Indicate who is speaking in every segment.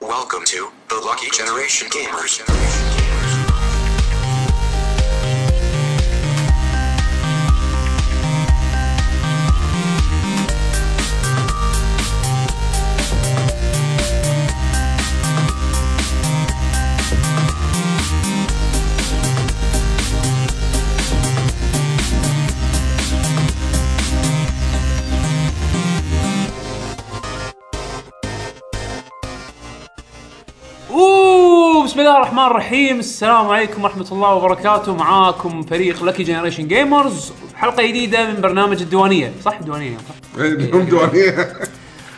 Speaker 1: Welcome to the Lucky Generation Gamers.
Speaker 2: اوه بسم الله الرحمن الرحيم السلام عليكم ورحمه الله وبركاته معاكم فريق لكي جنريشن جيمرز حلقه جديده من برنامج الديوانيه صح الديوانيه اليوم، صح؟
Speaker 3: اليوم ديوانيه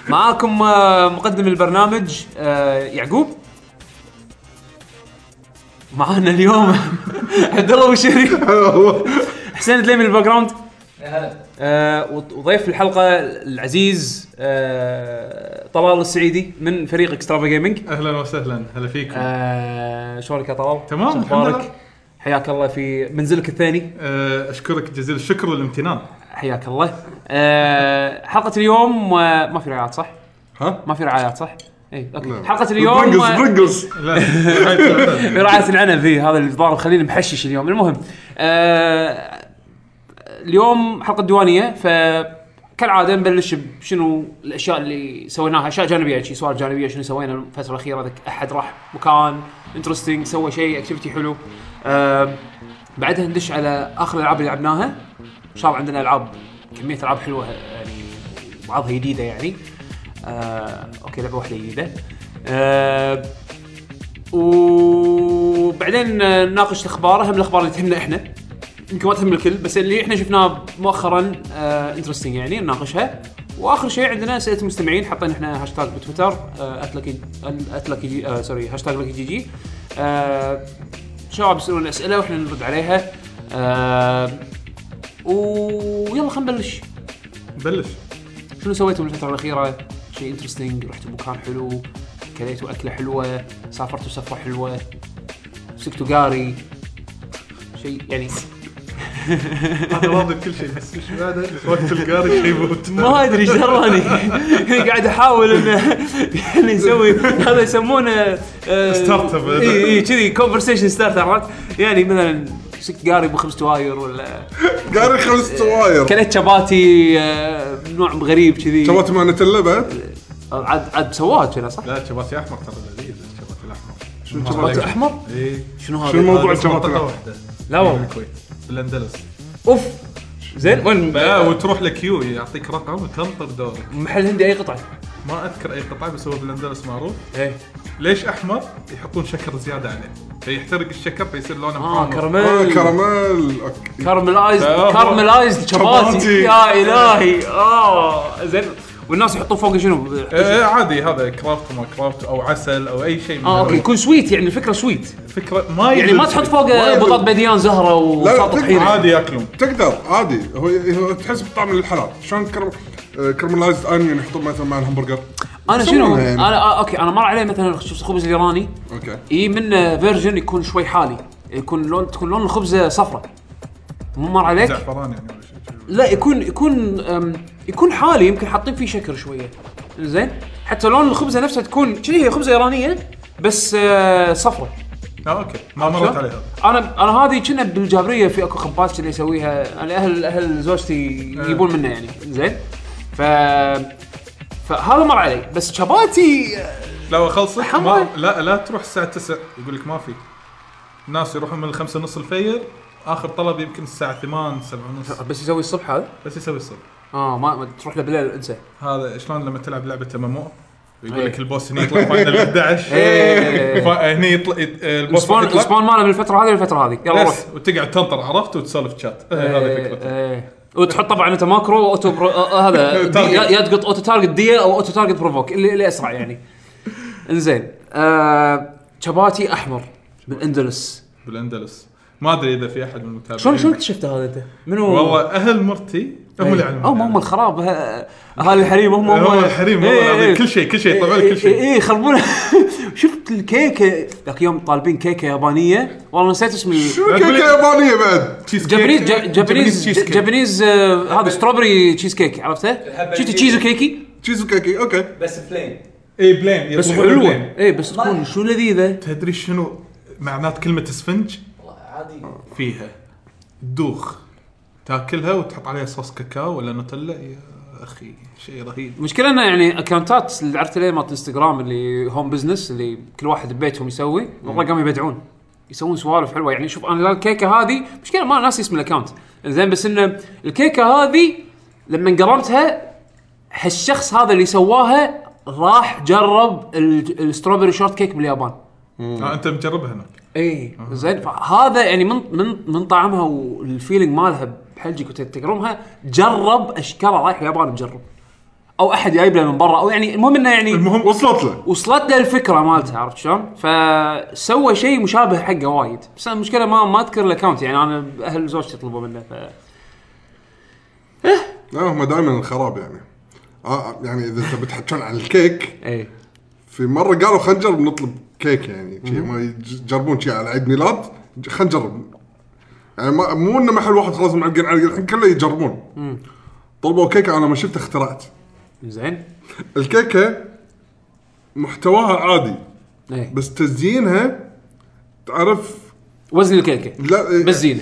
Speaker 2: معاكم آه، مقدم البرنامج آه، يعقوب معانا اليوم عبد الله وشيري حسين دليم الباك جراوند آه، وط- وضيف الحلقه العزيز آه، طلال السعيدي من فريق اكسترافا جيمنج
Speaker 4: اهلا وسهلا هلا فيكم
Speaker 2: آه، شلونك يا طلال؟
Speaker 4: تمام،
Speaker 2: شو
Speaker 4: الحمد
Speaker 2: اخبارك؟
Speaker 4: لله.
Speaker 2: حياك الله في منزلك الثاني
Speaker 4: آه، اشكرك جزيل الشكر والامتنان
Speaker 2: حياك الله آه، حلقة اليوم آه، ما في رعايات صح؟
Speaker 3: ها؟
Speaker 2: ما في رعايات صح؟ اي اوكي
Speaker 3: نعم.
Speaker 2: حلقة اليوم
Speaker 3: برقص
Speaker 2: آه،
Speaker 3: برقص
Speaker 4: لا هاي-
Speaker 2: في رعاية العنب ذي هذا اللي الظاهر مخليني محشش اليوم المهم آه، اليوم حلقة ديوانية ف كالعادة نبلش بشنو الاشياء اللي سويناها اشياء جانبية شي سوالف جانبية شنو سوينا الفترة الأخيرة ذاك احد راح مكان انترستنج سوى شيء اكتيفيتي حلو آه، بعدها ندش على اخر الالعاب اللي لعبناها ان شاء الله عندنا العاب كميه العاب حلوه يعني بعضها جديده يعني آه اوكي لعبه واحده جديده آه وبعدين آه، نناقش الاخبار اهم الاخبار اللي تهمنا احنا يمكن ما تهم الكل بس اللي احنا شفناه مؤخرا آه انترستنج يعني نناقشها واخر شيء عندنا اسئله المستمعين حاطين احنا هاشتاج بتويتر آه اتلكي اتلكي جي آه سوري هاشتاج لكي جي جي آه شباب يسالون اسئله واحنا نرد عليها آه ويلا خلينا نبلش
Speaker 4: بلش
Speaker 2: شنو سويتوا بالفتره الاخيره؟ شيء انترستنج رحتوا مكان حلو كليتوا اكله حلوه سافرتوا سفره حلوه مسكتوا قاري شيء يعني
Speaker 4: هذا راضي بكل شيء بس ايش بعد وقت القاري شيء يموت
Speaker 2: ما ادري ايش دراني قاعد احاول انه يعني نسوي هذا يسمونه
Speaker 4: Startup.
Speaker 2: اي اي كذي كونفرسيشن ستارت عرفت؟ يعني مثلا مسكت قاري بخمس تواير ولا
Speaker 3: قاري خمس سواير
Speaker 2: كلت شباتي آه، نوع غريب كذي
Speaker 3: شبات ما نتلبت
Speaker 2: عاد عاد سووها كذا صح؟
Speaker 4: لا شباتي احمر ترى لذيذ الشباتي الاحمر شو
Speaker 2: شباتي احمر؟
Speaker 4: اي
Speaker 2: شنو هذا؟
Speaker 3: إيه. شو الموضوع الشبات
Speaker 4: منطقه
Speaker 3: الأحمر؟
Speaker 4: واحده
Speaker 2: لا والله
Speaker 4: بالكويت بالاندلس
Speaker 2: اوف زين وين
Speaker 4: لا وتروح لكيو يعطيك رقم وتنطر دورك
Speaker 2: محل هندي اي قطعه؟
Speaker 4: ما اذكر اي قطاع بس هو بالاندلس معروف
Speaker 2: ايه
Speaker 4: ليش احمر يحطون شكر زياده عليه فيحترق الشكر فيصير لونه
Speaker 2: اه
Speaker 4: محمر.
Speaker 3: آه،
Speaker 2: كراميل
Speaker 3: كراميل أوكي.
Speaker 2: كارملايزد
Speaker 4: آه،
Speaker 2: كارملايزد شباتي
Speaker 4: شباتي.
Speaker 2: يا الهي اه زين والناس يحطون فوق شنو؟
Speaker 4: إيه، إيه، عادي هذا كرافت وما كرافت او عسل او اي شيء من
Speaker 2: اه اوكي
Speaker 4: هذول.
Speaker 2: يكون سويت يعني الفكره سويت
Speaker 4: فكره ما
Speaker 2: يعني ما تحط فوق
Speaker 3: ما يدري.
Speaker 2: بطاط بيديان زهره وسلطه
Speaker 3: تقدر.
Speaker 2: طحينه
Speaker 4: عادي ياكلون
Speaker 3: تقدر عادي هو هو تحس بطعم الحلال شلون كرم آه، كراميلايزد انيون يحطون مثلا مع الهمبرجر
Speaker 2: انا شنو؟
Speaker 3: يسوونها يعني.
Speaker 2: انا آه، اوكي انا مر علي مثلا خصوص الخبز الايراني
Speaker 3: اوكي
Speaker 2: اي منه فيرجن يكون شوي حالي يكون لون تكون لون الخبزه صفرة مو مر عليك؟
Speaker 4: زعفران يعني ولا شيء
Speaker 2: لا يكون يكون أم، يكون حالي يمكن حاطين فيه شكر شويه زين حتى لون الخبزه نفسها تكون شنو هي خبزه ايرانيه بس آه، صفرة
Speaker 4: اه اوكي ما مرت علي هذا
Speaker 2: انا انا هذه كنا بالجابريه في اكو خباز اللي يسويها انا اهل اهل يعني زوجتي
Speaker 4: إيه.
Speaker 2: يجيبون منه يعني زين ف فهذا مر علي بس شباتي آه،
Speaker 4: لو خلصت
Speaker 2: حمار.
Speaker 4: ما لا لا تروح الساعه 9 يقول لك ما في الناس يروحون من الخمسة ونص الفير اخر طلب يمكن الساعه 8 7 ونص
Speaker 2: بس يسوي الصبح هذا
Speaker 4: بس يسوي الصبح
Speaker 2: اه ما ما تروح له بالليل انسى
Speaker 4: هذا شلون لما تلعب لعبه تمامو
Speaker 2: إيه.
Speaker 4: يقول لك البوس هنا يطلع فاينل 11
Speaker 2: إيه.
Speaker 4: فا- هني يطلع يت- آه، البوس
Speaker 2: السبون
Speaker 4: راح يطلع.
Speaker 2: السبون ماله من الفتره هذه للفتره هذه يلا روح
Speaker 4: بس وتقعد تنطر عرفت وتسولف شات إيه، هذه
Speaker 2: إيه،
Speaker 4: فكرته
Speaker 2: إيه. وتحط طبعا انت ماكرو اوتو برو... آه، آه، هذا دي-
Speaker 4: تارجت.
Speaker 2: يا يا تقط اوتو تارجت دي او اوتو تارجت بروفوك اللي, اللي اسرع يعني انزين آه... شباتي احمر بالاندلس
Speaker 4: بالاندلس ما ادري اذا في احد من المتابعين
Speaker 2: إيه. شلون شلون اكتشفته هذا انت؟ منو؟ إيه.
Speaker 4: والله اهل مرتي هم اللي علموني
Speaker 2: هم هم الخراب ه- اهالي الحريم هم هم
Speaker 4: هم الحريم والله
Speaker 2: إيه،
Speaker 4: العظيم.
Speaker 2: إيه.
Speaker 4: كل شيء- كل شيء، يطلعوا لك كل شيء.
Speaker 2: اي يخربون شفت الكيكه ذاك يوم طالبين كيكه يابانيه والله نسيت اسم ال-
Speaker 3: شنو كيكه
Speaker 4: تقولي-
Speaker 3: يابانيه بعد
Speaker 4: تشيز كيك.
Speaker 2: جابانيز جا- جابانيز
Speaker 4: تشيز كيك.
Speaker 2: جابانيز آه، هذا ستروبري تشيز كيك عرفته؟
Speaker 5: الهبة
Speaker 2: شفت
Speaker 5: الجديدة.
Speaker 2: تشيز كيكي
Speaker 4: إيه،
Speaker 3: تشيز وكيكي اوكي
Speaker 5: بس فلين
Speaker 4: اي بلين
Speaker 2: بس
Speaker 4: يطلبون
Speaker 2: حلوه
Speaker 4: بلين.
Speaker 2: اي بس تكون شو لذيذه
Speaker 4: تدري شنو معنات كلمه اسفنج
Speaker 5: والله عادي
Speaker 4: فيها دوخ تاكلها وتحط عليها صوص كاكاو ولا نوتيلا يا اخي شيء رهيب
Speaker 2: المشكله انه يعني اكونتات اللي عرفت ليه مالت انستغرام اللي هوم بزنس اللي كل واحد ببيتهم يسوي والله قاموا يبدعون يسوون سوالف حلوه يعني شوف انا لا الكيكه هذه مشكله ما ناسي اسم الاكونت زين بس انه الكيكه هذه لما قربتها هالشخص هذا اللي سواها راح جرب ال- الستروبري شورت كيك باليابان
Speaker 4: آه انت مجربها هناك
Speaker 2: اي إيه، زين فهذا يعني من من من طعمها والفيلينج مالها بحلجك وتقرمها جرب اشكاله رايح اليابان مجرب او احد جايب له من برا او يعني المهم انه يعني
Speaker 3: المهم وصلت له
Speaker 2: وصلت له الفكره مالته عرفت شلون؟ فسوى شيء مشابه حقه وايد بس أنا المشكله ما ما اذكر الاكونت يعني انا اهل زوجتي يطلبوا منه ف
Speaker 3: لا هم دائما الخراب يعني آه يعني اذا انت بتحكون عن الكيك
Speaker 2: اي
Speaker 3: في مره قالوا خلينا نجرب نطلب كيك يعني شي ما يجربون شي على عيد ميلاد ج- خلينا نجرب يعني ما مو انه محل واحد خلاص معلقين عليه الحين كله يجربون طلبوا كيك انا ما شفت اخترعت
Speaker 2: زين
Speaker 3: الكيكه محتواها عادي
Speaker 2: اي
Speaker 3: بس تزيينها تعرف
Speaker 2: وزن الكيكه
Speaker 3: لا
Speaker 2: بس زينه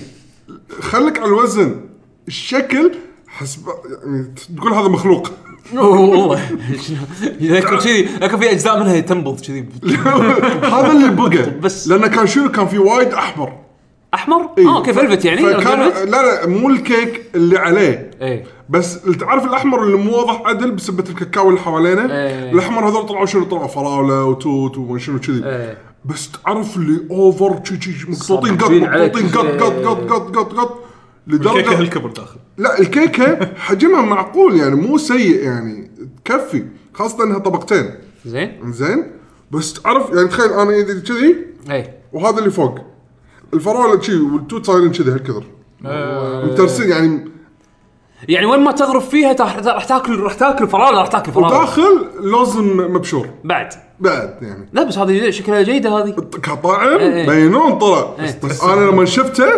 Speaker 3: خلك على الوزن الشكل حسب يعني تقول هذا مخلوق
Speaker 2: والله يذكر كذي لكن في اجزاء منها تنبض كذي
Speaker 3: هذا اللي بقى
Speaker 2: بس.
Speaker 3: بس لانه كان شنو كان في وايد احمر
Speaker 2: احمر؟
Speaker 3: إيه.
Speaker 2: اه اوكي فلفت يعني فلفت؟
Speaker 3: فكان لا لا مو الكيك اللي عليه
Speaker 2: ايه
Speaker 3: بس تعرف الاحمر اللي مو واضح عدل بسبه الكاكاو اللي حوالينا
Speaker 2: إيه.
Speaker 3: الاحمر هذول طلعوا شنو طلعوا فراوله وتوت وما شنو كذي
Speaker 2: إيه.
Speaker 3: بس تعرف اللي اوفر شي- شي- شي مقطوطين قط
Speaker 2: صابين عليك. إيه.
Speaker 3: مقطوطين قط قط قط قط قط قط
Speaker 4: الكيكه
Speaker 3: لدرجه
Speaker 4: الكبر داخل
Speaker 3: لا الكيكه حجمها معقول يعني مو سيء يعني تكفي خاصه انها طبقتين
Speaker 2: زين
Speaker 3: زين بس تعرف يعني تخيل انا ايدي كذي
Speaker 2: اي
Speaker 3: وهذا اللي فوق الفراوله شي والتوت صايرين كذي هالكثر مترسين يعني
Speaker 2: يعني وين ما تغرف فيها تا- راح تاكل راح تاكل فراوله راح تاكل فراوله
Speaker 3: وداخل لوز م- مبشور
Speaker 2: بعد
Speaker 3: بعد يعني
Speaker 2: لا بس هذه جديدة، شكلها جيده هذه
Speaker 3: كطعم
Speaker 2: إيه.
Speaker 3: بينون طلع
Speaker 2: إيه.
Speaker 3: بس انا لما شفته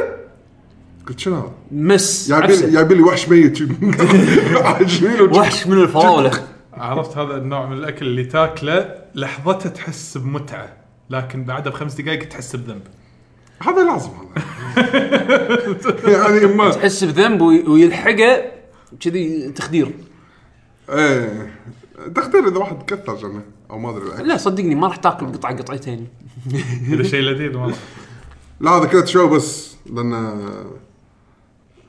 Speaker 3: قلت شنو هذا؟
Speaker 2: مس
Speaker 3: جايبين
Speaker 2: عفسة.
Speaker 3: جايبين لي وحش ميت عاجبين
Speaker 2: وحش من الفراوله
Speaker 4: عرفت هذا النوع من الاكل اللي تاكله لحظته تحس بمتعه لكن بعدها بخمس دقائق تحس بذنب
Speaker 3: هذا لازم هذا يعني ما
Speaker 2: تحس بذنب وي- ويلحقه كذي تخدير
Speaker 3: ايه تختار اذا واحد كثر جنة او ما ادري العكس.
Speaker 2: لا صدقني ما راح تاكل قطعه قطعتين
Speaker 4: هذا شيء لذيذ والله
Speaker 3: لا ذكرت شو بس لان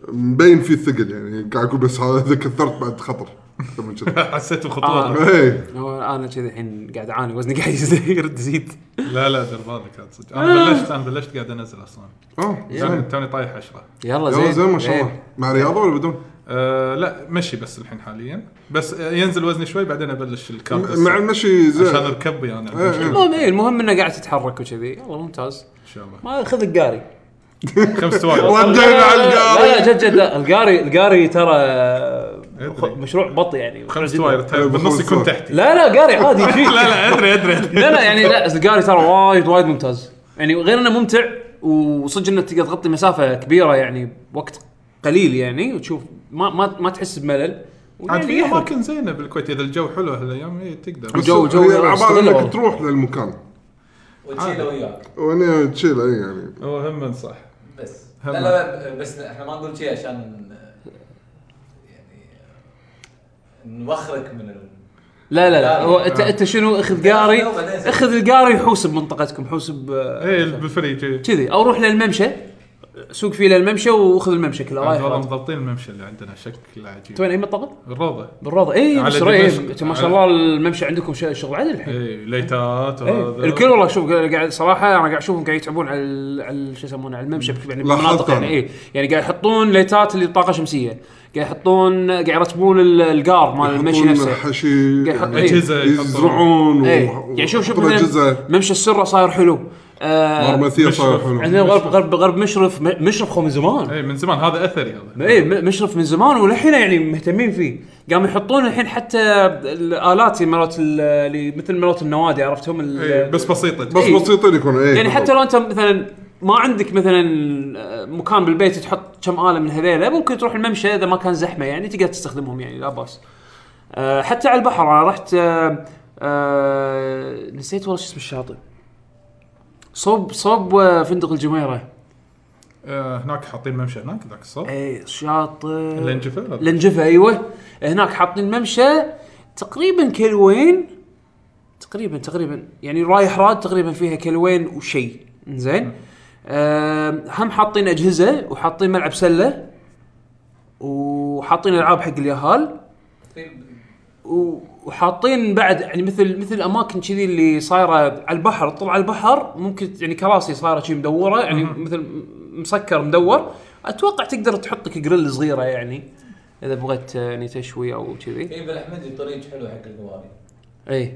Speaker 3: مبين فيه الثقل يعني قاعد اقول بس هذا اذا كثرت بعد خطر أكثر من كذا.
Speaker 4: حسيت بخطوره
Speaker 3: ايه
Speaker 2: هو انا كذي الحين قاعد اعاني وزني قاعد يزيد- يرد يزيد
Speaker 4: لا لا درب هذا كانت صدق انا بلشت انا بلشت قاعد انزل اصلا
Speaker 3: اه
Speaker 4: توني-
Speaker 3: زين.
Speaker 4: توني طايح عشرة
Speaker 2: يلا زين إيه.
Speaker 3: يلا زين ما شاء
Speaker 2: زين.
Speaker 3: الله مع رياضه ولا بدون؟
Speaker 4: أه لا مشي بس الحين حاليا بس آه، ينزل وزني شوي بعدين ابلش الكاب بس.
Speaker 3: مع المشي
Speaker 4: عشان
Speaker 3: زين
Speaker 4: اركب يعني عندي
Speaker 3: إيه.
Speaker 4: مشكله
Speaker 2: المهم إيه، المهم انه قاعد تتحرك وكذي والله ممتاز
Speaker 4: ان شاء الله
Speaker 2: ما خذ القاري
Speaker 4: خمس دقائق
Speaker 3: ردينا على
Speaker 2: لا
Speaker 3: القاري
Speaker 2: لا جد جد لا القاري القاري ترى
Speaker 4: أدري.
Speaker 2: مشروع بطيء يعني
Speaker 4: خمس دقائق
Speaker 3: إيه،
Speaker 4: طيب، بالنص يكون تحتي
Speaker 2: لا لا قاري عادي يجيك
Speaker 4: لا لا ادري ادري ادري
Speaker 2: لا لا يعني لا القاري ترى وايد وايد ممتاز يعني غير انه ممتع وصدق انه تقدر تغطي مسافه كبيره يعني بوقت قليل يعني وتشوف ما ما, ما تحس بملل يعني
Speaker 4: عاد
Speaker 2: ويعني
Speaker 4: في
Speaker 2: يحرق.
Speaker 4: اماكن زينه بالكويت اذا الجو حلو هالايام اي تقدر
Speaker 3: بس
Speaker 2: جو- جو
Speaker 3: هي عبارة
Speaker 2: استغله والله.
Speaker 3: انك تروح للمكان
Speaker 5: وتشيله وياك
Speaker 3: وانا تشيل اي يعني
Speaker 4: هو هم صح
Speaker 5: بس
Speaker 4: هم.
Speaker 5: لا لا ب- بس احنا ما نقول شيء عشان آه، يعني آه، نوخرك من ال...
Speaker 2: لا لا لا هو انت انت شنو اخذ قاري اخذ القاري وحوس بمنطقتكم حوس ب-
Speaker 4: اي بالفريق إي.
Speaker 2: كذي او روح للممشى سوق فيه للممشى واخذ الممشى كله
Speaker 4: عاد والله
Speaker 2: رايح
Speaker 4: مضبطين الممشى اللي عندنا شكل عجيب
Speaker 2: توين اي منطقه؟
Speaker 4: الروضه
Speaker 2: بالروضه اي
Speaker 4: على
Speaker 2: بس رأي-
Speaker 4: دمشق.
Speaker 2: إيه، ما شاء الله الممشى عندكم ش- شغل عدل الحين
Speaker 4: اي ليتات
Speaker 2: إيه.
Speaker 4: وهذا
Speaker 2: الكل والله شوف قاعد صراحه انا قاعد اشوفهم قاعد يتعبون على ال- على ال- شو يسمونه على الممشى بك- يعني
Speaker 3: لاحظت
Speaker 2: بالمناطق يعني
Speaker 3: أنا.
Speaker 2: اي يعني قاعد يحطون ليتات اللي طاقه شمسيه قاعد يحطون قاعد يرتبون ال- القار مال المشي
Speaker 3: يحطون
Speaker 2: نفسه
Speaker 3: حشي
Speaker 2: قاعد آه، يحط-
Speaker 3: يعني
Speaker 2: إيه.
Speaker 4: اجهزه يحطون.
Speaker 3: يزرعون
Speaker 2: اي
Speaker 3: وح-
Speaker 2: يعني شوف شوف
Speaker 3: ويحطون
Speaker 2: مثلا
Speaker 3: اجهزه
Speaker 2: ممشى السره صاير حلو آه
Speaker 3: مرمثيه
Speaker 4: مش-
Speaker 3: صاير حلو
Speaker 2: عندنا غرب غرب غرب مشرف م- مشرف خو من زمان
Speaker 4: اي إيه، من زمان هذا اثري هذا
Speaker 2: اي م- مشرف من زمان وللحين يعني مهتمين فيه قاموا يحطون الحين حتى الالات مرات ال- اللي مثل مرات النوادي عرفتهم ال-
Speaker 4: إي، إيه، بس بسيطه
Speaker 3: بس
Speaker 2: إيه.
Speaker 3: بسيطين يكون اي
Speaker 2: يعني حتى لو انت مثلا ما عندك مثلا مكان بالبيت تحط كم اله من هذيلا ممكن تروح الممشى آه، اذا ما كان زحمه يعني تقدر تستخدمهم يعني لا باس. أه، حتى على البحر انا رحت أه، آه نسيت والله شو اسم الشاطئ صوب صوب آه، فندق الجميره
Speaker 4: آه، هناك حاطين ممشى هناك ذاك الصوب
Speaker 2: اي شاطئ
Speaker 4: الانجفة هذا.
Speaker 2: الانجفه ايوه هناك حاطين ممشى تقريبا كلوين تقريبا تقريبا يعني رايح راد تقريبا فيها كلوين وشيء زين آم، هم حاطين اجهزه وحاطين ملعب سله وحاطين العاب حق اليهال
Speaker 5: في
Speaker 2: و- وحاطين بعد يعني مثل مثل الاماكن كذي اللي صايره على البحر طلع على البحر ممكن يعني كراسي صايره كذي مدوره يعني مثل م- مسكر مدور اتوقع تقدر تحط لك جريل صغيره يعني اذا بغيت آه، يعني تشوي او كذي إيه.
Speaker 5: في بالحمدي طريق حلو حق القواري
Speaker 2: اي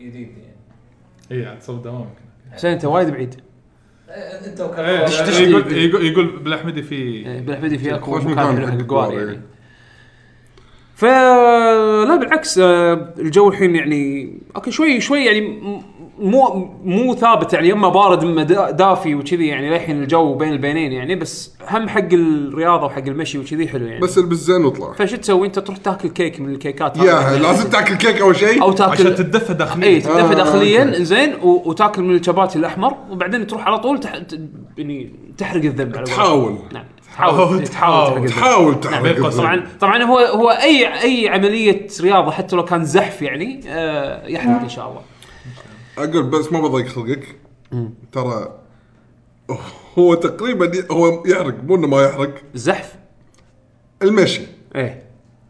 Speaker 5: جديد يعني
Speaker 4: اي عاد صوب دوامك
Speaker 2: حسين انت وايد بعيد
Speaker 5: آه، انت
Speaker 4: إيه،
Speaker 5: وكرم
Speaker 2: تشتري.
Speaker 4: يقول يقول- يقول بالاحمدي في
Speaker 2: إيه، بالحميدي في اكو
Speaker 3: خوش
Speaker 2: مكان
Speaker 3: مكان
Speaker 2: حلو حق
Speaker 3: حق
Speaker 2: الجوار
Speaker 3: الجوار،
Speaker 2: يعني
Speaker 3: إيه.
Speaker 2: ف لا بالعكس آه، الجو الحين يعني اوكي شوي شوي يعني م- مو مو ثابت يعني اما بارد اما دا- دافي وكذي يعني للحين الجو بين البينين يعني بس هم حق الرياضه وحق المشي وكذي حلو يعني بس
Speaker 3: بس البس زين واطلع
Speaker 2: فشو تسوي انت تروح تاكل كيك من الكيكات
Speaker 3: ياها
Speaker 2: هذه.
Speaker 3: لازم تاكل كيك اول شيء
Speaker 2: او تاكل إيه،
Speaker 4: عشان تتدفى
Speaker 2: اي
Speaker 4: داخليا
Speaker 2: تدفى
Speaker 3: آه،
Speaker 2: داخليا
Speaker 3: أوكي.
Speaker 2: زين و- وتاكل من الشباتي الاحمر وبعدين تروح على طول تح... ت- يعني تحرق الذنب على قولتهم.
Speaker 3: تحاول.
Speaker 2: نعم تحاول تحاول نعم. تحرق الذنب.
Speaker 3: تحاول
Speaker 4: بين
Speaker 3: تحرق
Speaker 4: قوسين.
Speaker 3: الزين.
Speaker 2: طبعا طبعا هو هو اي اي عمليه رياضه حتى لو كان زحف يعني آه يحرق ان شاء الله
Speaker 3: اقول بس ما بضيق خلقك ترى هو تقريبا هو يحرق مو انه ما يحرق
Speaker 2: الزحف
Speaker 3: المشي
Speaker 2: ايه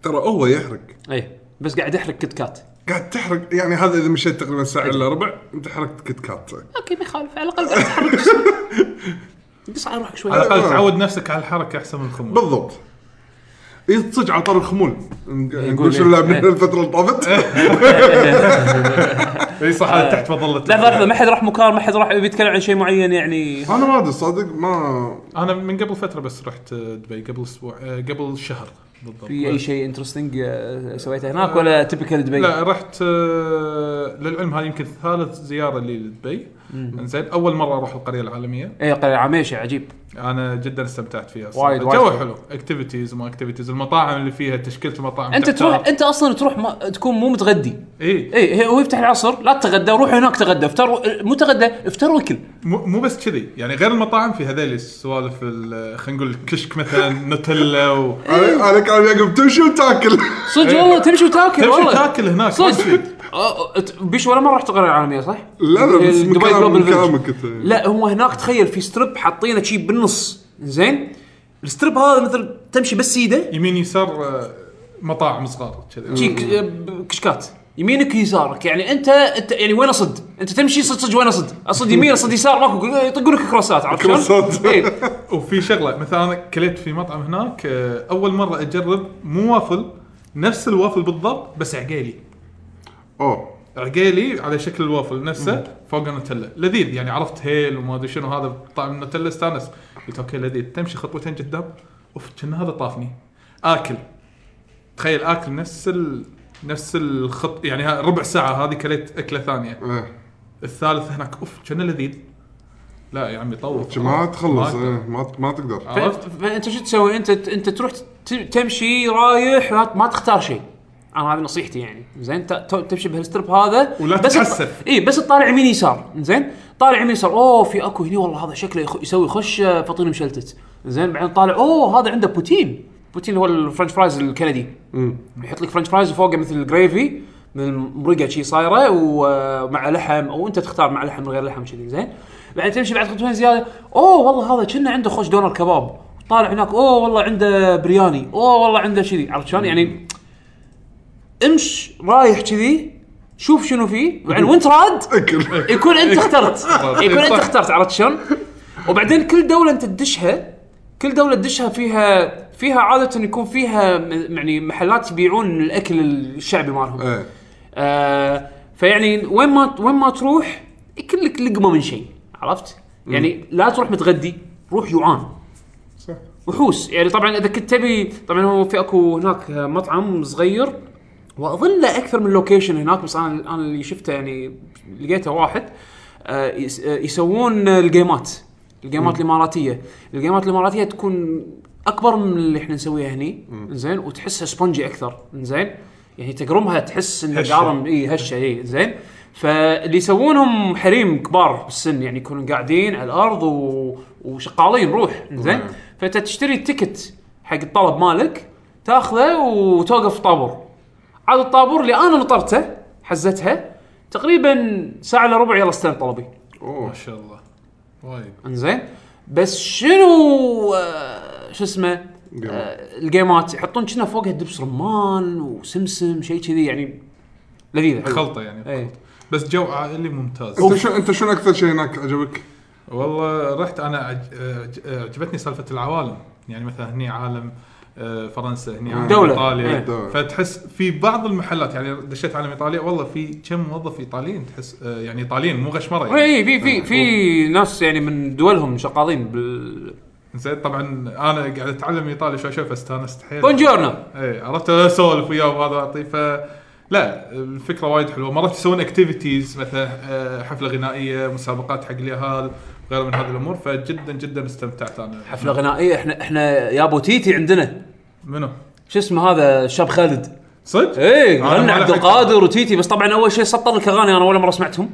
Speaker 3: ترى هو يحرق
Speaker 2: ايه بس قاعد يحرق كت كات
Speaker 3: قاعد تحرق يعني هذا اذا مشيت تقريبا ساعه الا ربع انت حرقت كت كات
Speaker 2: اوكي ما يخالف على الاقل قاعد تحرق جسمك. قص على روحك شوي
Speaker 4: على الاقل تعود نفسك على الحركه احسن من الخمر
Speaker 3: بالضبط إيه، صدق على طار الخمول نقول
Speaker 2: يقول
Speaker 3: شنو
Speaker 2: إيه.
Speaker 3: لعبنا
Speaker 2: إيه.
Speaker 3: الفتره اللي طافت
Speaker 4: اي إيه، صح
Speaker 2: آه.
Speaker 4: هذا تحت مظله
Speaker 2: لحظه لحظه ما حد راح مكان ما حد راح بيتكلم عن شيء معين يعني
Speaker 3: انا ما ادري صادق ما
Speaker 4: انا من قبل فتره بس رحت دبي قبل اسبوع آه، قبل شهر بالضبط
Speaker 2: في اي شيء انترستنج سويته هناك ولا تبكل دبي؟
Speaker 4: لا رحت آه، للعلم هذه يمكن ثالث زياره لي لدبي زين اول مره اروح القريه العالميه
Speaker 2: اي قلعه عميشه إيه، عجيب
Speaker 4: انا جدا استمتعت فيها
Speaker 2: وايد- وايد
Speaker 4: جو
Speaker 2: حلو.
Speaker 4: حلو اكتيفيتيز وما اكتيفيتيز المطاعم اللي فيها تشكيله المطاعم
Speaker 2: انت تروح انت اصلا تروح ما تكون مو متغدي
Speaker 4: اي
Speaker 2: اي إيه، هو يفتح العصر لا تتغدى روح هناك تغدى افطر مو تغدى افطر واكل
Speaker 4: مو مو بس كذي يعني غير المطاعم في هذيل السوالف ال- خلينا نقول كشك مثلا نوتيلا و
Speaker 3: انا أنا كان يعقوب تمشي وتاكل
Speaker 2: صدق
Speaker 3: إيه.
Speaker 2: والله تمشي وتاكل
Speaker 4: تمشي
Speaker 2: والله
Speaker 4: تاكل هناك
Speaker 2: صدق أه، أه، بيش ولا مره رحت القريه العالميه صح؟
Speaker 3: لا، لا، بس من
Speaker 2: دبي
Speaker 3: كلام-
Speaker 2: Global
Speaker 3: من
Speaker 2: Village.
Speaker 3: كلامك أنت.
Speaker 2: لا هو هناك تخيل في ستريب حاطينه شي بالنص زين الستريب هذا مثل تمشي بس ايده
Speaker 4: يمين يسار آه، مطاعم صغار
Speaker 2: شي
Speaker 4: كذي
Speaker 2: ك- أه، كشكات يمينك يسارك يعني انت انت يعني وين اصد؟ انت تمشي صد صد وين اصد؟ اصد يمين اصد يسار ماكو يطقون لك كروسات عرفت شلون؟
Speaker 3: كروسات.
Speaker 2: إيه.
Speaker 4: وفي شغله مثلا انا كليت في مطعم هناك آه، اول مره اجرب مو وافل نفس الوافل بالضبط بس عقيلي
Speaker 3: اوه
Speaker 4: عقيلي على شكل الوافل نفسه فوق النوتيلا لذيذ يعني عرفت هيل وما ادري شنو هذا طعم النوتيلا استانس قلت اوكي لذيذ تمشي خطوتين قدام اوف كان هذا طافني اكل تخيل اكل نفس ال... نفس الخط يعني ها- ربع ساعه هذه كليت اكله ثانيه
Speaker 3: إيه.
Speaker 4: الثالث هناك اوف كان لذيذ لا يا عمي طول
Speaker 3: ما تخلص
Speaker 4: ما-
Speaker 3: إيه، ما ما تقدر
Speaker 2: ف-
Speaker 4: عرفت
Speaker 2: فانت شو تسوي؟ انت انت تروح ت- تمشي رايح لا- ما تختار شيء. انا هذه نصيحتي يعني، زين ت- ت- تمشي بهالسترب هذا
Speaker 4: ولا
Speaker 2: بس
Speaker 4: تتحسف.
Speaker 2: اي بس تطالع يمين يسار، زين؟ طالع يمين يسار، اوه في اكو هني والله هذا شكله يخ- يسوي خش آه، فطير مشلتت، زين بعدين طالع اوه هذا عنده بوتين، بوتين هو الفرنش فرايز الكندي. يحط لك فرنش فرايز وفوقه مثل الجريفي مثل مرقه شي صايره ومع لحم او انت تختار مع لحم غير لحم كذي زين بعدين تمشي بعد خطوتين زياده اوه والله هذا كنا عنده خوش دونر كباب طالع هناك اوه والله عنده برياني اوه والله عنده كذي عرفت شلون يعني امش رايح كذي شوف شنو فيه بعدين وانت راد
Speaker 3: اكل
Speaker 2: يكون انت اخترت يكون انت
Speaker 4: صح.
Speaker 2: اخترت عرفت شلون؟ وبعدين كل دوله انت تدشها كل دوله تدشها فيها فيها عاده يكون فيها م- يعني محلات يبيعون الاكل الشعبي مالهم
Speaker 3: إيه.
Speaker 2: آه فيعني وين ما وين ما تروح يكون لك لقمه من شيء عرفت؟ يعني لا تروح متغدي روح جوعان
Speaker 3: صح.
Speaker 2: وحوس يعني طبعا اذا كنت تبي طبعا هو في اكو هناك مطعم صغير واظن له اكثر من لوكيشن هناك بس انا انا اللي شفته يعني لقيته واحد آه، يس- آه، يسوون الجيمات الجيمات الاماراتيه الجيمات الاماراتيه تكون اكبر من اللي احنا نسويها هني زين وتحسها سبونجي اكثر زين يعني تقرمها تحس ان
Speaker 4: هشة.
Speaker 2: قارم اي هشه اي زين فاللي يسوونهم حريم كبار بالسن يعني يكونون قاعدين على الارض و... وشقالين روح زين فانت تشتري التكت حق الطلب مالك تاخذه وتوقف طابور عاد الطابور اللي انا نطرته حزتها تقريبا ساعه الا ربع يلا استلم طلبي
Speaker 4: ما شاء الله وايد
Speaker 2: انزين بس شنو آه، شو اسمه
Speaker 3: جيمات.
Speaker 2: آه، الجيمات يحطون كنا فوقها دبس رمان وسمسم شيء كذي يعني إيه. لذيذه حلوة.
Speaker 4: خلطه يعني
Speaker 2: اي
Speaker 4: بس جو عائلي ممتاز
Speaker 3: انت شو انت شنو اكثر شيء هناك عجبك؟
Speaker 4: والله رحت انا عج- عج- عجبتني سالفه العوالم يعني مثلا هني عالم آه، فرنسا هني عالم
Speaker 2: دولة.
Speaker 4: ايطاليا
Speaker 2: إيه.
Speaker 3: دولة.
Speaker 4: فتحس في بعض المحلات يعني دشيت عالم ايطاليا والله في كم موظف ايطاليين تحس آه، يعني ايطاليين مو غشمره يعني
Speaker 2: اي إيه، في في في ناس يعني من دولهم شقاضين بال
Speaker 4: زين طبعا انا قاعد اتعلم ايطالي شوي شوي فاستانست حيل
Speaker 2: بونجورنو
Speaker 4: اي إيه، عرفت اسولف وياهم هذا اعطيه ف لا الفكره وايد حلوه مرات يسوون اكتيفيتيز مثلا آه، حفله غنائيه مسابقات حق اليهال غير من هذه الامور فجدا جدا استمتعت انا
Speaker 2: حفله غنائيه احنا احنا يا ابو تيتي عندنا
Speaker 4: منو؟
Speaker 2: شو اسمه هذا الشاب خالد
Speaker 4: صدق؟
Speaker 2: ايه
Speaker 4: أنا
Speaker 2: غنى
Speaker 4: ما
Speaker 2: عبد
Speaker 4: لحقت.
Speaker 2: القادر وتيتي بس طبعا اول شيء سطر لك اغاني انا ولا مره سمعتهم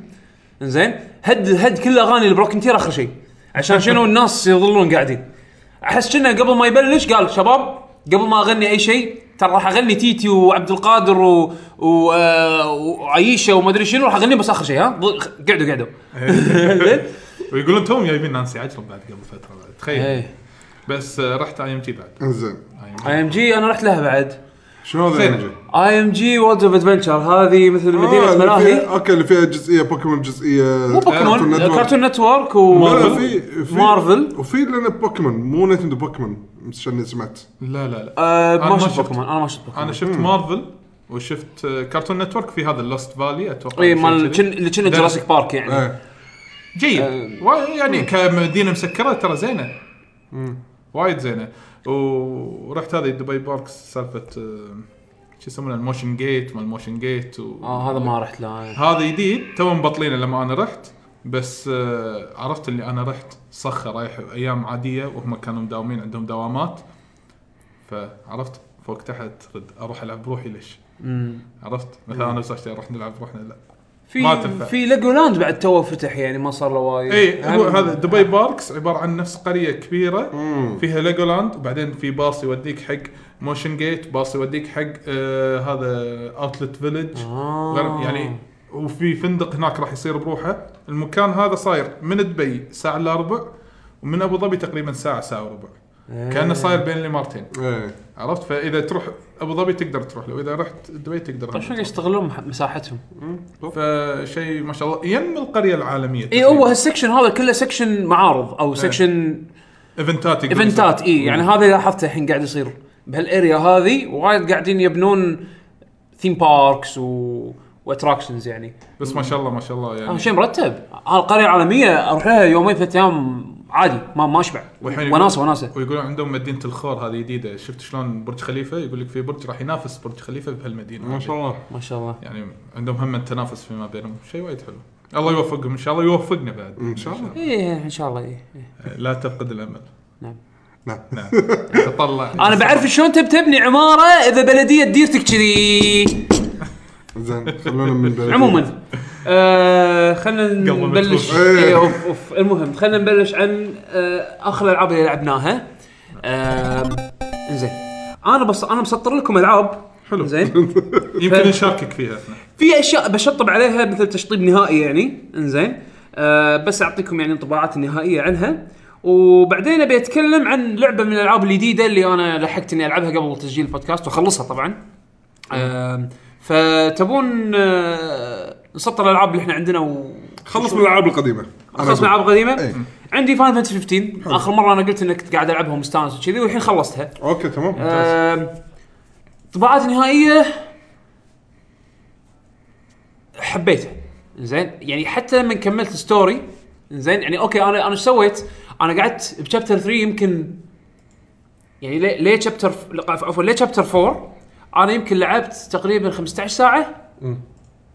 Speaker 2: زين هد هد كل اغاني البروكنتير اخر شيء عشان شنو الناس يظلون قاعدين احس كنا قبل ما يبلش قال شباب قبل ما اغني اي شيء ترى راح اغني تيتي وعبد القادر و... و... آه، وعيشه وما ادري شنو راح اغني بس اخر شيء ها ض- قعدوا قعدوا زين؟
Speaker 4: إيه. ويقولون توم جايبين نانسي عجرم بعد قبل فتره بعد تخيل
Speaker 2: ايه
Speaker 4: بس آه، رحت اي ام جي بعد
Speaker 3: انزين
Speaker 4: IMG.
Speaker 2: اي ام جي انا رحت لها بعد
Speaker 3: شنو هذا
Speaker 4: زين.
Speaker 3: يعني؟
Speaker 2: اي ام جي وولد اوف ادفنشر هذه مثل
Speaker 3: آه،
Speaker 2: مدينه
Speaker 3: اللي فيها-
Speaker 2: ملاهي
Speaker 3: اوكي اللي فيها جزئيه بوكيمون جزئيه
Speaker 4: آه،
Speaker 2: مو بوكيمون
Speaker 3: نتورك.
Speaker 2: كارتون نتورك
Speaker 3: لا، لا،
Speaker 2: و
Speaker 3: في في
Speaker 2: مارفل.
Speaker 3: وفي لنا بوكيمون مو نتندو بوكيمون عشان سمعت
Speaker 4: لا لا لا
Speaker 2: آه،
Speaker 4: أنا
Speaker 2: ما
Speaker 4: ما
Speaker 2: شفت
Speaker 4: شفت.
Speaker 2: بوكيمون انا ما شفت بوكيمون
Speaker 4: انا شفت مارفل وشفت آه، كارتون نتورك في هذا اللوست فالي اتوقع
Speaker 2: اي
Speaker 4: شيء
Speaker 2: إيه، مال
Speaker 4: كذي.
Speaker 2: كن- اللي كنا
Speaker 4: ده-
Speaker 2: جراسيك بارك يعني
Speaker 3: ايه
Speaker 4: جيد و- يعني كمدينه مسكره ترى زينه وايد زينه ورحت هذه دبي بارك سالفه آه، شو يسمونها الموشن جيت ما الموشن جيت و...
Speaker 2: اه هذا ما رحت له
Speaker 4: هذا جديد تو مبطلينه لما انا رحت بس آه، عرفت اللي انا رحت صخه رايح ايام عاديه وهم كانوا مداومين عندهم دوامات فعرفت فوق تحت رد اروح العب بروحي ليش؟ عرفت مثلا انا وساشتي اروح نلعب بروحنا لا ما
Speaker 2: في
Speaker 4: تنفع.
Speaker 2: في ليجولاند بعد تو فتح يعني ما صار له وايد إيه،
Speaker 4: اي إيه، هو
Speaker 2: هم-
Speaker 4: هذا دبي باركس عباره عن نفس قريه كبيره فيها ليجولاند وبعدين في باص يوديك حق موشن جيت باص يوديك حق آه هذا اوتلت فيلج
Speaker 2: آه.
Speaker 4: غير- يعني وفي فندق هناك راح يصير بروحه المكان هذا صاير من دبي ساعه الا ربع ومن ابو ظبي تقريبا ساعه ساعه وربع كانه صاير بين الامارتين
Speaker 3: ايه
Speaker 4: عرفت فاذا تروح ابو ظبي تقدر تروح له واذا رحت دبي تقدر
Speaker 2: طيب شلون يستغلون مح- مساحتهم؟
Speaker 4: فشيء ما شاء الله يم القريه العالميه
Speaker 2: اي إيه، هو هالسكشن هذا كله سكشن معارض او سكشن
Speaker 4: ايفنتات يقولون.
Speaker 2: ايفنتات اي يعني هذا اللي لاحظته الحين قاعد يصير بهالاريا هذه وايد قاعدين يبنون ثيم باركس و واتراكشنز يعني
Speaker 4: بس ما شاء الله ما شاء الله
Speaker 2: آه
Speaker 4: يعني
Speaker 2: شيء مرتب هالقريه العالميه اروح لها يومين ثلاث ايام عادي ما ما اشبع
Speaker 4: والحين
Speaker 2: وناسه
Speaker 4: يقول-
Speaker 2: وناسه
Speaker 4: ويقولون عندهم مدينه الخور هذه جديده شفت شلون برج خليفه يقول لك في برج راح ينافس برج خليفه بهالمدينه
Speaker 3: ما شاء الله
Speaker 2: ما شاء الله
Speaker 4: يعني عندهم هم التنافس فيما بينهم شيء وايد حلو الله يوفقهم ان شاء الله يوفقنا بعد
Speaker 3: ان شاء الله
Speaker 2: ايه ان شاء الله ايه إيه.
Speaker 4: لا تفقد الامل
Speaker 2: نعم.
Speaker 3: نعم.
Speaker 4: نعم تطلع
Speaker 2: انا بعرف شلون تب تبني عماره اذا بلديه ديرتك كذي
Speaker 3: زين خلونا من بلد.
Speaker 2: عموما آه خلينا
Speaker 4: قبل ما
Speaker 2: نبلش
Speaker 4: تروح.
Speaker 2: إيه، اوف اوف المهم خلينا نبلش عن آه اخر الالعاب اللي لعبناها آه زين انا بس انا مسطر لكم العاب
Speaker 4: حلو.
Speaker 2: زين
Speaker 4: يمكن نشاركك فيها احنا
Speaker 2: في اشياء بشطب عليها مثل تشطيب نهائي يعني انزين آه بس اعطيكم يعني انطباعات النهائيه عنها وبعدين ابي اتكلم عن لعبه من الالعاب الجديده اللي انا لحقت اني العبها قبل تسجيل البودكاست واخلصها طبعا آه فتبون آه نسطر الالعاب اللي احنا عندنا و
Speaker 3: خلص من الالعاب القديمه
Speaker 2: خلص من العاب قديمه
Speaker 3: إيه.
Speaker 2: عندي فاين فانتسي 15 اخر مره انا قلت انك كنت قاعد العبها ومستانس وكذي والحين خلصتها
Speaker 3: اوكي تمام
Speaker 2: آم، Ehm, طباعات نهائيه حبيتها زين يعني حتى لما كملت ستوري زين يعني اوكي انا انا ايش سويت؟ انا قعدت بشابتر 3 يمكن يعني ليه ليه شابتر عفوا ليه شابتر 4 انا يمكن لعبت تقريبا 15 ساعه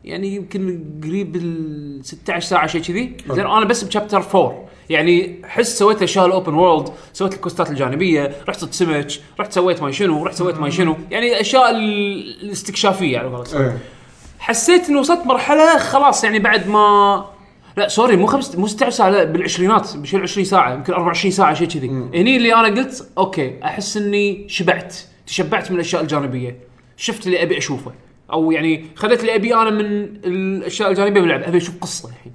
Speaker 2: يعني يمكن قريب ال 16 ساعه شيء كذي زين انا بس بشابتر 4 يعني حس سويت اشياء الاوبن وورلد سويت الكوستات الجانبيه رحت صدت سمك رحت سويت ما شنو رحت سويت ما شنو يعني اشياء ال- الاستكشافيه على قولتهم
Speaker 3: ايه
Speaker 2: حسيت اني وصلت مرحله خلاص يعني بعد ما لا سوري مو خمس مو 16 ساعه لا بالعشرينات بشيل 20 ساعه يمكن 24 ساعه شيء كذي هني اللي انا قلت اوكي احس اني شبعت تشبعت من الاشياء الجانبيه شفت اللي ابي اشوفه او يعني خذيت اللي ابي انا من الاشياء الجانبيه باللعب ابي اشوف قصه الحين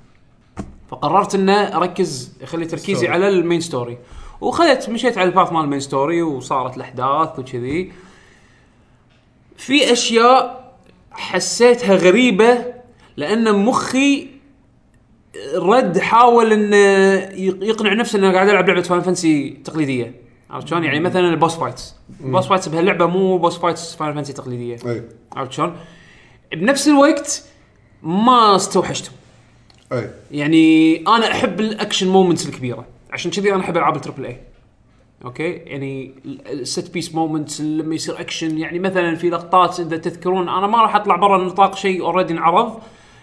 Speaker 2: فقررت ان اركز اخلي تركيزي
Speaker 4: ستوري.
Speaker 2: على المين ستوري وخذت مشيت على الباث مال المين ستوري وصارت الاحداث وكذي في اشياء حسيتها غريبه لان مخي رد حاول انه يق- يقنع نفسه انه قاعد العب لعبه فان فانسي تقليديه عرفت شلون؟ يعني مثلا البوس فايتس البوس فايتس بهاللعبه مو بوس فايتس فان فانسي تقليديه
Speaker 3: ايه
Speaker 2: عرفت شلون؟ بنفس الوقت ما استوحشتهم
Speaker 3: ايه
Speaker 2: يعني انا احب الاكشن مومنتس الكبيره عشان كذي انا احب العاب التربل اي اوكي يعني ال- الست بيس مومنتس لما يصير اكشن يعني مثلا في لقطات اذا تذكرون انا ما راح اطلع برا نطاق شيء اوريدي انعرض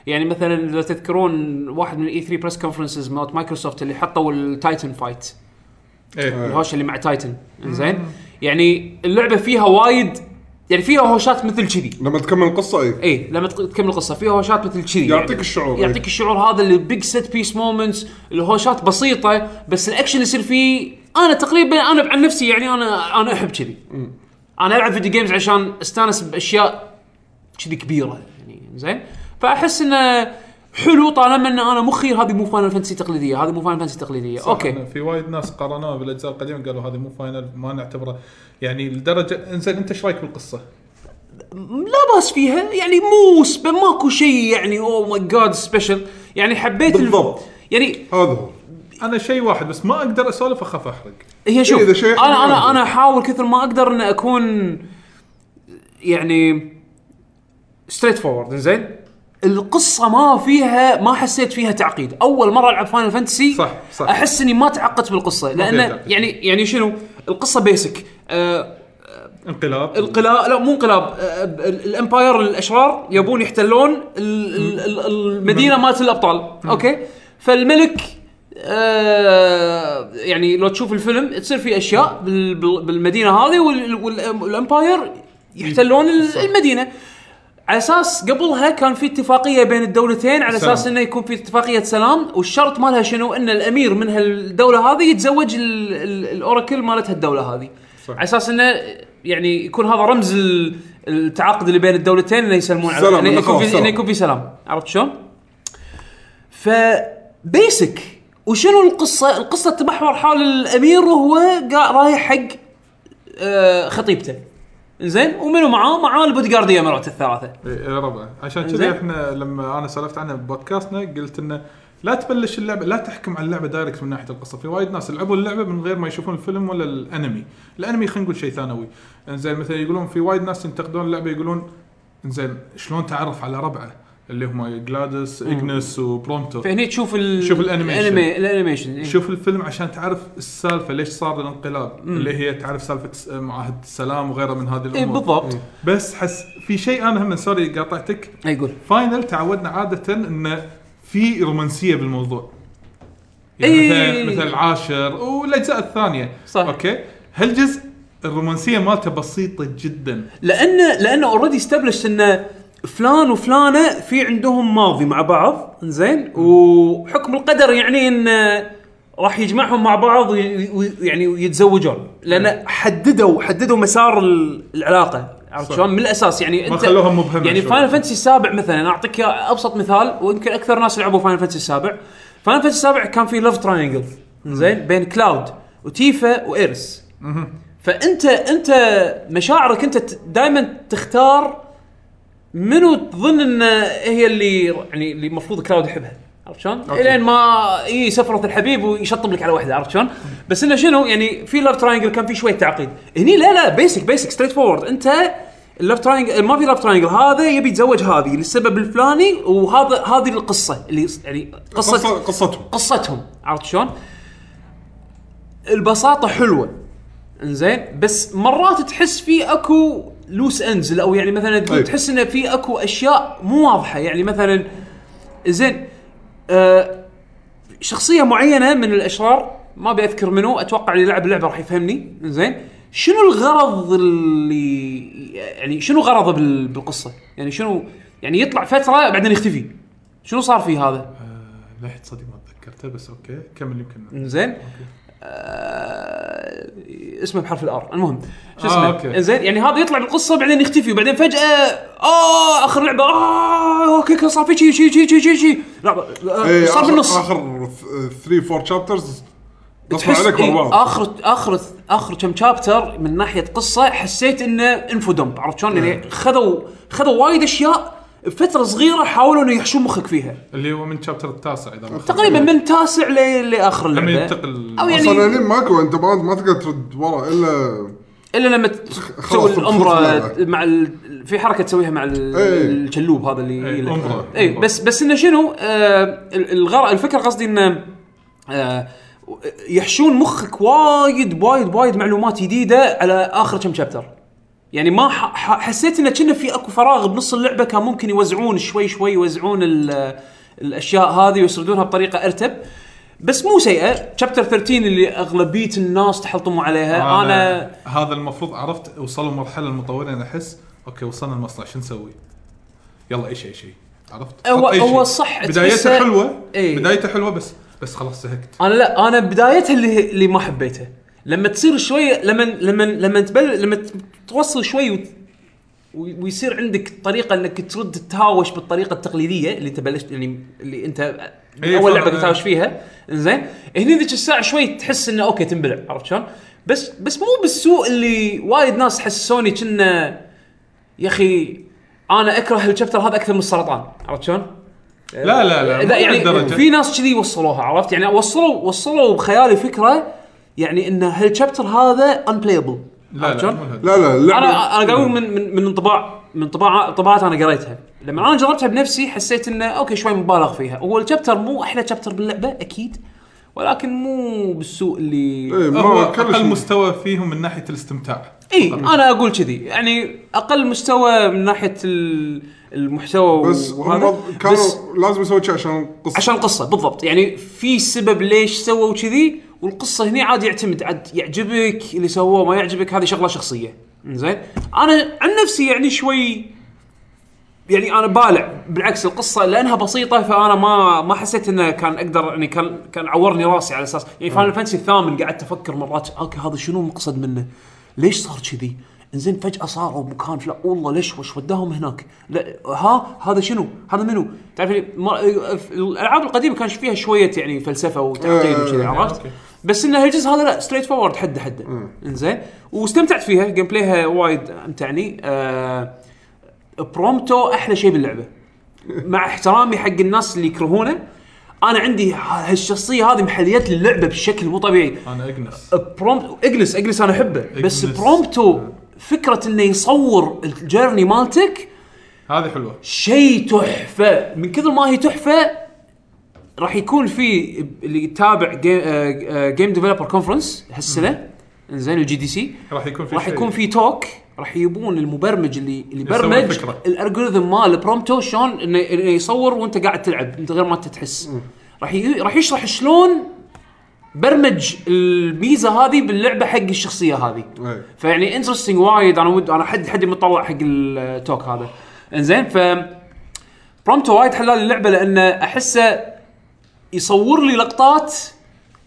Speaker 2: يعني مثلا اذا تذكرون واحد من E الاي 3 بريس كونفرنسز مالت مايكروسوفت اللي حطوا التايتن فايت
Speaker 3: آه.
Speaker 4: ايه
Speaker 2: الهوشه اللي مع تايتن زين يعني اللعبه فيها وايد يعني فيها هوشات مثل كذي
Speaker 3: لما تكمل القصه ايه
Speaker 2: اي إيه، لما تق- تكمل القصه فيها هوشات مثل كذي يعني.
Speaker 3: يعطيك الشعور، إي.
Speaker 2: يعطيك الشعور هذا اللي بيج سيت بيس مومنتس الهوشات بسيطه بس الاكشن اللي يصير فيه انا تقريبا انا عن نفسي يعني انا انا احب كذي انا العب فيديو جيمز عشان استانس باشياء كذي كبيره يعني زين فاحس انه حلو طالما ان انا مخي هذه مو فاينل فانتسي تقليديه هذه مو فاينل فانتسي تقليديه اوكي
Speaker 4: في وايد ناس قارنوها بالاجزاء القديمه قالوا هذه مو فاينل ما نعتبره يعني لدرجه انزين انت ايش رايك بالقصه؟
Speaker 2: لا باس فيها يعني مو سب- ماكو شيء يعني او ماي جاد سبيشل يعني حبيت ال-
Speaker 3: بالضبط.
Speaker 2: يعني
Speaker 3: هذا هو
Speaker 4: انا شيء واحد بس ما اقدر اسولف اخاف احرق
Speaker 2: هي شوف
Speaker 3: إيه، إذا شيء
Speaker 2: انا
Speaker 3: يحمل
Speaker 2: انا
Speaker 3: عقل.
Speaker 2: انا احاول كثر ما اقدر ان اكون يعني ستريت فورورد زين القصه ما فيها ما حسيت فيها تعقيد اول مره العب فاينل فانتسي
Speaker 4: صح، صح.
Speaker 2: احس اني ما تعقدت بالقصه
Speaker 4: فيها
Speaker 2: لان
Speaker 4: تعقيد.
Speaker 2: يعني يعني شنو القصه بيسك آه
Speaker 4: انقلاب
Speaker 2: انقلاب لا مو انقلاب آه، ال- ال- الامباير الاشرار يبون يحتلون ال- ال- ال- المدينه مالت الابطال اوكي فالملك آه يعني لو تشوف الفيلم تصير في اشياء بال- بال- بالمدينه هذه وال- وال- والامباير يحتلون ال- المدينه على اساس قبلها كان في اتفاقيه بين الدولتين على
Speaker 4: سلام.
Speaker 2: اساس انه يكون في اتفاقيه سلام والشرط مالها شنو ان الامير من هالدوله هذه يتزوج ال- ال- الاوراكل مالت هالدوله هذه
Speaker 4: صح.
Speaker 2: على اساس انه يعني يكون هذا رمز ال- التعاقد اللي بين الدولتين انه يسلمون على
Speaker 3: سلام،
Speaker 2: انه
Speaker 3: إنه
Speaker 2: يعني يكون
Speaker 3: خلاص
Speaker 2: في انه
Speaker 3: سلام.
Speaker 2: يكون في سلام عرفت شلون؟ ف بيسك وشنو القصه؟ القصه تمحور حول الامير وهو قا- رايح حق آه، خطيبته زين ومنو معاه؟ معاه البوديغارديه مرات الثلاثه
Speaker 4: إيه، ربع عشان
Speaker 2: إنزين.
Speaker 4: كذا احنا لما انا سولفت عنه ببودكاستنا قلت انه لا تبلش اللعبه لا تحكم على اللعبه دايركت من ناحيه القصه في وايد ناس لعبوا اللعبه من غير ما يشوفون الفيلم ولا الانمي الانمي خلينا نقول شيء ثانوي انزين مثلا يقولون في وايد ناس ينتقدون اللعبه يقولون انزين شلون تعرف على ربعه اللي هم جلادس اجنس وبرونتو
Speaker 2: فهني تشوف ال...
Speaker 4: شوف الأنيميشن.
Speaker 2: الانمي الانيميشن إيه.
Speaker 4: شوف الفيلم عشان تعرف السالفه ليش صار الانقلاب اللي هي تعرف سالفه س- معاهده السلام وغيرها من هذه الامور
Speaker 2: اي إيه، بالضبط
Speaker 4: بس حس في شيء انا هم سوري قاطعتك
Speaker 2: اي إيه، يقول
Speaker 4: فاينل تعودنا عاده انه في رومانسيه بالموضوع
Speaker 2: إيه.
Speaker 4: يعني مثلا مثلا العاشر والاجزاء الثانيه
Speaker 2: صح.
Speaker 4: اوكي هالجزء الرومانسيه مالته بسيطه جدا
Speaker 2: لان لان اوريدي استبلش ان فلان وفلانه في عندهم ماضي مع بعض زين وحكم القدر يعني ان راح يجمعهم مع بعض وي- وي- يعني ويتزوجون
Speaker 4: نعم.
Speaker 2: لان حددوا حددوا مسار ال- العلاقه عرفت
Speaker 4: صح.
Speaker 2: شلون من الاساس يعني انت
Speaker 4: خلوها مبهمة
Speaker 2: يعني
Speaker 4: شوي.
Speaker 2: فاينل فانتسي السابع مثلا اعطيك إياه ابسط مثال ويمكن اكثر ناس لعبوا فاينل فانتسي السابع فاينل فانتسي السابع كان في لف تراينجل زين بين كلاود وتيفا وايرس فانت انت مشاعرك انت دائما تختار منو تظن ان هي اللي يعني اللي المفروض كلاود يحبها عرفت شلون؟ الين ما اي سفره الحبيب ويشطب لك على واحده عرفت شلون؟ بس انه شنو يعني في لاف تراينجل كان في شويه تعقيد، هني لا لا بيسك بيسك ستريت فورورد انت اللاف تراينجل ما في لاف تراينجل هذا يبي يتزوج هذه للسبب الفلاني وهذا هذه القصه اللي يعني قصه
Speaker 3: قصه قصتهم
Speaker 2: قصتهم عرفت شلون؟ البساطه حلوه انزين بس مرات تحس في اكو لوس اندز او يعني مثلا تقول
Speaker 3: أي.
Speaker 2: تحس انه في اكو اشياء مو واضحه يعني مثلا زين آه شخصيه معينه من الاشرار ما ابي اذكر منو اتوقع اللي لعب اللعبه راح يفهمني زين شنو الغرض اللي يعني شنو غرضه بال- بالقصه يعني شنو يعني يطلع فتره بعدين يختفي شنو صار في هذا
Speaker 4: آه، لا تصدق ما تذكرته بس اوكي كمل يمكن
Speaker 2: زين آه اسمه بحرف الار المهم شو
Speaker 4: آه،
Speaker 2: اسمه
Speaker 4: أوكي.
Speaker 2: زين يعني هذا يطلع بالقصه بعدين يختفي وبعدين فجاه اه اخر لعبه اه اوكي كذا صار في شي شي شي شي شي شي لعبه آه
Speaker 3: إيه،
Speaker 2: صار
Speaker 3: آخر-
Speaker 2: بالنص
Speaker 3: اخر 3 4 شابترز غصبا
Speaker 2: تحس
Speaker 3: عليك
Speaker 2: إيه،
Speaker 3: ورا بعض
Speaker 2: اخر اخر اخر كم شابتر من ناحيه قصه حسيت انه انفو دمب عرفت شلون؟
Speaker 4: إيه.
Speaker 2: يعني خذوا خذوا وايد اشياء بفتره صغيره حاولوا انه يحشون مخك فيها
Speaker 4: اللي هو من شابتر التاسع اذا ما خاب.
Speaker 2: تقريبا من تاسع ل- لاخر
Speaker 4: إيه. لما
Speaker 2: اللعبه
Speaker 4: ينتقل
Speaker 2: او يعني
Speaker 3: اصلا يعني ماكو انت ما ما تقدر ترد ورا الا
Speaker 2: الا لما ت- تسوي
Speaker 3: خلص
Speaker 2: الامره
Speaker 3: خلص
Speaker 2: مع ال... في حركه تسويها مع ال...
Speaker 3: إيه.
Speaker 2: الكلوب هذا اللي
Speaker 4: إيه،
Speaker 2: اللي-
Speaker 4: أمرة.
Speaker 2: اي
Speaker 4: أمرة.
Speaker 2: بس بس انه شنو آه الغرض الفكره قصدي انه آه يحشون مخك وايد وايد وايد معلومات جديده على اخر كم شابتر يعني ما ح... ح... حسيت انه كنا في اكو فراغ بنص اللعبه كان ممكن يوزعون شوي شوي يوزعون ال... الاشياء هذه ويسردونها بطريقه ارتب بس مو سيئه شابتر 13 اللي اغلبيه الناس تحلطموا
Speaker 4: آه،
Speaker 2: عليها
Speaker 4: نعم.
Speaker 2: انا
Speaker 4: هذا المفروض عرفت وصلوا مرحله المطورين احس اوكي وصلنا المصنع شو نسوي؟ يلا اي شيء اي شيء عرفت؟
Speaker 2: هو-
Speaker 4: حط أي شيء.
Speaker 2: هو صح، تحسه-
Speaker 4: بدايته حلوه
Speaker 2: إيه.
Speaker 4: بدايته حلوه بس بس خلاص زهقت
Speaker 2: انا لا انا بدايتها اللي اللي ما حبيتها لما تصير شويه لما لما لما تبل لما ت- توصل شوي وت... وي- ويصير عندك طريقه انك ترد تتهاوش بالطريقه التقليديه اللي انت بلشت يعني اللي انت من
Speaker 4: إيه،
Speaker 2: اول
Speaker 4: فاهم.
Speaker 2: لعبه كنت تهاوش فيها انزين هني ذيك الساعه شوي تحس انه اوكي تنبلع عرفت شلون؟ بس بس مو بالسوء اللي وايد ناس حسوني كنا يا اخي انا اكره الشابتر هذا اكثر من السرطان عرفت شلون؟
Speaker 4: لا لا لا
Speaker 2: لا يعني
Speaker 4: لهالدرجة.
Speaker 2: في ناس كذي وصلوها عرفت يعني وصلوا وصلوا بخيالي فكره يعني ان هالشابتر هذا unplayable
Speaker 4: لا
Speaker 2: عرفت
Speaker 4: لا
Speaker 2: شلون؟
Speaker 4: مو لهالدرجة.
Speaker 3: لا لا اللعبة-
Speaker 2: انا انا قاعد أقول من من من انطباع من طباع طباعات انا قريتها لما انا جربتها بنفسي حسيت انه اوكي شوي مبالغ فيها هو الشابتر مو احلى شابتر باللعبه اكيد ولكن مو بالسوء اللي
Speaker 3: إيه، ما
Speaker 4: هو
Speaker 3: كلش
Speaker 4: اقل مستوى فيهم من ناحيه الاستمتاع
Speaker 2: اي
Speaker 3: إيه.
Speaker 2: انا اقول كذي يعني اقل مستوى من ناحيه ال- المحتوى
Speaker 3: بس
Speaker 2: وهذا.
Speaker 3: هم كانوا لازم يسوي شيء عشان القصه
Speaker 2: عشان القصه بالضبط يعني في سبب ليش سووا كذي والقصه هنا عاد يعتمد عاد يعجبك اللي سووه ما يعجبك هذه شغله شخصيه زين انا عن نفسي يعني شوي يعني انا بالع بالعكس القصه لانها بسيطه فانا ما ما حسيت انه كان اقدر يعني كان كان عورني راسي على اساس يعني فاينل فانتسي الثامن قعدت افكر مرات اوكي هذا شنو المقصد منه؟ ليش صار كذي؟ انزين فجاه صاروا بمكان فلا والله ليش وش وداهم هناك؟ لا ها هذا شنو؟ هذا منو؟ تعرف يعني ما- في الالعاب القديمه كانش فيها شويه يعني فلسفه وتعقيد
Speaker 3: آه،
Speaker 2: وكذي
Speaker 3: آه،
Speaker 2: عرفت؟
Speaker 4: أوكي.
Speaker 2: بس ان هالجزء هذا لا ستريت فورورد حد حد انزين واستمتعت فيها جيم بلايها وايد امتعني آه برومتو احلى شيء باللعبه مع احترامي حق الناس اللي يكرهونه انا عندي هالشخصيه هذه محليت لي اللعبه بشكل مو طبيعي
Speaker 4: انا اجنس
Speaker 2: برومتو اجلس اجلس انا احبه بس
Speaker 4: إجلس.
Speaker 2: برومتو فكره انه يصور الجيرني مالتك
Speaker 4: هذه حلوه
Speaker 2: شيء تحفه من كثر ما هي تحفه راح يكون في اللي يتابع آه، جيم ديفلوبر كونفرنس هالسنه انزين الجي دي سي
Speaker 4: راح يكون في
Speaker 2: راح
Speaker 4: شيء.
Speaker 2: يكون في توك راح يبون المبرمج اللي اللي
Speaker 4: يسوي
Speaker 2: برمج
Speaker 4: الفكرة.
Speaker 2: الالجوريثم مال برومتو شلون انه إنه يصور وانت قاعد تلعب من غير ما أنت تحس راح ي- راح يشرح شلون برمج الميزه هذه باللعبه حق الشخصيه هذه
Speaker 3: إيه.
Speaker 2: فيعني انترستنج وايد انا ود انا حد حد متطوع حق التوك هذا انزين ف برومتو وايد حلال اللعبه لان احسه يصور لي لقطات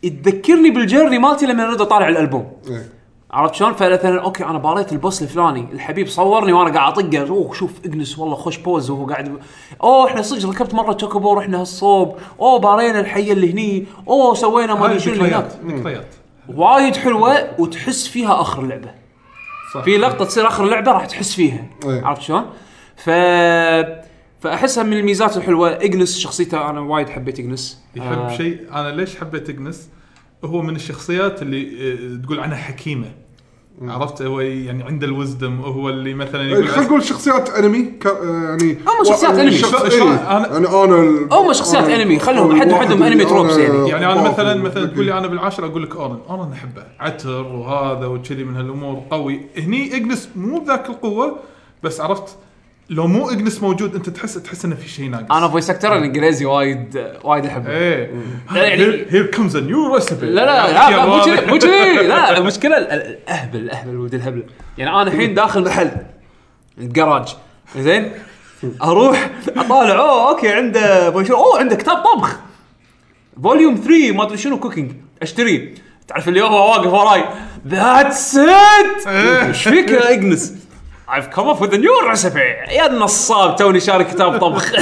Speaker 2: تذكرني بالجيرني مالتي لما اريد اطالع الالبوم
Speaker 3: إيه.
Speaker 2: عرفت شلون؟ فمثلا اوكي انا باريت البوس الفلاني، الحبيب صورني وانا قاعد اطقه، اوه شوف اجنس والله خوش بوز وهو قاعد اوه احنا صدق ركبت مره توكوبو رحنا هالصوب، اوه بارينا الحيه اللي هني، اوه سوينا ما
Speaker 4: هذه
Speaker 2: ادري شنو اللي هناك.
Speaker 4: ذكريات ذكريات
Speaker 2: وايد حلوه وتحس فيها اخر اللعبه.
Speaker 4: صح.
Speaker 2: في لقطه تصير اخر اللعبه راح تحس فيها
Speaker 3: إيه.
Speaker 2: عرفت شلون؟ ف فاحسها من الميزات الحلوه اجنس شخصيته انا وايد حبيت اجنس
Speaker 4: يحب
Speaker 2: آه،
Speaker 4: شيء انا ليش حبيت اجنس هو من الشخصيات اللي آه، تقول عنها حكيمه عرفت هو يعني عنده الوزدم هو اللي مثلا يقول
Speaker 3: خلينا إيه، نقول شخصيات انمي ك... آه، يعني
Speaker 2: هم شخصيات
Speaker 3: و-
Speaker 2: أنمي.
Speaker 3: شخص-
Speaker 4: شلون-
Speaker 3: إيه.
Speaker 4: شلون- أنا-
Speaker 3: انا انا ال-
Speaker 2: هم شخصيات
Speaker 3: أنا-
Speaker 2: أنمي، خلهم،
Speaker 3: أنا
Speaker 2: حد-
Speaker 3: واحد
Speaker 2: حدهم أنمي
Speaker 3: أنا-
Speaker 2: تروبس يعني.
Speaker 4: يعني انا
Speaker 3: واحد
Speaker 4: مثلا
Speaker 3: من- إيه.
Speaker 4: مثلا تقول لي انا بالعاشره اقول لك اورن اورن احبه عتر وهذا وكذي من هالامور قوي هني اجنس مو بذاك القوه بس عرفت لو مو اجنس موجود انت تحس تحس انه في شيء ناقص
Speaker 2: انا فويس اكتر الانجليزي وايد وايد احبه
Speaker 4: ايه
Speaker 2: يعني-
Speaker 4: هير كمز ا نيو ريسبي
Speaker 2: لا لا لا مو كذي مو كذي لا المشكله ال- ال- الاهبل الاهبل ولد الهبله يعني انا الحين داخل محل الجراج زين اروح اطالع اوه اوكي عنده بونشور اوه عنده كتاب طبخ فوليوم 3 ما ادري شنو كوكينج اشتريه تعرف اللي هو واقف وراي ذاتس ات ايش فيك يا اجنس؟ I've come up with a new recipe يا النصاب توني شاري كتاب طبخ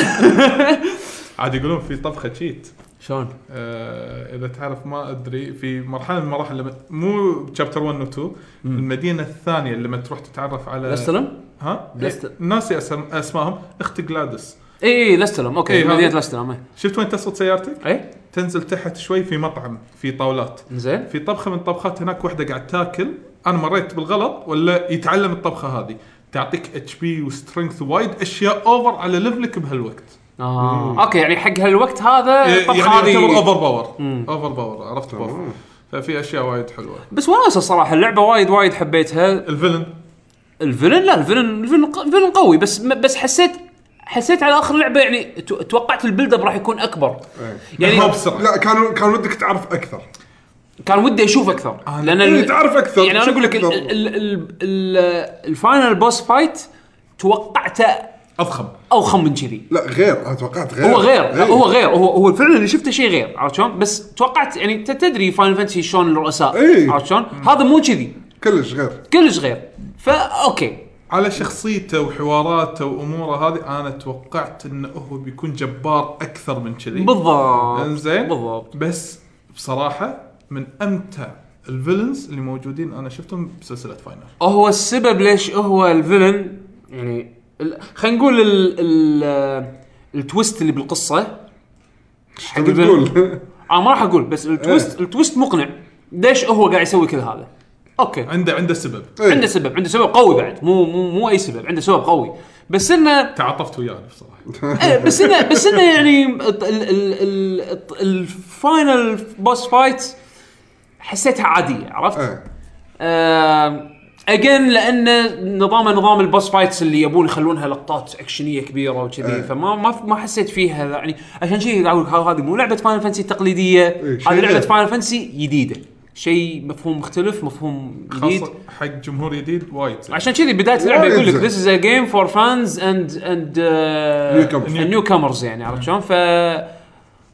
Speaker 4: عاد يقولون في طبخه تشيت
Speaker 2: شلون؟
Speaker 4: آه اذا تعرف ما ادري في مرحله من المراحل لما مو تشابتر 1 و 2 المدينه الثانيه لما تروح تتعرف على
Speaker 2: لستلم؟
Speaker 4: ها
Speaker 2: لست-
Speaker 4: ناسي أسم- اسمائهم اخت جلادس
Speaker 2: اي اي إيه، لستلم اوكي
Speaker 4: إي، هذا-
Speaker 2: مدينه لستلم إيه.
Speaker 4: شفت وين تصعد سيارتك؟
Speaker 2: اي
Speaker 4: تنزل تحت شوي في مطعم في طاولات
Speaker 2: زين
Speaker 4: في طبخه من الطبخات هناك واحده قاعد تاكل انا مريت بالغلط ولا يتعلم الطبخه هذه تعطيك اتش بي وسترينث وايد اشياء اوفر على ليفلك بهالوقت
Speaker 2: اه اوكي يعني حق هالوقت هذا
Speaker 3: إيه،
Speaker 4: يعني
Speaker 2: الطبخه هذه
Speaker 4: يعتبر اوفر باور اوفر باور عرفت باور ففي اشياء وايد حلوه
Speaker 2: بس وناسه الصراحه اللعبه وايد وايد حبيتها
Speaker 4: الفيلن
Speaker 2: الفيلن لا الفيلن الفيلن, ق- الفيلن قوي بس م- بس حسيت حسيت على اخر لعبه يعني تو- توقعت البيلد اب راح يكون اكبر يعني
Speaker 4: ما بسرعه
Speaker 3: لا كان كان ودك تعرف اكثر
Speaker 2: كان ودي اشوف اكثر لان
Speaker 3: إيه،
Speaker 2: ال-
Speaker 3: تعرف اكثر
Speaker 2: يعني انا
Speaker 3: شوف
Speaker 2: اقول لك ال-
Speaker 3: أكثر.
Speaker 2: ال- ال- ال- الفاينل بوس فايت توقعته
Speaker 4: اضخم
Speaker 2: اوخم من كذي
Speaker 3: لا غير انا توقعت غير
Speaker 2: هو غير لا
Speaker 3: إيه.
Speaker 2: هو غير هو هو فعلا اللي شفته شيء غير عرفت شلون؟ بس توقعت يعني انت تدري فاينل فانتسي شلون الرؤساء
Speaker 3: إيه.
Speaker 2: عرفت شلون؟ هذا مو كذي
Speaker 3: كلش غير
Speaker 2: كلش غير فا اوكي
Speaker 4: على شخصيته وحواراته واموره هذه انا توقعت انه هو بيكون جبار اكثر من كذي
Speaker 2: بالضبط
Speaker 4: انزين
Speaker 2: بالضبط
Speaker 4: بس بصراحه من امتع الفيلنز اللي موجودين انا شفتهم بسلسله فاينل
Speaker 2: هو السبب ليش هو الفيلن يعني ال- خلينا نقول ال ال التويست اللي بالقصه حق
Speaker 3: تبي
Speaker 2: الفيلن.
Speaker 3: تقول إيه.
Speaker 2: انا ما راح اقول بس التويست التويست مقنع ليش هو قاعد يسوي كل هذا اوكي
Speaker 4: عنده عنده سبب
Speaker 3: إيه.
Speaker 2: عنده سبب عنده سبب قوي بعد مو مو مو اي سبب عنده سبب قوي بس انه
Speaker 4: تعاطفت وياه أنا بصراحه
Speaker 2: إيه، بس انه بس انه يعني الط- ال- ال- ال- الط- الفاينل بوس فايت حسيتها عاديه عرفت؟
Speaker 3: إيه.
Speaker 2: اجين لان آه، نظام نظام البوس فايتس اللي يبون يخلونها لقطات اكشنيه كبيره وكذي
Speaker 3: إيه.
Speaker 2: فما ما ما حسيت فيها يعني عشان شيء اقول هذه مو لعبه فاينل فانسي تقليديه
Speaker 3: إيه، شيء
Speaker 2: هذه لعبه
Speaker 3: غير.
Speaker 2: فاينل فانسي جديده شيء مفهوم مختلف مفهوم جديد
Speaker 4: خاصه حق جمهور جديد وايد
Speaker 2: عشان كذي بدايه اللعبه يقول لك
Speaker 3: وايد
Speaker 2: ذيس از ا جيم فور فانز اند اند
Speaker 3: Newcomers.
Speaker 2: نيو كامرز uh, يعني عرفت شلون؟ ف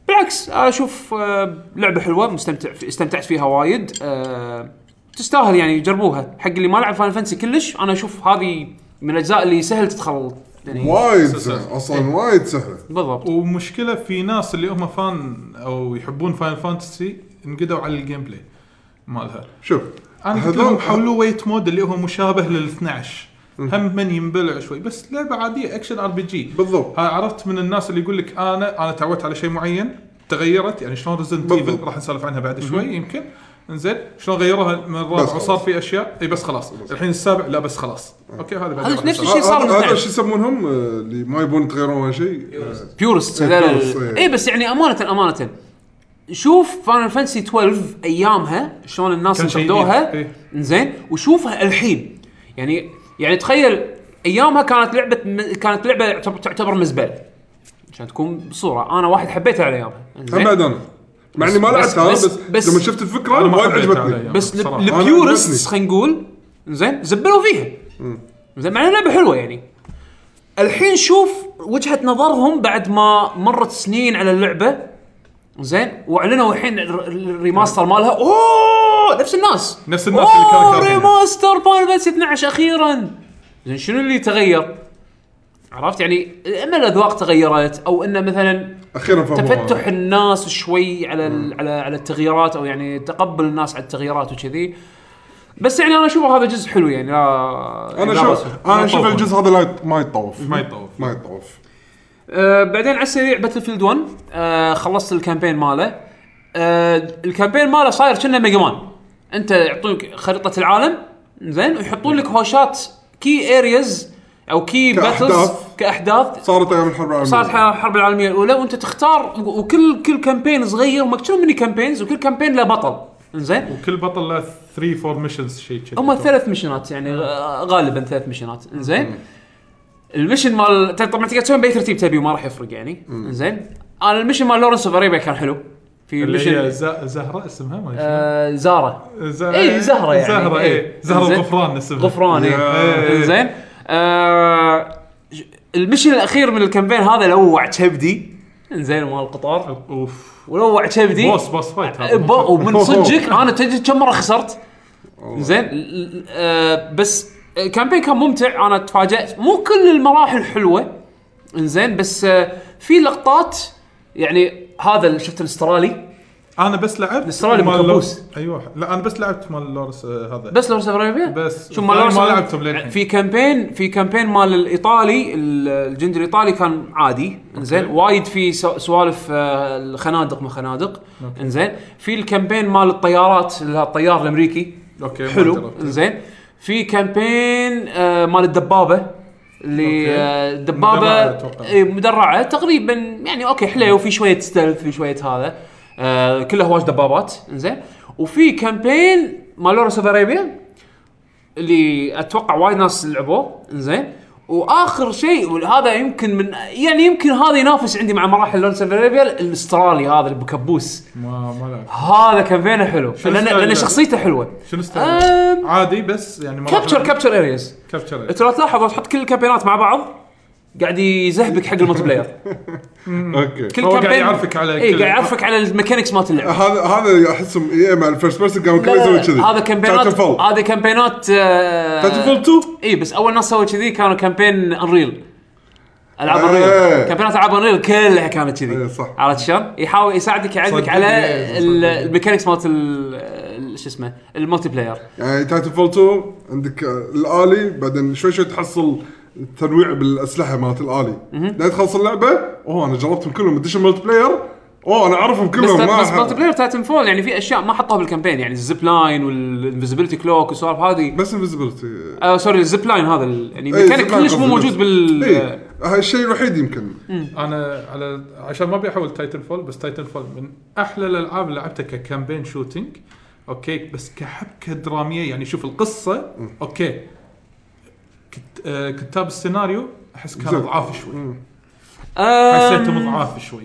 Speaker 2: بالعكس اشوف آه، لعبه حلوه مستمتع في استمتعت فيها وايد آه، تستاهل يعني جربوها حق اللي ما لعب فاينل فانسي كلش انا اشوف هذه من الاجزاء اللي سهل تدخل يعني
Speaker 3: وايد
Speaker 4: سلسلة.
Speaker 3: سهل اصلا وايد سهله
Speaker 2: بالضبط
Speaker 4: ومشكله في ناس اللي هم فان او يحبون فاين فانتسي انقدوا على الجيم بلاي مالها
Speaker 3: شوف
Speaker 4: انا قلت
Speaker 3: هذول-
Speaker 4: لهم حولوه ويت مود اللي هو مشابه لل 12 هم من ينبلع شوي بس لعبه عاديه اكشن ار بي جي
Speaker 3: بالضبط.
Speaker 4: عرفت من الناس اللي يقول لك انا انا تعودت على شيء معين تغيرت يعني شلون ريزنت ايفل
Speaker 3: بالضبط.
Speaker 4: راح نسولف عنها بعد شوي يمكن انزين شلون غيروها من الرابع
Speaker 3: خلاص.
Speaker 4: وصار في اشياء اي بس خلاص الحين السابع لا بس خلاص اوكي هذا بعدين
Speaker 2: هذا
Speaker 4: راح
Speaker 2: نفس
Speaker 4: نسولف.
Speaker 2: الشيء صار
Speaker 3: هذا- هذا
Speaker 2: بالفعل.
Speaker 3: شو يسمونهم آه، اللي ما يبون يتغيرون ولا شيء آه،
Speaker 2: بيورست
Speaker 3: إيه،
Speaker 2: هذول
Speaker 3: purists، إيه.
Speaker 2: اي بس يعني امانه امانه شوف فاينل فانسي 12 ايامها شلون الناس
Speaker 4: كان شيء
Speaker 2: انتقدوها
Speaker 4: جديد، إيه.
Speaker 2: زين وشوفها الحين يعني يعني تخيل ايامها كانت لعبه م- كانت لعبه تعتبر- تعتبر مزبله عشان تكون بصوره انا واحد حبيتها على ايامها
Speaker 3: هم
Speaker 2: إنزين؟
Speaker 3: بعد انا مع اني ما
Speaker 2: إيه. بس-
Speaker 3: لعبتها
Speaker 2: بس-
Speaker 3: بس,
Speaker 2: بس-
Speaker 3: بس لما شفت الفكره
Speaker 4: أنا ما
Speaker 3: وايد
Speaker 4: حبيتها على أيام.
Speaker 3: عجبتني
Speaker 2: بس ل-
Speaker 4: بصراحة.
Speaker 3: أنا
Speaker 2: البيورست
Speaker 3: عجبتني.
Speaker 2: خلينا نقول زين زبلوا فيها زين مع إنها لعبه حلوه يعني الحين شوف وجهه نظرهم بعد ما مرت سنين على اللعبه زين واعلنوا الحين الر- الريماستر مالها اوه نفس الناس
Speaker 4: نفس الناس اللي كانوا
Speaker 2: أوه،
Speaker 4: كارهينها.
Speaker 2: ريماستر فاينل فانتسي 12 اخيرا زين شنو اللي تغير؟ عرفت يعني اما الاذواق تغيرت او انه مثلا
Speaker 3: اخيرا فهموا
Speaker 2: تفتح الناس شوي على ال- على على التغييرات او يعني تقبل الناس على التغييرات وكذي بس يعني انا اشوف هذا جزء حلو يعني لا
Speaker 3: انا
Speaker 2: لا
Speaker 3: اشوف
Speaker 2: بأس به.
Speaker 3: انا اشوف
Speaker 4: يطوفون.
Speaker 3: الجزء هذا لا يط- ما يتطوف
Speaker 4: ما يتطوف.
Speaker 3: ما يتطوف
Speaker 2: آه بعدين على السريع باتل فيلد 1 آه خلصت الكامبين ماله آه الكامبين ماله صاير كنا ميجا مان انت يعطوك خريطه العالم زين ويحطون لك هوشات كي ارياز او كي باتلز
Speaker 3: كأحداث.
Speaker 2: كاحداث
Speaker 3: صارت ايام الحرب العالميه
Speaker 2: صارت ح- الحرب العالميه الاولى وانت تختار و- وكل كل كامبين صغير مكتوب مني كامبينز وكل كامبين له بطل زين
Speaker 4: وكل بطل له 3 4 ميشنز شيء كذي
Speaker 2: هم ثلاث مشنات يعني غ- غالبا ثلاث مشنات زين المشن مال ت- طبعا تقدر تسوي باي ترتيب تبي وما راح يفرق يعني زين انا المشن مال لورنس اوف اريبيا كان حلو في
Speaker 4: اللي هي
Speaker 2: مشن
Speaker 4: ز- زهره اسمها ما أدري
Speaker 2: آه زارا
Speaker 4: شنو. ز-
Speaker 2: إي، زهرة يعني،
Speaker 4: زهره
Speaker 2: إي.
Speaker 4: اي زهره
Speaker 2: إنزين.
Speaker 4: الغفران إيه. اسمها
Speaker 2: غفراني
Speaker 4: إيه.
Speaker 2: زين آه ج- المشن الاخير من الكامبين هذا لوع كبدي زين مال القطار
Speaker 4: اوف
Speaker 2: ولوع كبدي
Speaker 4: بوس بوس فايت هذا.
Speaker 2: ب- ومن صدقك انا تدري كم مره خسرت زين ل- ل- آه، بس الكامبين كان ممتع انا تفاجات مو كل المراحل حلوه زين بس آه، في لقطات يعني هذا اللي شفت الاسترالي
Speaker 4: انا بس لعبت
Speaker 2: الاسترالي
Speaker 4: مال
Speaker 2: بالكابوس.
Speaker 4: لورس- ايوه لا انا بس لعبت مال لورس آه، هذا
Speaker 2: بس لورس اوف ارابيا
Speaker 4: بس
Speaker 2: شو مال
Speaker 4: أنا
Speaker 2: لورس
Speaker 4: ما
Speaker 2: أوف-
Speaker 4: لعبتهم للحين.
Speaker 2: يعني في كامبين في كامبين مال الايطالي ال- الجندي الايطالي كان عادي انزين وايد في سو- سوالف آه، الخنادق ما خنادق انزين في الكامبين مال الطيارات اللي هو الطيار الامريكي
Speaker 4: اوكي ما
Speaker 2: حلو
Speaker 4: جربت.
Speaker 2: انزين في كامبين آه، مال الدبابه اللي
Speaker 4: أوكي.
Speaker 2: آه، الدبابه
Speaker 4: مدرعة أتوقع.
Speaker 2: إيه، مدرعه تقريبا يعني اوكي حلو في شويه ستيلث في شويه هذا آه، كلها هواش دبابات انزين وفي كامبين مال لورس اوف اريبيا اللي اتوقع وايد ناس لعبوه انزين واخر شيء وهذا يمكن من يعني يمكن هذا ينافس عندي مع مراحل لورس اوف اريبيا الاسترالي هذا اللي بكبوس
Speaker 4: ما ما لعبت
Speaker 2: هذا كامبينه حلو
Speaker 4: شنو
Speaker 2: لان
Speaker 4: ستايله؟
Speaker 2: لان شخصيته حلوه
Speaker 4: شنو ستايل؟
Speaker 2: أم،
Speaker 4: عادي بس يعني مراحل-
Speaker 2: كابتشر كابتشر اريز
Speaker 4: كابتشر
Speaker 2: انت لو تلاحظ لو تحط كل الكامبينات مع بعض قاعد يزهبك حق الملتي بلاير
Speaker 3: اوكي
Speaker 2: كل
Speaker 4: هو قاعد
Speaker 2: كامبين-
Speaker 4: يعرفك على
Speaker 2: اي
Speaker 4: كل-
Speaker 2: قاعد يعرفك على الميكانكس مالت اللعبه
Speaker 3: هذا هذا احسهم اي مع الفيرست بيرسون قاموا كلهم يسوون كذي
Speaker 2: هذا كامبينات هذا كامبينات
Speaker 3: تاتل فول
Speaker 2: آه
Speaker 3: 2
Speaker 2: اي بس اول ناس سووا كذي كانوا كامبين انريل العاب
Speaker 3: إيه.
Speaker 2: انريل كامبينات العاب انريل كلها كانت كذي
Speaker 3: إيه، صح.
Speaker 2: عرفت شلون؟ يحاول يساعدك يعلمك
Speaker 4: صدقني،
Speaker 2: على
Speaker 4: إيه،
Speaker 2: ال-
Speaker 4: صدقني.
Speaker 2: الميكانكس مالت ال- ال- شو اسمه الملتي بلاير
Speaker 3: يعني تايتن فول 2 عندك آه، الالي بعدين شوي شوي تحصل تنويع بالاسلحه مالت الالي بعدين تخلص اللعبه اوه انا جربتهم كلهم ادش الملتي بلاير اوه انا اعرفهم
Speaker 2: بس
Speaker 3: كلهم ما
Speaker 2: بس
Speaker 3: أح-
Speaker 2: مالتي بلاير تايتن فول يعني في اشياء ما حطوها بالكامبين يعني الزيب لاين والانفيزيبيلتي كلوك والسوالف هذه
Speaker 3: بس انفيزبلتي
Speaker 2: آه سوري الزيب لاين هذا ال- يعني
Speaker 3: إيه،
Speaker 2: ميكانيك كلش مو موجود بال
Speaker 3: اي إيه، الشيء الوحيد يمكن
Speaker 4: انا على عشان ما ابي احول تايتن فول بس تايتن فول من احلى الالعاب اللي لعبتها ككامبين شوتينج اوكي بس كحبكه دراميه يعني شوف القصه اوكي كت- آه، كتاب السيناريو احس كان
Speaker 3: زين.
Speaker 4: ضعاف شوي
Speaker 2: آم،
Speaker 4: حسيته مضعاف شوي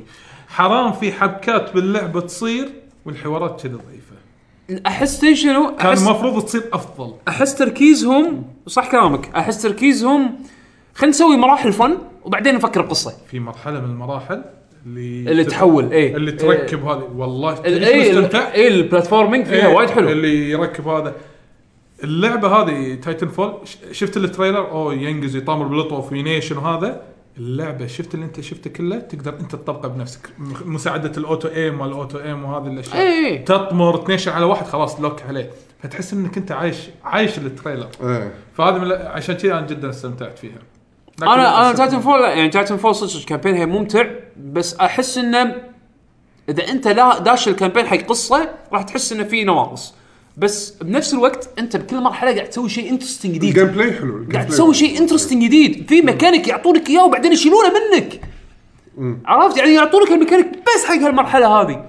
Speaker 4: حرام في حبكات باللعبه تصير والحوارات كذي ضعيفه
Speaker 2: احس تدري شنو
Speaker 4: كان
Speaker 2: احس
Speaker 4: المفروض تصير افضل
Speaker 2: احس تركيزهم صح كلامك احس تركيزهم خلينا نسوي مراحل فن وبعدين نفكر بقصه
Speaker 4: في مرحله من المراحل اللي
Speaker 2: اللي تحول إيه، ايه
Speaker 4: اللي تركب هذه والله تدري شنو استمتعت؟
Speaker 2: اي البلاتفورمينج فيها
Speaker 4: إيه،
Speaker 2: وايد حلو
Speaker 4: اللي يركب هذا اللعبه هذه تايتن فول ش- شفت التريلر او ينقز يطامر بالطوف وينيشن وهذا اللعبه شفت اللي انت شفته كله تقدر انت تطبقه بنفسك م- مساعده الاوتو ايم والاوتو ايم وهذه الاشياء
Speaker 2: إيه، إيه.
Speaker 4: تطمر تنيشن على واحد خلاص لوك عليه فتحس انك انت عايش عايش التريلر
Speaker 3: ايه
Speaker 4: فهذه من ال- عشان كذا انا جدا استمتعت فيها لكن
Speaker 2: انا انا
Speaker 4: للأسف-
Speaker 2: تايتن فول يعني تايتن فول صدق الكامبين هي ممتع بس احس انه اذا انت لا داش الكامبين حق قصه راح تحس انه في نواقص بس بنفس الوقت انت بكل مرحله قاعد تسوي شيء انترستنج جديد
Speaker 3: الجيم بلاي حلو الجيم
Speaker 2: قاعد
Speaker 3: بلاي.
Speaker 2: تسوي شيء انترستنج جديد في ميكانيك يعطونك اياه وبعدين يشيلونه منك عرفت يعني يعطونك الميكانيك بس حق هالمرحله هذه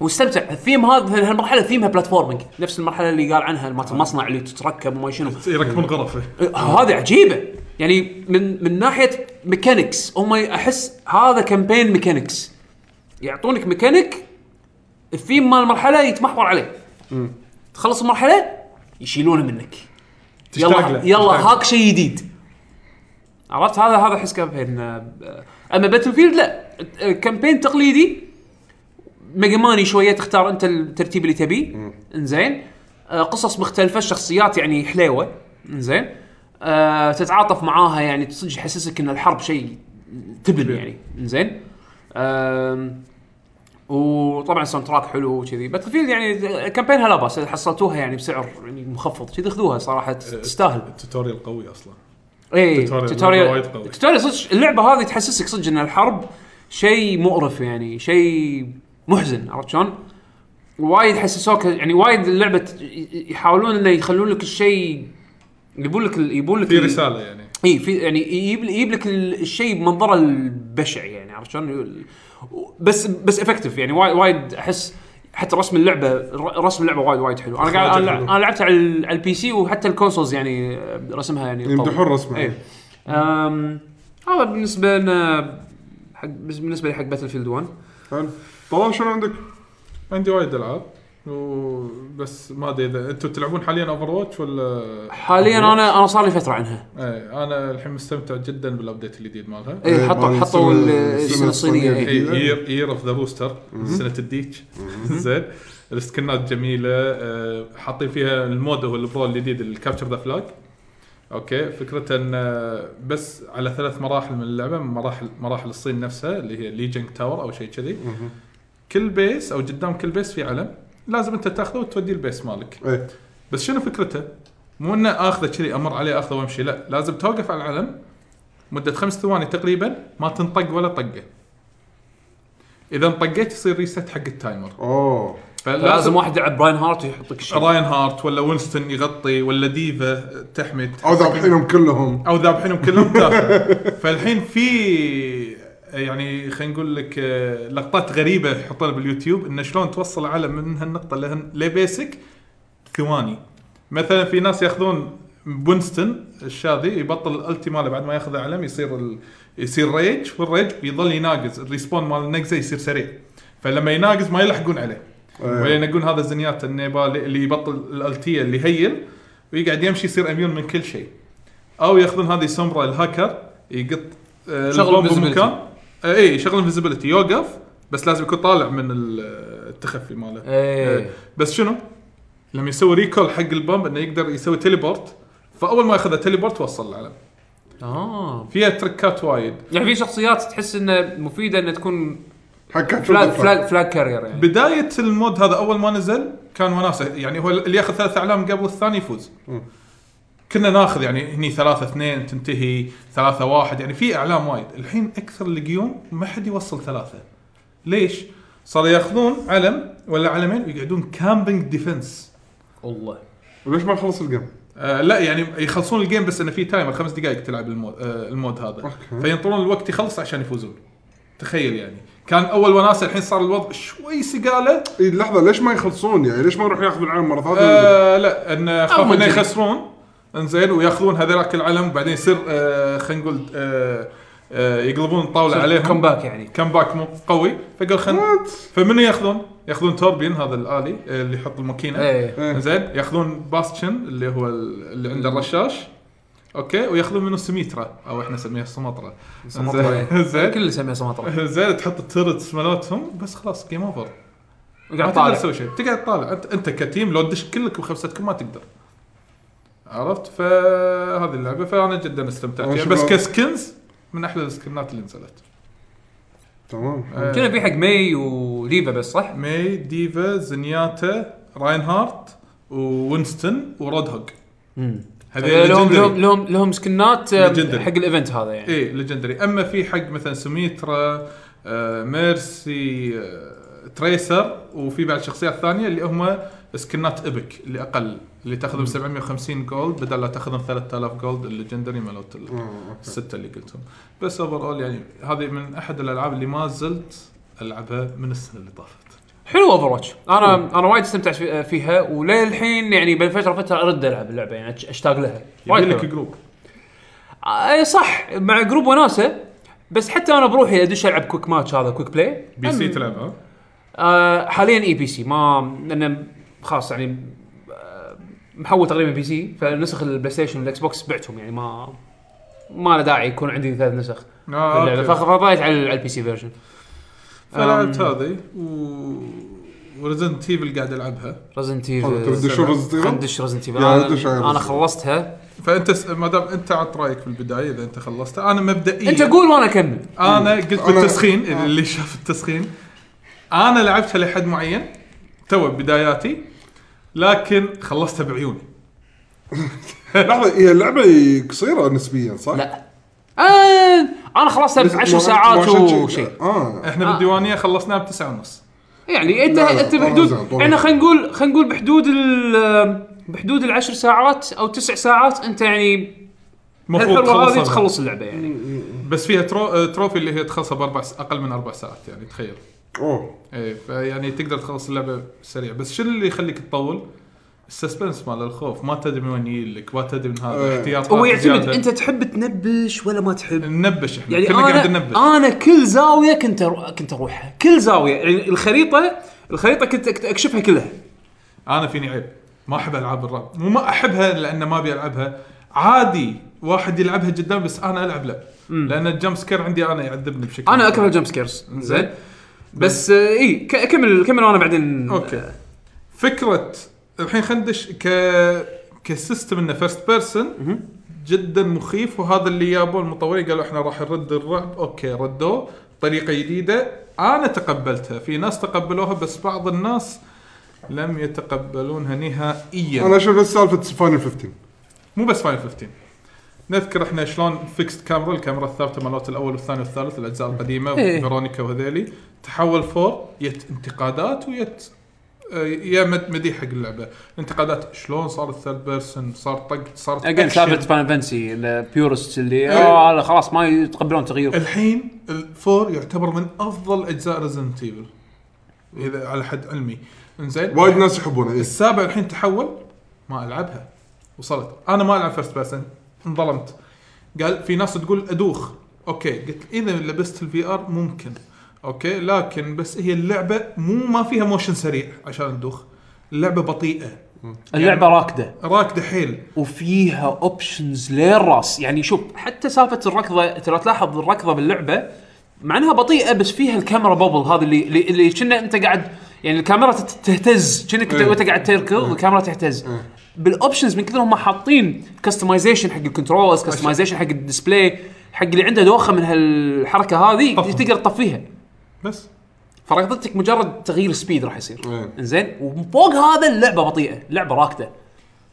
Speaker 2: واستمتع الثيم هذا هالمرحله ثيمها بلاتفورمينج نفس المرحله اللي قال عنها مالت المصنع اللي تتركب وما شنو
Speaker 4: يركبون غرفه
Speaker 2: آه، هذه عجيبه يعني من من ناحيه ميكانكس هم احس هذا كامبين ميكانكس يعطونك ميكانيك الثيم مال المرحله يتمحور عليه تخلص المرحله يشيلونه منك
Speaker 4: تشتاق
Speaker 2: يلا
Speaker 4: له،
Speaker 2: يلا
Speaker 4: تشتاق له.
Speaker 2: هاك شيء جديد عرفت هذا هذا احس كامبين آه، اما باتل فيلد لا آه، كامبين تقليدي ميجا ماني شويه تختار انت الترتيب اللي تبيه انزين آه، قصص مختلفه الشخصيات يعني حليوه انزين آه، تتعاطف معاها يعني صدق يحسسك ان الحرب شيء تبن يعني انزين آم، وطبعا ساوند تراك حلو وكذي باتل فيلد يعني كامبينها لا باس إذا حصلتوها يعني بسعر يعني مخفض كذي خذوها صراحه
Speaker 4: إيه،
Speaker 2: تستاهل
Speaker 4: التوتوريال قوي اصلا
Speaker 2: اي
Speaker 4: توتوريال وايد قوي.
Speaker 2: توتوريال توتوريال صدق اللعبه هذه تحسسك صدق ان الحرب شيء مقرف يعني شيء محزن عرفت شلون؟ وايد حسسوك يعني وايد اللعبه ت- ي- يحاولون انه يخلون لك الشيء يبون لك ال- يبون لك
Speaker 4: في
Speaker 2: ال-
Speaker 4: رساله يعني
Speaker 2: اي في يعني يجيب يجيب لك ال- الشيء بمنظره البشع يعني عرفت شلون؟ ال- بس بس افكتيف يعني وايد وايد احس حتى رسم اللعبه ر- رسم اللعبه وايد وايد حلو انا قاعد انا
Speaker 4: حلو.
Speaker 2: لع- انا لعبت على ال- على البي سي وحتى الكونسولز يعني رسمها يعني قوي.
Speaker 3: يمدحون رسمها.
Speaker 2: إيه. أم، هذا بالنسبه لنا حق بالنسبه لي حق باتل فيلد 1
Speaker 3: حلو. طيب. طلال شنو عندك؟
Speaker 4: عندي وايد العاب وبس ما ادري اذا انتم تلعبون حاليا اوفر واتش ولا
Speaker 2: حاليا انا انا صار لي فتره عنها
Speaker 4: ايه انا الحين مستمتع جدا بالابديت الجديد مالها
Speaker 2: اي إيه، حطوا
Speaker 3: مال
Speaker 2: حطوا ال-
Speaker 3: السنة-
Speaker 2: السنه الصينيه إيه.
Speaker 3: الصينية.
Speaker 4: اير اير اوف ذا روستر سنه الديك زين السكنات جميله آه، حاطين فيها المود هو البرو الجديد الكابتشر ذا فلاج اوكي فكرته ان آه، بس على ثلاث مراحل من اللعبه مراحل مراحل الصين نفسها اللي هي ليجنج تاور او شيء كذي كل بيس او قدام كل بيس في علم لازم انت تاخذه وتوديه البيس مالك
Speaker 3: ايه
Speaker 4: بس شنو فكرته؟ مو انه اخذه كذي امر عليه اخذه وامشي لا لازم توقف على العلم مده خمس ثواني تقريبا ما تنطق ولا طقه. اذا انطقيت يصير ريست حق التايمر
Speaker 3: اوه
Speaker 2: لازم واحد يلعب براين هارت ويحطك شيء
Speaker 4: راين هارت ولا وينستون يغطي ولا ديفا تحمي
Speaker 3: او ذابحينهم كلهم
Speaker 4: او ذابحينهم كلهم تاخذ فالحين في يعني خلينا نقول لك آه، لقطات غريبه يحطونها باليوتيوب انه شلون توصل العالم من هالنقطه لهن- لبيسك ثواني مثلا في ناس ياخذون بونستون الشاذي يبطل الالتي ماله بعد ما ياخذ علم يصير ال... يصير ريج والريج يظل يناقز الريسبون مال النقزه يصير سريع فلما يناقز ما يلحقون عليه
Speaker 3: أيوة.
Speaker 4: ولا ينقون هذا الزنيات النيبالي اللي يبطل الالتيه اللي هيل ويقعد يمشي يصير اميون من كل شيء او ياخذون هذه السمره الهاكر يقط آه،
Speaker 2: شغل
Speaker 4: البوم
Speaker 2: invisibility.
Speaker 4: بمكان آه، اي شغل انفيزيبيلتي يوقف بس لازم يكون طالع من ال- آه، التخفي ماله
Speaker 2: إيه.
Speaker 4: آه، بس شنو؟ لما يسوي ريكول حق البومب انه يقدر يسوي تليبورت فاول ما ياخذها تليبورت وصل العالم
Speaker 2: اه
Speaker 4: فيها تركات وايد
Speaker 2: يعني في شخصيات تحس انه مفيده انها تكون
Speaker 3: حق
Speaker 2: فلاج فلاج فلاج كارير يعني
Speaker 4: بدايه المود هذا اول ما نزل كان وناسه يعني هو اللي ياخذ ثلاث اعلام قبل الثاني يفوز كنا ناخذ يعني هني ثلاثة اثنين تنتهي ثلاثة واحد يعني في اعلام وايد الحين اكثر لقيون ما حد يوصل ثلاثة ليش؟ صاروا ياخذون علم ولا علمين ويقعدون كامبينج ديفنس
Speaker 2: والله
Speaker 3: ليش ما خلص الجيم؟
Speaker 4: آه لا يعني يخلصون الجيم بس انه في تايمر خمس دقائق تلعب المود, آه المود هذا
Speaker 3: أوكي.
Speaker 4: فينطرون الوقت يخلص عشان يفوزون تخيل يعني كان اول وناسه الحين صار الوضع شوي سقاله
Speaker 3: اي لحظه إيه، ليش ما يخلصون يعني ليش ما يروح ياخذ العالم مره ثانيه؟
Speaker 4: آه لا ان خاف انه
Speaker 2: ممكن.
Speaker 4: يخسرون انزين وياخذون هذاك العلم وبعدين يصير آه خلينا نقول آه آه يقلبون الطاوله عليهم
Speaker 2: كومباك يعني
Speaker 4: كمباك مو قوي فقال خلينا
Speaker 3: What؟
Speaker 4: فمنو ياخذون؟ ياخذون توربين هذا الالي آه، اللي يحط الماكينه
Speaker 2: إيه.
Speaker 3: إيه.
Speaker 4: زين ياخذون باستشن اللي هو ال- اللي عنده الرشاش اوكي وياخذون منه سميترا او احنا نسميها السمطره
Speaker 2: سمطرة.
Speaker 4: زين
Speaker 2: كل اللي يسميها سمطره
Speaker 4: زين تحط التيرتس مالتهم بس خلاص جيم اوفر ما
Speaker 2: قاعد
Speaker 4: تقدر
Speaker 2: طالع
Speaker 4: تسوي شيء تقعد طالع انت انت كتيم لو تدش كلك بخمستكم ما تقدر عرفت فهذه اللعبه فانا جدا استمتعت
Speaker 3: أنا
Speaker 4: فيها
Speaker 3: شوف-
Speaker 4: بس كسكنز من احلى السكنات اللي نزلت
Speaker 3: تمام
Speaker 4: آه،
Speaker 2: كنا بي حق مي وليفا بس صح؟
Speaker 4: مي ديفا زنياتا راينهارت ووينستون ورود هوج
Speaker 2: آه، لهم لهم
Speaker 4: ليجندري
Speaker 2: لهم لهم سكنات آه،
Speaker 4: Legendary. إيه.
Speaker 2: حق الايفنت هذا يعني
Speaker 4: اي ليجندري اما في حق مثلا سميترا آه، ميرسي آه، تريسر وفي بعد شخصيات ثانيه اللي هم سكنات ابك اللي اقل اللي تاخذهم 750 جولد بدل لا تاخذهم 3000 جولد الليجندري مالت ال- السته اللي قلتهم بس اوفر اول يعني هذه من احد الالعاب اللي ما زلت العبها من السنه اللي طافت
Speaker 2: حلو اوفر واتش انا انا وايد استمتعت في- آه، فيها وللحين يعني بين فتره وفتره ارد العب اللعبه يعني أش- اشتاق لها
Speaker 4: يبي
Speaker 2: وايد
Speaker 4: لك
Speaker 2: حلوة.
Speaker 4: جروب
Speaker 2: آه، اي صح مع جروب وناسه بس حتى انا بروحي ادش العب كويك ماتش هذا كويك بلاي
Speaker 4: بي سي تلعبها
Speaker 2: آه حاليا اي بي سي ما لان خلاص يعني آه، محول تقريبا بي سي فنسخ البلاي ستيشن والاكس بوكس بعتهم يعني ما ما له داعي يكون عندي ثلاث نسخ
Speaker 4: آه،
Speaker 2: اللعبه
Speaker 4: أوكي.
Speaker 2: فضايت على على البي سي فيرجن
Speaker 4: فلعبت هذه و وريزنت ايفل قاعد العبها
Speaker 2: رزنت
Speaker 3: أنت بدش شو رزنت إيفل؟
Speaker 2: خندش رزنت
Speaker 3: يا دش على
Speaker 2: انا
Speaker 3: Resident
Speaker 2: أنا
Speaker 3: Evil.
Speaker 2: خلصتها
Speaker 4: فانت س... ما دام انت عط رايك في البدايه اذا انت خلصتها انا
Speaker 3: إيه.
Speaker 4: مبدئيا
Speaker 2: انت قول وانا اكمل
Speaker 4: انا قلت
Speaker 3: أنا- آه.
Speaker 4: بالتسخين اللي شاف التسخين انا لعبتها لحد معين تو بداياتي لكن خلصتها بعيوني
Speaker 3: لحظه هي اللعبه ي- قصيره نسبيا صح؟
Speaker 2: لا آه انا خلصتها ب 10 ساعات وشيء
Speaker 3: اه
Speaker 2: آه.
Speaker 4: احنا بالديوانيه خلصناها بتسعة ونص
Speaker 2: يعني انت
Speaker 3: لا، لا،
Speaker 2: انت
Speaker 3: طول
Speaker 2: بحدود
Speaker 3: زين، طول
Speaker 2: احنا
Speaker 3: زين.
Speaker 2: خلينا نقول خلينا نقول بحدود ال بحدود العشر ساعات او تسع ساعات انت يعني
Speaker 4: المفروض
Speaker 2: الحلوه هذه
Speaker 4: تخلصها
Speaker 2: تخلص اللعبه يعني
Speaker 4: بس فيها ترو... آه، تروفي اللي هي تخلصها باربع س... اقل من اربع ساعات يعني تخيل
Speaker 3: اوه
Speaker 4: ايه فيعني تقدر تخلص اللعبه سريع بس شنو اللي يخليك تطول؟ السسبنس مال الخوف ما تدري من وين يجيلك ما تدري من هذا
Speaker 3: إيه.
Speaker 4: احتياطات
Speaker 2: هو يعتمد
Speaker 4: آه، زيادة.
Speaker 2: انت تحب تنبش ولا ما تحب
Speaker 4: ننبش احنا
Speaker 2: يعني
Speaker 4: يعني كلنا قاعد
Speaker 2: انا
Speaker 4: ننبش
Speaker 2: انا كل زاويه كنت أرو... كنت اروحها كل زاويه يعني الخريطه الخريطه كنت كنت اكشفها كلها
Speaker 4: انا فيني عيب ما احب العاب الرعب مو ما احبها لان ما ابي العبها عادي واحد يلعبها قدام بس انا العب لا لان الجمب سكير عندي انا يعذبني بشكل
Speaker 2: انا اكره الجمب سكيرز زين
Speaker 4: زين.
Speaker 2: بس آه، اي ك- كمل كمل وانا بعدين آه،
Speaker 4: اوكي فكره الحين خلينا ندش ك كسيستم انه فيرست بيرسون جدا مخيف وهذا اللي جابوه المطورين قالوا احنا راح نرد الرعب اوكي ردوه طريقه جديده انا تقبلتها في ناس تقبلوها بس بعض الناس لم يتقبلونها نهائيا
Speaker 3: انا اشوف بس سالفه فاينل 15
Speaker 4: مو بس فاين 15 نذكر احنا شلون فيكست كاميرا الكاميرا الثابته مالت الاول والثاني والثالث الاجزاء القديمه
Speaker 2: إيه.
Speaker 4: فيرونيكا وهذيلي تحول فور يت انتقادات ويت آه، يا مد- مديح حق اللعبه انتقادات شلون صار الثيرد بيرسون صار طق صار
Speaker 2: اجين سالفه
Speaker 4: أكشن.
Speaker 2: فان فانسي البيورست اللي
Speaker 4: إيه.
Speaker 2: اه هذا خلاص ما يتقبلون تغيير
Speaker 4: الحين الفور يعتبر من افضل اجزاء ريزنت ايفل اذا على حد علمي انزين
Speaker 3: وايد ناس يحبونه اي
Speaker 4: السابع الحين تحول ما العبها وصلت انا ما العب فيرست بيرسون انظلمت قال في ناس تقول ادوخ اوكي قلت اذا لبست الفي ار ممكن اوكي لكن بس هي اللعبه مو ما فيها موشن سريع عشان تدوخ اللعبه بطيئه
Speaker 2: اللعبه راكده
Speaker 4: راكده حيل
Speaker 2: وفيها اوبشنز للراس يعني شوف حتى سالفه الركضه ترى تلاحظ الركضه باللعبه مع انها بطيئه بس فيها الكاميرا بابل هذا اللي اللي, اللي كنا انت قاعد يعني الكاميرا تت- تهتز كأنك انت
Speaker 3: إيه.
Speaker 2: وانت قاعد تركض الكاميرا تهتز بالاوبشنز من كثر ما هم حاطين كستمايزيشن حق الكنترولز كستمايزيشن حق الديسبلاي حق اللي عنده دوخه من هالحركه هذه
Speaker 4: طفها.
Speaker 2: تقدر تطفيها
Speaker 4: بس
Speaker 2: فركضتك مجرد تغيير سبيد راح يصير
Speaker 3: إيه.
Speaker 2: انزين وفوق هذا اللعبه بطيئه لعبه راكده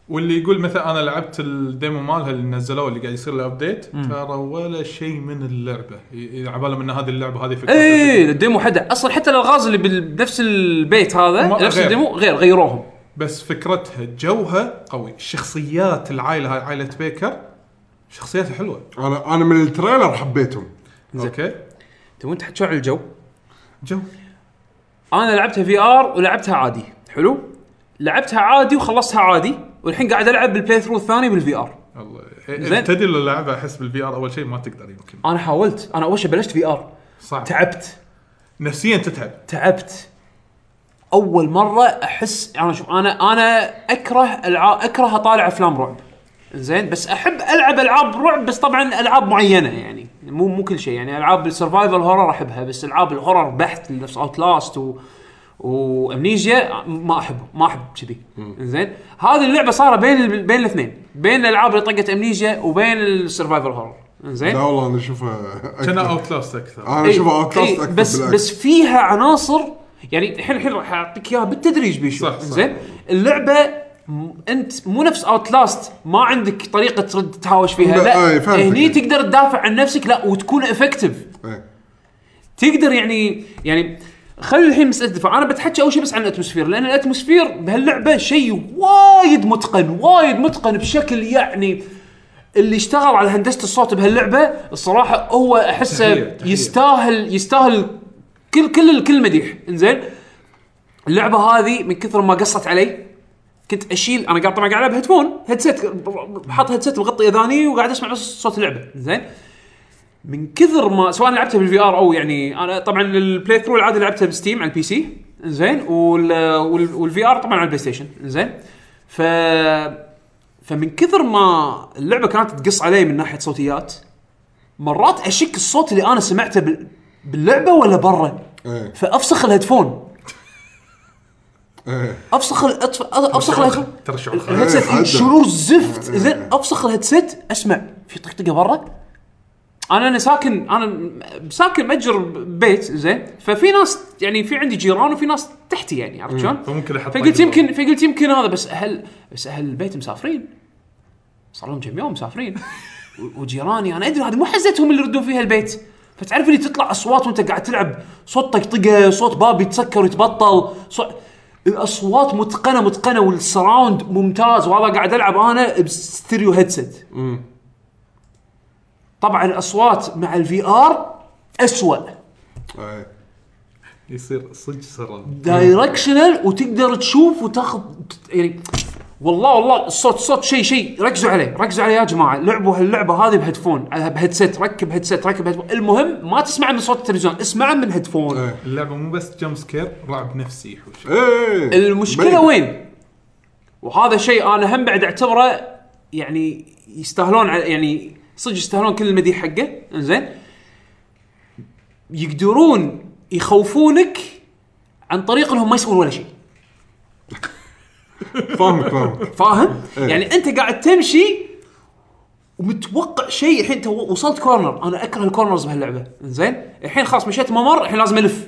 Speaker 4: واللي يقول مثلا انا لعبت الديمو مالها اللي نزلوه اللي قاعد يصير له ابديت ترى ولا شيء من اللعبه ي- عبالهم ان هذه اللعبه هذه فكرة
Speaker 2: اي إيه، الديمو حدا اصلا حتى الالغاز اللي بال- بنفس البيت هذا
Speaker 4: ما-
Speaker 2: نفس
Speaker 4: غير.
Speaker 2: الديمو غير غيروهم
Speaker 4: بس فكرتها جوها قوي شخصيات العائله هاي عائله بيكر شخصياتها حلوه
Speaker 3: انا انا من التريلر حبيتهم
Speaker 4: اوكي
Speaker 2: انت وانت حكي عن الجو
Speaker 4: جو
Speaker 2: انا لعبتها في ار ولعبتها عادي حلو لعبتها عادي وخلصتها عادي والحين قاعد العب بالبلاي ثرو الثاني بالفي ار
Speaker 4: الله
Speaker 2: زين.
Speaker 4: تدري لو لعبها احس بالفي ار اول شيء ما تقدر يمكن
Speaker 2: انا حاولت انا اول شيء بلشت في ار
Speaker 4: صعب
Speaker 2: تعبت
Speaker 4: نفسيا تتعب
Speaker 2: تعبت اول مره احس انا يعني شوف انا انا اكره العاب اكره اطالع افلام رعب زين بس احب العب العاب رعب بس طبعا العاب معينه يعني مو مو كل شيء يعني العاب السرفايفل هورر احبها بس العاب الهورر بحت نفس اوت لاست و وامنيجيا ما احب ما احب كذي زين هذه اللعبه صار بين بين الاثنين بين الالعاب اللي طقت امنيجيا وبين السرفايفل هورر زين
Speaker 3: لا والله انا اشوفها أكثر.
Speaker 4: كان اوت لاست اكثر
Speaker 3: انا
Speaker 2: إيه،
Speaker 3: اشوفها اوت
Speaker 2: إيه،
Speaker 3: لاست اكثر
Speaker 2: بس
Speaker 3: بالعكس.
Speaker 2: بس فيها عناصر يعني الحين الحين راح اعطيك اياها بالتدريج بيشو
Speaker 4: صح، صح.
Speaker 2: زين اللعبه م- انت مو نفس اوت لاست ما عندك طريقه ترد تهاوش فيها
Speaker 3: لا،
Speaker 2: لا,
Speaker 3: إيه، فهمتك.
Speaker 2: هني تقدر تدافع عن نفسك لا وتكون افكتيف
Speaker 3: إيه.
Speaker 2: تقدر يعني يعني خلي الحين مساله الدفاع انا بتحكي اول شيء بس عن الاتموسفير لان الاتموسفير بهاللعبه شيء وايد متقن وايد متقن بشكل يعني اللي اشتغل على هندسه الصوت بهاللعبه الصراحه هو احسه
Speaker 4: تحية، تحية.
Speaker 2: يستاهل يستاهل كل كل كل مديح انزين اللعبه هذه من كثر ما قصت علي كنت اشيل انا قاعد طبعا قاعد العب هيدفون هيدسيت حاط هيدسيت مغطي اذاني وقاعد اسمع بس صوت اللعبه زين من كثر ما سواء لعبتها بالفي ار او يعني انا طبعا البلاي ثرو العادي لعبتها بستيم على البي سي زين والفي ار طبعا على البلاي ستيشن زين ف فمن كثر ما اللعبه كانت تقص علي من ناحيه صوتيات مرات اشك الصوت اللي انا سمعته بال... باللعبه ولا برا
Speaker 3: إيه.
Speaker 2: فافسخ الهيدفون
Speaker 3: إيه.
Speaker 2: افسخ ال- أطف- افسخ الهيدفون
Speaker 4: ترى شعور خ-
Speaker 2: الهيدسيت
Speaker 3: إيه، حدا.
Speaker 2: شعور زفت
Speaker 3: إيه.
Speaker 2: زين افسخ الهيدسيت اسمع في طقطقه برا انا انا ساكن انا م- ساكن مأجر بيت زين ففي ناس يعني في عندي جيران وفي ناس تحتي يعني عرفت شلون؟
Speaker 4: فممكن احط
Speaker 2: فقلت يمكن فقلت يمكن هذا بس اهل بس اهل البيت مسافرين صار لهم كم يوم مسافرين و- وجيراني انا ادري هذه مو حزتهم اللي يردون فيها البيت فتعرف اللي تطلع اصوات وانت قاعد تلعب صوت طقطقه صوت باب يتسكر ويتبطل صوت الاصوات متقنه متقنه والسراوند ممتاز وهذا قاعد العب انا بستيريو هيدسيت طبعا الاصوات مع الفي ار اسوأ
Speaker 3: إيه.
Speaker 4: يصير صدق سراب
Speaker 2: دايركشنال وتقدر تشوف وتاخذ يعني والله والله الصوت صوت شيء شيء ركزوا عليه ركزوا عليه يا جماعه لعبوا هاللعبه هذه بهيدفون على بهيدسيت ركب هيدسيت ركب هيدفون المهم ما تسمع من صوت التلفزيون اسمع من هيدفون
Speaker 3: إيه.
Speaker 4: اللعبه مو بس جمب سكير رعب نفسي يحوش
Speaker 3: إيه.
Speaker 2: المشكله
Speaker 3: بلد.
Speaker 2: وين وهذا شيء انا هم بعد اعتبره يعني يستاهلون على يعني صدق يستاهلون كل المديح حقه انزين يقدرون يخوفونك عن طريق انهم ما يسوون ولا شيء
Speaker 3: فاهمك فاهمك
Speaker 2: فاهم؟
Speaker 3: إيه.
Speaker 2: يعني انت قاعد تمشي ومتوقع شيء الحين انت وصلت كورنر انا اكره الكورنرز بهاللعبه زين الحين خلاص مشيت ممر الحين لازم الف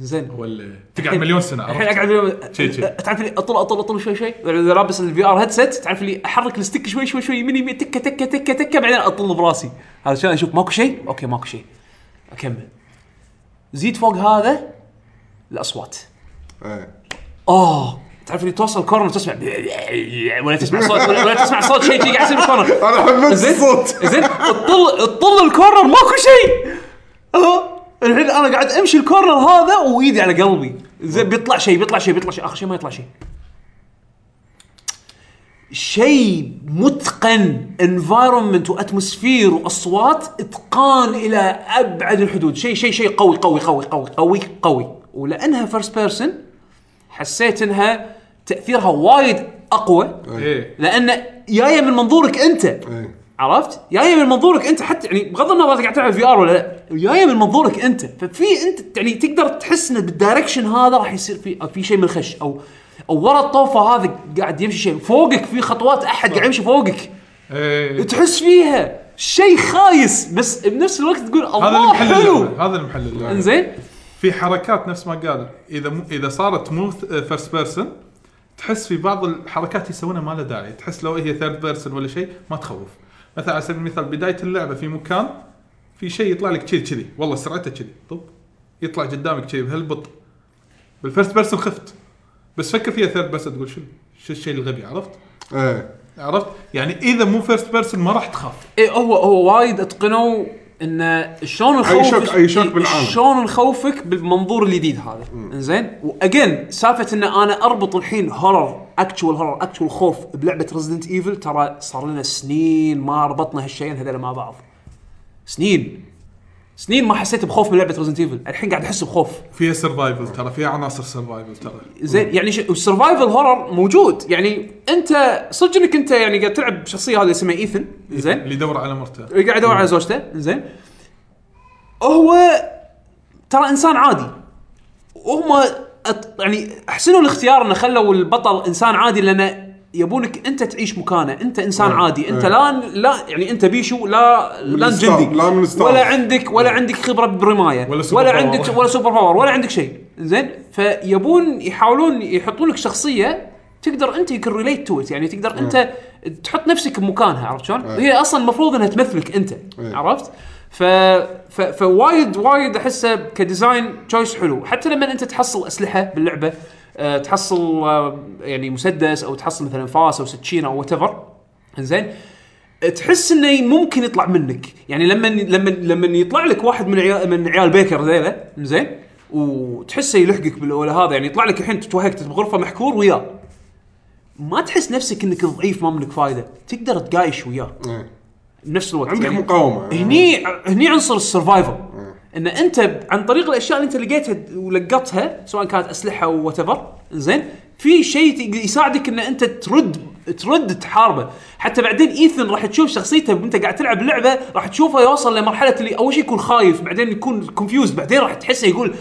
Speaker 2: زين
Speaker 4: ولا تقعد مليون سنه
Speaker 2: الحين
Speaker 4: عرفت؟
Speaker 2: اقعد
Speaker 4: شي- شي.
Speaker 2: تعرف لي اطل اطل اطل شوي شوي اذا لابس الفي ار هيدسيت تعرف لي احرك الستيك شوي شوي شوي يمين يمين تكه تكه تكه تكه بعدين اطل براسي علشان اشوف ماكو شيء اوكي ماكو شيء اكمل زيد فوق هذا الاصوات
Speaker 3: إيه.
Speaker 2: اه تعرف اللي توصل كورنر تسمع ولا تسمع صوت ولا, ولا تسمع صوت شيء شيء قاعد يصير بالكورنر
Speaker 3: انا حبيت
Speaker 2: زين
Speaker 3: الصوت
Speaker 2: زين اطل اطل الكورنر ماكو شيء اه الحين انا قاعد امشي الكورنر هذا وايدي على قلبي زين بيطلع شيء بيطلع شيء بيطلع شيء اخر شيء ما يطلع شيء شيء متقن انفايرمنت واتموسفير واصوات اتقان الى ابعد الحدود شيء شيء شيء قوي قوي قوي قوي قوي قوي ولانها فيرست بيرسون حسيت انها تاثيرها وايد اقوى
Speaker 4: ايه
Speaker 2: لان جايه من منظورك انت
Speaker 3: إيه.
Speaker 2: عرفت؟ جايه من منظورك انت حتى يعني بغض النظر اذا قاعد تلعب في ار ولا لا، جايه من منظورك انت، ففي انت يعني تقدر تحس ان بالدايركشن هذا راح يصير في في شيء من الخش او او ورا الطوفه هذا قاعد يمشي شيء، فوقك في خطوات احد قاعد يمشي فوقك،
Speaker 4: ايه
Speaker 2: تحس فيها شيء خايس بس بنفس الوقت تقول
Speaker 4: هذا
Speaker 2: الله
Speaker 4: المحل
Speaker 2: حلو
Speaker 4: اللعبة، هذا المحل اللعبة.
Speaker 2: انزين
Speaker 4: في حركات نفس ما قال اذا مو اذا صارت مو فيرست بيرسون تحس في بعض الحركات يسوونها ما لها داعي تحس لو هي ثيرد بيرسون ولا شيء ما تخوف مثلا على سبيل المثال بدايه اللعبه في مكان في شيء يطلع لك كذي كذي والله سرعته كذي طب يطلع قدامك كذي بهالبطء بالفيرست بيرسون خفت بس فكر فيها ثيرد بيرسون تقول شنو شو الشيء الغبي عرفت
Speaker 3: إيه.
Speaker 4: عرفت يعني اذا مو فيرست بيرسون ما راح تخاف
Speaker 2: اي إيه، هو هو وايد اتقنوا ان شلون نخوف
Speaker 3: شك- أي شك بالعالم.
Speaker 2: شلون نخوفك بالمنظور الجديد هذا انزين واجين سالفه ان انا اربط الحين هورر اكتشوال هورر اكتشوال خوف بلعبه ريزدنت ايفل ترى صار لنا سنين ما ربطنا هالشيئين هذول مع بعض سنين سنين ما حسيت بخوف من لعبه ريزدنت ايفل الحين قاعد احس بخوف
Speaker 4: فيها سرفايفل ترى فيها عناصر سرفايفل ترى
Speaker 2: زين يعني ش... السرفايفل هورر موجود يعني انت صدق انك انت يعني قاعد تلعب شخصيه هذه اسمها ايثن زين إيه.
Speaker 4: اللي يدور على مرته
Speaker 2: قاعد يدور على زوجته زين هو ترى انسان عادي وهم أط- يعني احسنوا الاختيار انه خلوا البطل انسان عادي لان يبونك انت تعيش مكانه انت انسان عادي انت لا لا يعني انت بيشو لا لا
Speaker 3: الستار،
Speaker 2: جندي
Speaker 3: لا إيه، من الستار.
Speaker 2: ولا عندك ولا عندك خبره برمايه
Speaker 4: ولا سوبر
Speaker 2: ولا
Speaker 4: باور.
Speaker 2: عندك ولا سوبر باور ولا عندك شيء زين فيبون يحاولون يحطون لك شخصيه تقدر انت يمكن ريليت تو يعني تقدر انت تحط نفسك بمكانها عرفت شلون؟ هي اصلا المفروض انها تمثلك انت عرفت؟ ف... ف... فوايد وايد احسه كديزاين تشويس حلو حتى لما انت تحصل اسلحه باللعبه آه، تحصل آه، يعني مسدس او تحصل مثلا فاس او سكينه او وات ايفر زين تحس انه ممكن يطلع منك يعني لما لما لما يطلع لك واحد من عيال من عيال بيكر ذيلا زين وتحسه يلحقك بال- ولا هذا يعني يطلع لك الحين تتوهقت بغرفه محكور وياه ما تحس نفسك انك ضعيف ما منك فايده تقدر تقايش وياه
Speaker 3: إيه.
Speaker 2: بنفس الوقت
Speaker 3: عندك
Speaker 2: يعني
Speaker 3: مقاومه
Speaker 2: هني هني عنصر السرفايفل ان انت ب- عن طريق الاشياء اللي انت لقيتها ولقطتها سواء كانت اسلحه او وات زين في شيء ت- يساعدك ان انت ترد ترد تحاربه حتى بعدين ايثن راح تشوف شخصيته وانت قاعد تلعب لعبه راح تشوفه يوصل لمرحله اللي اول شيء يكون خايف بعدين يكون كونفيوز بعدين راح تحسه يقول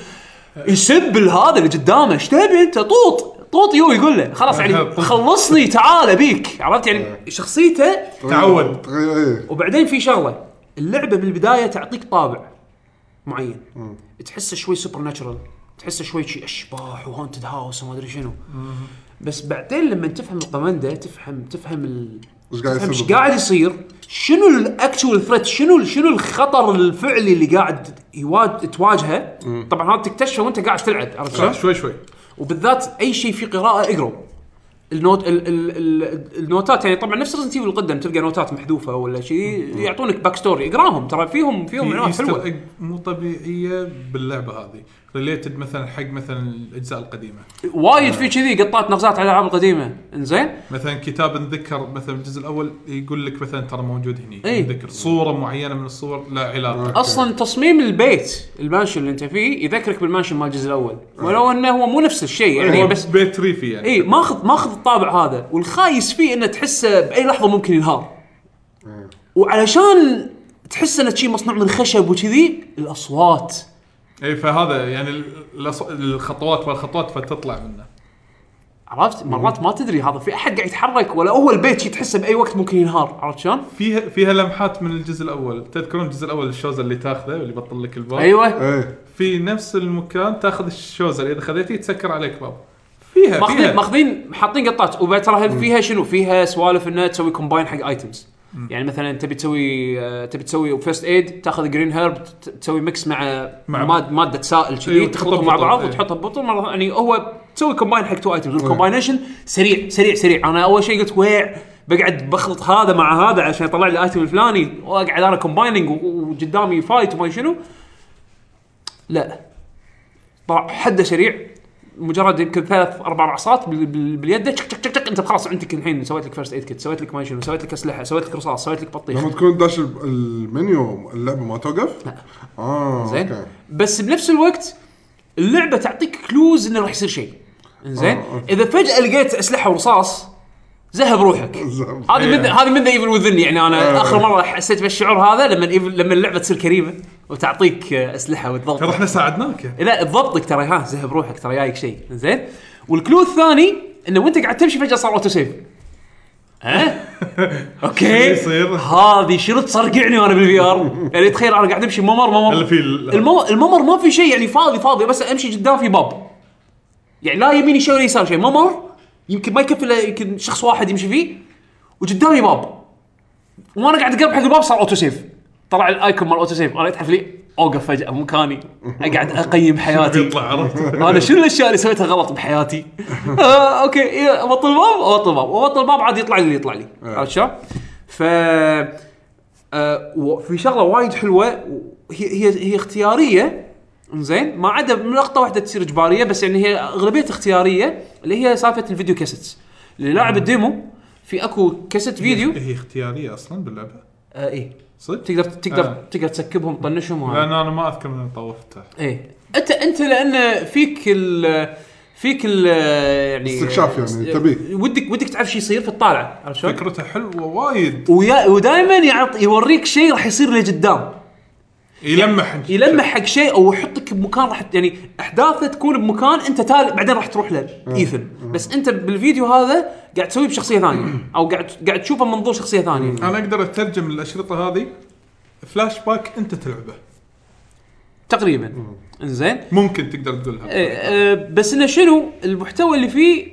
Speaker 2: يسب هذا اللي قدامه ايش تبي انت طوط طوط يو يقول له خلاص يعني خلصني تعال ابيك عرفت يعني شخصيته
Speaker 4: تعود.
Speaker 3: إيه.
Speaker 2: وبعدين في شغله اللعبه بالبدايه تعطيك طابع معين تحسه شوي سوبر ناتشرال تحسه شوي شي اشباح وهونتد هاوس وما ادري شنو بس بعدين لما تفهم القمنده تفهم تفهم ال...
Speaker 3: وش قاعد
Speaker 2: تفهم
Speaker 3: يصير
Speaker 2: ايش قاعد يصير شنو الاكشوال ثريت شنو شنو الخطر الفعلي اللي قاعد يواج... تواجهه طبعا هذا تكتشفه وانت قاعد تلعب عرفت شلون؟
Speaker 4: شوي شوي
Speaker 2: وبالذات اي شيء فيه قراءه اقروا النوت ال ال ال النوتات يعني طبعا نفس ريزنت ايفل القدم تلقى نوتات محذوفه ولا شيء يعطونك باك ستوري اقراهم ترى فيهم فيهم
Speaker 4: في
Speaker 2: معلومات
Speaker 4: ايستر
Speaker 2: حلوه
Speaker 4: ايج مو طبيعيه باللعبه هذه ريليتد مثلا حق مثلا الاجزاء القديمه
Speaker 2: وايد في كذي قطات نغزات على الالعاب القديمه انزين
Speaker 4: مثلا كتاب نذكر مثلا الجزء الاول يقول لك مثلا ترى موجود هني
Speaker 2: إي.
Speaker 4: نذكر صوره معينه من الصور لا علاقه
Speaker 2: اصلا تصميم البيت المانشن اللي انت فيه يذكرك بالمانشن مال الجزء الاول ولو انه هو مو نفس الشيء يعني
Speaker 4: هو
Speaker 2: بس إيه.
Speaker 4: بيت ريفي يعني
Speaker 2: اي ماخذ ماخذ الطابع هذا والخايس فيه انه تحسه باي لحظه ممكن ينهار وعلشان تحس انه شيء مصنوع من خشب وكذي الاصوات
Speaker 4: اي فهذا يعني ال- الأص- الخطوات والخطوات فتطلع منه
Speaker 2: عرفت مرات ما تدري هذا في احد قاعد يتحرك ولا هو البيت شي تحسه باي وقت ممكن ينهار عرفت شلون؟
Speaker 4: فيها فيها لمحات من الجزء الاول تذكرون الجزء الاول الشوزه اللي تاخذه اللي يبطل لك الباب
Speaker 2: ايوه
Speaker 3: ايه
Speaker 4: في نفس المكان تاخذ الشوزه اللي اذا خذيتيه تسكر عليك باب فيها
Speaker 2: ماخذين
Speaker 4: فيها
Speaker 2: ماخذين حاطين قطات وبعد ترى فيها شنو؟ فيها سوالف انها تسوي كومباين حق ايتمز يعني مثلا تبي تسوي آه، تبي تسوي فيرست ايد تاخذ جرين هيرب ت- تسوي ميكس مع,
Speaker 4: مع-
Speaker 2: ماد ماده سائل كذي
Speaker 4: أيوة،
Speaker 2: تخلطهم
Speaker 4: تحطها
Speaker 2: مع
Speaker 4: ببطل،
Speaker 2: بعض
Speaker 4: أيوة.
Speaker 2: وتحطها ببطل مره يعني هو تسوي كومباين حق تو ايتمز والكومباينيشن سريع سريع سريع انا اول شيء قلت ويع بقعد بخلط هذا مع هذا عشان يطلع لي الايتم الفلاني واقعد انا كومبايننج وقدامي فايت وما شنو لا طلع حده سريع مجرد يمكن ثلاث اربع رعصات بال- بال- باليد تشك تشك تشك تشك انت خلاص عندك الحين سويت لك فيرست ايد كيت سويت لك ما شنو سويت لك اسلحه سويت لك رصاص سويت لك بطيخ
Speaker 3: لما تكون داش ال- المنيو اللعبه ما توقف؟
Speaker 2: لا.
Speaker 3: اه
Speaker 2: زين
Speaker 3: أوكي.
Speaker 2: بس بنفس الوقت اللعبه تعطيك كلوز انه راح يصير شيء زين
Speaker 3: آه، أوكي.
Speaker 2: اذا فجاه لقيت اسلحه ورصاص زهب روحك
Speaker 3: زين.
Speaker 2: هذه من هذه من ذا ايفل وذن يعني انا
Speaker 3: آه.
Speaker 2: اخر مره حسيت بالشعور هذا لما إيفل- لما اللعبه تصير كريمه وتعطيك آه، اسلحه وتضبط
Speaker 4: ترى احنا ساعدناك يعني.
Speaker 2: لا تضبطك ترى ها زهب روحك ترى جايك شيء زين والكلو الثاني انه وانت قاعد تمشي فجاه صار اوتو سيف ها اوكي
Speaker 4: شو يصير؟
Speaker 2: هذه شنو تصرقعني وانا بالفي ار يعني تخيل انا قاعد امشي ممر ممر
Speaker 4: هلا في ال-
Speaker 2: الممر, الممر ما في شيء يعني فاضي فاضي بس امشي قدام في باب يعني لا يمين شيء ولا يسار شيء ممر يمكن ما يكفي الا يمكن شخص واحد يمشي فيه وقدامي باب وانا قاعد اقرب حق الباب صار اوتو سيف طلع الايكون مال اوتو سيف انا اتحف لي اوقف فجاه مكاني اقعد اقيم حياتي
Speaker 4: يطلع عرفت
Speaker 2: انا شنو الاشياء اللي سويتها غلط بحياتي؟ آه اوكي إيه، ابطل باب ابطل باب وابطل باب عاد يطلع لي اللي يطلع لي عرفت شلون؟ ف آه، وفي شغله وايد حلوه و- هي هي هي اختياريه زين ما عدا من لقطه واحده تصير اجباريه بس يعني هي اغلبيه اختياريه اللي هي سالفه الفيديو كاسيتس اللي لاعب الديمو في اكو كاسيت فيديو
Speaker 4: هي اختياريه اصلا باللعبه
Speaker 2: آه ايه
Speaker 4: صدق
Speaker 2: تقدر تقدر
Speaker 4: آه.
Speaker 2: تقدر تسكبهم طنشهم وهذا.
Speaker 4: لان انا ما اذكر اني طوفته
Speaker 2: ايه انت انت لان فيك ال فيك ال يعني
Speaker 3: استكشاف يعني، تبيه.
Speaker 2: ودك ودك تعرف شو يصير فتطالع عرفت شلون؟
Speaker 4: فكرته حلوه وايد
Speaker 2: ويا ودائما يعط يوريك شيء راح يصير لقدام
Speaker 4: يلمح
Speaker 2: يلمح حق شيء او يحطك بمكان راح يعني احداثه تكون بمكان انت تالي بعدين راح تروح له
Speaker 3: آه.
Speaker 2: ايثن بس انت بالفيديو هذا قاعد تسويه بشخصيه ثانيه او قاعد قاعد تشوفه من منظور شخصيه ثانيه
Speaker 3: آه.
Speaker 4: انا اقدر اترجم الاشرطه هذه فلاش باك انت تلعبه
Speaker 2: تقريبا
Speaker 3: آه.
Speaker 2: انزين
Speaker 4: ممكن تقدر تقولها
Speaker 2: إيه، آه، بس انه شنو المحتوى اللي فيه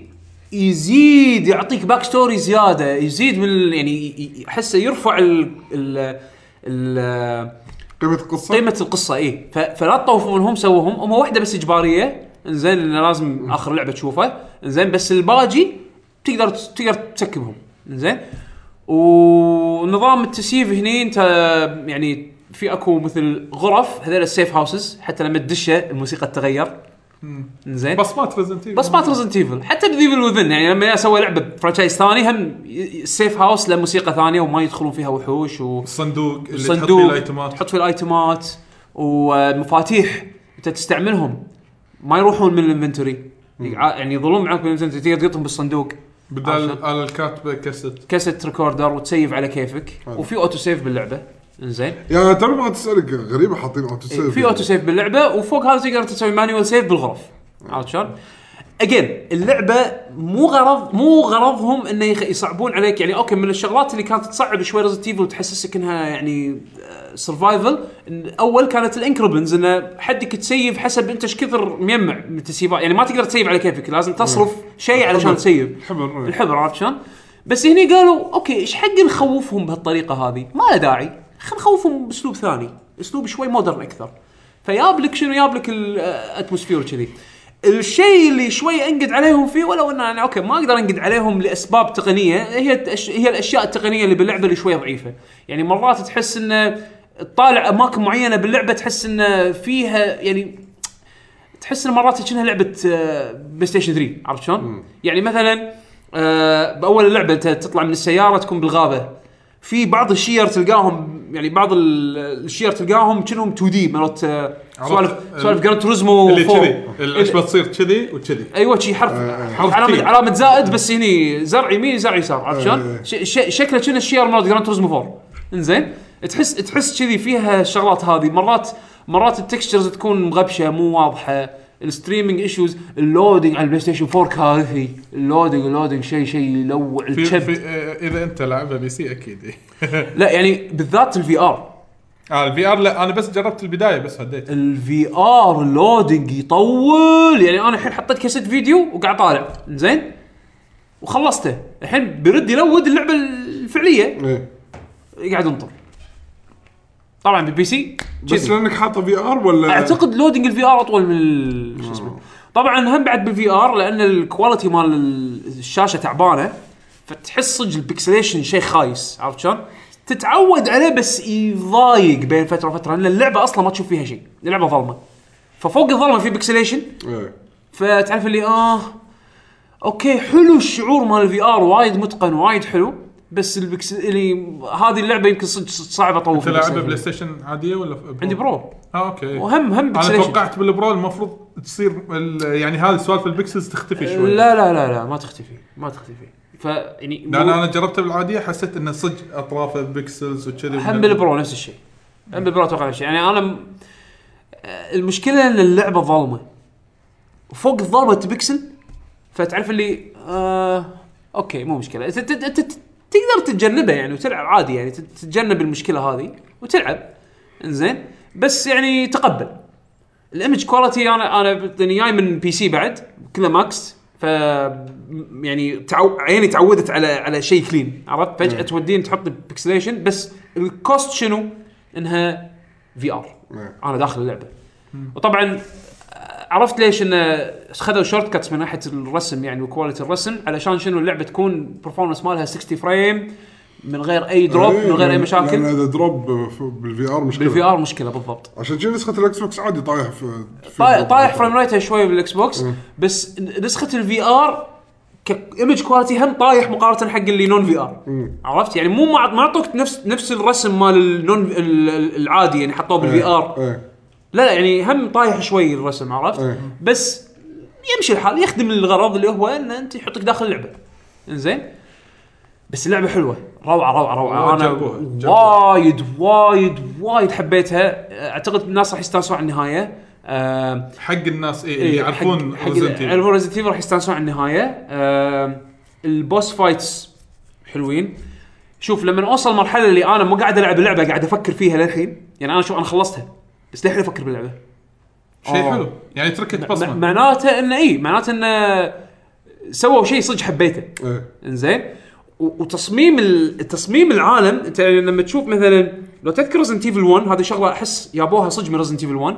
Speaker 2: يزيد يعطيك باك ستوري زياده يزيد من ال- يعني ي- ي- احسه يرفع ال ال ال
Speaker 3: قيمه القصه
Speaker 2: قيمه القصه اي إيه. ف- فلا تطوفوا منهم سوهم هم واحده بس اجباريه انزين لأن لازم اخر لعبه تشوفها انزين بس الباجي تقدر تقدر تسكبهم انزين ونظام التسييف هني انت يعني في اكو مثل غرف هذول السيف هاوسز حتى لما تدشه الموسيقى تتغير انزين
Speaker 4: بصمات ريزنت
Speaker 2: بس ما ريزنت ايفل حتى بديفل وذن يعني لما اسوي لعبه بفرانشايز ثاني هم سيف هاوس له موسيقى ثانيه وما يدخلون فيها وحوش و-
Speaker 4: الصندوق اللي تحط فيه
Speaker 2: صندوق
Speaker 4: الايتمات
Speaker 2: تحط فيه الايتمات والمفاتيح انت تستعملهم ما يروحون من الانفنتوري يعني يظلون معك بالانفنتوري تقدر تقطهم بالصندوق
Speaker 4: بدال على الكاتبه كاسيت
Speaker 2: كاسيت ريكوردر وتسيف على كيفك وفي اوتو سيف باللعبه انزين
Speaker 3: يعني ترى ما تسالك غريبه حاطين يعني. اوتو سيف
Speaker 2: إيه، في
Speaker 4: يعني.
Speaker 2: اوتو سيف باللعبه وفوق هذا تقدر تسوي مانيوال سيف بالغرف
Speaker 4: آه.
Speaker 2: عرفت شلون؟ اجين اللعبه مو غرض مو غرضهم انه يخ- يصعبون عليك يعني اوكي من الشغلات اللي كانت تصعب شوي ريزنت ايفل وتحسسك انها يعني سرفايفل اول كانت الانكربنز انه حدك تسيف حسب انت ايش كثر مجمع من التسييفات يعني ما تقدر تسيف على كيفك لازم تصرف شيء علشان تسيف
Speaker 3: حبر إيه.
Speaker 2: الحبر عرفت شلون؟ بس هني قالوا اوكي ايش حق نخوفهم بهالطريقه هذه؟ ما له داعي، خلينا نخوفهم باسلوب ثاني، اسلوب شوي مودرن اكثر. فياب لك شنو ياب لك الاتموسفير كذي. الشيء اللي شوي انقد عليهم فيه ولو ان انا اوكي ما اقدر انقد عليهم لاسباب تقنيه هي التأش- هي الاشياء التقنيه اللي باللعبه اللي شويه ضعيفه يعني مرات تحس انه تطالع اماكن معينه باللعبه تحس انه فيها يعني تحس ان مرات كأنها لعبه آه، بلاي ستيشن 3 عرفت شلون؟ يعني مثلا آه، باول اللعبه انت تطلع من السياره تكون بالغابه في بعض الشير تلقاهم يعني بعض ال- الشير تلقاهم كأنهم 2 دي مرات آه، سوالف
Speaker 4: عرفت.
Speaker 2: سوالف جراند توريزمو
Speaker 4: اللي
Speaker 2: 4.
Speaker 4: كذي
Speaker 2: إيه،
Speaker 4: الاشبه تصير كذي وكذي
Speaker 2: ايوه شي
Speaker 4: آه،
Speaker 2: حرف
Speaker 4: حرف
Speaker 2: علامه
Speaker 4: T.
Speaker 2: علامه زائد بس هني زرع يمين زرع يسار عرفت شلون؟
Speaker 3: أي.
Speaker 4: آه.
Speaker 2: ش- ش- شكله كنا الشير مال جراند توريزمو 4 انزين تحس تحس كذي فيها الشغلات هذه مرات مرات التكستشرز تكون مغبشه مو واضحه الستريمينج ايشوز اللودنج على البلاي ستيشن 4 كارثي اللودنج اللودنج شيء شيء يلوع
Speaker 4: في, في
Speaker 2: الكبد
Speaker 4: آه، اذا انت لاعبها بي سي اكيد
Speaker 2: لا يعني بالذات الفي ار
Speaker 4: اه الفي ار لا انا بس جربت البدايه بس هديت
Speaker 2: الفي ار لودنج يطول يعني انا الحين حطيت كاسيت فيديو وقاعد طالع زين وخلصته الحين برد يلود اللعبه الفعليه
Speaker 3: إيه.
Speaker 2: قاعد انطر طبعا بالبي سي
Speaker 3: بس
Speaker 2: جذي.
Speaker 3: لانك حاطه في ار ولا
Speaker 2: اعتقد لودنج الفي ار اطول من ال- شو اسمه طبعا هم بعد بالفي ار لان الكواليتي مال ال- الشاشه تعبانه فتحس صدق البكسليشن شيء خايس عرفت شلون؟ تتعود عليه بس يضايق بين فتره وفتره لان اللعبه اصلا ما تشوف فيها شيء، اللعبه ظلمه. ففوق الظلمه في بكسليشن
Speaker 3: إيه.
Speaker 2: فتعرف اللي اه اوكي حلو الشعور مال الفي ار وايد متقن وايد حلو بس البكس اللي هذه اللعبه يمكن صدق صدق صعبه اطوف
Speaker 4: انت لاعبها بلاي ستيشن عاديه ولا برو؟
Speaker 2: عندي برو
Speaker 4: اه اوكي
Speaker 2: وهم هم
Speaker 4: انا
Speaker 2: بكسليشن
Speaker 4: توقعت بالبرو المفروض تصير ال- يعني هذه سوالف البكسلز تختفي شوي
Speaker 2: لا لا لا لا ما تختفي ما تختفي ف يعني
Speaker 4: لان انا جربتها بالعاديه حسيت انه صدق اطرافه بكسلز وكذي
Speaker 2: هم بالبرو نفس الشيء هم بالبرو اتوقع نفس الشيء يعني انا م- آه، المشكله ان اللعبه ظلمه وفوق الظلمه بكسل فتعرف اللي آه اوكي مو مشكله ت- ت- ت- ت- تقدر تتجنبها يعني وتلعب عادي يعني تت- تتجنب المشكله هذه وتلعب انزين بس يعني تقبل الايمج كواليتي انا انا يعني جاي من بي سي بعد كله ماكس ف م- يعني تعو... عيني تعودت على على شيء كلين عرفت فجاه تودين تحط بيكسليشن بس الكوست شنو؟ انها في ار
Speaker 3: إيه.
Speaker 2: انا داخل اللعبه وطبعا آه، عرفت ليش انه خذوا شورت كاتس من ناحيه الرسم يعني وكواليتي الرسم علشان شنو اللعبه تكون برفورمانس مالها 60 فريم من غير اي دروب
Speaker 3: إيه،
Speaker 2: من غير اي
Speaker 3: لأن- لان
Speaker 2: مشاكل
Speaker 3: اذا دروب ف- بالفي ار مشكله
Speaker 2: بالفي ار مشكله بالضبط
Speaker 3: عشان كذي نسخه الاكس بوكس عادي طايح في في-
Speaker 2: طايح طايح فريم ريتها شوي بالاكس بوكس بس نسخه الفي ار كايمج كواليتي هم طايح مقارنه حق اللي نون في ار عرفت يعني مو ما ما اعطوك نفس نفس الرسم مال النون ال- ال- العادي يعني حطوه بالفي ار
Speaker 3: إيه.
Speaker 2: لا لا يعني هم طايح شوي الرسم عرفت
Speaker 3: إيه.
Speaker 2: بس يمشي الحال يخدم الغرض اللي هو ان انت يحطك داخل اللعبه انزين بس اللعبه حلوه روعه روعه روعه
Speaker 4: والله
Speaker 2: انا
Speaker 4: جربوها، جربوها.
Speaker 2: وايد وايد وايد حبيتها اعتقد الناس راح يستانسون على النهايه آم،
Speaker 4: حق الناس إيه اللي يعرفون Resident Evil.
Speaker 2: يعرفون ريزنت راح يستانسون على النهايه آم، البوس فايتس حلوين شوف لما اوصل مرحله اللي انا مو قاعد العب اللعبه قاعد افكر فيها للحين يعني انا شوف انا خلصتها بس للحين افكر باللعبه
Speaker 4: شيء
Speaker 2: آه.
Speaker 4: حلو يعني تركت
Speaker 2: م-
Speaker 4: بصمه
Speaker 2: معناته انه اي معناته انه سووا شيء صدق حبيته
Speaker 3: إيه.
Speaker 2: انزين و- وتصميم ال- تصميم العالم انت يعني لما تشوف مثلا لو تذكر ريزنت ايفل 1 هذه شغله احس يابوها صدق من ريزنت ايفل 1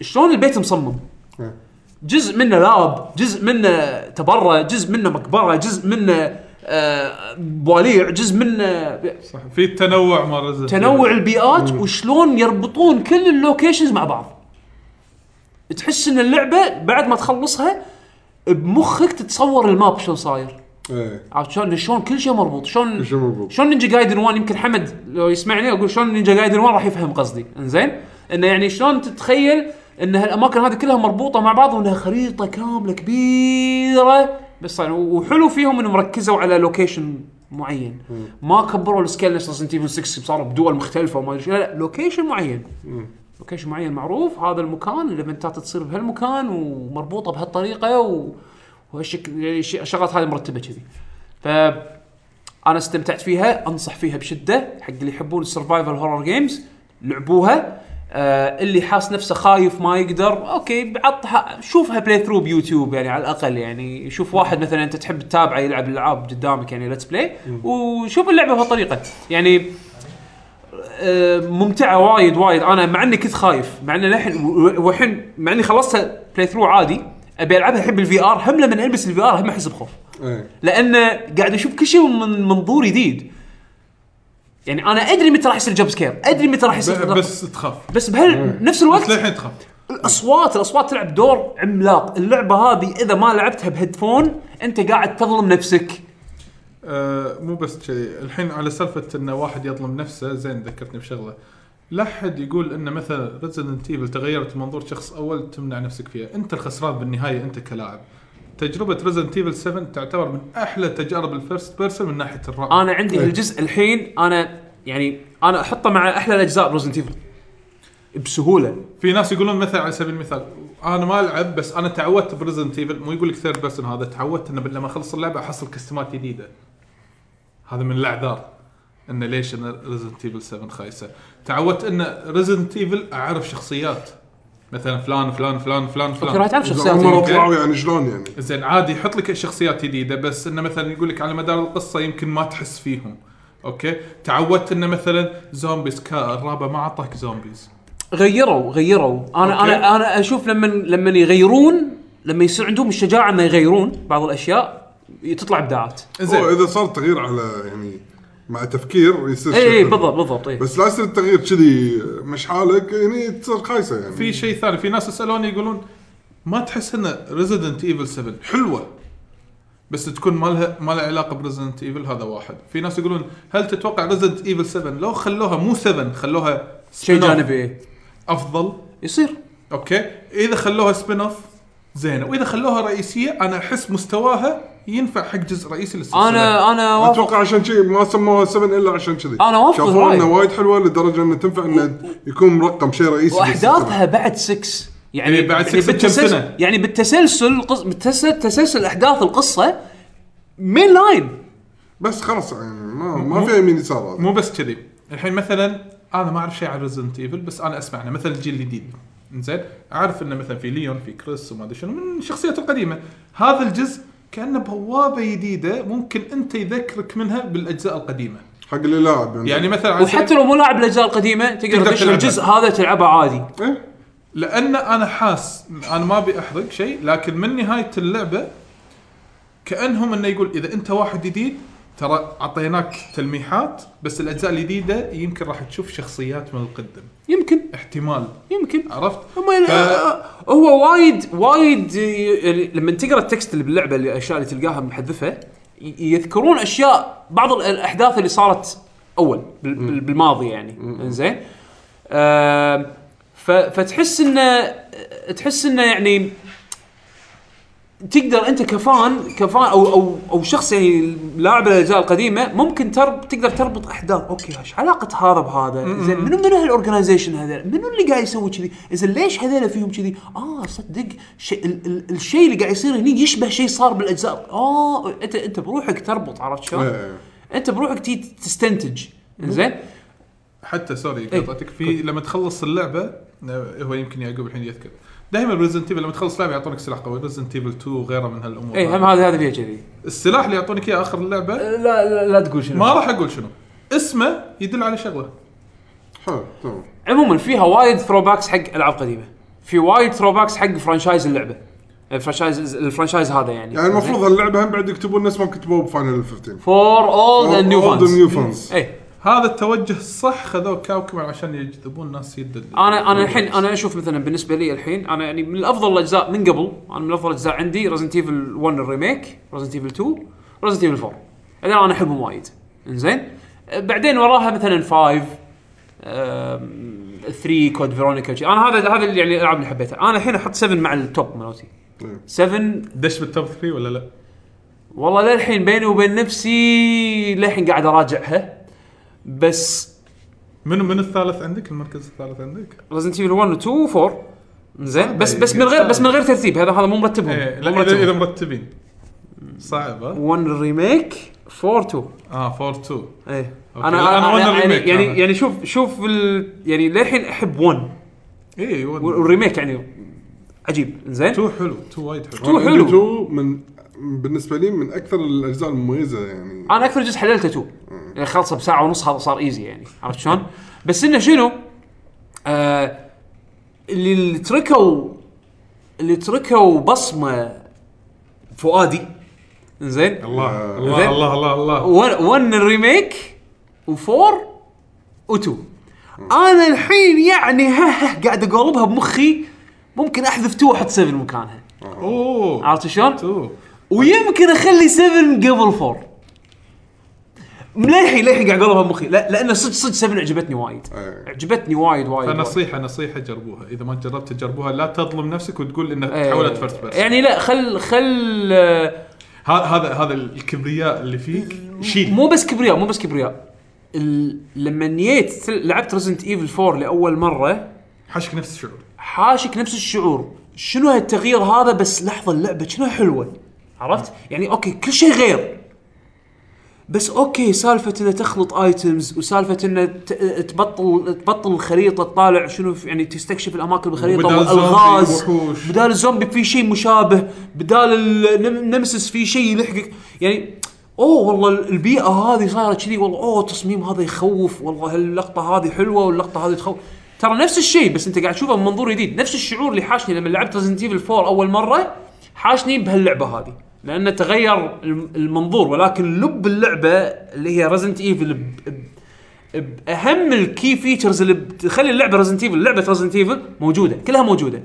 Speaker 2: شلون البيت مصمم
Speaker 3: إيه.
Speaker 2: جزء منه لاب جزء منه تبرع جزء منه مقبره جزء منه آه بواليع جزء منه
Speaker 4: صح في تنوع مال رزق
Speaker 2: تنوع البيئات وشلون يربطون كل اللوكيشنز مع بعض تحس ان اللعبه بعد ما تخلصها بمخك تتصور الماب شلون صاير
Speaker 3: إيه.
Speaker 2: عرفت شلون شلون كل شيء مربوط شلون
Speaker 3: كل شيء مربوط.
Speaker 2: شلون نينجا جايدن 1 يمكن حمد لو يسمعني اقول شلون نينجا جايدن 1 راح يفهم قصدي انزين انه يعني شلون تتخيل ان هالاماكن هذه كلها مربوطه مع بعض وانها خريطه كامله كبيره بس يعني وحلو فيهم انهم ركزوا على لوكيشن معين ما كبروا السكيل نفس ريزنت 6 صاروا بدول مختلفه وما ادري شو. لا لا لوكيشن معين لوكيشن معين معروف هذا المكان الايفنتات تصير بهالمكان ومربوطه بهالطريقه و... وهالشكل يعني شي- الشغلات هذه مرتبه كذي ف انا استمتعت فيها انصح فيها بشده حق اللي يحبون السرفايفل هورر جيمز لعبوها آه اللي حاس نفسه خايف ما يقدر اوكي عطها شوفها بلاي ثرو بيوتيوب يعني على الاقل يعني شوف واحد مثلا انت تحب تتابعه يلعب الالعاب قدامك يعني ليتس بلاي وشوف اللعبه بهالطريقه يعني آه، ممتعه وايد وايد انا مع اني كنت خايف مع اني للحين و- والحين مع اني خلصتها بلاي ثرو عادي ابي العبها الحين بالفي ار هم لما البس الفي ار هم احس بخوف
Speaker 3: إيه.
Speaker 2: لان قاعد اشوف كل شيء من منظور جديد يعني انا ادري متى راح يصير جمب سكير ادري متى راح يصير
Speaker 4: ب- بس تخاف
Speaker 2: بس بهال نفس الوقت
Speaker 4: بس للحين تخاف
Speaker 2: الاصوات الاصوات تلعب دور عملاق اللعبه هذه اذا ما لعبتها بهيدفون انت قاعد تظلم نفسك
Speaker 4: آه مو بس كذي الحين على سالفه ان واحد يظلم نفسه زين ذكرتني بشغله لا احد يقول ان مثلا ريزدنت ايفل تغيرت منظور شخص اول تمنع نفسك فيها انت الخسران بالنهايه انت كلاعب تجربه ريزدنت ايفل 7 تعتبر من احلى تجارب الفيرست بيرسون من ناحيه الرعب
Speaker 2: انا عندي هالجزء الحين انا يعني انا احطه مع احلى الاجزاء بريزنت ايفل بسهوله
Speaker 4: في ناس يقولون مثلا على سبيل المثال انا ما العب بس انا تعودت بريزنت ايفل مو يقول لك ثيرد بيرسون هذا تعودت انه لما اخلص اللعبه احصل كستمات جديده هذا من الاعذار انه ليش ان ريزنت ايفل 7 خايسه تعودت ان ريزنت ايفل اعرف شخصيات مثلا فلان فلان فلان فلان
Speaker 2: اوكي راح
Speaker 4: فلان
Speaker 2: تعرف
Speaker 3: إذا هم
Speaker 2: شخصيات
Speaker 4: مرة-
Speaker 3: طلعوا يعني شلون يعني
Speaker 4: زين عادي يحط لك شخصيات جديده بس انه مثلا يقول لك على مدار القصه يمكن ما تحس فيهم اوكي تعودت انه مثلا زومبيز كا الرابع ما اعطاك زومبيز
Speaker 2: غيروا غيروا انا
Speaker 4: أوكي.
Speaker 2: انا انا اشوف لما لما يغيرون لما يصير عندهم الشجاعه انه يغيرون بعض الاشياء تطلع ابداعات
Speaker 4: زين
Speaker 3: هو اذا صار تغيير على يعني مع تفكير يصير شيء
Speaker 2: اي اي
Speaker 3: حلو.
Speaker 2: إيه، بالضبط بالضبط اي
Speaker 3: بس لا يصير التغيير كذي مش حالك يعني تصير خايسه يعني
Speaker 4: في شيء ثاني في ناس يسالوني يقولون ما تحس ان ريزدنت ايفل 7 حلوه بس تكون ما لها ما لها علاقه بريزدنت ايفل هذا واحد في ناس يقولون هل تتوقع ريزدنت ايفل 7 لو خلوها مو 7 خلوها
Speaker 2: شيء
Speaker 4: spin off
Speaker 2: جانبي إي.
Speaker 4: افضل
Speaker 2: يصير
Speaker 4: اوكي اذا خلوها سبين اوف زين واذا خلوها رئيسيه انا احس مستواها ينفع حق جزء رئيسي للسلسله
Speaker 2: انا انا وافق
Speaker 3: اتوقع عشان شيء ما سموها 7 الا عشان كذي
Speaker 2: أنا وافق
Speaker 3: شافوها
Speaker 2: الرأي.
Speaker 3: انها وايد حلوه لدرجه انه تنفع انه يكون مرقم شيء رئيسي
Speaker 2: واحداثها بعد 6 يعني
Speaker 4: إيه، بعد
Speaker 2: يعني
Speaker 4: 6 بكم
Speaker 2: بالتسلسل
Speaker 4: سنة؟
Speaker 2: يعني بالتسلسل قص... بالتسلسل تسلسل احداث القصه مين لاين
Speaker 3: بس خلاص يعني ما ما في يمين يسار هذا
Speaker 4: مو بس كذي الحين مثلا انا ما اعرف شيء عن ريزدنت ايفل بس انا اسمع انه مثلا الجيل الجديد زين اعرف انه مثلا في ليون في كريس وما ادري شنو من الشخصيات القديمه هذا الجزء كانه بوابه جديده ممكن انت يذكرك منها بالاجزاء القديمه
Speaker 3: حق اللي لاعب يعني,
Speaker 4: يعني مثلا على
Speaker 2: وحتى
Speaker 4: سبيل-
Speaker 2: لو مو لاعب الاجزاء القديمه تقدر
Speaker 4: تقدر
Speaker 2: تدش
Speaker 4: تلعبها.
Speaker 2: الجزء هذا تلعبه عادي
Speaker 3: إيه؟
Speaker 4: لان انا حاس انا ما ابي احرق شيء لكن من نهايه اللعبه كانهم انه يقول اذا انت واحد جديد ترى اعطيناك تلميحات بس الاجزاء الجديده يمكن راح تشوف شخصيات من القدم
Speaker 2: يمكن
Speaker 4: احتمال
Speaker 2: يمكن
Speaker 4: عرفت
Speaker 2: هم ف... هو وايد وايد ي- يعني لما تقرا التكست اللي باللعبه اللي الاشياء اللي تلقاها محذفه ي- يذكرون اشياء بعض ال- الاحداث اللي صارت اول بال- بال- بالماضي يعني انزين آم، ف- فتحس انه تحس انه يعني تقدر انت كفان كفان او او او شخص يعني لاعب الاجزاء القديمه ممكن ترب تقدر تربط احداث اوكي ايش علاقه هذا بهذا؟ زين منو من هالاورجنايزيشن هذا؟ منو اللي قاعد يسوي كذي؟ زين ليش هذول فيهم كذي؟ اه صدق شيء ال- ال- الشيء اللي قاعد يصير هني يشبه شيء صار بالاجزاء اه انت انت بروحك تربط عرفت شلون؟
Speaker 3: إيه.
Speaker 2: انت بروحك تي تستنتج زين
Speaker 4: حتى سوري
Speaker 2: إيه.
Speaker 4: قطعتك في لما تخلص اللعبه هو يمكن يعقوب الحين يذكر دائما ريزنت ايفل لما تخلص لعبه يعطونك سلاح قوي ريزنت ايفل 2 وغيره من هالامور
Speaker 2: اي إيه، هم هذا هذا فيها كذي
Speaker 4: السلاح اللي يعطونك اياه اخر اللعبه
Speaker 2: لا لا, لا تقول شنو
Speaker 4: ما راح اقول شنو اسمه يدل على شغله
Speaker 3: حلو تمام
Speaker 2: عموما فيها وايد ثروباكس حق العاب قديمه في وايد ثروباكس حق فرانشايز اللعبه الفرانشايز الفرانشايز هذا يعني
Speaker 3: يعني المفروض هاللعبه هم بعد يكتبون نفس ما كتبوه بفاينل 15
Speaker 2: فور اولد اند نيو
Speaker 3: نيو
Speaker 2: فانز
Speaker 3: فانز
Speaker 2: اي
Speaker 4: هذا التوجه الصح خذوه كاوكمر عشان يجذبون ناس يد
Speaker 2: انا انا الحين انا اشوف مثلا بالنسبه لي الحين انا يعني من افضل الاجزاء من قبل انا من افضل الاجزاء عندي ريزنت ايفل 1 الريميك ريزنت ايفل 2 ريزنت ايفل 4 هذول انا احبهم وايد انزين أه، بعدين وراها مثلا 5 أم، 3 كود فيرونيكا شي. انا هذا هذا اللي يعني الالعاب اللي حبيتها انا الحين احط 7 مع التوب مالتي
Speaker 3: إيه.
Speaker 2: 7
Speaker 4: دش بالتوب 3 ولا لا؟
Speaker 2: والله للحين بيني وبين نفسي للحين قاعد اراجعها بس
Speaker 4: منو من الثالث عندك؟ المركز الثالث عندك؟
Speaker 2: ريزنت ايفل 1 و 2 و 4 زين بس
Speaker 4: هذا
Speaker 2: بس من غير بس من غير ترتيب هذا هذا مو مرتبهم
Speaker 4: ايه
Speaker 2: مو
Speaker 4: لا، اذا اذا
Speaker 2: مرتبهم
Speaker 4: مرتبين صعب ها؟
Speaker 2: 1 ريميك 4 2
Speaker 4: اه 4 2
Speaker 2: ايه
Speaker 4: أوكي.
Speaker 2: انا
Speaker 4: لا، أنا
Speaker 2: انا,
Speaker 4: one
Speaker 2: أنا يعني,
Speaker 4: remake
Speaker 2: يعني
Speaker 4: أنا.
Speaker 2: يعني شوف شوف ال يعني للحين احب 1
Speaker 4: اي 2
Speaker 2: والريميك يعني عجيب زين
Speaker 4: إيه، حلو 2 وايد حلو
Speaker 2: تو حلو.
Speaker 3: تو من بالنسبه لي من اكثر الاجزاء المميزه يعني
Speaker 2: انا اكثر جزء حللته تو يعني خلصه بساعه ونص هذا صار ايزي يعني عرفت شلون؟ بس انه شنو؟ آه اللي اللي تركوا اللي تركوا بصمه فؤادي زين
Speaker 4: الله
Speaker 2: آه، زين.
Speaker 4: الله الله الله الله
Speaker 2: 1 الريميك و4 و2 انا الحين يعني ها ها قاعد اقلبها بمخي ممكن احذف 2 واحط 7 مكانها
Speaker 4: اوه
Speaker 2: عرفت شلون؟
Speaker 4: تو.
Speaker 2: ويمكن اخلي 7 قبل 4 للحين للحين قاعد اقلبها بمخي لا لان صدق صدق 7 عجبتني وايد
Speaker 3: إيه.
Speaker 2: عجبتني وايد وايد وايد.
Speaker 4: فنصيحه نصيحه جربوها اذا ما جربت تجربوها لا تظلم نفسك وتقول انها
Speaker 2: إيه.
Speaker 4: تحولت فيرست بيرسون
Speaker 2: يعني لا خل خل آه،
Speaker 4: هذا هذا هذا الكبرياء اللي فيك شيل
Speaker 2: مو بس كبرياء مو بس كبرياء ال- لما نيت تل- لعبت ريزنت ايفل 4 لاول مره
Speaker 4: حاشك نفس الشعور
Speaker 2: حاشك نفس الشعور شنو هالتغيير هذا بس لحظه اللعبه شنو حلوه عرفت يعني اوكي كل شيء غير بس اوكي سالفه انه تخلط ايتمز وسالفه انه ت- تبطل تبطل الخريطه تطالع شنو في- يعني تستكشف الاماكن بالخريطه
Speaker 4: وبدال
Speaker 2: والالغاز
Speaker 4: زومبي وحوش.
Speaker 2: بدال الزومبي في شيء مشابه بدال النمسس في شيء يلحقك يعني اوه والله البيئه هذه صارت كذي والله اوه التصميم هذا يخوف والله اللقطه هذه حلوه واللقطه هذه تخوف ترى نفس الشيء بس انت قاعد تشوفه من منظور جديد نفس الشعور اللي حاشني لما لعبت ريزنت ايفل 4 اول مره حاشني بهاللعبه هذه لان تغير الم- المنظور ولكن لب اللعبه اللي هي ريزنت ايفل باهم الكي فيتشرز اللي بتخلي اللعبه ريزنت ايفل لعبه ريزنت ايفل موجوده كلها موجوده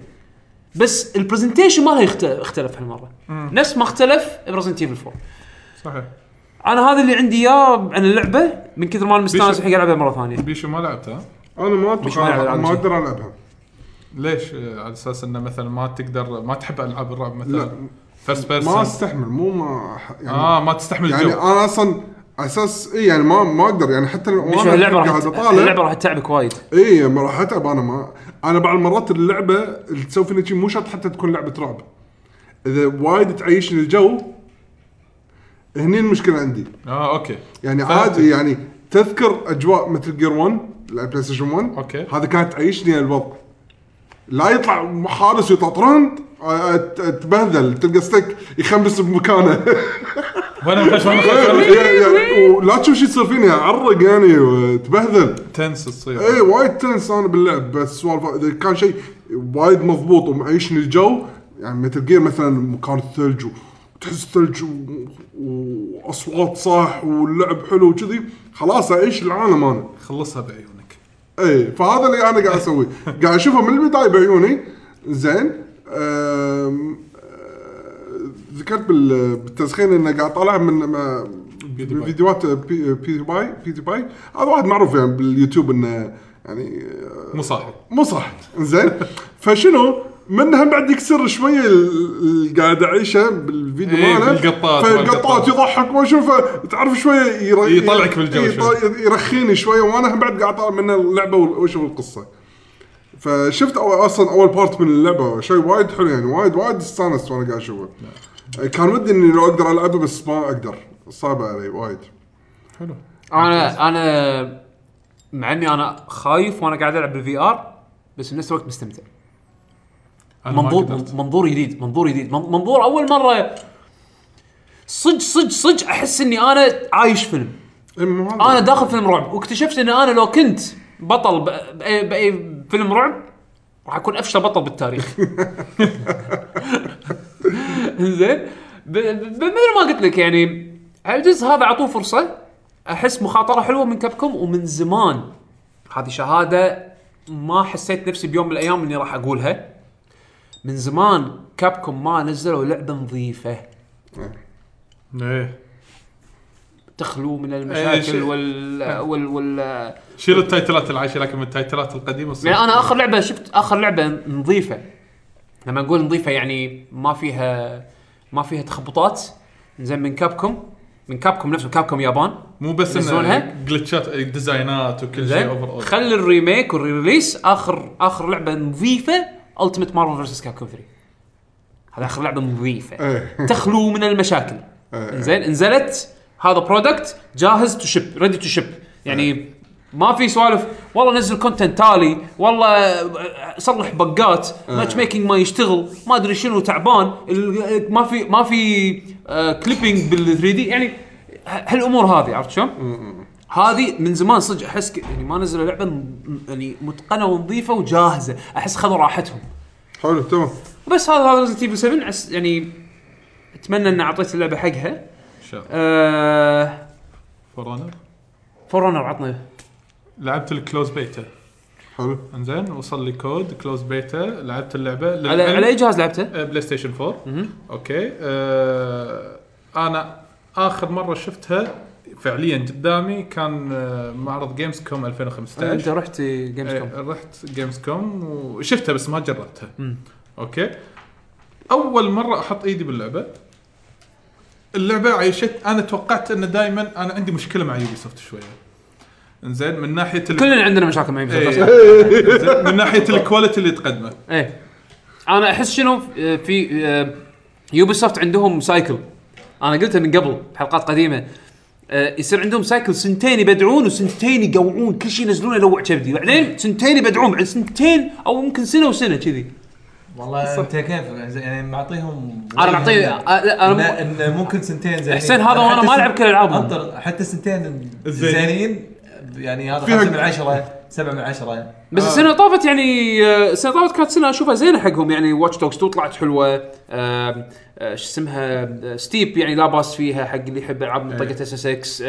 Speaker 2: بس البرزنتيشن مالها يخت- اختلف هالمره نفس ما اختلف برزنت ايفل 4
Speaker 4: صحيح
Speaker 2: انا هذا اللي عندي اياه عن اللعبه من كثر ما انا مستانس
Speaker 4: بيشو-
Speaker 2: الحين قاعد العبها مره ثانيه
Speaker 4: بيشو ما لعبتها
Speaker 3: انا ما
Speaker 2: مش معنى
Speaker 3: اتوقع
Speaker 2: ألعاب
Speaker 3: ما
Speaker 2: شيء.
Speaker 3: اقدر العبها
Speaker 4: ليش آه، على اساس انه مثلا ما تقدر ما تحب العاب الرعب مثلا
Speaker 3: لا.
Speaker 4: فيرست
Speaker 3: ما
Speaker 4: بيرسون
Speaker 3: استحمل مو ما أح- يعني
Speaker 4: اه ما تستحمل
Speaker 3: يعني
Speaker 2: آه.
Speaker 4: الجو
Speaker 3: انا اصلا اساس اي يعني ما ما اقدر يعني حتى لو
Speaker 2: بيشو
Speaker 3: أنا
Speaker 2: اللعبه راح
Speaker 3: قاعد
Speaker 2: ت-
Speaker 3: أطالع،
Speaker 2: اللعبه راح تتعبك وايد
Speaker 3: اي ما راح اتعب انا ما انا بعض المرات اللعبه اللي تسوي فيني شي مو شرط حتى تكون لعبه رعب اذا وايد تعيشني الجو هني المشكله عندي
Speaker 4: اه اوكي
Speaker 3: يعني
Speaker 4: فهمتك.
Speaker 3: عادي يعني تذكر اجواء مثل جير 1 البلاي ستيشن 1
Speaker 4: أوكي.
Speaker 3: هذا كانت تعيشني الوضع لا يطلع حارس ويطلع ترند آه، ت- تبهذل تلقى ستيك يخمس بمكانه
Speaker 4: وانا مخش
Speaker 2: إيه،
Speaker 4: وانا مخش وأنا مخش.
Speaker 3: يعني ولا تشوف شو يصير فيني اعرق يعني وتبهذل
Speaker 4: تنس تصير
Speaker 2: إيه،
Speaker 3: اي وايد تنس انا باللعب بس سوالف اذا كان شيء وايد مضبوط ومعيشني الجو يعني مثل جير مثلا مكان الثلج وتحس الثلج و- واصوات صاح واللعب حلو وكذي خلاص اعيش العالم انا
Speaker 4: خلصها بعيونك
Speaker 3: اي إيه، فهذا اللي انا قاعد اسويه قاعد اشوفه من البدايه بعيوني زين أم، أه، ذكرت بال- بالتسخين انه قاعد طالع من ما-
Speaker 4: باي.
Speaker 3: فيديوهات آه، بي بي باي بي باي هذا واحد معروف يعني باليوتيوب انه يعني
Speaker 4: مو صاحي
Speaker 3: مو صح زين فشنو منها بعد يكسر شويه ال- اللي قاعد اعيشه بالفيديو
Speaker 4: إيه،
Speaker 3: ماله
Speaker 4: بالقطات والقطات.
Speaker 3: فالقطات يضحك واشوفه تعرف شويه ير... إيه،
Speaker 4: يطلعك بالجو
Speaker 3: يط- يرخيني شويه وانا هم بعد قاعد اطالع من اللعبه وال- واشوف القصه فشفت أو اصلا اول بارت من اللعبه شيء وايد حلو يعني وايد وايد استانست وانا قاعد اشوفه
Speaker 4: نعم.
Speaker 3: كان ودي اني لو اقدر العبه بس ما اقدر صعبه علي وايد
Speaker 4: حلو
Speaker 2: انا انا مع اني انا خايف وانا قاعد العب بالفي ار بس بنفس الوقت مستمتع
Speaker 4: أنا ما
Speaker 2: منظور
Speaker 4: قدرت.
Speaker 2: منظور جديد منظور جديد من- منظور اول مره صدق صدق صدق احس اني انا عايش فيلم
Speaker 3: إيه، مو هذا.
Speaker 2: انا داخل فيلم رعب واكتشفت ان انا لو كنت بطل بأ- باي باي فيلم رعب راح اكون افشل بطل بالتاريخ زين ب- ب- مثل ما قلت لك يعني الجزء هذا اعطوه فرصه احس مخاطره حلوه من كابكم ومن زمان هذه شهاده ما حسيت نفسي بيوم من الايام اني راح اقولها من زمان كابكم ما نزلوا لعبه نظيفه
Speaker 4: ايه
Speaker 2: تخلو من
Speaker 4: إيه، شيء.
Speaker 2: المشاكل وال وال, وال...
Speaker 4: شيل التايتلات العايشه لكن من التايتلات القديمه الصينية.
Speaker 2: يعني انا اخر لعبه شفت اخر لعبه نظيفه لما نقول نظيفه يعني ما فيها ما فيها تخبطات زين من كابكم من كابكم نفسه كابكم يابان
Speaker 4: مو بس
Speaker 2: ينزلونها؟
Speaker 4: انه جلتشات ديزاينات وكل شيء اوفر
Speaker 2: زين
Speaker 4: اول
Speaker 2: خلي الريميك والريليس اخر اخر لعبه نظيفه التيمت مارفل فيرسس كابكم 3 هذا اخر لعبه نظيفه
Speaker 3: إيه.
Speaker 2: تخلو من المشاكل زين نزلت هذا برودكت جاهز تو شيب ريدي تو شيب يعني ما في سوالف والله نزل كونتنت تالي والله آه، صلح بقات ماتش ميكنج ما يشتغل ما ادري شنو تعبان ال- آه، ما في ما في كليبنج بال 3 دي يعني ه- هالامور هذه عرفت شلون؟ هذه من زمان صدق احس ك- يعني ما نزلوا لعبه م- يعني متقنه ونظيفه وجاهزه احس خذوا راحتهم
Speaker 3: حلو تمام
Speaker 2: وبس هذا هذا ريزنت ايفل 7 أس- يعني اتمنى ان اعطيت اللعبه حقها
Speaker 4: ان شاء الله
Speaker 2: آه
Speaker 4: فور اونر
Speaker 2: فور اونر عطنا
Speaker 4: لعبت الكلوز بيتا
Speaker 3: حلو
Speaker 4: انزين وصل لي كود كلوز بيتا لعبت اللعبه
Speaker 2: على
Speaker 4: للعلم-
Speaker 2: على اي جهاز لعبته؟ أه،
Speaker 4: آه، بلاي ستيشن 4 اوكي آه انا اخر مره شفتها فعليا قدامي كان آه، معرض جيمز كوم
Speaker 2: آه، انت
Speaker 4: 2015
Speaker 2: رحت جيمز كوم
Speaker 4: آه، رحت جيمز كوم وشفتها بس ما جربتها اوكي اول مره احط ايدي باللعبه اللعبه عيشت انا توقعت ان دائما انا عندي مشكله مع يوبي سوفت شويه انزين من ناحيه ال-
Speaker 2: كلنا عندنا مشاكل مع يوبي سوفت
Speaker 4: أه. إيه. إنزين، من ناحيه الكواليتي اللي تقدمه
Speaker 2: ايه انا احس شنو آه، في آه، يوبي سوفت عندهم سايكل انا قلتها من قبل بحلقات قديمه آه، يصير عندهم سايكل سنتين يبدعون وسنتين يقوعون كل شيء ينزلونه يلوع كبدي بعدين سنتين يبدعون بعد سنتين او ممكن سنه وسنه كذي
Speaker 5: والله انت كيف يعني معطيهم
Speaker 2: أنا معطيه-
Speaker 5: إن-
Speaker 2: آه، لا، أنا
Speaker 5: إن- ان ممكن سنتين زينين
Speaker 2: حسين، هذا وأنا
Speaker 5: حتى
Speaker 2: ما
Speaker 5: سن-
Speaker 2: ألعب كل ألعابهم.
Speaker 5: انطر حتى سنتين
Speaker 4: الزين.
Speaker 5: زينين يعني هذا
Speaker 3: فيها-
Speaker 5: 5 من 10 7 من 10
Speaker 2: بس آه. السنه طافت يعني آه، السنه طافت كانت سنه اشوفها زينه حقهم يعني واتش دوجز 2 طلعت حلوه آم، آه، شو اسمها آه، ستيب يعني لا باس فيها حق اللي يحب العاب منطقه اس اس اكس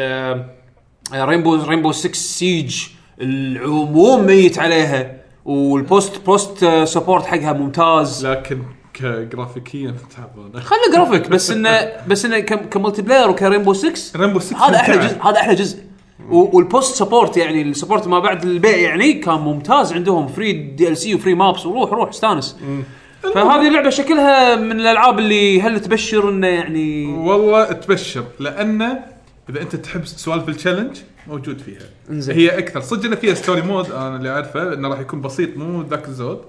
Speaker 2: رينبو رينبو 6 سيج العموم ميت عليها والبوست بوست آه، سبورت حقها ممتاز
Speaker 4: لكن كجرافيكيا تعبانه
Speaker 2: خلي جرافيك بس انه بس انه كم- كملتي بلاير وكرينبو 6
Speaker 4: ريمبو 6
Speaker 2: هذا احلى
Speaker 4: ممتعة.
Speaker 2: جزء هذا احلى جزء و- والبوست سبورت يعني السبورت ما بعد البيع يعني كان ممتاز عندهم فري دي ال سي وفري مابس وروح روح استانس فهذه اللعبه شكلها من الالعاب اللي هل تبشر انه يعني
Speaker 4: والله تبشر لانه اذا انت تحب سوالف التشالنج موجود فيها
Speaker 2: انزين.
Speaker 4: هي اكثر صدق انه فيها ستوري مود انا اللي اعرفه انه راح يكون بسيط مو ذاك الزود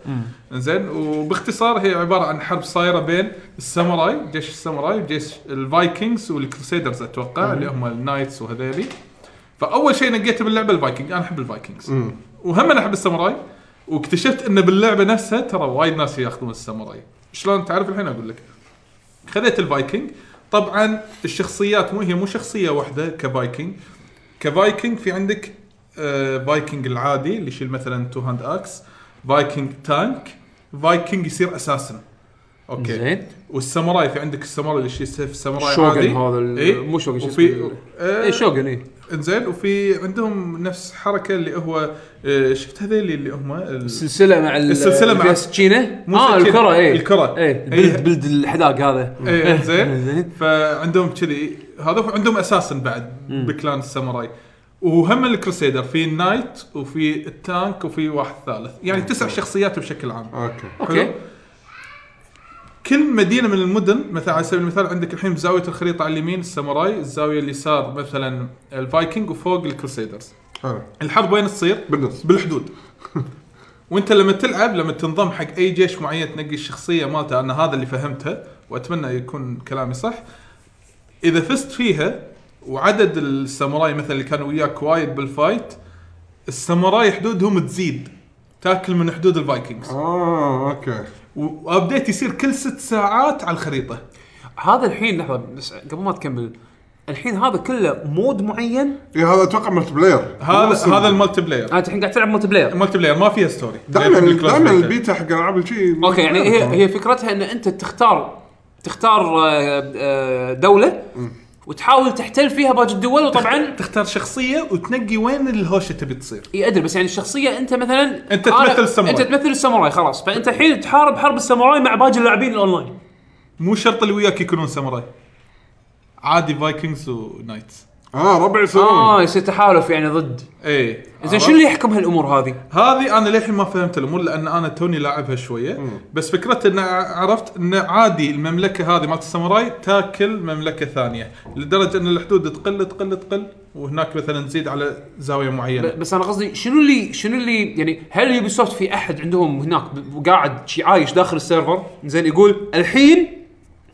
Speaker 4: انزين وباختصار هي عباره عن حرب صايره بين الساموراي جيش الساموراي وجيش الفايكنجز والكروسيدرز اتوقع اللي هم النايتس وهذيلي فاول شيء نقيته باللعبه الفايكنج انا احب الفايكنجز وهم انا احب الساموراي واكتشفت انه باللعبه نفسها ترى وايد ناس ياخذون الساموراي شلون تعرف الحين اقول لك خذيت الفايكنج طبعا الشخصيات مو هي مو شخصيه واحده كفايكنج كفايكنج في عندك آه، فايكنج العادي اللي يشيل مثلا تو هاند اكس فايكنج تانك فايكنج يصير اساسن اوكي
Speaker 2: زين.
Speaker 4: والساموراي في عندك الساموراي اللي يشيل سيف ساموراي
Speaker 2: الشوغن
Speaker 4: عادي
Speaker 2: هذا ال-
Speaker 4: إي.
Speaker 2: مو شوغن، شو
Speaker 4: وفي
Speaker 2: اسمه؟
Speaker 4: آه،
Speaker 2: اي شوغن اي
Speaker 4: انزين وفي عندهم نفس حركه اللي هو آه، شفت هذيل اللي هم ال-
Speaker 2: السلسله مع ال-
Speaker 4: السلسلة مع-
Speaker 2: فيها سكينه
Speaker 4: مو
Speaker 2: اه
Speaker 4: سكينة،
Speaker 2: الكره اي
Speaker 4: الكرة.
Speaker 2: اي
Speaker 4: إيه.
Speaker 2: بلد بلد الحداق هذا إيه،
Speaker 4: ايه زين
Speaker 2: زين.
Speaker 4: فعندهم كذي هذا عندهم اساسا بعد بكلان الساموراي وهم الكروسيدر في النايت وفي التانك وفي واحد ثالث يعني تسع شخصيات بشكل عام
Speaker 3: اوكي
Speaker 2: اوكي
Speaker 4: حلو؟ كل مدينه من المدن مثلا على سبيل المثال عندك الحين بزاويه الخريطه على اليمين الساموراي الزاويه اليسار مثلا الفايكنج وفوق الكروسيدرز
Speaker 3: حلو
Speaker 4: الحرب وين تصير؟
Speaker 3: بالنص
Speaker 4: بالحدود وانت لما تلعب لما تنضم حق اي جيش معين تنقي الشخصيه مالته انا هذا اللي فهمته واتمنى يكون كلامي صح اذا فزت فيها وعدد الساموراي مثلا اللي كانوا وياك وايد بالفايت الساموراي حدودهم تزيد تاكل من حدود الفايكنجز
Speaker 3: اه اوكي
Speaker 4: وابديت يصير كل ست ساعات على الخريطه
Speaker 2: هذا الحين لحظه بس قبل ما تكمل الحين هذا كله مود معين
Speaker 3: اي إيه، هذا اتوقع ملتي بلاير
Speaker 4: هذا هذا المالتي بلاير
Speaker 2: انت الحين قاعد تلعب ملتي بلاير
Speaker 4: المالتي بلاير ما فيها ستوري
Speaker 3: دائما
Speaker 4: غير
Speaker 3: دائما
Speaker 4: بالكلاس
Speaker 3: البيتا حق العاب الشيء
Speaker 2: اوكي يعني هي هي فكرتها ان انت تختار تختار آه، آه، دوله وتحاول تحتل فيها باقي الدول وطبعا
Speaker 4: تختار شخصيه وتنقي وين الهوشه تبي تصير
Speaker 2: إي ادري بس يعني الشخصيه انت مثلا
Speaker 4: أنت
Speaker 2: أنا-
Speaker 4: تمثل الساموراي.
Speaker 2: انت تمثل الساموراي خلاص فانت الحين تحارب حرب الساموراي مع باقي اللاعبين الاونلاين
Speaker 4: مو شرط اللي وياك يكونون ساموراي عادي فايكنجز ونايتس
Speaker 3: اه ربع
Speaker 2: اه
Speaker 3: يسوون
Speaker 2: يصير تحالف يعني ضد
Speaker 4: ايه
Speaker 2: زين شنو اللي يحكم هالامور هذه؟
Speaker 4: هذه انا للحين ما فهمت الامور لان انا توني لاعبها شويه بس فكرتها ان عرفت ان عادي المملكه هذه مالت الساموراي تاكل مملكه ثانيه لدرجه ان الحدود تقل تقل تقل وهناك مثلا تزيد على زاويه معينه
Speaker 2: ب- بس انا قصدي شنو اللي شنو اللي يعني هل يوبي سوفت في احد عندهم هناك ب- قاعد شي عايش داخل السيرفر زين يقول الحين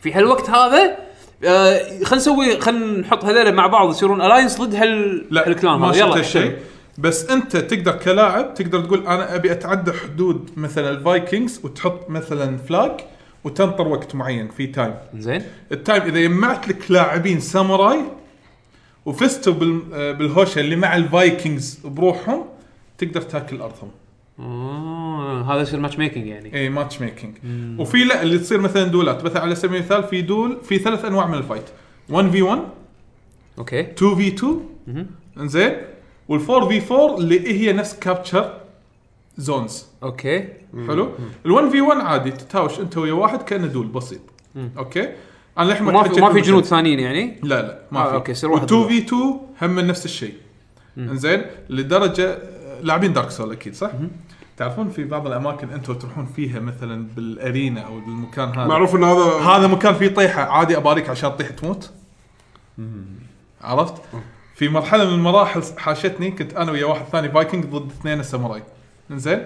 Speaker 2: في هالوقت هذا آه خلينا نسوي خلينا نحط هذول مع بعض يصيرون الاينس ضد هال
Speaker 4: لا
Speaker 2: هالكلان
Speaker 4: ما
Speaker 2: هذا
Speaker 4: شفت
Speaker 2: يلا
Speaker 4: هالشيء بس انت تقدر كلاعب تقدر تقول انا ابي اتعدى حدود مثلا الفايكنجز وتحط مثلا فلاج وتنطر وقت معين في تايم
Speaker 2: زين
Speaker 4: التايم اذا جمعت لك لاعبين ساموراي وفزتوا بال- آه، بالهوشه اللي مع الفايكنجز بروحهم تقدر تاكل ارضهم
Speaker 2: آه، آه هذا يصير ماتش ميكنج يعني
Speaker 4: اي ماتش ميكنج إيه، وفي لا اللي تصير مثلا دولات مثلا على سبيل المثال في دول في ثلاث انواع من الفايت 1 في 1
Speaker 2: اوكي
Speaker 4: 2 في 2 انزين وال4 في 4 اللي هي نفس كابتشر زونز
Speaker 2: اوكي
Speaker 4: حلو ال1 في 1 عادي تتهاوش انت ويا واحد كانه دول بسيط اوكي انا للحين
Speaker 2: ما في ما في
Speaker 4: تأكدت
Speaker 2: جنود
Speaker 4: بالضبط.
Speaker 2: ثانيين يعني
Speaker 4: لا لا ما
Speaker 2: آه،
Speaker 4: في
Speaker 2: أوكي، يصير واحد
Speaker 4: و2 في 2 هم نفس الشيء انزين لدرجه لاعبين دارك سول اكيد صح؟ تعرفون في بعض الاماكن انتم تروحون فيها مثلا بالارينا او بالمكان هذا
Speaker 3: معروف ان هذا
Speaker 4: هذا مكان فيه طيحه عادي اباريك عشان تطيح تموت عرفت؟ في مرحله من المراحل حاشتني كنت انا ويا واحد ثاني فايكنج ضد اثنين ساموراي انزين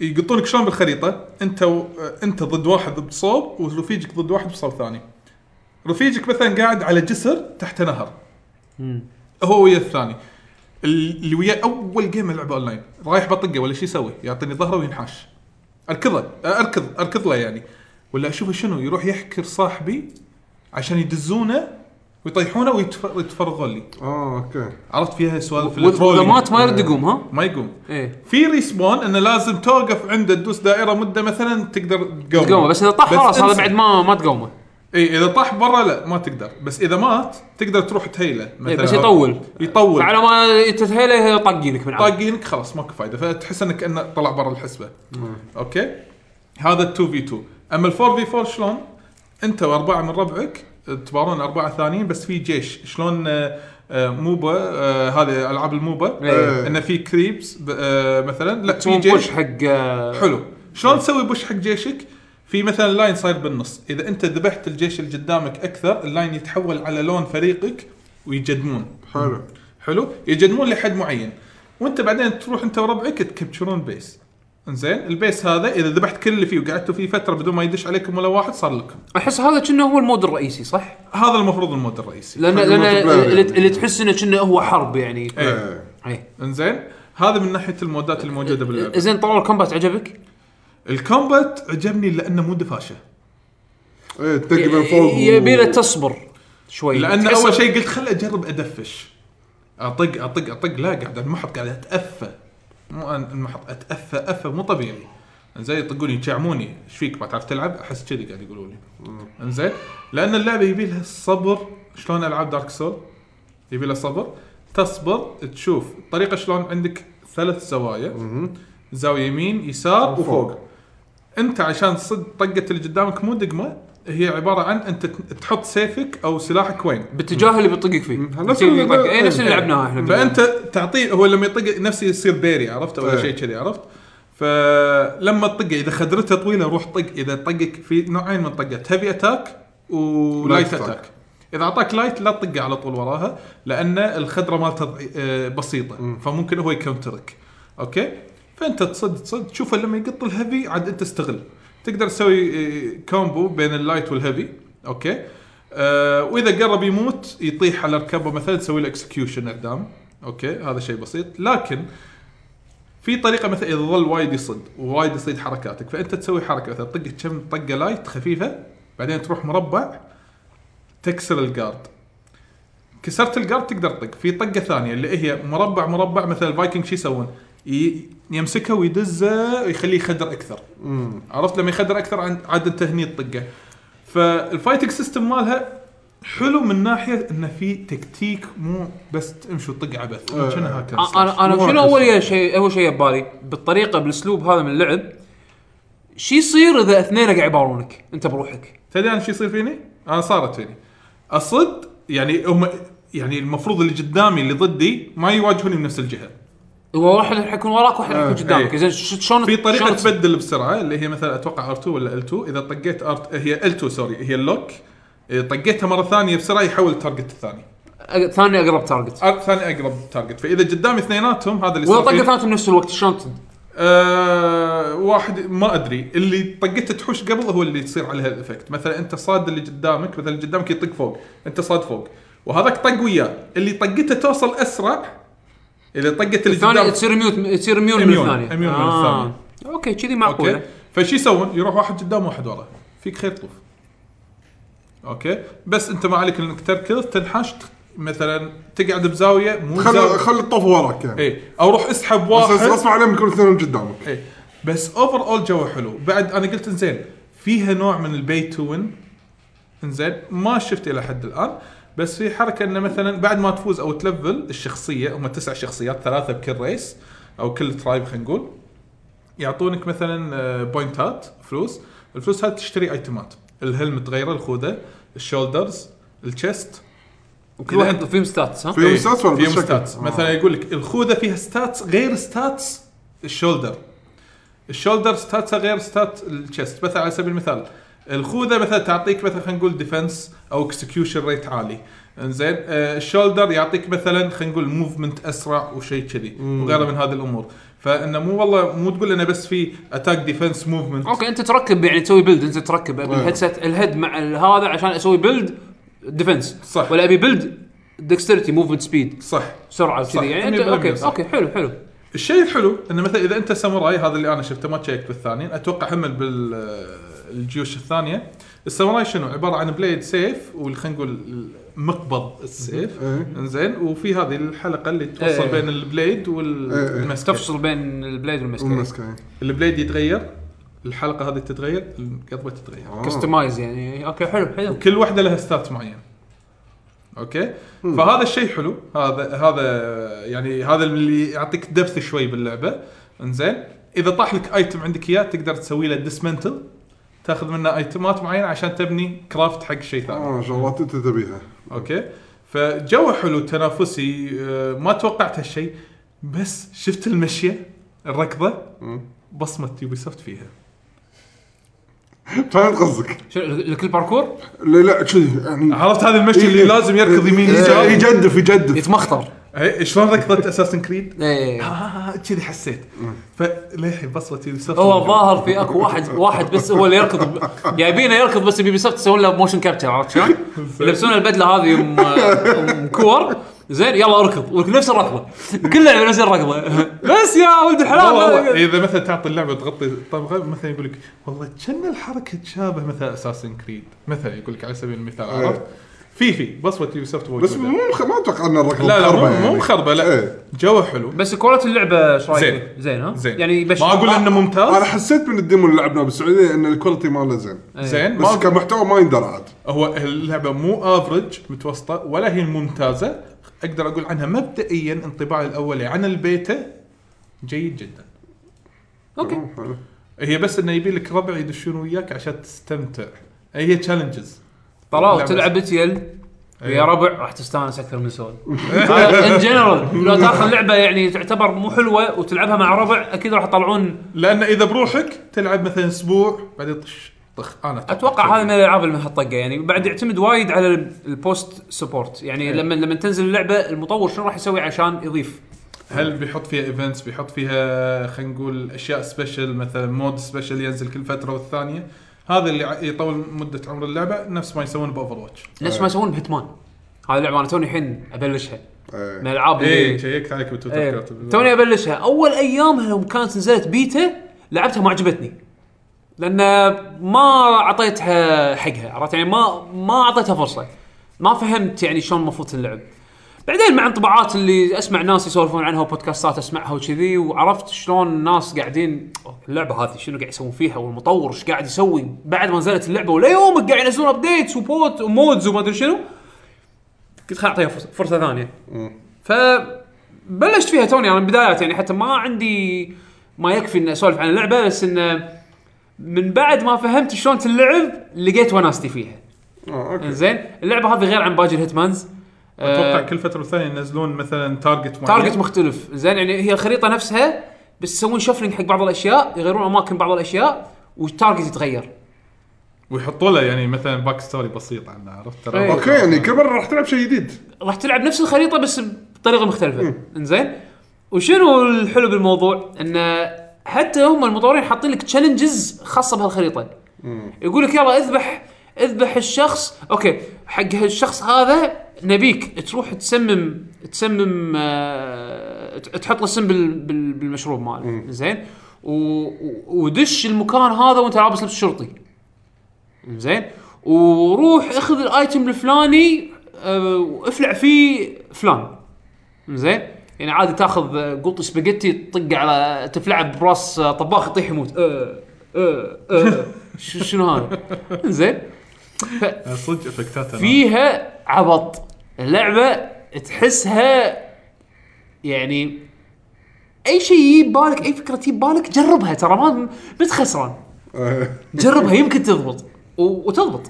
Speaker 4: يقطونك شلون بالخريطه انت و... انت ضد واحد بصوب ورفيجك ضد واحد بصوب ثاني رفيجك مثلا قاعد على جسر تحت نهر هو ويا الثاني اللي ويا اول جيم العبه اونلاين رايح بطقه ولا شو يسوي؟ يعطيني ظهره وينحاش اركضه اركض اركض له يعني ولا اشوفه شنو يروح يحكر صاحبي عشان يدزونه ويطيحونه ويتف- ويتفرغون لي
Speaker 3: اه اوكي
Speaker 4: عرفت فيها سوالف
Speaker 2: واذا
Speaker 4: الترولينج.
Speaker 2: مات ما يرد يقوم ها؟
Speaker 4: ما يقوم
Speaker 2: ايه
Speaker 4: في ريسبون انه لازم توقف عنده تدوس دائره مده مثلا تقدر تقومه
Speaker 2: تقومه بس اذا طاح خلاص هذا
Speaker 4: انسى.
Speaker 2: بعد ما ما تقومه
Speaker 4: اي اذا طاح برا لا ما تقدر بس اذا مات تقدر تروح تهيله
Speaker 2: ايه
Speaker 4: مثلا
Speaker 2: بس يطول
Speaker 4: يطول
Speaker 2: فعلى ما تتهيله طاقينك من عاد
Speaker 4: طاقينك خلاص ماكو فايده فتحس انك كانه طلع برا الحسبه اوكي هذا 2 في 2 اما ال 4 في 4 شلون؟ انت واربعه من ربعك تبارون اربعه ثانيين بس في جيش شلون آه، آه، موبا آه، هذه العاب الموبا
Speaker 2: إيه.
Speaker 4: انه في كريبس ب- آه، مثلا لا في
Speaker 2: تسوون
Speaker 4: جيش
Speaker 2: بوش حق آه،
Speaker 4: حلو شلون تسوي بوش حق جيشك في مثلا لاين صاير بالنص اذا انت ذبحت الجيش اللي قدامك اكثر اللاين يتحول على لون فريقك ويجدمون
Speaker 3: حلو
Speaker 4: حلو يجدمون لحد معين وانت بعدين تروح انت وربعك تكبشرون بيس انزين البيس هذا اذا ذبحت كل اللي فيه وقعدتوا فيه فتره بدون ما يدش عليكم ولا واحد صار لكم
Speaker 2: احس هذا كأنه هو المود الرئيسي صح؟
Speaker 4: هذا المفروض المود الرئيسي
Speaker 2: لان
Speaker 3: حق
Speaker 2: لان
Speaker 3: الملتي بلاير
Speaker 2: اللي,
Speaker 3: يعني.
Speaker 2: اللي تحس انه كأنه هو حرب يعني
Speaker 4: ايه.
Speaker 3: إيه،
Speaker 2: اي
Speaker 4: انزين هذا من ناحيه المودات اللي موجوده باللعبه
Speaker 2: زين طلال الكومبات عجبك؟
Speaker 4: الكومبات عجبني لانه مو دفاشه
Speaker 3: ايه تنقل من فوق و-
Speaker 2: إيه، يبي له تصبر شوي
Speaker 4: لان
Speaker 2: تحس-
Speaker 4: اول شيء قلت خل اجرب ادفش اطق اطق اطق لا قاعد المحط قاعد اتأفى مو أن- المحط اتأفى افى مو طبيعي انزين يطقوني يشعموني ايش فيك ما تعرف تلعب احس كذي قاعد يقولوا لي انزين لان اللعبه يبي لها الصبر شلون العاب دارك سول يبي لها صبر تصبر تشوف الطريقه شلون عندك ثلاث زوايا زاويه يمين يسار وفوق انت عشان تصد طقه اللي قدامك مو دقمه هي عباره عن انت ت- تحط سيفك او سلاحك وين
Speaker 2: باتجاه اللي بيطقك فيه
Speaker 3: نفس
Speaker 2: نفس
Speaker 3: اللي-
Speaker 2: اللي يطق اي نفس اللي لعبناها احنا باللعبة.
Speaker 4: فانت إيه. تعطيه هو لما يطق نفسه يصير بيري عرفت
Speaker 3: إيه.
Speaker 4: ولا شيء كذي عرفت فلما تطقه اذا خدرته طويله روح طق اذا طقك في نوعين من الطقات هيفي اتاك ولايت
Speaker 3: Light attack.
Speaker 4: اتاك اذا اعطاك لايت لا تطقه على طول وراها لان الخدره مالته ضعي- آه، بسيطه فممكن هو يكونترك اوكي فانت تصد تصد تشوفه لما يقط الهيفي عاد انت استغل تقدر تسوي آه، كومبو بين اللايت والهيفي اوكي آه واذا قرب يموت يطيح على ركبه مثلا تسوي له اكسكيوشن اعدام اوكي هذا شيء بسيط لكن في طريقه مثلا اذا ظل وايد يصد ووايد يصيد حركاتك فانت تسوي حركه مثلا طق كم طقه لايت خفيفه بعدين تروح مربع تكسر الجارد كسرت الجارد تقدر تطق في طقه ثانيه اللي هي مربع مربع مثلا الفايكنج شو يسوون؟ ي- يمسكه ويدزه ويخليه يخدر اكثر عرفت لما يخدر اكثر عن- عاد انت هني تطقه فالفايتنج سيستم مالها حلو من ناحيه انه في تكتيك مو بس تمشي وتطق عبث كأنها هاكر
Speaker 2: أ- انا انا
Speaker 4: مو
Speaker 2: شنو يعني؟
Speaker 4: هاكر
Speaker 2: اول شيء اول شيء ببالي بالطريقه بالاسلوب هذا من اللعب شو يصير اذا اثنين قاعد يبارونك انت بروحك
Speaker 4: تدري انا شو يصير فيني؟ انا صارت فيني. اصد يعني هم يعني المفروض اللي قدامي اللي ضدي ما يواجهوني من نفس الجهه.
Speaker 2: هو واحد راح يكون وراك واحد راح يكون قدامك
Speaker 4: إيه.
Speaker 2: زين ش- شلون
Speaker 4: في طريقه
Speaker 2: شلون-
Speaker 4: تبدل بسرعه اللي هي مثلا اتوقع ار2 ولا ال2 اذا طقيت ار هي ال2 سوري هي اللوك إيه، طقيتها مره ثانيه بسرعه يحول التارجت الثاني.
Speaker 2: أق- ثاني اقرب تارجت
Speaker 4: أر- ثاني اقرب تارجت فاذا قدامي اثنيناتهم هذا اللي
Speaker 2: ولا
Speaker 4: يصير
Speaker 2: طقه
Speaker 4: فيني.
Speaker 2: ثانيه بنفس الوقت شلون تد-
Speaker 4: آه واحد ما ادري اللي طقته تحوش قبل هو اللي يصير عليها الافكت مثلا انت صاد اللي قدامك مثلا اللي قدامك يطق فوق انت صاد فوق وهذاك طق وياه اللي طقته توصل اسرع اللي طقت اللي
Speaker 2: الثانيه
Speaker 4: قدامك
Speaker 2: تصير ميوت تصير ميون من
Speaker 4: إميون-
Speaker 2: الثانيه
Speaker 4: إميون من
Speaker 2: آه. اوكي كذي
Speaker 4: اوكي
Speaker 2: معقوله
Speaker 4: فايش يسوون؟ يروح واحد قدام واحد ورا فيك خير طوف اوكي بس انت ما عليك إلا انك تركض تنحاش ت- مثلا تقعد بزاويه مو
Speaker 3: خل
Speaker 4: زاويه إيه.
Speaker 3: خل الطوف وراك يعني
Speaker 4: اي او روح اسحب
Speaker 3: بس
Speaker 4: واحد
Speaker 3: غصب عليهم يكون اثنين قدامك
Speaker 4: ايه بس اوفر اول جو حلو بعد انا قلت انزين فيها نوع من البي تو وين انزين ما شفت الى حد الان بس في حركه انه مثلا بعد ما تفوز او تلفل الشخصيه هم تسع شخصيات ثلاثه بكل ريس او كل ترايب خلينا نقول يعطونك مثلا آه، بوينتات فلوس الفلوس هذه تشتري ايتمات الهلم تغيره الخوذه الشولدرز الشست
Speaker 2: وكل واحد فيهم ستاتس ها
Speaker 3: في
Speaker 4: إيه،
Speaker 3: يوم ستاتس ولا
Speaker 4: في يوم
Speaker 3: بالشكل؟
Speaker 4: ستاتس
Speaker 3: آه.
Speaker 4: مثلا يقول لك الخوذه فيها ستاتس غير ستاتس الشولدر الشولدر ستاتس غير ستات الشست مثلا على سبيل المثال الخوذه مثلا تعطيك مثلا خلينا نقول ديفنس او اكسكيوشن ريت عالي انزين آه الشولدر يعطيك مثلا خلينا نقول موفمنت اسرع وشيء كذي وغيره من هذه الامور فانه مو والله مو تقول انه بس في اتاك ديفنس موفمنت
Speaker 2: اوكي انت تركب يعني تسوي بيلد انت تركب ابي
Speaker 3: إيه.
Speaker 2: الهيدسيت الهيد مع هذا عشان اسوي بيلد ديفنس
Speaker 4: صح.
Speaker 2: ولا ابي بيلد دكسترتي موفمنت سبيد
Speaker 4: صح
Speaker 2: سرعه
Speaker 4: صح،
Speaker 2: كذي يعني انت
Speaker 4: 100%
Speaker 2: اوكي
Speaker 4: صح.
Speaker 2: اوكي حلو حلو
Speaker 4: الشيء الحلو انه مثلا اذا انت ساموراي هذا اللي انا شفته ما تشيكت بالثاني اتوقع هم بال آه، الجيوش الثانيه الساموراي شنو عباره عن بليد سيف خلينا نقول مقبض السيف
Speaker 3: إيه.
Speaker 4: انزين وفي هذه الحلقه اللي
Speaker 2: إيه.
Speaker 4: توصل بين البليد
Speaker 3: إيه.
Speaker 4: والمسكه
Speaker 2: تفصل بين البليد
Speaker 4: إيه.
Speaker 2: والمسكه
Speaker 3: والمسكين.
Speaker 4: البليد يتغير الحلقه هذه تتغير القضبه تتغير
Speaker 3: آه.
Speaker 2: كستمايز يعني اوكي حلو حلو
Speaker 4: كل واحده لها ستات معين اوكي فهذا الشيء حلو هذا هذا يعني هذا اللي يعطيك دبث شوي باللعبه انزين اذا طاح لك ايتم عندك اياه تقدر تسوي له ديسمنتل تاخذ منه ايتمات معينه عشان تبني كرافت حق شيء ثاني
Speaker 3: اه شغلات انت تبيها
Speaker 4: اوكي فجو حلو تنافسي آه، ما توقعت هالشيء بس شفت المشيه الركضه بصمه يوبي سوفت فيها
Speaker 3: فهمت طيب، قصدك
Speaker 2: شنو، لكل باركور
Speaker 3: لا لا كذي يعني
Speaker 4: عرفت هذا المشي اللي
Speaker 3: إيه.
Speaker 4: لازم يركض يمين
Speaker 3: إيه،
Speaker 4: يسار
Speaker 3: يجدف يجدف
Speaker 2: يتمخطر
Speaker 4: إيه، شلون ركضت اساسن كريد
Speaker 2: ايه
Speaker 4: آه، كذي حسيت فللحين بصمه يوبي سوفت
Speaker 2: هو الظاهر في اكو واحد واحد بس هو اللي يركض جايبينه يركض بس بيبي سوفت يسوون له موشن كابتشر عرفت شلون؟ يلبسون البدله هذه ام أم كور زين يلا اركض ونفس الركضه كل لعبه نفس الركضه بس يا ولد
Speaker 4: والله إيه.
Speaker 2: الحلال
Speaker 4: اذا مثلا تعطي اللعبه تغطي الطبقه مثلا يقول لك والله كان الحركه تشابه مثلا اساسن كريد مثلا يقول لك على سبيل المثال عرفت في في بصمه يوبي سوفت موجوده
Speaker 3: إيه. بس مو مخ- ما اتوقع ان الركض
Speaker 4: لا لا
Speaker 3: مخربة
Speaker 4: مو- مو
Speaker 3: يعني.
Speaker 4: مخربه لا
Speaker 3: إيه.
Speaker 4: جو حلو
Speaker 2: بس كواليتي اللعبه ايش رايك؟
Speaker 4: زين.
Speaker 2: زين ها؟
Speaker 4: زين
Speaker 2: يعني بش
Speaker 4: ما اقول انه
Speaker 3: انا
Speaker 4: ممتاز
Speaker 3: حسيت من الديمو اللي لعبناه بالسعوديه ان الكواليتي ماله زين
Speaker 2: إيه.
Speaker 4: زين ما
Speaker 3: بس
Speaker 4: أقول-
Speaker 3: كمحتوى ما يندرى عاد
Speaker 4: هو اللعبه مو افرج متوسطه ولا هي الممتازه اقدر اقول عنها مبدئيا انطباعي الاولي عن البيتا جيد جدا
Speaker 2: اوكي
Speaker 3: حلو.
Speaker 4: هي بس انه يبي لك ربع يدشون وياك عشان تستمتع هي تشالنجز
Speaker 2: طلال
Speaker 4: لعبة.
Speaker 2: تلعب تيل
Speaker 4: أيوة.
Speaker 2: ويا ربع راح تستانس اكثر من سول ان جنرال لو تاخذ لعبه يعني تعتبر مو حلوه وتلعبها مع ربع اكيد راح يطلعون
Speaker 4: لان اذا بروحك تلعب مثلا اسبوع بعدين طش طخ انا
Speaker 2: اتوقع هذا من الالعاب اللي من هالطقه يعني بعد يعتمد وايد على البوست سبورت يعني لما لما تنزل اللعبه المطور شنو راح يسوي عشان يضيف
Speaker 4: هل بيحط فيها ايفنتس بيحط فيها خلينا نقول اشياء سبيشل مثلا مود سبيشل ينزل كل فتره والثانيه هذا اللي ع- يطول مده عمر اللعبه نفس ما يسوون باوفر واتش
Speaker 2: نفس ما يسوون بهتمان هذه اللعبه انا توني الحين ابلشها
Speaker 3: إيه.
Speaker 2: من الالعاب
Speaker 4: اي
Speaker 2: اللي
Speaker 4: شيكت عليك
Speaker 2: إيه.
Speaker 4: بالتويتر كاتب.
Speaker 2: توني ابلشها اول ايامها يوم كانت نزلت بيتا لعبتها ما عجبتني لان ما اعطيتها حقها عرفت يعني ما ما اعطيتها فرصه ما فهمت يعني شلون المفروض تنلعب بعدين مع انطباعات اللي اسمع ناس يسولفون عنها وبودكاستات اسمعها وكذي وعرفت شلون الناس قاعدين أوه، اللعبه هذه شنو قاعد يسوون فيها والمطور ايش قاعد يسوي بعد ما نزلت اللعبه وليومك قاعد ينزلون ابديتس وبوت ومودز وما ادري شنو قلت خل اعطيها فرصه فرصة ثانيه فبلشت فيها توني انا بدايات يعني حتى ما عندي ما يكفي اني اسولف عن اللعبه بس انه من بعد ما فهمت شلون تلعب لقيت وناستي فيها
Speaker 3: اه اوكي
Speaker 2: زين اللعبه هذه غير عن باقي الهيتمانز
Speaker 4: اتوقع كل فتره والثانيه ينزلون مثلا تارجت معين
Speaker 2: تارجت مختلف زين يعني هي الخريطه نفسها بس يسوون شفرنج حق بعض الاشياء يغيرون اماكن بعض الاشياء والتارجت يتغير
Speaker 4: ويحطوا له يعني مثلا باك ستوري بسيط عنه عرفت ترى
Speaker 2: إيه.
Speaker 3: اوكي يعني كل مره راح تلعب شيء جديد
Speaker 2: راح تلعب نفس الخريطه بس بطريقه مختلفه انزين وشنو الحلو بالموضوع انه حتى هم المطورين حاطين لك تشالنجز خاصه بهالخريطه يقول لك يلا اذبح اذبح الشخص اوكي حق هالشخص هذا نبيك تروح تسمم تسمم آه، ت- تحط له سم بال- بال- بالمشروب ماله زين و- و- ودش المكان هذا وانت لابس لبس شرطي زين وروح اخذ الايتم الفلاني آه، وافلع فيه فلان زين يعني عادي تاخذ آه، قوط سباجيتي تطق على تفلعه براس آه، طباخ يطيح يموت آه، آه، آه. ش- شنو هذا؟ زين
Speaker 4: صدق افكتات
Speaker 2: فيها عبط اللعبه تحسها يعني اي شيء يجي ببالك اي فكره تجي ببالك جربها ترى ما بنت خسران
Speaker 3: آه.
Speaker 2: جربها يمكن تضبط و- وتضبط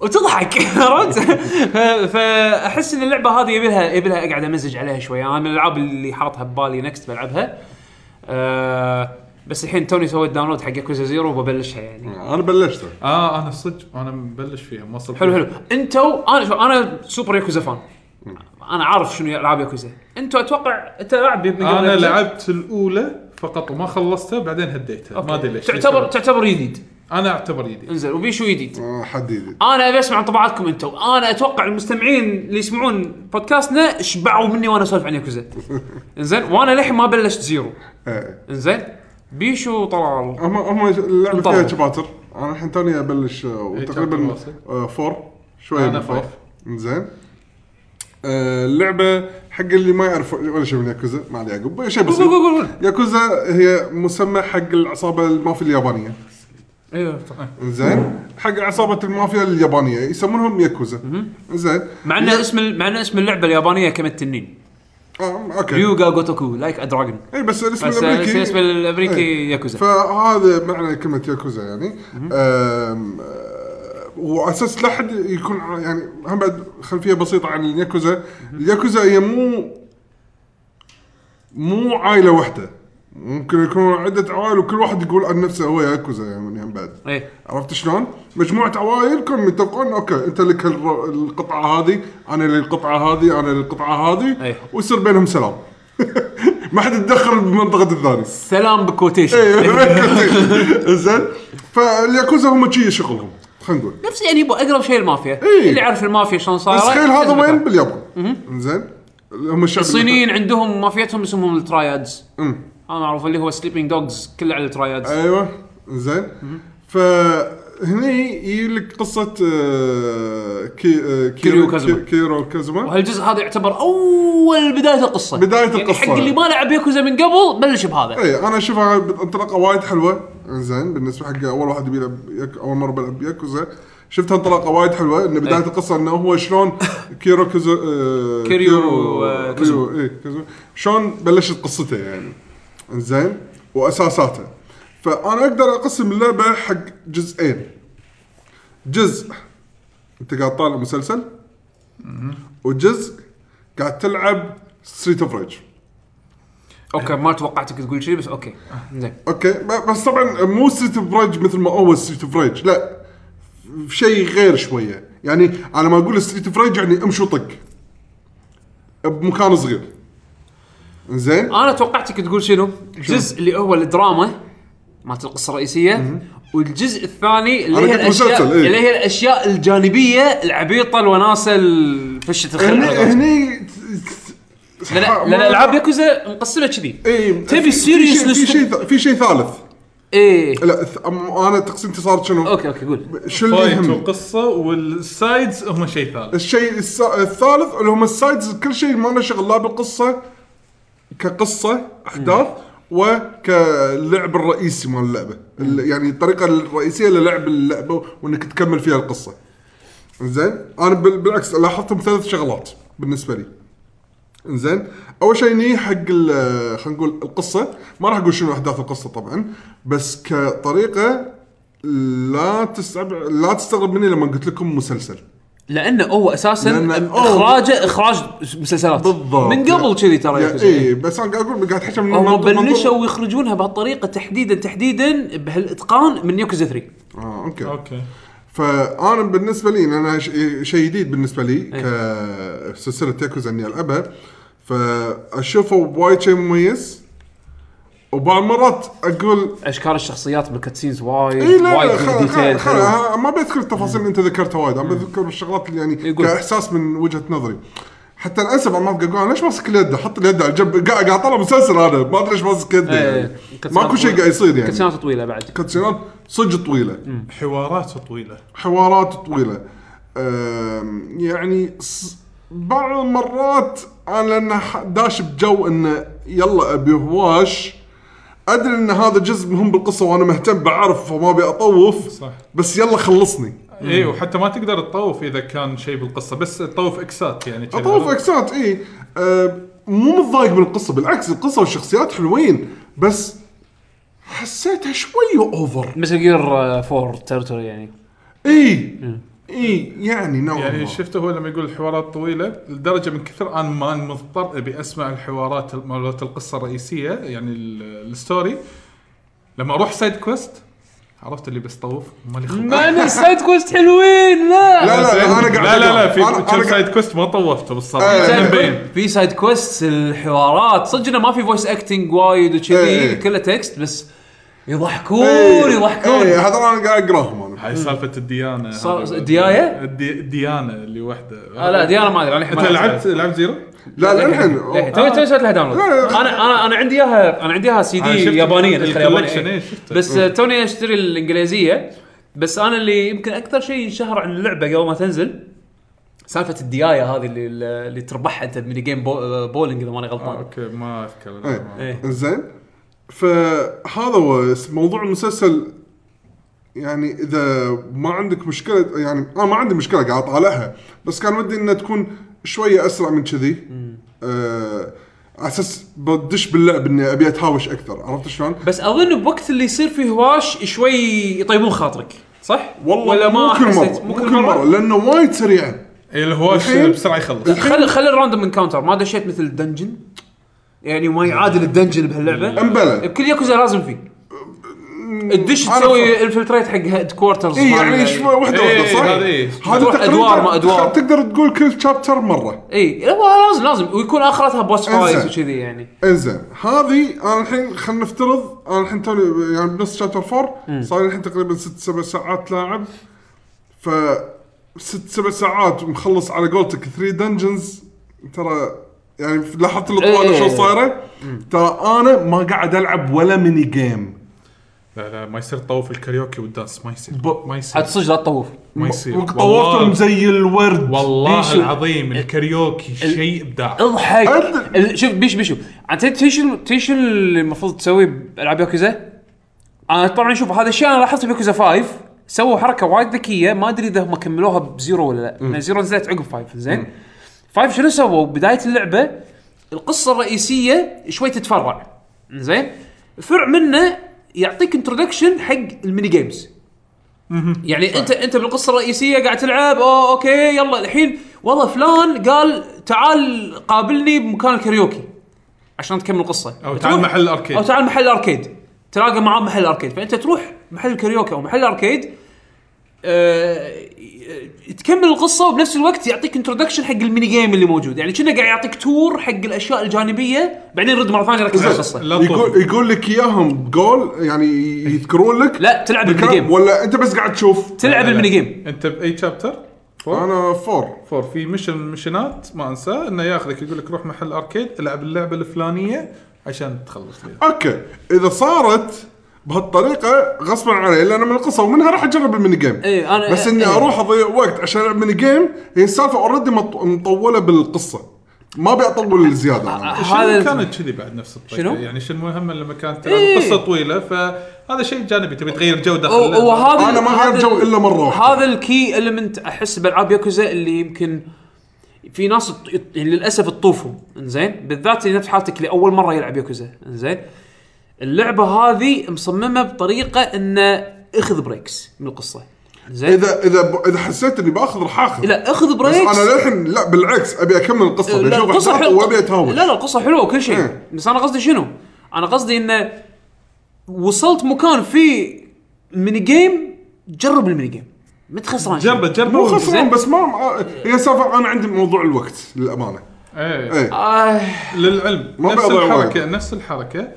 Speaker 2: وتضحك عرفت؟ ف- فاحس ان اللعبه هذه يبي لها يبي لها اقعد امزج عليها شوي انا من الالعاب اللي حاطها ببالي نكست بلعبها أه بس الحين توني سويت داونلود حق كوزا زيرو وببلشها يعني
Speaker 3: انا بلشته
Speaker 4: اه انا صدق انا مبلش فيها موصل
Speaker 2: حلو حلو انتو انا شو انا سوبر ياكوزا فان انا عارف شنو العاب ياكوزا انتو اتوقع انت لاعب من قبل
Speaker 4: انا
Speaker 2: ياكوزا؟
Speaker 4: لعبت الاولى فقط وما خلصتها بعدين هديتها
Speaker 2: أوكي.
Speaker 4: ما ادري ليش
Speaker 2: تعتبر
Speaker 4: ليش
Speaker 2: تعتبر جديد
Speaker 4: انا اعتبر جديد
Speaker 2: انزين وبيشو جديد
Speaker 3: آه، حد جديد
Speaker 2: انا ابي اسمع انطباعاتكم انتم انا اتوقع المستمعين اللي يسمعون بودكاستنا شبعوا مني وانا اسولف عن ياكوزا انزين وانا للحين ما بلشت زيرو
Speaker 3: إيه.
Speaker 2: انزين بيشو طلال
Speaker 3: هم هم اللعبه
Speaker 2: انطلع.
Speaker 3: فيها شباتر انا الحين توني ابلش آه،
Speaker 4: شابتر
Speaker 3: وتقريبا
Speaker 4: واصل.
Speaker 3: آه، فور شويه
Speaker 4: أنا
Speaker 3: من فور
Speaker 4: فايف.
Speaker 3: زين اللعبه حق اللي ما يعرف ولا شيء من ياكوزا ما عليه عقب شيء بسيط
Speaker 2: قول قول قول
Speaker 3: ياكوزا هي مسمى حق العصابه المافيا اليابانيه إيه.
Speaker 2: ايوه
Speaker 3: زين حق عصابه المافيا اليابانيه يسمونهم ياكوزا زين
Speaker 2: مع ان اسم ال- مع ان اسم اللعبه اليابانيه كم التنين
Speaker 3: آه، اوكي
Speaker 2: ريوغا غوتوكو لايك ا دراجون
Speaker 3: اي بس الاسم
Speaker 2: بس
Speaker 3: الامريكي
Speaker 2: الاسم الامريكي
Speaker 3: إيه.
Speaker 2: ياكوزا
Speaker 3: فهذا معنى كلمه ياكوزا يعني آم، آه، واساس لا حد يكون ع- يعني هم بعد خلفيه بسيطه عن الياكوزا الياكوزا هي مو مو عائله واحده ممكن يكون عده عوائل وكل واحد يقول عن نفسه هو ياكوزا يعني هم بعد
Speaker 2: ايه
Speaker 3: عرفت شلون؟ مجموعه عوائل كلهم يتفقون اوكي انت لك هالر- القطعه هذه انا للقطعه هذه انا للقطعه هذه
Speaker 2: أيه.
Speaker 3: ويصير بينهم سلام ما حد يتدخل بمنطقه الثاني
Speaker 2: سلام بكوتيشن
Speaker 3: إيه. زين فالياكوزا هم شي شغلهم خلينا نقول
Speaker 2: نفس يعني يبغى اقرب شيء المافيا
Speaker 3: إيه.
Speaker 2: اللي يعرف المافيا شلون صار
Speaker 3: بس خيل هذا وين باليابان زين هم الشعب
Speaker 2: الصينيين عندهم مافيتهم اسمهم الترايادز
Speaker 3: أمم.
Speaker 2: انا اعرف اللي هو سليبنج دوجز كله على الترايادز
Speaker 3: ايوه زين فهني يجي لك قصه آه، كي آه،
Speaker 2: كيريو
Speaker 3: كيرو
Speaker 2: كازما.
Speaker 3: كي- كيرو كازما
Speaker 2: وهالجزء هذا يعتبر اول بدايه القصه
Speaker 3: بداية
Speaker 2: يعني
Speaker 3: القصة.
Speaker 2: حق اللي ما لعب ياكوزا من قبل بلش بهذا
Speaker 3: اي انا اشوفها انطلاقه وايد حلوه زين بالنسبه حق اول واحد يبي يلعب يك- اول مره بلعب ياكوزا شفتها انطلاقه وايد حلوه ان بدايه
Speaker 2: إيه.
Speaker 3: القصه انه هو شلون كيرو كوزو آه،
Speaker 2: كيريو، آه، كوزو.
Speaker 3: كيريو اي كوزو شلون بلشت قصته يعني زين واساساته فانا اقدر اقسم اللعبه حق جزئين جزء انت قاعد طالع مسلسل وجزء قاعد تلعب ستريت اوف ريج
Speaker 2: اوكي ما توقعتك تقول شيء بس اوكي
Speaker 3: آه.
Speaker 2: زين
Speaker 3: اوكي ب- بس طبعا مو ستريت اوف ريج مثل ما اول ستريت اوف ريج لا شيء غير شويه يعني انا ما اقول ستريت اوف ريج يعني امشي وطق بمكان صغير زين
Speaker 2: انا توقعتك تقول شنو؟ الجزء اللي هو الدراما مالت القصه الرئيسيه والجزء الثاني اللي
Speaker 3: أنا
Speaker 2: هي
Speaker 3: قلت
Speaker 2: الاشياء
Speaker 3: مسلسل، إيه.
Speaker 2: اللي هي الاشياء الجانبيه العبيطه الوناسه فشه
Speaker 3: هني
Speaker 2: الخير
Speaker 3: هني
Speaker 2: لان لان العاب ياكوزا مقسمه كذي
Speaker 3: اي
Speaker 2: تبي serious
Speaker 3: في
Speaker 2: لست-
Speaker 3: شيء ث- في شيء ثالث
Speaker 2: ايه
Speaker 3: لا ث- أم- انا تقسيمتي صارت شنو؟
Speaker 2: اوكي اوكي قول
Speaker 3: شو اللي
Speaker 2: طيب،
Speaker 4: فايت
Speaker 3: يهم؟
Speaker 4: وقصه والسايدز هم شيء ثالث
Speaker 3: الشيء الس- الثالث اللي هم السايدز كل شيء ما له شغل لا بالقصه كقصه احداث وكاللعب الرئيسي مال اللعبه ال- يعني الطريقه الرئيسيه للعب اللعبه وانك تكمل فيها القصه زين انا بال- بالعكس لاحظتهم ثلاث شغلات بالنسبه لي زين اول شيء ني حق ال- خلينا نقول القصه ما راح اقول شنو احداث القصه طبعا بس كطريقه لا تستغرب لا تستغرب مني لما قلت لكم مسلسل
Speaker 2: لانه هو اساسا
Speaker 3: لأن-
Speaker 2: اخراجه اخراج مسلسلات
Speaker 3: بالضبط
Speaker 2: من قبل كذي ترى
Speaker 3: يا- إيه.
Speaker 2: ياكوزا.
Speaker 3: اي بس انا قاعد اقول قاعد احكي من
Speaker 2: هم
Speaker 3: منظور- منظور-
Speaker 2: بلشوا يخرجونها بهالطريقه تحديدا تحديدا بهالاتقان من ياكوزا 3
Speaker 3: اه اوكي
Speaker 4: اوكي
Speaker 3: فانا بالنسبه لي إن انا ش- شيء جديد بالنسبه لي
Speaker 2: إيه.
Speaker 3: كسلسله ياكوزا اني العبها فاشوفه وايد شيء مميز وبعض المرات اقول
Speaker 2: اشكال الشخصيات بالكاتسينز وايد
Speaker 3: اي لا
Speaker 2: وايد
Speaker 3: لا
Speaker 2: فيها
Speaker 3: خل- خل-
Speaker 2: ديتيل
Speaker 3: خل-
Speaker 2: حلو. إيه.
Speaker 3: ها- ما بذكر التفاصيل اللي انت ذكرتها وايد انا بذكر الشغلات اللي يعني
Speaker 2: يقول.
Speaker 3: كاحساس من وجهه نظري حتى الاسف ما قاعد اقول أنا ليش ماسك اليد احط اليد على الجنب قاعد قاعد اطلع مسلسل انا ما ادري ليش ماسك يدي
Speaker 2: إيه،
Speaker 3: يعني
Speaker 2: كاتسينات
Speaker 3: ماكو شيء
Speaker 2: طويلة.
Speaker 3: قاعد يصير يعني
Speaker 2: كاتسينات طويله بعد
Speaker 3: كاتسينات صدق طويله
Speaker 4: حوارات طويله
Speaker 3: حوارات طويله أم، يعني ص- بعض المرات انا لان ح- داش بجو انه يلا ابي هواش ادري ان هذا جزء مهم بالقصه وانا مهتم بعرف فما ابي اطوف
Speaker 4: صح.
Speaker 3: بس يلا خلصني
Speaker 4: اي إيه، وحتى ما تقدر تطوف اذا كان شيء بالقصه بس تطوف اكسات يعني كذا.
Speaker 3: اطوف اكسات اي أه مو متضايق من القصه بالعكس القصه والشخصيات حلوين بس حسيتها شويه اوفر
Speaker 2: مثل جير 4 تيرتوري يعني
Speaker 3: اي اي يعني نوعا
Speaker 4: يعني
Speaker 3: ما.
Speaker 4: شفته هو لما يقول الحوارات طويله لدرجه من كثر انا ما أنا مضطر ابي اسمع الحوارات مالت القصه الرئيسيه يعني ال- الستوري لما اروح سايد كويست عرفت اللي بستطوف مالي خلق
Speaker 2: مان السايد كويست حلوين لا
Speaker 3: لا لا لا انا قاعد
Speaker 4: لا لا لا في
Speaker 3: أنا-
Speaker 4: كم
Speaker 3: أنا قاعد-
Speaker 4: سايد كويست ما طوفته
Speaker 3: آه.
Speaker 4: بالصراحه مبين
Speaker 2: في سايد كويست الحوارات صدق انه ما في فويس اكتنج وايد وكذي
Speaker 3: إيه.
Speaker 2: كله تكست بس يضحكون
Speaker 3: إيه، إيه،
Speaker 2: يضحكون
Speaker 3: هذا انا قاعد اقراهم انا
Speaker 4: هاي سالفه الديانه
Speaker 2: صار-
Speaker 4: هذا-
Speaker 2: الدياية؟
Speaker 4: الدي- الديانه اللي واحده
Speaker 2: آه لا دي انا ما ادري انا الحين
Speaker 4: انت
Speaker 2: ما أدري.
Speaker 4: لعبت لعبت زيرو؟
Speaker 3: لا لا الحين
Speaker 2: للحين. توي توي سويت لها داونلود
Speaker 3: لا، لا، لا.
Speaker 2: انا انا انا عندي اياها انا عندي اياها سي
Speaker 4: أنا شفت
Speaker 2: دي يابانيه
Speaker 4: ال-
Speaker 2: ندخل
Speaker 4: الcollection،
Speaker 2: ياباني
Speaker 4: إيه،
Speaker 2: إيه.
Speaker 4: شفته.
Speaker 2: بس آه، توني اشتري الانجليزيه بس انا اللي يمكن اكثر شيء انشهر عن اللعبه قبل ما تنزل سالفه الديايه هذه اللي اللي تربحها انت بميني جيم بو- بولينج اذا ماني
Speaker 4: آه،
Speaker 2: غلطان
Speaker 4: اوكي ما اذكر
Speaker 3: إيه.
Speaker 4: ما-
Speaker 2: إيه.
Speaker 3: زين فهذا هو س- موضوع المسلسل يعني اذا ما عندك مشكله يعني انا ما عندي مشكله قاعد اطالعها بس كان ودي انها تكون شويه اسرع من كذي آه، على اساس بدش باللعب اني ابي اتهاوش اكثر عرفت شلون؟
Speaker 2: بس اظن بوقت اللي يصير فيه هواش شوي يطيبون خاطرك صح؟
Speaker 3: والله
Speaker 2: ولا ما
Speaker 3: مو كل
Speaker 2: حسيت
Speaker 3: مره مو كل مره لانه وايد سريعه
Speaker 4: إيه، اللي هو
Speaker 3: الحين-
Speaker 4: بسرعه يخلص
Speaker 2: خلي خلي الراندوم انكاونتر ما دشيت مثل الدنجن يعني ما يعادل الدنجن بهاللعبه
Speaker 3: امبلى
Speaker 2: بكل ياكوزا لازم فيه الدش تسوي الفلتريت حق هيد كوارترز
Speaker 3: اي
Speaker 2: مال-
Speaker 3: يعني شوي وحده
Speaker 4: إيه،
Speaker 3: وحده صح؟
Speaker 4: هذا إيه.
Speaker 3: هذا
Speaker 2: تروح
Speaker 3: تقريبا
Speaker 2: أدوار ما أدوار.
Speaker 3: تقدر تقول كل شابتر مره
Speaker 2: اي هو لازم لازم ويكون اخرتها بوس فايز
Speaker 3: إنزين.
Speaker 2: وكذي يعني
Speaker 3: انزين هذه انا الحين خلينا نفترض انا الحين توني يعني بنص شابتر 4 صار لي الحين تقريبا ست سبع ساعات لاعب ف ست سبع ساعات مخلص على قولتك 3 دنجنز ترى يعني لاحظت الاطوال
Speaker 2: إيه.
Speaker 3: شو صايره ترى انا ما قاعد العب ولا ميني جيم
Speaker 4: لا لا ما يصير تطوف الكاريوكي والدانس ما يصير ما يصير
Speaker 2: عاد صدق لا تطوف
Speaker 4: ما يصير
Speaker 3: طورتهم زي الورد
Speaker 4: والله
Speaker 2: بيشو.
Speaker 4: العظيم الكاريوكي شيء ابداع
Speaker 2: اضحك
Speaker 3: أد-
Speaker 2: ال- شوف بيش بيشو انت تدري شنو تدري شنو اللي المفروض تسوي بالعاب ياكوزا؟ انا طبعا شوف هذا الشيء انا لاحظته بياكوزا 5 سووا حركه وايد ذكيه ما ادري اذا هم كملوها بزيرو ولا لا لان زيرو نزلت عقب 5 زين 5 شنو سووا بدايه اللعبه القصه الرئيسيه شوي تتفرع زين فرع منه يعطيك انترودكشن حق الميني جيمز يعني انت انت بالقصه الرئيسيه قاعد تلعب اوه اوكي يلا الحين والله فلان قال تعال قابلني بمكان الكاريوكي عشان تكمل القصه
Speaker 4: أو تعال
Speaker 2: تروح-
Speaker 4: محل الأركيد.
Speaker 2: او تعال محل الاركيد تلاقى معاه محل الاركيد فانت تروح محل الكاريوكي او محل الاركيد آه، تكمل القصه وبنفس الوقت يعطيك انترودكشن حق الميني جيم اللي موجود يعني كنا قاعد يعطيك تور حق الاشياء الجانبيه بعدين رد مره ثانيه ركز على القصه
Speaker 4: لا
Speaker 3: يقول
Speaker 4: تطوف
Speaker 3: يقول لك اياهم جول يعني يذكرون لك
Speaker 2: لا، تلعب
Speaker 3: بالكلام،
Speaker 2: الميني جيم.
Speaker 3: ولا انت بس قاعد تشوف
Speaker 2: تلعب
Speaker 4: لا، لا.
Speaker 2: الميني جيم
Speaker 4: انت باي شابتر؟ فور
Speaker 3: انا فور
Speaker 4: فور في ميشن ميشنات ما انساه انه ياخذك يقول لك روح محل اركيد العب اللعبه الفلانيه عشان تخلص فيها
Speaker 3: اوكي اذا صارت بهالطريقه غصبا علي لان من القصه ومنها راح اجرب الميني جيم
Speaker 2: إي، إيه، أنا-
Speaker 3: بس اني
Speaker 2: إي.
Speaker 3: اروح اضيع وقت عشان العب ميني جيم هي السالفه اوريدي مطوله بالقصه ما ابي اطول زياده أنا.
Speaker 2: هذا-
Speaker 4: شنو كانت كذي بعد نفس الطريقه
Speaker 2: شنو؟
Speaker 4: يعني شنو مهمه لما كانت تلعب
Speaker 2: إيه.
Speaker 4: قصه طويله فهذا شيء جانبي تبي تغير جو داخل
Speaker 2: هو- هو
Speaker 4: اللعبة.
Speaker 2: هذا
Speaker 3: أنا ما غيرت
Speaker 2: هذا-
Speaker 3: جو إلا مرة واحدة.
Speaker 2: هذا الكي المنت احس بالعاب ياكوزا اللي يمكن في ناس ت- ت- يعني للاسف تطوفهم انزين بالذات اللي نفس حالتك اللي اول مره يلعب ياكوزا انزين اللعبه هذه مصممه بطريقه انه اخذ بريكس من القصه زين
Speaker 3: اذا اذا اذا حسيت اني باخذ راح اخذ
Speaker 2: لا اخذ
Speaker 3: بس
Speaker 2: بريكس
Speaker 3: انا للحين لا بالعكس ابي اكمل القصه ابي
Speaker 2: لا،
Speaker 3: اشوف
Speaker 2: القصة
Speaker 3: احداث
Speaker 2: حلوة.
Speaker 3: وابي اتهاوش
Speaker 2: لا لا القصه حلوه كل شيء
Speaker 3: إيه.
Speaker 2: بس انا قصدي شنو؟ انا قصدي انه وصلت مكان فيه ميني جيم جرب الميني جيم ما تخسران شيء.
Speaker 4: جربه جربه
Speaker 3: مو
Speaker 4: وانزين.
Speaker 3: خسران بس ما ما- هي سالفه انا عندي موضوع الوقت للامانه
Speaker 4: ايه
Speaker 3: ايه
Speaker 2: آه
Speaker 4: للعلم
Speaker 3: ما
Speaker 4: نفس
Speaker 3: بيضيع
Speaker 4: الحركه
Speaker 3: وقت.
Speaker 4: نفس الحركه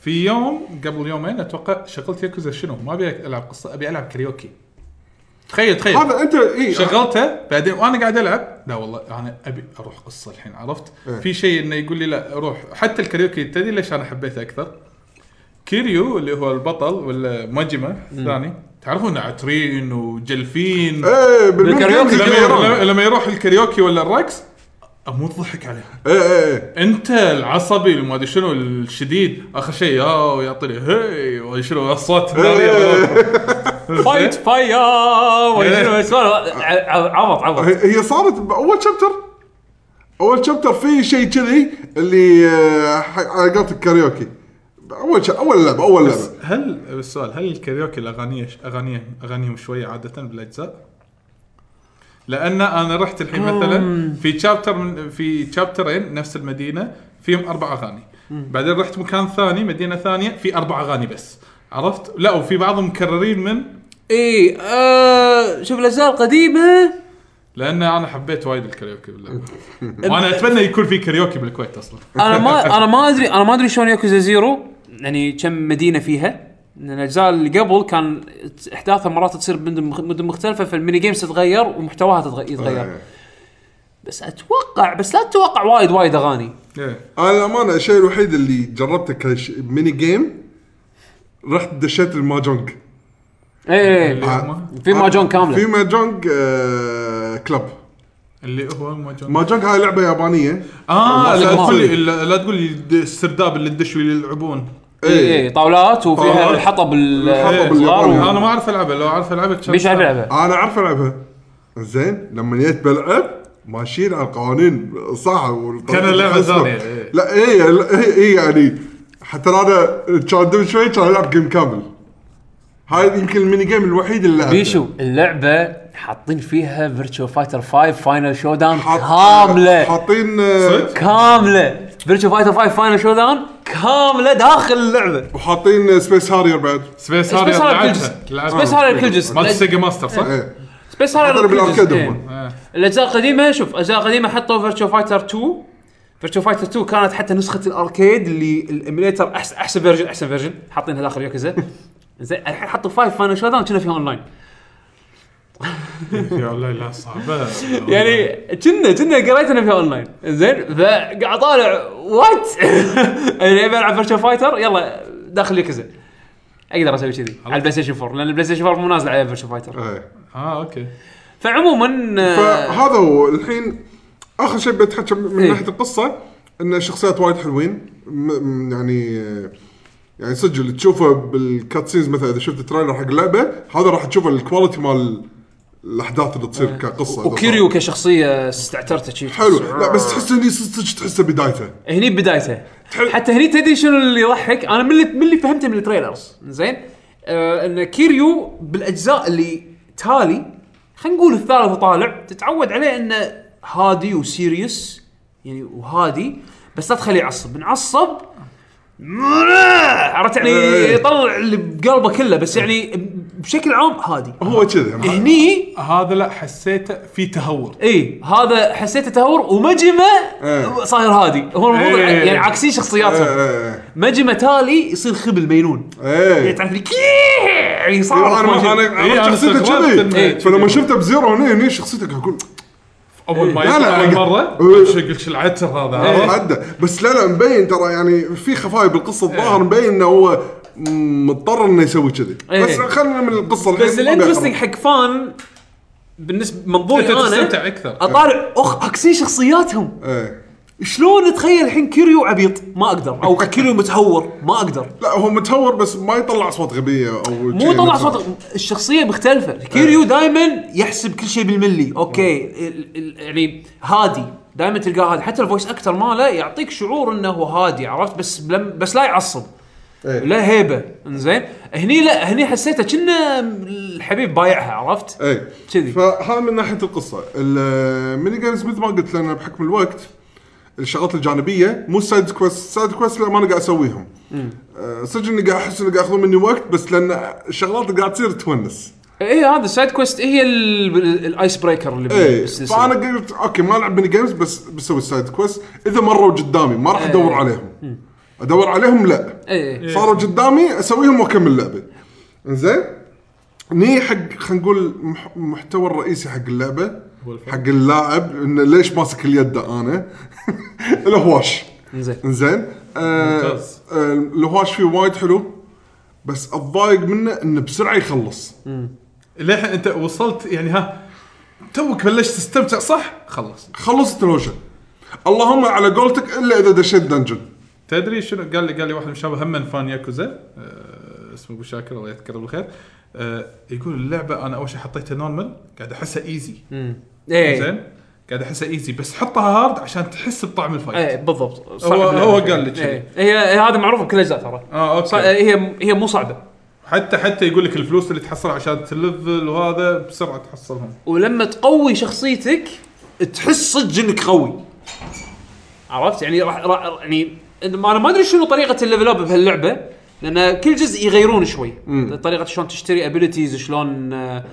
Speaker 4: في يوم قبل يومين اتوقع شغلت ياكوزا شنو ما ابي العب قصه ابي العب كاريوكي تخيل
Speaker 2: إيه.
Speaker 4: تخيل
Speaker 3: هذا إيه. انت اي
Speaker 4: شغلته بعدين وانا قاعد العب لا والله انا ابي اروح قصه الحين عرفت
Speaker 3: إيه.
Speaker 4: في شيء انه يقول لي لا روح حتى الكاريوكي تدري ليش انا حبيته اكثر كيريو اللي هو البطل ولا ماجما الثاني تعرفون عترين وجلفين
Speaker 3: ايه بالميني
Speaker 2: بالكاريوكي
Speaker 3: جيم
Speaker 4: لما
Speaker 3: يتغيرون.
Speaker 4: لما- لما يروح الكاريوكي ولا الرقص اموت ضحك عليها
Speaker 3: ايه ايه ايه
Speaker 4: انت العصبي اللي ما ادري شنو الشديد اخر شيء يا يعطيني هي وما ادري شنو الصوت
Speaker 2: فايت فاير ولا شنو السؤال ع- ع- عبط عبط
Speaker 3: هي هي صارت باول شابتر اول شابتر في شيء كذي اللي آه، ح- على قولتك كاريوكي اول شيء اول لعبه اول لعبه
Speaker 4: هل السؤال هل الكاريوكي الاغانيه اغانيهم اغانيهم شويه عاده بالاجزاء؟ لان انا رحت الحين مثلا في شابتر من في شابترين نفس المدينه فيهم اربع اغاني بعدين رحت مكان ثاني مدينه ثانيه في اربع اغاني بس عرفت؟ لا وفي بعضهم مكررين من
Speaker 2: اي إيه، آه، شوف الاجزاء القديمه
Speaker 4: لان انا حبيت وايد الكاريوكي باللعبه وانا اتمنى يكون في كاريوكي بالكويت اصلا
Speaker 2: انا ما انا ما ادري انا ما ادري شلون ياكوزا زيرو يعني كم مدينه فيها لان الاجزاء اللي قبل كان احداثها مرات تصير بمدن مخ- مدن مختلفه فالميني جيمز تتغير ومحتواها تتغ- يتغير
Speaker 3: إيه.
Speaker 2: بس اتوقع بس لا تتوقع وايد وايد اغاني
Speaker 4: إيه.
Speaker 3: انا الامانه الشيء الوحيد اللي جربته كميني جيم رحت دشيت الماجونج إيه.
Speaker 2: ايه
Speaker 4: اللي هم
Speaker 2: في ماجون كامله
Speaker 3: آه، في ماجونج آه كلب
Speaker 4: اللي هو مجون.
Speaker 3: ماجونج هاي لعبه يابانيه آه،
Speaker 4: اه لا
Speaker 2: ما-
Speaker 4: تقول لي لا- لا تقول لي الد- السرداب اللي تدش واللي يلعبون
Speaker 3: إيه.
Speaker 2: اي اي إيه، طاولات وفيها
Speaker 3: طاولات. إيه،
Speaker 2: الحطب
Speaker 3: الحطب
Speaker 2: ال-
Speaker 3: اللي
Speaker 2: الصغار
Speaker 3: يقولون.
Speaker 2: و-
Speaker 4: انا ما اعرف العبه لو اعرف العبها كان
Speaker 2: بيش لعبه
Speaker 3: انا اعرف العبها زين لما جيت بلعب ماشيين على القوانين صح
Speaker 4: كان اللعبة زانية، إيه.
Speaker 3: لا اي اي يعني حتى لو انا كان دم شوي كان العب جيم كامل هاي يمكن الميني جيم الوحيد اللي لعبته
Speaker 2: بيشو اللعبه حاطين فيها فيرتشو فايتر 5 فاينل شو داون
Speaker 3: حاط-
Speaker 2: كامله
Speaker 3: حاطين آه،
Speaker 4: صدق؟
Speaker 2: كامله فيرتشو فايتر 5 فاينل شو داون كامله داخل اللعبه
Speaker 3: وحاطين سبيس هارير بعد
Speaker 4: سبيس
Speaker 2: سبيس
Speaker 4: هارير
Speaker 2: هارير كل جزء
Speaker 4: لعبتها
Speaker 2: سبيس
Speaker 4: لعبتها
Speaker 2: هارير كل جزء
Speaker 4: مال سيجا ماستر صح؟
Speaker 3: ايه
Speaker 2: سبيس هارير
Speaker 3: حاطينه
Speaker 2: كل جزء.
Speaker 3: بالأركيد
Speaker 2: إيه.
Speaker 3: هم.
Speaker 4: آه.
Speaker 2: الاجزاء القديمه شوف الاجزاء القديمه حطوا فيرتشو فايتر 2 فيرتشو فايتر 2 كانت حتى نسخه الاركيد اللي الايميليتر احسن احسن فيرجن احسن فيرجن حاطينها داخل يوكوزا زين الحين حطوا فايف فاينل شو داون كنا فيها اونلاين
Speaker 4: يا الله لا صعبه
Speaker 2: يعني كنا كنا قريت انه فيها اونلاين زين فقاعد طالع وات انا ابي العب فيرتشو فايتر يلا داخل يوكوزا اقدر اسوي كذي على البلاي ستيشن 4 لان البلاي ستيشن 4 مو نازل عليه فيرتشو فايتر
Speaker 3: ايه
Speaker 4: اه اوكي
Speaker 2: فعموما آه،
Speaker 3: فهذا هو الحين اخر شيء بتحكي من
Speaker 2: إيه.
Speaker 3: ناحيه القصه ان الشخصيات وايد حلوين م- م- يعني يعني صدق اللي تشوفه بالكاتسينز مثلا اذا شفت تريلر حق اللعبه هذا راح تشوف الكواليتي مال الاحداث اللي تصير كقصه
Speaker 2: وكيريو كشخصيه استعترته شي
Speaker 3: حلو لا بس تحس اني صدق تحسه بدايته
Speaker 2: هني بدايته حتى هني تدري شنو اللي يضحك انا من اللي من اللي فهمته من التريلرز زين آه ان كيريو بالاجزاء اللي تالي خلينا نقول الثالث وطالع تتعود عليه انه هادي وسيريوس يعني وهادي بس لا تخليه يعصب انعصب عرفت يعني
Speaker 3: إيه.
Speaker 2: يطلع اللي بقلبه كله بس يعني بشكل عام هادي
Speaker 3: هو كذا
Speaker 2: هني
Speaker 4: هذا لا حسيته في تهور
Speaker 2: اي هذا حسيته تهور ومجمه
Speaker 3: إيه.
Speaker 2: صاير هادي هو المفروض
Speaker 4: إيه.
Speaker 2: يعني عاكسين شخصياتهم
Speaker 3: ايه
Speaker 2: مجمه تالي يصير خبل مينون يعني
Speaker 3: ايه
Speaker 2: تعرف اللي كيه
Speaker 3: انا
Speaker 2: يصارخ
Speaker 3: انا
Speaker 2: وجه.
Speaker 4: إيه،
Speaker 3: أنا
Speaker 4: أنا
Speaker 3: شخصيته
Speaker 4: استغربت إنه
Speaker 3: كذي
Speaker 4: كذي.
Speaker 3: فلما شفته بزيرو هنا هنا شخصيته قاعد اقول
Speaker 4: اول ما
Speaker 3: لا،
Speaker 4: يطلع
Speaker 3: لا،
Speaker 4: اول
Speaker 3: أنا-
Speaker 4: مره
Speaker 3: إيه.
Speaker 4: قلت شو- قلت شو العتر هذا
Speaker 2: إيه.
Speaker 4: عرفت؟
Speaker 3: عدى بس لا لا مبين ترى يعني في خفايا بالقصه
Speaker 2: إيه.
Speaker 3: الظاهر مبين انه هو مضطر انه يسوي كذي
Speaker 2: إيه.
Speaker 3: بس خلينا من القصه الحين
Speaker 2: بس الانترستنج حق فان بالنسبه منظوري
Speaker 4: انت
Speaker 2: انا
Speaker 4: تستمتع اكثر
Speaker 2: اطالع اخ عاكسين شخصياتهم
Speaker 3: ايه
Speaker 2: شلون اتخيل الحين كيريو عبيط ما اقدر او كيريو متهور ما اقدر
Speaker 3: لا هو متهور بس ما يطلع اصوات غبيه او
Speaker 2: مو طلع صوت الشخصيه مختلفه كيريو دائما يحسب كل شيء بالملي اوكي ال- ال- يعني هادي دائما تلقاه هادي حتى الفويس اكتر ماله يعطيك شعور انه هادي عرفت بس بلم بس لا يعصب
Speaker 3: إيه.
Speaker 2: لا هيبه انزين هني لا هني حسيته كنا الحبيب بايعها عرفت
Speaker 3: ايه
Speaker 2: كذي.
Speaker 3: فهذا من ناحيه القصه الميني جيمز مثل ما قلت لنا بحكم الوقت الشغلات الجانبيه مو سايد كويست سايد كويست لا ما انا قاعد اسويهم أه، صدق اني قاعد احس انه قاعد ياخذون مني وقت بس لان الشغلات اللي قاعد تصير تونس
Speaker 2: اي هذا السايد كويست هي ال- ال- الايس بريكر اللي
Speaker 3: ايه
Speaker 2: بالسلسلة.
Speaker 3: فانا قلت اوكي ما العب ميني جيمز بس بسوي سايد كويست اذا مروا قدامي ما راح ادور عليهم ادور عليهم لا
Speaker 2: إيه.
Speaker 3: صاروا قدامي اسويهم واكمل لعبه زين ني حق خلينا نقول مح- المحتوى الرئيسي حق اللعبه حق اللاعب انه ليش ماسك اليد انا الهواش
Speaker 2: انزين
Speaker 3: زين آه
Speaker 4: ممتاز.
Speaker 3: آه، الهواش فيه وايد حلو بس اتضايق منه انه بسرعه يخلص
Speaker 4: للحين انت وصلت يعني ها توك بلشت تستمتع صح؟ خلص
Speaker 3: خلصت الهوشه اللهم على قولتك الا اذا دشيت دنجن
Speaker 4: تدري شنو قال لي قال لي واحد من الشباب هم من فان ياكوزا آه، اسمه ابو شاكر الله يذكره بالخير آه، يقول اللعبه انا اول شيء حطيتها نورمال قاعد احسها ايزي
Speaker 2: ايه
Speaker 4: زين قاعد احسها ايزي بس حطها هارد عشان تحس بطعم الفايت
Speaker 2: ايه بالضبط صعب
Speaker 4: هو
Speaker 2: اللعبة.
Speaker 4: هو قال لي كذي
Speaker 2: إيه. هي هي هذا معروف بكل الاجزاء ترى
Speaker 4: اه
Speaker 2: صع-
Speaker 4: اوكي
Speaker 2: هي هي مو صعبه
Speaker 4: حتى حتى يقول لك الفلوس اللي تحصلها عشان تلفل وهذا بسرعه تحصلهم
Speaker 2: ولما تقوي شخصيتك تحس صدق انك قوي عرفت يعني راح راح- يعني انا ما ادري شنو طريقه الليفل اب بهاللعبه لان كل جزء يغيرون شوي طريقه شلون تشتري ابيلتيز شلون آه،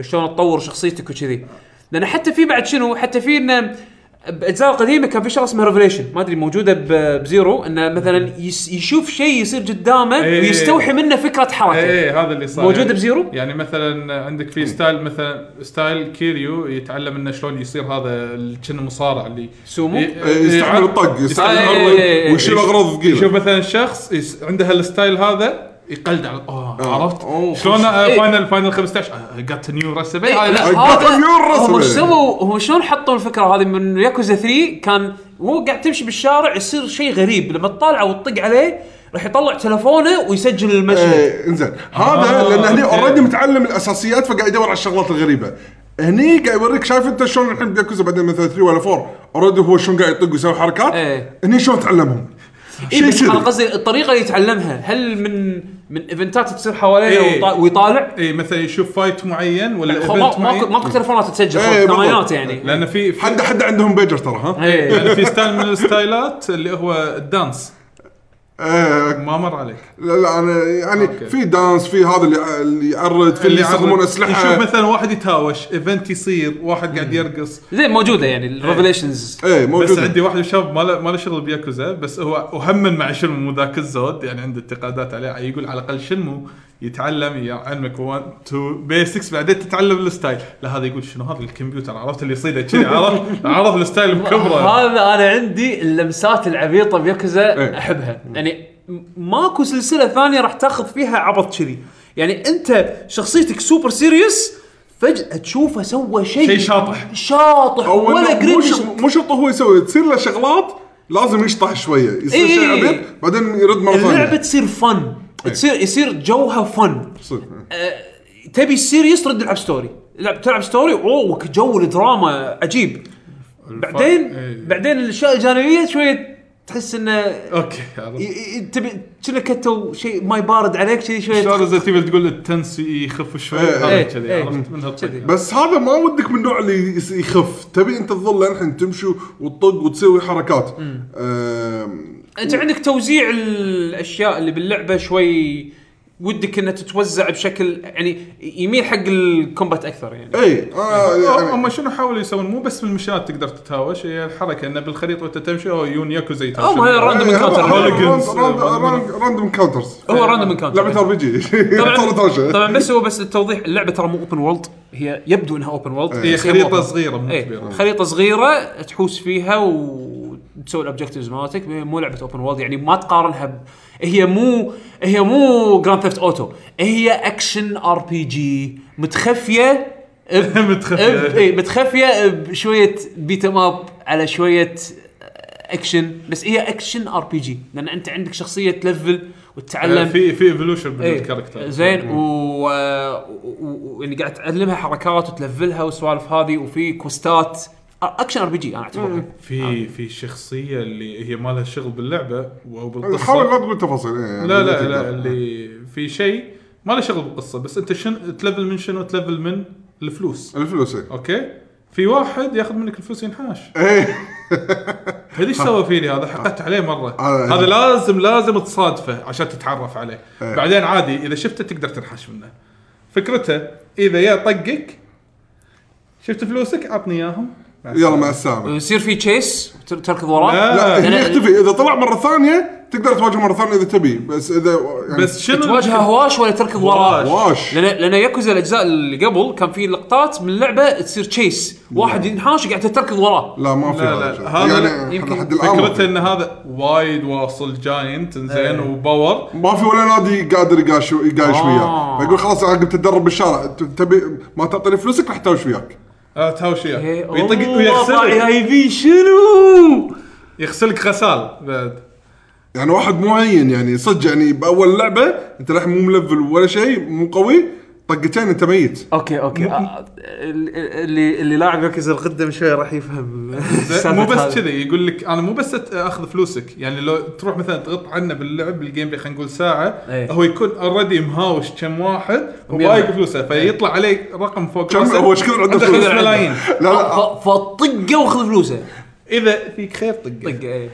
Speaker 2: شلون تطور شخصيتك وكذي لان حتى في بعد شنو حتى في انه باجزاء قديمه كان في شغله اسمها ريفليشن ما ادري موجوده ب- بزيرو انه مثلا يس- يشوف شيء يصير قدامه
Speaker 4: إيه.
Speaker 2: ويستوحي منه فكره حركه
Speaker 4: ايه هذا اللي صار
Speaker 2: موجوده
Speaker 4: يعني.
Speaker 2: بزيرو
Speaker 4: يعني مثلا عندك في ستايل مثلا ستايل كيريو يتعلم انه شلون يصير هذا ال- كأنه مصارع اللي
Speaker 2: سومو؟
Speaker 4: ي-
Speaker 3: إيه، يستعمل
Speaker 4: يع-
Speaker 3: الطق يستعمل
Speaker 2: إيه،
Speaker 3: الأرض،
Speaker 2: إيه، إيه.
Speaker 3: ويشيل اغراض
Speaker 4: يشوف
Speaker 3: ثقيله
Speaker 4: مثلا شخص يس... عنده هالستايل هذا يقلد على اه عرفت
Speaker 3: آه. أوه،
Speaker 4: شلون آه،
Speaker 3: خلاص.
Speaker 2: إيه.
Speaker 4: فاينل فاينل 15 جت نيو ريسبي
Speaker 2: إيه، لا،
Speaker 3: أوقات
Speaker 2: هذا-
Speaker 3: اليوم الرسمي.
Speaker 2: هم سووا هم شلون حطوا الفكره هذه من ياكوزا 3 كان وهو قاعد تمشي بالشارع يصير شيء غريب لما تطالعه وتطق عليه راح يطلع تلفونه ويسجل المشهد
Speaker 3: ايه انزين هذا
Speaker 4: آه،
Speaker 3: لان هني
Speaker 2: إيه.
Speaker 4: أوكي.
Speaker 3: اوريدي متعلم الاساسيات فقاعد يدور على الشغلات الغريبه هني قاعد يوريك شايف انت شلون الحين بياكوزا بعدين مثلا 3 ولا 4 اوريدي هو شلون قاعد يطق ويسوي حركات
Speaker 2: إيه.
Speaker 3: هني شلون تعلمهم
Speaker 2: إيه
Speaker 3: شيء
Speaker 2: بس انا
Speaker 3: كذي
Speaker 2: قصدي الطريقه اللي يتعلمها هل من من ايفنتات تصير حواليه
Speaker 4: إيه.
Speaker 2: ويطا- ويطالع
Speaker 4: اي مثلا يشوف فايت معين ولا
Speaker 2: خو-
Speaker 4: ايفنت
Speaker 2: ما- ماكو
Speaker 4: معين
Speaker 2: ماكو تلفونات تسجل
Speaker 3: إيه، بالضبط.
Speaker 2: ثمانينات يعني
Speaker 4: لان في في-
Speaker 3: حد حد عندهم بيجر ترى ها
Speaker 2: إيه.
Speaker 4: يعني في ستايل من الستايلات اللي هو الدانس
Speaker 3: ايه
Speaker 4: ما مر عليك
Speaker 3: لا لا انا يعني
Speaker 4: أوكي.
Speaker 3: في دانس في هذا اللي اللي يعرض في اللي يستخدمون
Speaker 4: عرض-
Speaker 3: اسلحه
Speaker 4: نشوف مثلا واحد يتهاوش ايفنت يصير واحد قاعد يرقص
Speaker 2: زين موجوده يعني الريفليشنز
Speaker 3: ايه
Speaker 4: بس
Speaker 3: موجود
Speaker 4: عندي واحد من الشباب ما له ما له شغل بياكوزا بس هو وهم مع شنمو ذاك الزود يعني عنده انتقادات عليه يقول على الاقل شنمو يتعلم يعلمك 1 2 بيسكس بعدين تتعلم الستايل لا هذا يقول شنو هذا الكمبيوتر عرفت اللي يصيده كذي عرفت عرف الستايل بكبره
Speaker 2: هذا انا عندي اللمسات العبيطه بياكوزا
Speaker 3: إيه.
Speaker 2: احبها يعني م- ماكو سلسله ثانيه راح تاخذ فيها عبط كذي يعني انت شخصيتك سوبر سيريس فجاه تشوفه سوى شيء
Speaker 4: شيء شاطح.
Speaker 2: شاطح
Speaker 3: او
Speaker 2: ولا
Speaker 3: إنه مو
Speaker 2: قريت
Speaker 3: شرط- مو شرط هو يسوي تصير له شغلات لازم يشطح شويه يصير
Speaker 2: إيه.
Speaker 3: شيء عبيط بعدين يرد مره
Speaker 2: اللعبه
Speaker 3: ثانيه
Speaker 2: تصير فن
Speaker 3: إيه.
Speaker 2: تصير يصير جوها فن
Speaker 3: يصير.
Speaker 2: أه، تبي السيريس رد العب ستوري لعب تلعب ستوري اوه جو الدراما عجيب بعدين
Speaker 4: إيه.
Speaker 2: بعدين الاشياء الجانبيه شويه تحس انه
Speaker 4: اوكي عرفت.
Speaker 2: ي- ي- تبي كنا كتو شيء ماي بارد عليك كذي
Speaker 4: شلون
Speaker 2: شويه
Speaker 4: زي تبي تقول التنس يخف شوي
Speaker 3: إيه.
Speaker 4: هذا
Speaker 2: إيه.
Speaker 4: كذي
Speaker 2: إيه.
Speaker 4: عرفت طيب. من هالطريقه
Speaker 3: بس هذا ما ودك من النوع اللي يس- يخف تبي انت تظل للحين تمشي وتطق وتسوي حركات آم،
Speaker 2: انت عندك توزيع الاشياء اللي باللعبه شوي ودك انها تتوزع بشكل يعني يميل حق الكومبات اكثر يعني
Speaker 3: اي آه، يعني-
Speaker 4: هم شنو حاولوا يسوون مو بس بالمشيات تقدر تتهاوش هي الحركه انه بالخريطه وانت تمشي او يون
Speaker 2: هم
Speaker 4: ياكوزا
Speaker 2: هي
Speaker 4: يتهاوشون
Speaker 2: الرن- random
Speaker 3: إيه،
Speaker 2: encounter.
Speaker 3: راند-
Speaker 4: Hooligans.
Speaker 3: راند- راند- راندوم كاونترز
Speaker 2: هو راندوم انكاونتر
Speaker 3: لعبه إيه، ار بي جي صارت
Speaker 2: طبعا
Speaker 3: هوشه
Speaker 2: طبعا بس هو بس التوضيح اللعبه ترى مو اوبن وولد هي يبدو انها اوبن وولد
Speaker 4: هي خريطه صغيره مو
Speaker 2: اي
Speaker 4: كبيره
Speaker 2: خريطه صغيره إيه، تحوس فيها وتسوي الاوبجكتيفز مالتك مو لعبه اوبن وولد يعني ما تقارنها ب... هي مو هي مو جراند ثيفت اوتو هي اكشن ار بي جي متخفيه ب-
Speaker 4: متخفية.
Speaker 2: ب- إيه، اي متخفيه بشويه بيت أم اب على شويه اكشن بس هي اكشن ار بي جي لان انت عندك شخصيه تلفل وتتعلم
Speaker 4: آه، في في ايفولوشن بالكاركتر
Speaker 2: ايه زين و يعني قاعد تعلمها حركات وتلفلها والسوالف هذه وفي كوستات اكشن ار بي جي انا اعتبرها
Speaker 4: في في شخصيه اللي هي ما لها شغل باللعبه او بالقصه
Speaker 3: حاول لا تقول تفاصيل إيه، يعني
Speaker 4: لا لا
Speaker 3: تقدر.
Speaker 4: لا اللي في شيء ما له شغل بالقصه بس انت شن تلفل من شنو تلفل من الفلوس
Speaker 3: الفلوس إيه.
Speaker 4: اوكي في واحد ياخذ منك الفلوس ينحاش
Speaker 3: ايه
Speaker 4: تدري ايش سوى فيني هذا حقت عليه مره
Speaker 3: هذا-
Speaker 4: هذا لازم لازم تصادفه عشان تتعرف عليه
Speaker 3: إيه.
Speaker 4: بعدين عادي اذا شفته تقدر تنحش منه فكرته اذا يا طقك شفت فلوسك عطني اياهم
Speaker 3: يلا مع السلامه
Speaker 2: يصير في تشيس تركض وراه
Speaker 4: لا.
Speaker 3: لا هنا
Speaker 2: أنا-
Speaker 3: يعني يختفي اذا طلع مره ثانيه تقدر تواجهه مره ثانيه اذا تبي بس اذا يعني
Speaker 4: بس شنو
Speaker 2: تواجهه هواش ولا تركض
Speaker 4: هواش.
Speaker 2: وراه
Speaker 3: واش
Speaker 2: لان لان ياكوزا الاجزاء اللي قبل كان في لقطات من اللعبه تصير تشيس واحد ينحاش قاعد تركض وراه
Speaker 3: لا ما في
Speaker 4: لا،
Speaker 3: هذا
Speaker 4: لا،
Speaker 3: الشيء.
Speaker 4: هذا
Speaker 3: يعني
Speaker 2: يمكن
Speaker 3: لحد الان ما
Speaker 4: فكرته
Speaker 3: في.
Speaker 4: ان هذا وايد واصل جاينت زين
Speaker 2: إيه.
Speaker 4: وباور
Speaker 3: ما في ولا نادي قادر يقاش يقايش
Speaker 2: آه.
Speaker 3: وياه فيقول خلاص انا قمت اتدرب بالشارع ت- تبي ما تعطيني فلوسك راح اتهاوش وياك
Speaker 4: آه، تهاوش
Speaker 2: إيه،
Speaker 4: اياه
Speaker 2: الله، إيه.
Speaker 4: ويطق
Speaker 2: طاعي
Speaker 4: ويغسلك
Speaker 2: هاي بي شنو؟
Speaker 4: يغسلك غسال بعد
Speaker 3: يعني واحد معين يعني صدق يعني باول لعبه انت للحين مو ملفل ولا شيء مو قوي طقتين انت ميت
Speaker 2: اوكي اوكي آه، ال- اللي اللي لاعب يركز القده من شوي راح يفهم
Speaker 4: زين، مو
Speaker 2: السالفة هذه.
Speaker 4: بس كذي يقول لك انا مو بس أت- اخذ فلوسك يعني لو تروح مثلا تغط عنه باللعب بالجيم بلاي خلينا نقول ساعه
Speaker 2: إيه.
Speaker 4: هو يكون اوريدي مهاوش كم واحد
Speaker 2: وبيرجع.
Speaker 4: وبايق فلوسه
Speaker 2: إيه.
Speaker 4: فيطلع عليه رقم فوق
Speaker 3: كم
Speaker 4: راسه.
Speaker 3: هو إيش كثر عنده
Speaker 4: عنده
Speaker 3: فلوس؟
Speaker 4: 5 ملايين
Speaker 3: لا لا
Speaker 2: ف- فطقه واخذ فلوسه إيه،
Speaker 4: اذا فيك خير طقه
Speaker 2: طقه اي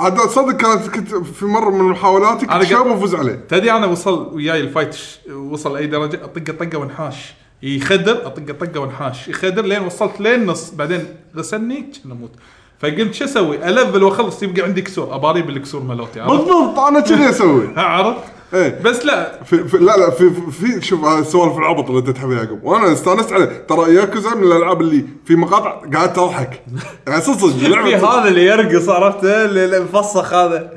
Speaker 3: عاد صدق كانت كنت في مره من محاولاتي
Speaker 4: أنا
Speaker 3: كنت شاب
Speaker 4: قا-
Speaker 3: وفوز عليه
Speaker 4: تدري انا وصل وياي الفايت ش- وصل لاي درجه اطقه طقه وانحاش يخدر اطقه طقه وانحاش يخدر لين وصلت لين نص بعدين غسلني كان اموت فقلت شو اسوي؟ الفل واخلص يبقى عندي كسور اباري بالكسور مالوتي عرفت؟
Speaker 3: بالضبط انا كذي اسوي
Speaker 4: عرفت؟
Speaker 6: إيه.
Speaker 3: ايه
Speaker 4: بس لا
Speaker 3: في في لا لا في في- في شوف هذا السوالف العبط اللي تتحب يا يعقوب وانا استانست عليه ترى ياكوزا من الالعاب اللي في مقاطع قعدت اضحك يعني صدق صدق
Speaker 6: في
Speaker 3: لعبه صدق.
Speaker 6: هذا اللي يرقص عرفته اللي اللي مفسخ هذا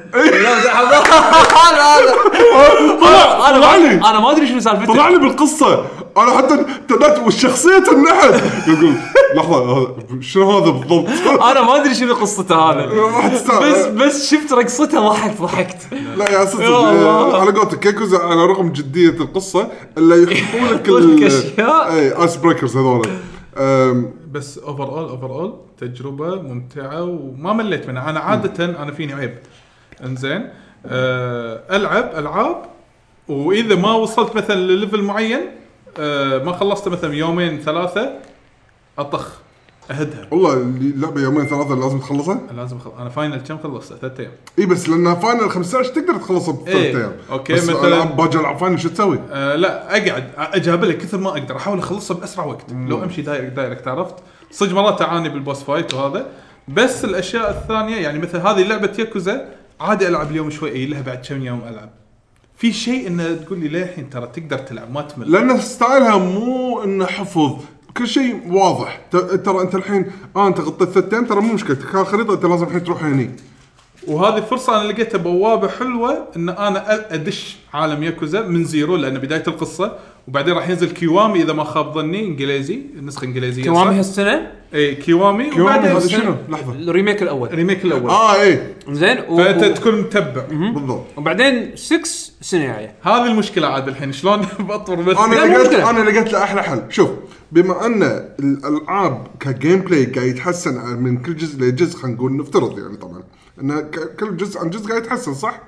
Speaker 3: طلع طلع لي
Speaker 2: انا ما ادري شنو سالفته
Speaker 3: طلع لي بالقصه انا حتى تنت والشخصيه تنحت يقول لحظه هذا- شنو هذا بالضبط؟
Speaker 2: انا ما ادري شنو قصته هذا
Speaker 3: ما حد يستاهل.
Speaker 2: بس بس شفت رقصته ضحكت ضحكت
Speaker 3: لا يا صدق
Speaker 2: يا الله.
Speaker 3: على قولتك كيكوزا على رغم جديه القصه الا يحطون لك
Speaker 2: يحطولك
Speaker 3: ال-
Speaker 2: أشياء.
Speaker 3: اي ايس بريكرز إيه، هذول أم،
Speaker 4: بس اوفر اول اوفر اول تجربه ممتعه وما مليت منها انا عاده انا فيني عيب انزين آه العب العاب واذا ما وصلت مثلا لليفل معين آه ما خلصته مثلا يومين ثلاثه اطخ اهدها
Speaker 3: والله اللعبه يومين ثلاثه لازم تخلصها
Speaker 4: أنا لازم أخلص. انا فاينل كم خلصت ثلاث ايام
Speaker 3: اي بس لان فاينل 15 تقدر تخلصها بثلاث
Speaker 4: إيه،
Speaker 3: ايام
Speaker 4: أوكي،
Speaker 3: بس
Speaker 4: مثلاً-
Speaker 3: العب باجي العب فاينل شو تسوي؟
Speaker 4: آه لا اقعد اجابله كثر ما اقدر احاول اخلصها باسرع وقت لو امشي دايركت دايركت عرفت صدق مرات اعاني بالبوس فايت وهذا بس الاشياء الثانيه يعني مثل هذه لعبه ياكوزا عادي العب اليوم شوي اي لها بعد كم يوم العب في شيء انه تقول لي للحين ترى تقدر تلعب ما تمل
Speaker 3: لان ستايلها مو انه حفظ كل شيء واضح ت- ترى انت الحين اه انت غطيت ثلاث ايام ترى مو مشكلتك هالخريطه انت لازم الحين تروح هني
Speaker 4: وهذه فرصه انا لقيتها بوابه حلوه ان انا أ- ادش عالم ياكوزا من زيرو لان بدايه القصه وبعدين راح ينزل كيوامي اذا ما خاب ظني انجليزي النسخه انجليزيه
Speaker 2: كوامي هالسنه
Speaker 4: اي إيه، كيوامي,
Speaker 3: كيوامي
Speaker 4: وبعدين
Speaker 3: هذا شنو؟ لحظه
Speaker 2: الريميك الاول
Speaker 4: الريميك الاول
Speaker 3: اه اي
Speaker 2: زين و-
Speaker 4: فانت
Speaker 2: و-
Speaker 4: تكون متبع
Speaker 3: بالضبط
Speaker 2: وبعدين يعني. 6 السنه الجايه
Speaker 4: هذه المشكله عاد الحين شلون بطور إيه،
Speaker 3: انا
Speaker 2: لا، مو
Speaker 4: مثل
Speaker 3: لقيت
Speaker 2: مشكلة.
Speaker 3: انا لقيت له احلى حل شوف بما ان الالعاب كجيم بلاي قاعد يتحسن من كل جزء لجزء خلينا نقول نفترض يعني طبعا ان ك- كل جزء عن جزء قاعد يتحسن صح؟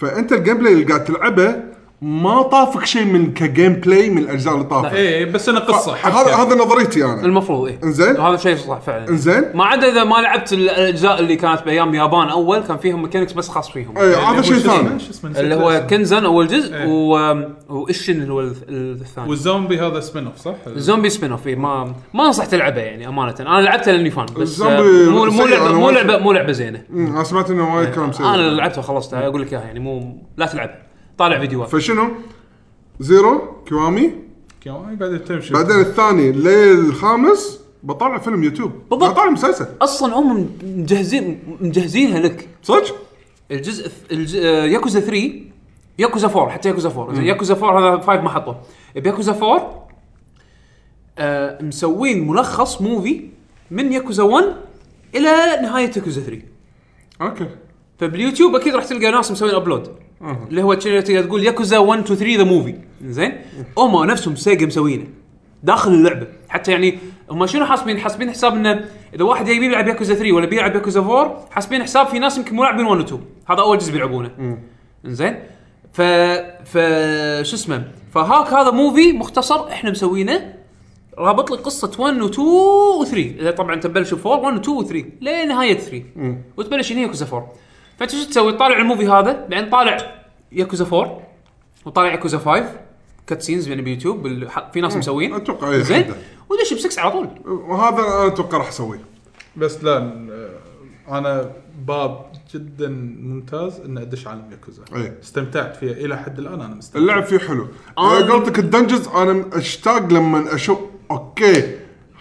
Speaker 3: فانت الجيم بلاي اللي قاعد تلعبه ما طافك شيء من كجيم بلاي من الاجزاء اللي
Speaker 2: إيه،
Speaker 3: طافت
Speaker 4: ايه بس انا قصه
Speaker 3: هذا
Speaker 4: حبكه
Speaker 3: هذا نظريتي انا
Speaker 2: المفروض ايه
Speaker 3: إنزين.
Speaker 2: هذا شيء صح فعلا
Speaker 3: إنزين.
Speaker 2: ما عدا اذا ما لعبت الاجزاء اللي كانت بايام يابان اول كان فيهم ميكانكس بس خاص فيهم
Speaker 3: اي إيه، هذا شيء
Speaker 4: شو يعني اسمه؟
Speaker 3: ثاني
Speaker 4: شو اسمه؟ نسيت
Speaker 2: اللي هو
Speaker 4: اسمه.
Speaker 2: كنزن اول جزء
Speaker 4: إيه.
Speaker 2: و... واشن اللي هو الث- الثاني
Speaker 4: والزومبي هذا سبين اوف صح؟
Speaker 2: زومبي سبين اوف إيه، ما ما انصح تلعبه يعني امانه انا لعبته لاني فان بس آه،
Speaker 3: الزومبي
Speaker 2: مو مو
Speaker 3: سيء،
Speaker 2: لعبه
Speaker 3: أنا
Speaker 2: مو
Speaker 3: وايد-
Speaker 2: لعبه مو لعبه زينه
Speaker 3: أمم، انا سمعت انه
Speaker 2: إيه.
Speaker 3: وايد كلام سيء
Speaker 2: انا لعبتها وخلصتها اقول لك اياها يعني مو لا تلعبها طالع فيديوهات
Speaker 3: فشنو؟ زيرو كيوامي
Speaker 4: كيوامي بعدين تمشي
Speaker 3: بعدين الثاني للخامس بطلع فيلم يوتيوب
Speaker 2: بالضبط.
Speaker 3: بطلع مسلسل
Speaker 2: اصلا هم مجهزين مجهزينها لك
Speaker 3: صدق؟
Speaker 2: الجزء الج... آه، ياكوزا 3 ياكوزا 4 حتى ياكوزا 4 زين ياكوزا 4 هذا 5 ما حطوه بياكوزا 4 آه مسوين ملخص موفي من ياكوزا 1 الى نهايه ياكوزا 3
Speaker 3: اوكي
Speaker 2: فباليوتيوب اكيد راح تلقى ناس مسوين ابلود اللي هو تشيلي- تقدر تقول ياكوزا 1 2 3 ذا موفي زين هم نفسهم سيجا مسوينه داخل اللعبه حتى يعني هم شنو حاسبين؟ حاسبين حساب انه اذا واحد جاي بيلعب ياكوزا 3 ولا بيلعب ياكوزا 4 حاسبين حساب في ناس يمكن مو لاعبين 1 و 2 هذا اول جزء بيلعبونه زين ف ف شو اسمه فهاك هذا موفي مختصر احنا مسوينه رابط لك قصه 1 و 2 و 3 اذا طبعا تبلش 4 1 و 2 و 3 لنهايه 3 وتبلش هنا ياكوزا 4 فانت شو تسوي؟ طالع الموفي هذا بعدين طالع ياكوزا 4 وطالع ياكوزا 5 كات سينز يعني بيوتيوب بال- ح- في ناس مسوين
Speaker 3: أتوقع أي
Speaker 2: زين
Speaker 3: حد.
Speaker 2: ودش ب 6 على طول
Speaker 3: وهذا انا اتوقع راح اسويه
Speaker 4: بس لا آه، انا باب جدا ممتاز ان ادش عالم ياكوزا
Speaker 3: إيه.
Speaker 4: استمتعت فيها الى حد الان انا مستمتع
Speaker 3: اللعب فيه حلو
Speaker 2: آه.
Speaker 3: انا قلت لك الدنجز انا اشتاق لما اشوف اوكي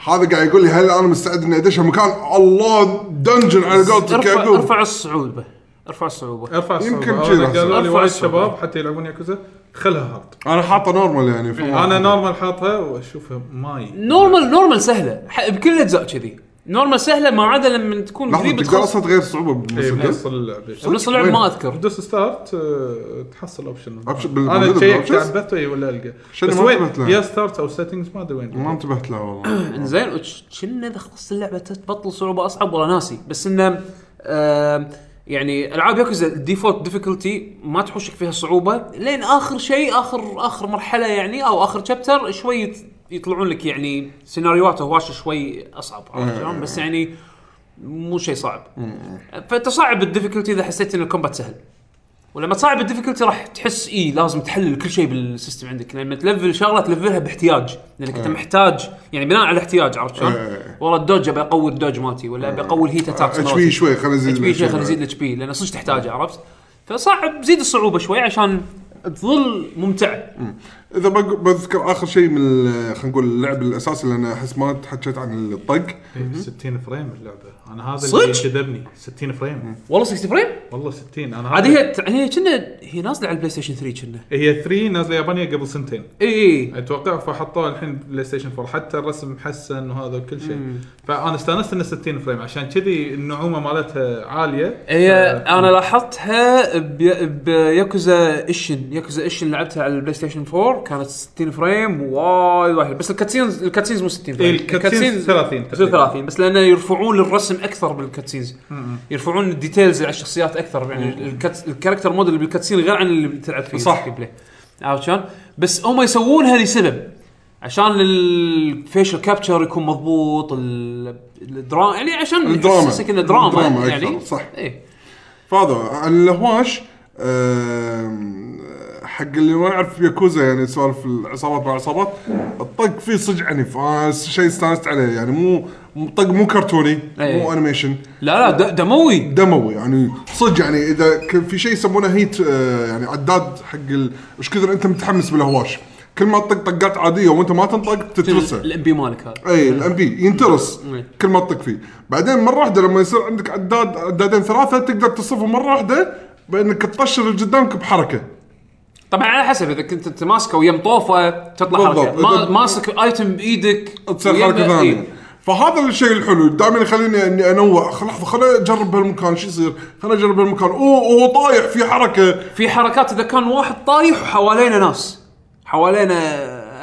Speaker 3: هذا قاعد يقول لي هل انا مستعد اني ادش مكان الله دنجن على قولتك يا
Speaker 2: ارفع
Speaker 3: يعقوب
Speaker 2: ارفع الصعوبه ارفع الصعوبه
Speaker 4: ارفع الصعوبه
Speaker 3: يمكن
Speaker 4: يمكن
Speaker 3: شي راح
Speaker 4: قالوا لي
Speaker 2: يصير.
Speaker 4: وايد
Speaker 2: ارفع الصعوبة.
Speaker 4: شباب حتى يلعبون ياكوزا خلها هارد
Speaker 3: انا حاطه نورمال يعني في
Speaker 4: انا نورمال حاطها واشوفها ماي
Speaker 2: نورمال نورمال سهله ح- بكل الاجزاء كذي نورمال سهله ما عدا لما تكون
Speaker 3: لحظه
Speaker 2: قريب
Speaker 3: تقدر
Speaker 2: تخلص
Speaker 3: اصلا تغير صعوبه بالمسدس
Speaker 4: بنص اللعبه
Speaker 2: نص اللعب ما اذكر
Speaker 4: دوس ستارت آه، تحصل اوبشن
Speaker 3: Option بال-
Speaker 4: انا
Speaker 3: موجودة
Speaker 4: تشيك
Speaker 3: بالoptions؟
Speaker 4: تعبت اي ولا القى
Speaker 3: شنو
Speaker 4: بس
Speaker 3: ما
Speaker 4: وين
Speaker 3: انتبهت لها؟
Speaker 4: يا ستارت او سيتنجز ما ادري
Speaker 3: ما
Speaker 4: وين
Speaker 3: انتبهت لها والله
Speaker 2: زين وش- كنا اذا خلصت اللعبه تبطل صعوبه اصعب ولا ناسي بس انه آه يعني العاب ياكوزا الديفولت ديفيكولتي ما تحوشك فيها الصعوبه لين اخر شيء اخر اخر مرحله يعني او اخر شابتر شوي يت- يطلعون لك يعني سيناريوهات هواشه شوي اصعب عرفت شلون؟ بس يعني مو شيء صعب فتصعب الديفيكولتي اذا حسيت ان الكومبات سهل ولما تصعب الديفيكولتي راح تحس اي لازم تحلل كل شيء بالسيستم عندك يعني لما تلفل شغله تلفلها باحتياج لانك انت محتاج يعني بناء على الاحتياج عرفت شلون؟
Speaker 3: إيه.
Speaker 2: والله الدوج ابي اقوي الدوج مالتي ولا ابي اقوي الهيت اتاكس
Speaker 3: اتش بي شوي خلينا نزيد
Speaker 2: اتش بي شوي خلينا
Speaker 3: بعد.
Speaker 2: نزيد الاتش بي لان صدق تحتاجه عرفت؟ فصعب زيد الصعوبه شوي عشان تظل ممتع
Speaker 3: اذا بق- بذكر اخر شيء من ال- خلينا نقول اللعب الاساسي لان احس ما تحكيت عن الطق
Speaker 4: إيه، 60 فريم اللعبه انا هذا
Speaker 2: صدق؟
Speaker 4: اللي جذبني 60 فريم
Speaker 2: والله 60 فريم
Speaker 4: والله 60 انا
Speaker 2: عاد
Speaker 4: هذا-
Speaker 2: هي هي كنا هي نازله على البلاي ستيشن 3 كنا
Speaker 4: هي 3 نازله يابانيه قبل سنتين
Speaker 3: إيه.
Speaker 2: اي
Speaker 4: اتوقع فحطوها الحين بلاي ستيشن 4 حتى الرسم محسن وهذا وكل شيء فانا استانست انه 60 فريم عشان كذي النعومه مالتها عاليه
Speaker 2: هي
Speaker 4: ف-
Speaker 2: انا لاحظتها بي- بياكوزا ايشن ياكوزا ايشن لعبتها على البلاي ستيشن 4 كانت 60 فريم وايد وايد بس الكاتسينز الكاتسينز مو 60 فريم
Speaker 4: إيه، الكاتسينز 30
Speaker 2: يصير
Speaker 4: تقريباً.
Speaker 2: 30 بس لانه يرفعون الرسم اكثر بالكاتسينز يرفعون الديتيلز على الشخصيات اكثر يعني الكات- الكاركتر موديل اللي بالكاتسين غير عن اللي بتلعب فيه
Speaker 3: صح.
Speaker 2: الجيم بلاي. عرفت شلون؟ بس هم يسوونها لسبب عشان الفيشل كابتشر يكون مضبوط ال- الدراما يعني عشان
Speaker 3: الدراما.
Speaker 2: يحسسك انه دراما,
Speaker 3: الدراما أكثر،
Speaker 2: يعني
Speaker 3: صح.
Speaker 2: ايه
Speaker 3: فهذا عن الهواش آم، حق اللي ما يعرف ياكوزا يعني سوالف العصابات مع العصابات الطق فيه صدق عنيف انا شيء استانست عليه يعني مو مو- طق مو كرتوني
Speaker 2: أي.
Speaker 3: مو انيميشن
Speaker 2: لا لا د- دموي
Speaker 3: دموي يعني صدق يعني اذا كان في شيء يسمونه هيت آه، يعني عداد حق ال- ايش كثر انت متحمس بالهواش كل ما تطق طقات عاديه وانت ما تنطق تترسه
Speaker 2: الام بي مالك هذا
Speaker 3: اي إيه، الام بي ينترس
Speaker 2: مم.
Speaker 3: كل ما تطق فيه بعدين مره واحده لما يصير عندك عداد عدادين ثلاثه تقدر تصفهم مره واحده بانك تطشر اللي قدامك بحركه
Speaker 2: طبعا على حسب اذا كنت انت ماسكه ويم طوفه تطلع
Speaker 3: بالضبط.
Speaker 2: حركه ما
Speaker 3: إذا-
Speaker 2: ماسك ايتم بايدك
Speaker 3: تصير
Speaker 2: ويمه-
Speaker 3: حركه
Speaker 2: إيه.
Speaker 3: ثانيه فهذا الشيء الحلو دائما يخليني اني انوع خل- لحظه خليني اجرب هالمكان شو يصير خليني اجرب هالمكان اوه اوه طايح في حركه
Speaker 2: في حركات اذا كان واحد طايح وحوالينا ناس حوالينا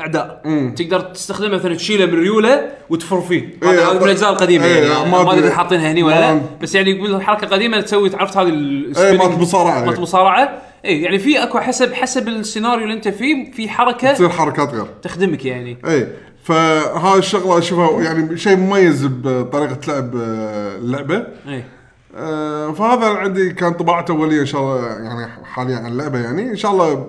Speaker 2: اعداء تقدر تستخدمه مثلا تشيله من ريوله وتفر فيه
Speaker 3: إيه،
Speaker 2: هذا هذا من الاجزاء القديمه
Speaker 3: إيه،
Speaker 2: يعني
Speaker 3: ما
Speaker 2: ما ادري
Speaker 3: أدري.
Speaker 2: إذا حاطينها هني ولا لا
Speaker 3: ما-
Speaker 2: بس يعني يقول حركه قديمه تسوي تعرفت هذه
Speaker 3: إيه،
Speaker 2: السبيننج
Speaker 3: مالت مصارعة،
Speaker 2: مالت
Speaker 3: إيه.
Speaker 2: مصارعه اي يعني في اكو حسب حسب السيناريو اللي انت فيه في
Speaker 3: تصير
Speaker 2: حركه
Speaker 3: حركات غير
Speaker 2: تخدمك يعني
Speaker 3: اي فهاي الشغله اشوفها يعني شيء مميز بطريقه لعب آه، اللعبه
Speaker 2: ايه
Speaker 3: آه، فهذا عندي كان طباعته اوليه ان شاء الله يعني حاليا عن اللعبه يعني ان شاء الله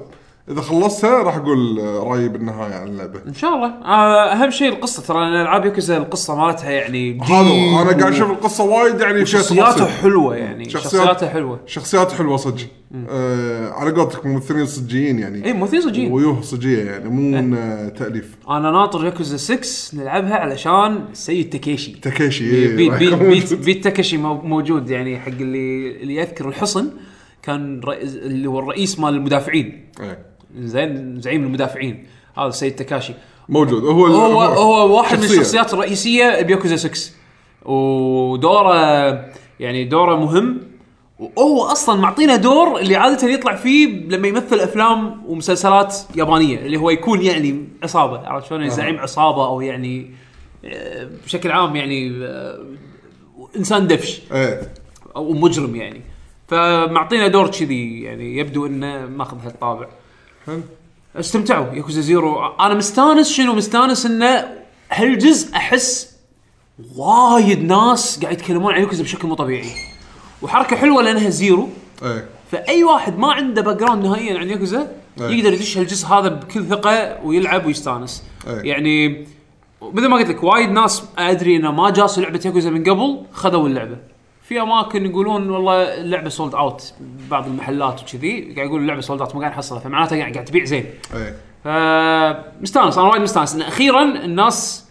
Speaker 3: اذا خلصتها راح اقول آه، رايي بالنهايه عن اللعبه
Speaker 2: ان شاء الله آه، اهم شيء القصه ترى لان العاب ياكوزا القصه مالتها يعني
Speaker 3: هذا
Speaker 2: deep
Speaker 3: انا قاعد اشوف القصه وايد يعني فيها
Speaker 2: شخصياتها
Speaker 3: تفاصيل.
Speaker 2: حلوه يعني
Speaker 3: شخصيات-
Speaker 2: شخصياتها حلوه
Speaker 3: شخصيات حلوه صدق آه على قولتك ممثلين صجيين يعني
Speaker 2: اي ممثلين صجين
Speaker 3: ويوه صجيه يعني
Speaker 2: إيه.
Speaker 3: مو من آه، تاليف
Speaker 2: انا ناطر ياكوزا 6 نلعبها علشان سيد تاكيشي
Speaker 3: تاكيشي إيه،
Speaker 2: بيت
Speaker 3: راح
Speaker 2: بيت
Speaker 3: يكون
Speaker 2: بيت,
Speaker 3: موجود.
Speaker 2: بيت تاكيشي مو- موجود يعني حق اللي اللي يذكر الحصن كان رئيس- اللي هو الرئيس مال المدافعين
Speaker 3: إيه.
Speaker 2: زين زعيم المدافعين هذا سيد تاكاشي
Speaker 3: موجود هو ال-
Speaker 2: هو هو واحد من
Speaker 3: شخصية.
Speaker 2: الشخصيات الرئيسيه بياكوزا 6 ودوره يعني دوره مهم وهو اصلا معطينا دور اللي عاده يطلع فيه لما يمثل افلام ومسلسلات يابانيه اللي هو يكون يعني عصابه عرفت شلون يعني زعيم عصابه او يعني آه، بشكل عام يعني آه، انسان دفش
Speaker 3: ايه
Speaker 2: او مجرم يعني فمعطينا دور كذي يعني يبدو انه ماخذ هالطابع
Speaker 3: حلو.
Speaker 2: استمتعوا ياكوزا زيرو انا مستانس شنو مستانس انه هالجزء احس وايد ناس قاعد يتكلمون عن ياكوزا بشكل مو طبيعي وحركه حلوه لانها زيرو
Speaker 3: ايه
Speaker 2: فاي واحد ما عنده باك جراوند نهائيا عن ياكوزا
Speaker 3: أي.
Speaker 2: يقدر يدش هالجزء هذا بكل ثقه ويلعب ويستانس
Speaker 3: أي.
Speaker 2: يعني مثل ما قلت لك وايد ناس ادري انه ما جاسوا لعبه ياكوزا من قبل خذوا اللعبه في اماكن يقولون والله اللعبه سولد اوت بعض المحلات وكذي قاعد يقولون اللعبه سولد اوت ما قاعد نحصلها فمعناتها قاعد قاعد تبيع زين
Speaker 3: ايه
Speaker 2: فمستانس انا وايد مستانس ان اخيرا الناس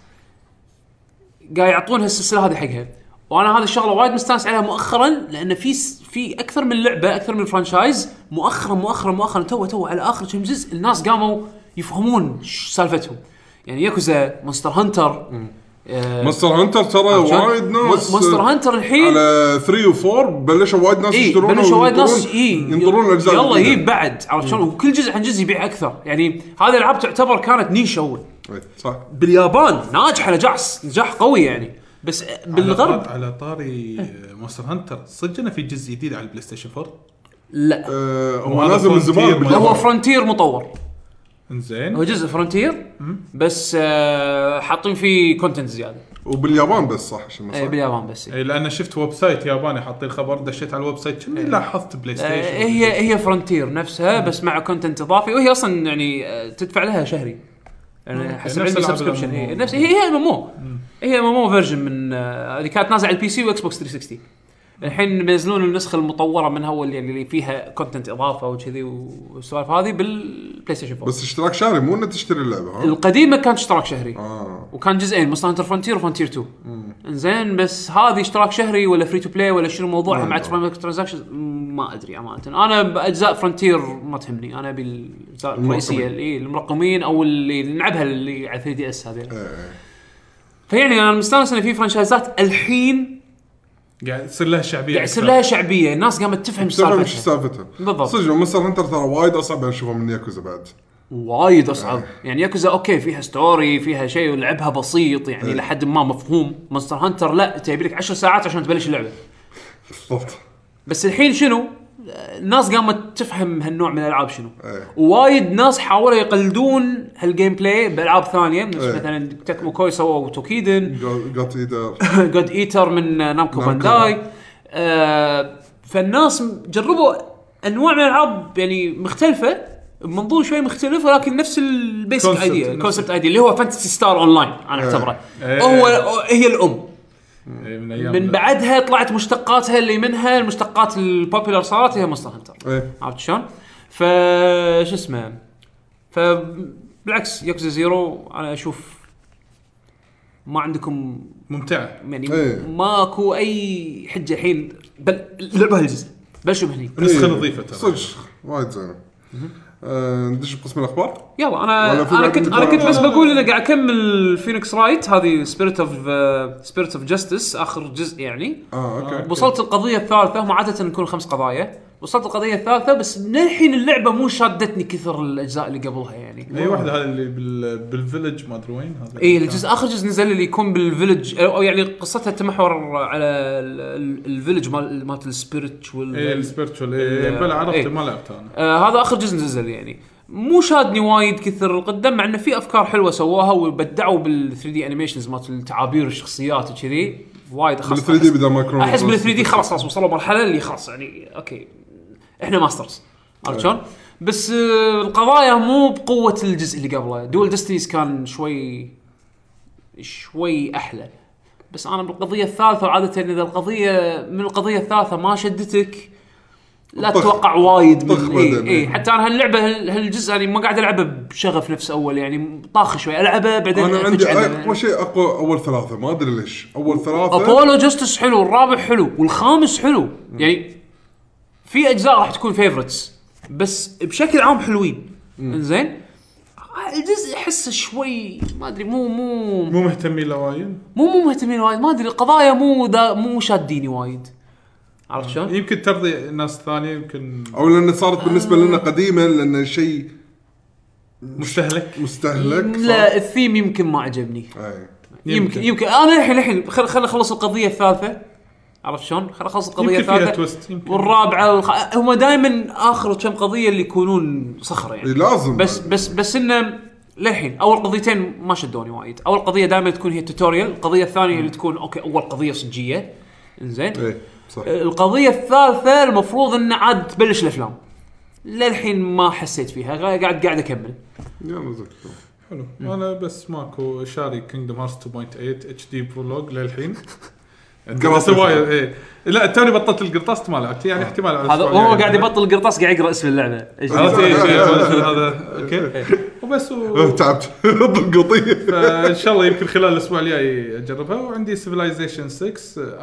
Speaker 2: قاعد يعطون هالسلسله هذه حقها وانا هذه الشغله وايد مستانس عليها مؤخرا لان في س- في اكثر من لعبه اكثر من فرانشايز مؤخرا مؤخرا مؤخرا تو تو على اخر كم جزء الناس قاموا يفهمون ش- سالفتهم يعني ياكوزا مونستر هانتر آه،
Speaker 3: مونستر هانتر ترى
Speaker 2: عرفت شلون؟
Speaker 3: وايد ناس
Speaker 2: مونستر هانتر الحين
Speaker 3: على 3 و4 بلشوا وايد ناس
Speaker 2: اي
Speaker 3: يشترونه
Speaker 2: بلشوا إيه؟ وايد ناس
Speaker 3: وينطرون-
Speaker 2: اي
Speaker 3: ينطرون الاجزاء
Speaker 2: يلا
Speaker 3: الجديدة.
Speaker 2: يجيب بعد عرفت شلون وكل جزء عن جزء يبيع اكثر يعني هذه الالعاب تعتبر كانت نيش اول
Speaker 3: إي، صح
Speaker 2: باليابان ناجحه نجاح نجاح قوي يعني بس بالغرب
Speaker 4: على- على
Speaker 2: إيه.
Speaker 4: طاري آه، مونستر هانتر صدق انه في جزء جديد على البلاي ستيشن 4
Speaker 2: لا
Speaker 3: آه، هو
Speaker 4: وهذا
Speaker 3: نازل من زمان
Speaker 4: فونتير
Speaker 3: باليابان.
Speaker 2: هو فرونتير مطور هو
Speaker 4: انزين
Speaker 2: جزء فرونتير بس آه، حاطين فيه كونتنت زياده
Speaker 3: وباليابان بس صح عشان ما
Speaker 2: إيه،
Speaker 3: صح.
Speaker 2: باليابان بس إيه.
Speaker 4: اي لان شفت ويب سايت ياباني حاطين خبر دشيت على الويب سايت كني لاحظت بلاي ستيشن
Speaker 2: آه، إيه. هي هي فرونتير نفسها بس مع كونتنت اضافي وهي اصلا يعني آه، تدفع لها شهري يعني
Speaker 4: أوكي.
Speaker 2: حسب
Speaker 4: نفس
Speaker 2: عندي
Speaker 4: ألعاب
Speaker 2: سبسكربشن هي
Speaker 4: ال MMO.
Speaker 2: نفس هي هي ام ام هي ام ام فيرجن من آه، اللي كانت نازله على البي سي واكس بوكس 360 الحين بينزلون النسخه المطوره منها واللي يعني اللي فيها كونتنت اضافه وكذي والسوالف هذه بالبلاي ستيشن 4
Speaker 3: بس اشتراك شهري مو انه تشتري اللعبه ها
Speaker 2: القديمه كان اشتراك شهري
Speaker 3: اه
Speaker 2: وكان جزئين مونستر هانتر فرونتير وفرونتير 2 انزين بس هذه اشتراك شهري ولا فري تو بلاي ولا شنو موضوعها مع ترانزاكشن ما ادري امانه انا باجزاء فرونتير ما تهمني انا ابي الاجزاء الرئيسيه اي إيه، المرقمين او اللي نلعبها اللي على 3 دي اس هذه
Speaker 3: إيه.
Speaker 2: فيعني انا مستانس ان في فرانشايزات الحين
Speaker 4: قاعد يصير لها شعبيه
Speaker 2: قاعد يصير
Speaker 4: أكثر.
Speaker 2: لها شعبيه الناس قامت تفهم
Speaker 3: تعرف شو
Speaker 2: سالفتها
Speaker 3: سالفتها
Speaker 2: بالضبط.
Speaker 3: صدق مونستر هانتر ترى وايد اصعب أنا اشوفها من ياكوزا بعد إيه.
Speaker 2: وايد اصعب يعني ياكوزا اوكي فيها ستوري فيها شيء ولعبها بسيط
Speaker 3: إيه.
Speaker 2: يعني لحد ما مفهوم مونستر هانتر لا تبي لك 10 ساعات عشان تبلش اللعبه
Speaker 3: بالضبط
Speaker 2: بس الحين شنو؟ الناس قامت تفهم هالنوع من الالعاب شنو؟
Speaker 3: إيه.
Speaker 2: وايد ناس حاولوا يقلدون هالجيم بلاي بالعاب ثانيه نفس
Speaker 3: إيه.
Speaker 2: مثلا تكمو كوي سووا توكيدن
Speaker 3: جات ايدر
Speaker 2: جود ايتر من نامكو
Speaker 3: نامكو.
Speaker 2: بانداي آه فالناس جربوا انواع من الالعاب يعني مختلفه بمنظور شوي مختلف ولكن نفس البيسك
Speaker 4: Concept.
Speaker 2: ايديا
Speaker 4: نفس-
Speaker 2: الكونسبت ايديا اللي هو فانتسي ستار اون لاين انا اعتبره
Speaker 4: إيه.
Speaker 2: هو هي الام
Speaker 4: إيه، من ايام
Speaker 2: من بعدها طلعت مشتقاتها اللي منها المشتقات البوبيلر صارت هي مونستر هانتر
Speaker 3: ايه
Speaker 2: عرفت شلون؟ ف شو اسمه ف بالعكس ياكوزا زيرو انا اشوف ما عندكم
Speaker 4: ممتعه
Speaker 2: يعني
Speaker 3: إيه.
Speaker 2: ماكو اي حجه الحين بل اللعبه هالجزء بلشوا هني
Speaker 4: نسخه
Speaker 3: إيه.
Speaker 4: نظيفه ترى
Speaker 3: صدق وايد زينه آه، ندش بقسم الاخبار
Speaker 2: يلا انا
Speaker 3: ولا في
Speaker 2: انا
Speaker 3: بعد
Speaker 2: كنت انا
Speaker 3: عندك
Speaker 2: كنت
Speaker 3: ولا-
Speaker 2: بس بقول انه قاعد اكمل فينيكس رايت هذه uh, سبيريت اوف سبيريت اوف جاستس اخر جزء يعني
Speaker 3: اه اوكي
Speaker 2: وصلت القضية الثالثة هم عادة يكون خمس قضايا وصلت القضية الثالثة بس من الحين اللعبة مو شادتني كثر الأجزاء اللي قبلها يعني
Speaker 4: اي واحده إيه، هذه اللي بال... بالفيلج ما ادري وين هذا
Speaker 2: اي
Speaker 4: آه.
Speaker 2: إيه، الجزء اخر جزء نزل اللي يكون بالفيلج او يعني قصتها تمحور على ال- ال- الفيلج مال مالت
Speaker 4: اي
Speaker 2: السبيرتشوال
Speaker 4: إيه، السبيرتشوال
Speaker 2: ال-
Speaker 4: اي بلا
Speaker 2: إيه.
Speaker 4: عرفت ما لعبت انا
Speaker 2: آه هذا اخر جزء نزل يعني مو شادني وايد كثر القدم مع انه في افكار حلوه سووها وبدعوا بال 3 دي انيميشنز مالت التعابير الشخصيات وكذي وايد
Speaker 3: بال
Speaker 2: خاصة
Speaker 3: 3 دي بدل ما يكون
Speaker 2: احس بال 3 دي خلاص خلاص وصلوا مرحله اللي خلاص يعني اوكي احنا ماسترز عرفت شلون؟ بس آه، القضايا مو بقوه الجزء اللي قبله دول ديستنيز كان شوي شوي احلى بس انا بالقضيه الثالثه وعاده اذا القضيه من القضيه الثالثه ما شدتك لا
Speaker 3: طخ.
Speaker 2: تتوقع وايد
Speaker 3: طخ
Speaker 2: من اي
Speaker 3: بعدين.
Speaker 2: إيه حتى انا هاللعبه هال- هالجزء يعني ما قاعد العبه بشغف نفس اول يعني طاخ شوي العبه بعدين
Speaker 3: انا عندي
Speaker 2: أفتش عنه.
Speaker 3: اقوى شيء اقوى اول ثلاثه ما ادري ليش اول ثلاثه
Speaker 2: ابولو جاستس حلو الرابع حلو والخامس حلو يعني في اجزاء راح تكون فيفرتس بس بشكل عام حلوين انزين الجزء احسه شوي ما ادري مو مو
Speaker 4: مو مهتمين له وايد
Speaker 2: مو مو مهتمين وايد ما ادري القضايا مو دا مو شاديني وايد عرفت شلون؟
Speaker 4: يمكن ترضي ناس ثانيه يمكن
Speaker 3: او لان صارت
Speaker 2: آه.
Speaker 3: بالنسبه لنا قديمه لان شيء
Speaker 4: مستهلك
Speaker 3: مستهلك صح؟
Speaker 2: لا الثيم يمكن ما عجبني
Speaker 3: إيه.
Speaker 2: يمكن
Speaker 4: يمكن.
Speaker 2: يمكن انا الحين الحين خل خل اخلص القضيه الثالثه عرفت شلون؟ خل اخلص القضيه
Speaker 4: يمكن فيها
Speaker 2: الثالثه
Speaker 4: تويست يمكن
Speaker 2: والرابعه والخ... هم دائما اخر كم قضيه اللي يكونون صخره يعني
Speaker 3: إيه، لازم
Speaker 2: بس بس بس انه للحين اول قضيتين ما شدوني وايد اول قضيه دائما تكون هي التوتوريال القضيه الثانيه اللي تكون اوكي اول قضيه صجيه زين
Speaker 4: إيه.
Speaker 3: ايه صح
Speaker 2: إيه. القضيه الثالثه المفروض ان عاد تبلش الافلام للحين ما حسيت فيها غا- قاعد قاعد اكمل
Speaker 3: يلا زين
Speaker 4: حلو انا بس ماكو شاري كينجدم هارتس 2.8 اتش دي برولوج للحين
Speaker 3: قراصة.
Speaker 4: قراصه وايد ايه لا توني بطلت القرطاس ما لعبت يعني احتمال على
Speaker 2: آه. هذا
Speaker 4: الأسبوع
Speaker 2: وهو
Speaker 4: الجاي.
Speaker 2: قاعد يبطل القرطاس قاعد يقرا اسم اللعبه إيش
Speaker 4: عرفت
Speaker 2: دي؟
Speaker 4: إيه، إيه، هذا هذا اوكي
Speaker 2: إيه.
Speaker 4: وبس و...
Speaker 3: أه، تعبت ضغطيه
Speaker 4: فان شاء الله يمكن خلال الاسبوع الجاي اجربها وعندي سيفلايزيشن 6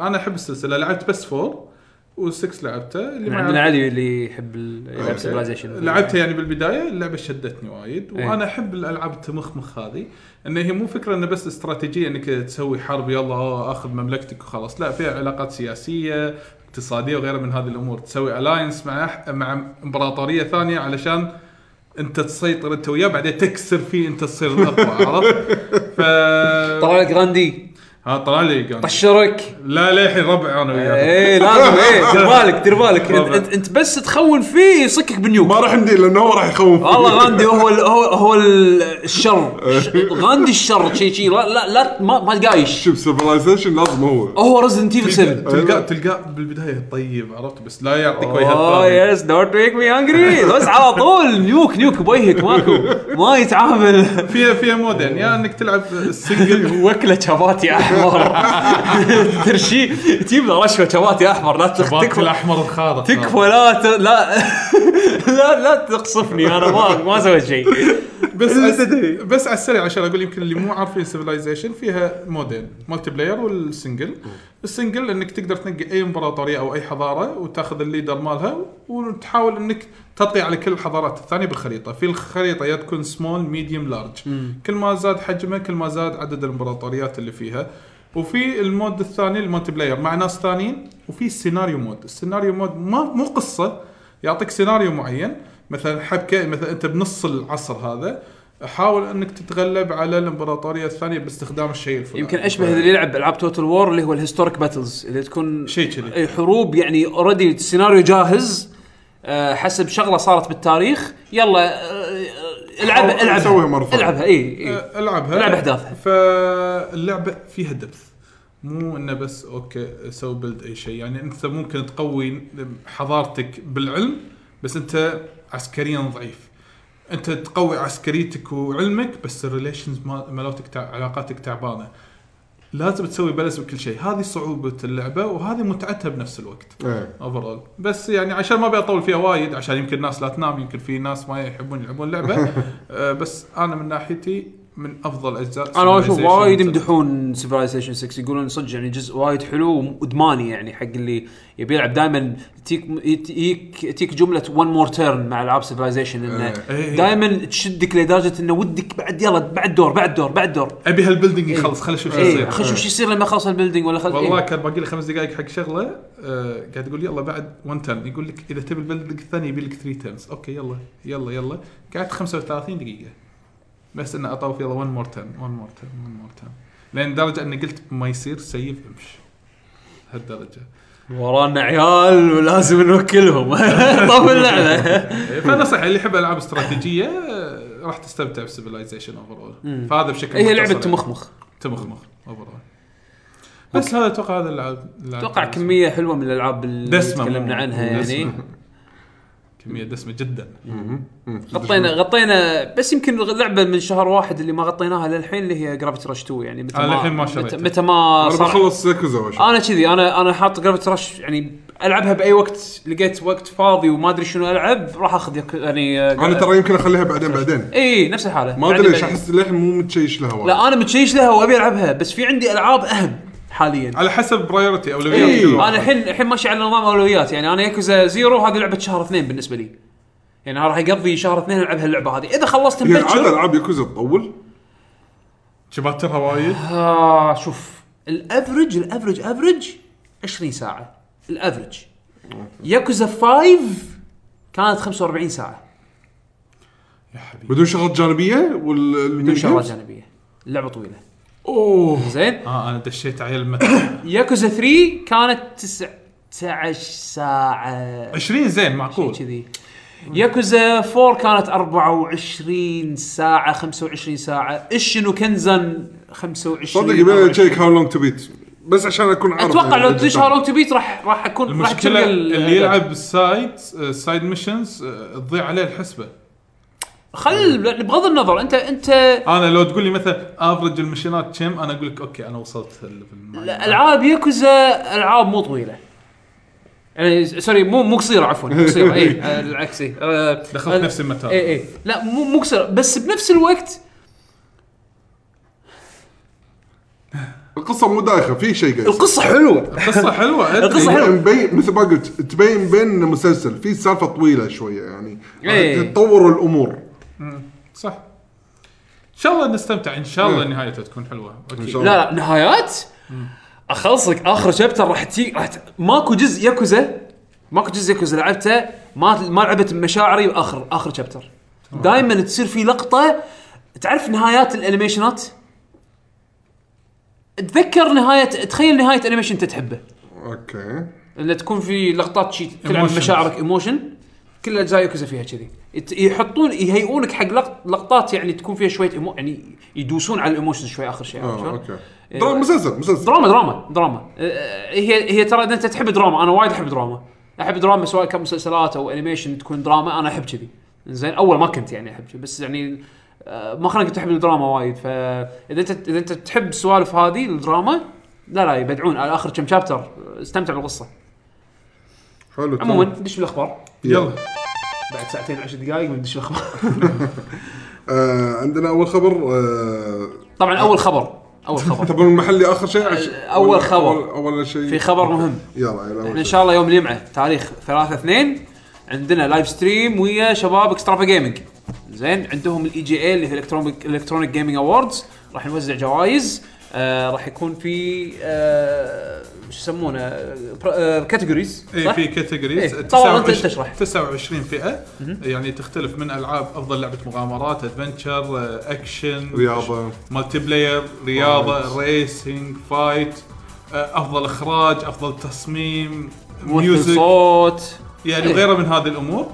Speaker 4: انا احب السلسله لعبت بس 4 و6 لعبته
Speaker 2: من
Speaker 4: اللي ما
Speaker 2: يعني عندنا
Speaker 4: يعرف-
Speaker 2: علي اللي يحب ال-
Speaker 3: آه،
Speaker 2: يلعب سيفلايزيشن
Speaker 4: لعبتها يعني بالبدايه اللعبه شدتني وايد
Speaker 2: إيه.
Speaker 4: وانا احب الالعاب التمخمخ هذه ان هي مو فكره انه بس استراتيجيه انك تسوي حرب يلا آه، اخذ مملكتك وخلاص لا فيها علاقات سياسيه اقتصاديه وغيرها من هذه الامور تسوي الاينس مع أح- مع امبراطوريه ثانيه علشان انت تسيطر انت وياه بعدين تكسر فيه انت تصير الاقوى عرفت؟ ف
Speaker 2: طلع لك غاندي
Speaker 4: ها طلع لي
Speaker 2: طيب.
Speaker 4: قام.
Speaker 2: طشرك
Speaker 4: لا للحين ربع انا وياه
Speaker 2: ايه لازم ايه دير بالك دير بالك انت- انت- انت بس تخون فيه يصكك بنيوك
Speaker 3: ما راح ندي لانه هو راح يخوف
Speaker 2: والله غاندي هو ال هو هو ال- الشر ش- غاندي الشر شي شي لا لا, لا ما, ما تقايش
Speaker 3: شوف سيفلايزيشن لازم هو
Speaker 2: هو ريزدنت ايفل 7
Speaker 4: تلقاه تلقاه بالبدايه طيب عرفت بس لا يعطيك
Speaker 2: اوه
Speaker 4: وجهه
Speaker 2: يس دونت ميك مي هانجري بس على طول نيوك نيوك بوجهك ماكو ما يتعامل
Speaker 4: فيها فيها مودين يا انك تلعب السنجل
Speaker 2: وكله شباتي احمر ترشي تجيب له رشوه شباتي احمر لا تخ-
Speaker 4: باك
Speaker 2: تكفى
Speaker 4: الاحمر الخارق
Speaker 2: تكفى لا ت... لا لا لا تقصفني انا ما ما سويت شيء
Speaker 4: بس أس... بس على السريع عشان اقول يمكن اللي مو عارفين سيفلايزيشن فيها مودين مالتي بلاير والسنجل السنجل انك تقدر تنقي اي امبراطوريه او اي حضاره وتاخذ الليدر مالها وتحاول انك تطي على كل الحضارات الثانيه بالخريطه في الخريطه يا تكون سمول ميديوم لارج كل ما زاد حجمه كل ما زاد عدد الامبراطوريات اللي فيها وفي المود الثاني المالتي بلاير مع ناس ثانيين وفي السيناريو مود السيناريو مود ما مو قصه يعطيك سيناريو معين مثلا حبكه مثلا انت بنص العصر هذا حاول انك تتغلب على الامبراطوريه الثانيه باستخدام الشيء الفلاني
Speaker 2: يمكن اشبه اللي يلعب العاب توتال وور اللي هو الهيستوريك باتلز اللي تكون
Speaker 4: شيء كذي.
Speaker 2: أي حروب يعني اوريدي السيناريو جاهز آه، حسب شغله صارت بالتاريخ يلا آه، العب
Speaker 3: حاول
Speaker 2: العب
Speaker 3: تسويها مرة ثانية.
Speaker 2: العبها إيه، اي اي
Speaker 4: أه، العبها
Speaker 2: العب أحداثها.
Speaker 4: فاللعبه فيها دبث مو انه بس اوكي سوي بلد اي شيء يعني انت ممكن تقوي حضارتك بالعلم بس انت عسكريا ضعيف انت تقوي عسكريتك وعلمك بس الريليشنز مالتك تع- علاقاتك تعبانه لازم تسوي بالانس بكل شيء هذه صعوبه اللعبه وهذه متعتها بنفس الوقت
Speaker 3: إيه.
Speaker 4: اوفرول بس يعني عشان ما ابي اطول فيها وايد عشان يمكن الناس لا تنام يمكن في ناس ما يحبون يلعبون اللعبه آه، بس انا من ناحيتي من افضل اجزاء
Speaker 2: انا اشوف
Speaker 4: Civilization.
Speaker 2: وايد يمدحون سيفلايزيشن 6 يقولون صدق يعني جزء وايد حلو وادماني يعني حق اللي يبي يلعب دائما تيك يجيك تيك جمله ون مور تيرن مع العاب سيفلايزيشن انه
Speaker 4: إيه.
Speaker 2: دائما تشدك لدرجه انه ودك بعد يلا بعد دور بعد دور بعد دور
Speaker 4: ابي هالبلدنج يخلص خل اشوف شو
Speaker 2: اي
Speaker 4: يصير
Speaker 2: إيه. خلينا نشوف شو يصير لما خلص البيلدينج ولا خلص
Speaker 4: إيه،
Speaker 2: إيه.
Speaker 4: والله كان باقي لي خمس دقائق حق شغله آه قاعد يقول يلا بعد 1 ترن يقول لك اذا تبي البلدنج الثاني يبي لك 3 ترنز اوكي يلا يلا يلا قعدت 35 دقيقه بس انه اطوف يلا 1 مور ترن 1 مور ترن 1 مور ترن لان لدرجه اني قلت ما يصير سيف امش هالدرجه
Speaker 2: ورانا عيال ولازم نوكلهم طب اللعبه
Speaker 4: فنصيحه اللي يحب العاب استراتيجيه آه، راح تستمتع بسيفلايزيشن اوفرول فهذا بشكل
Speaker 2: هي
Speaker 4: مختصر
Speaker 2: لعبه
Speaker 4: يعني.
Speaker 2: تمخمخ
Speaker 4: تمخمخ اوفرول بس هذا اتوقع هذا الالعاب الألعاب
Speaker 2: اتوقع
Speaker 4: بالنسبة-
Speaker 2: كميه حلوه من الالعاب اللي
Speaker 4: دسمة
Speaker 2: تكلمنا
Speaker 4: مو-
Speaker 2: عنها يعني
Speaker 4: دسمة. كميه دسمه جدا
Speaker 2: غطينا غطينا بس يمكن لعبه من شهر واحد اللي ما غطيناها للحين اللي هي جرافيتي رش 2 يعني متى
Speaker 3: آه،
Speaker 2: ما
Speaker 4: أنا للحين ما
Speaker 2: متى,
Speaker 4: شريتها.
Speaker 2: متى ما
Speaker 3: انا
Speaker 2: صار
Speaker 3: بخلص سيكوزا واشوف
Speaker 2: انا كذي انا انا حاط جرافيتي رش يعني العبها باي وقت لقيت وقت فاضي وما ادري شنو العب راح اخذ يك- يعني
Speaker 3: انا ترى يمكن اخليها بعدين بعدين
Speaker 2: اي نفس الحاله
Speaker 3: ما ادري ليش احس للحين مو متشيش لها وايد
Speaker 2: لا انا متشيش لها وابي العبها بس في عندي العاب اهم حاليا
Speaker 4: على حسب برايورتي اولويات كل
Speaker 2: انا
Speaker 4: واحد.
Speaker 2: الحين الحين ماشي على نظام اولويات يعني انا ياكوزا زيرو هذه لعبه شهر اثنين بالنسبه لي يعني أنا راح يقضي شهر اثنين العب هاللعبه هذه اذا خلصت
Speaker 3: هي العاده
Speaker 2: مبكر
Speaker 3: العاب ياكوزا تطول
Speaker 4: شباترها وايد
Speaker 2: آه شوف الافرج الافرج افرج 20 ساعه الافرج ياكوزا 5 كانت 45 ساعه
Speaker 4: يا حبيبي
Speaker 3: بدون شغلات جانبيه وال
Speaker 2: بدون شغلات جانبيه اللعبه طويله اوه زين
Speaker 4: اه انا دشيت عيل المتحف
Speaker 2: ياكوزا 3 كانت 19 ساعه
Speaker 4: 20 زين معقول
Speaker 2: شيء كذي ياكوزا 4 كانت 24 ساعة 25 ساعة اشنو كنزن 25
Speaker 3: صدق يبي
Speaker 2: 24.
Speaker 3: تشيك هاو لونج تو بيت بس عشان اكون عارف
Speaker 2: اتوقع
Speaker 3: يعني
Speaker 2: لو تدش
Speaker 3: قدام.
Speaker 2: هارون تو بيت راح راح اكون راح
Speaker 4: المشكله
Speaker 2: تلقى ال-
Speaker 4: اللي يلعب آه، سايد سايد ميشنز آه، تضيع عليه الحسبه
Speaker 2: خل بغض النظر انت انت
Speaker 4: انا لو تقول لي مثلا افرج المشينات كم انا اقول لك اوكي انا وصلت ال-
Speaker 2: العاب ياكوزا العاب مو طويلة يعني سوري مو مو قصيرة عفوا مو قصيرة اي العكس إيه. اي
Speaker 4: دخلت نفس المتاهه
Speaker 2: اي اي إيه. لا مو مو قصيرة بس بنفس الوقت
Speaker 3: القصه مو دايخه في شيء قاعد يصير.
Speaker 2: القصه حلوه
Speaker 4: القصه حلوه
Speaker 2: القصة
Speaker 4: ادري
Speaker 2: حلوة.
Speaker 3: يعني مبين مثل ما قلت تبين بين مسلسل في سالفه طويله شويه يعني
Speaker 2: إيه.
Speaker 3: تطور الامور
Speaker 4: صح ان شاء الله نستمتع ان شاء الله نهايتها تكون حلوه
Speaker 3: ان
Speaker 4: اكيد
Speaker 3: إيه. شاء
Speaker 2: لا
Speaker 3: الله
Speaker 2: لا نهايات اخلصك اخر شابتر راح تي راح ت... ماكو جزء ياكوزا ماكو جزء ياكوزا لعبته ما ما لعبت مشاعري باخر اخر شابتر دائما تصير في لقطه تعرف نهايات الانيميشنات تذكر نهايه تخيل نهايه انيميشن انت تحبه
Speaker 3: اوكي
Speaker 2: ان تكون في لقطات شي تلعب
Speaker 4: Emotions.
Speaker 2: مشاعرك ايموشن كل اجزاء يوكوزا فيها كذي يت- يحطون يهيئونك حق لق- لقطات يعني تكون فيها شويه إيمو... يعني يدوسون على الايموشنز شوي اخر شيء عرفت
Speaker 3: اه
Speaker 2: شلون؟
Speaker 3: اوكي دراما مسلسل مسلسل
Speaker 2: دراما دراما دراما أه، أه، هي هي ترى إذا انت تحب دراما انا وايد احب دراما احب دراما سواء كان مسلسلات او انيميشن تكون دراما انا احب كذي زين اول ما كنت يعني احب كذي بس يعني أه، مؤخرا كنت احب الدراما وايد فاذا انت اذا انت تحب السوالف هذه الدراما لا لا يبدعون على اخر كم شابتر استمتع بالقصه
Speaker 3: حلو
Speaker 2: عموما طيب، ندش بالاخبار
Speaker 4: يلا
Speaker 2: بعد ساعتين عشر دقائق بندش بالاخبار
Speaker 3: آه عندنا اول خبر آه
Speaker 2: طبعا اول خبر اول خبر
Speaker 3: تبون المحلي اخر شيء عش...
Speaker 2: أول
Speaker 3: ولا-
Speaker 2: خبر.
Speaker 3: اول, أول شيء
Speaker 2: في خبر مهم
Speaker 3: يلا يلا
Speaker 2: احنا
Speaker 3: أول
Speaker 2: ان
Speaker 3: شيء.
Speaker 2: شاء الله يوم الجمعه تاريخ 3 2 عندنا لايف ستريم ويا شباب اكسترافا جيمنج زين عندهم الاي جي اي اللي هي الكترونيك الكترونيك جيمنج اووردز راح نوزع جوائز آه راح يكون في آه شو يسمونه آه، كاتيجوريز
Speaker 4: اي في كاتيجوريز
Speaker 2: إيه، طبعاً أنت تشرح.
Speaker 4: 29 فئه يعني تختلف من العاب افضل لعبه مغامرات ادفنتشر آه، اكشن
Speaker 3: رياضة.
Speaker 4: مالتي بلاير رياضه ريسنج فايت آه، افضل اخراج افضل تصميم ميوزك
Speaker 2: صوت
Speaker 4: يعني
Speaker 2: إيه.
Speaker 4: وغيره من هذه الامور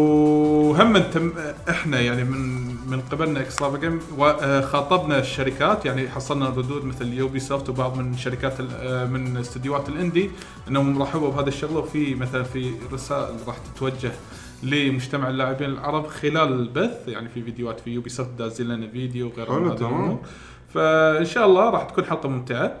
Speaker 4: وهم تم احنا يعني من من قبلنا اكسترافا جيم وخاطبنا آه، الشركات يعني حصلنا ردود مثل يوبي سوفت وبعض من شركات ال- آه، من استديوهات الاندي انهم رحبوا بهذا الشغله وفي مثلا في رسائل راح تتوجه لمجتمع اللاعبين العرب خلال البث يعني في فيديوهات في يوبي سوفت دازين لنا فيديو وغيره من
Speaker 3: حلو،
Speaker 4: هذه
Speaker 3: تمام.
Speaker 4: الامور فان شاء الله راح تكون حلقه ممتعه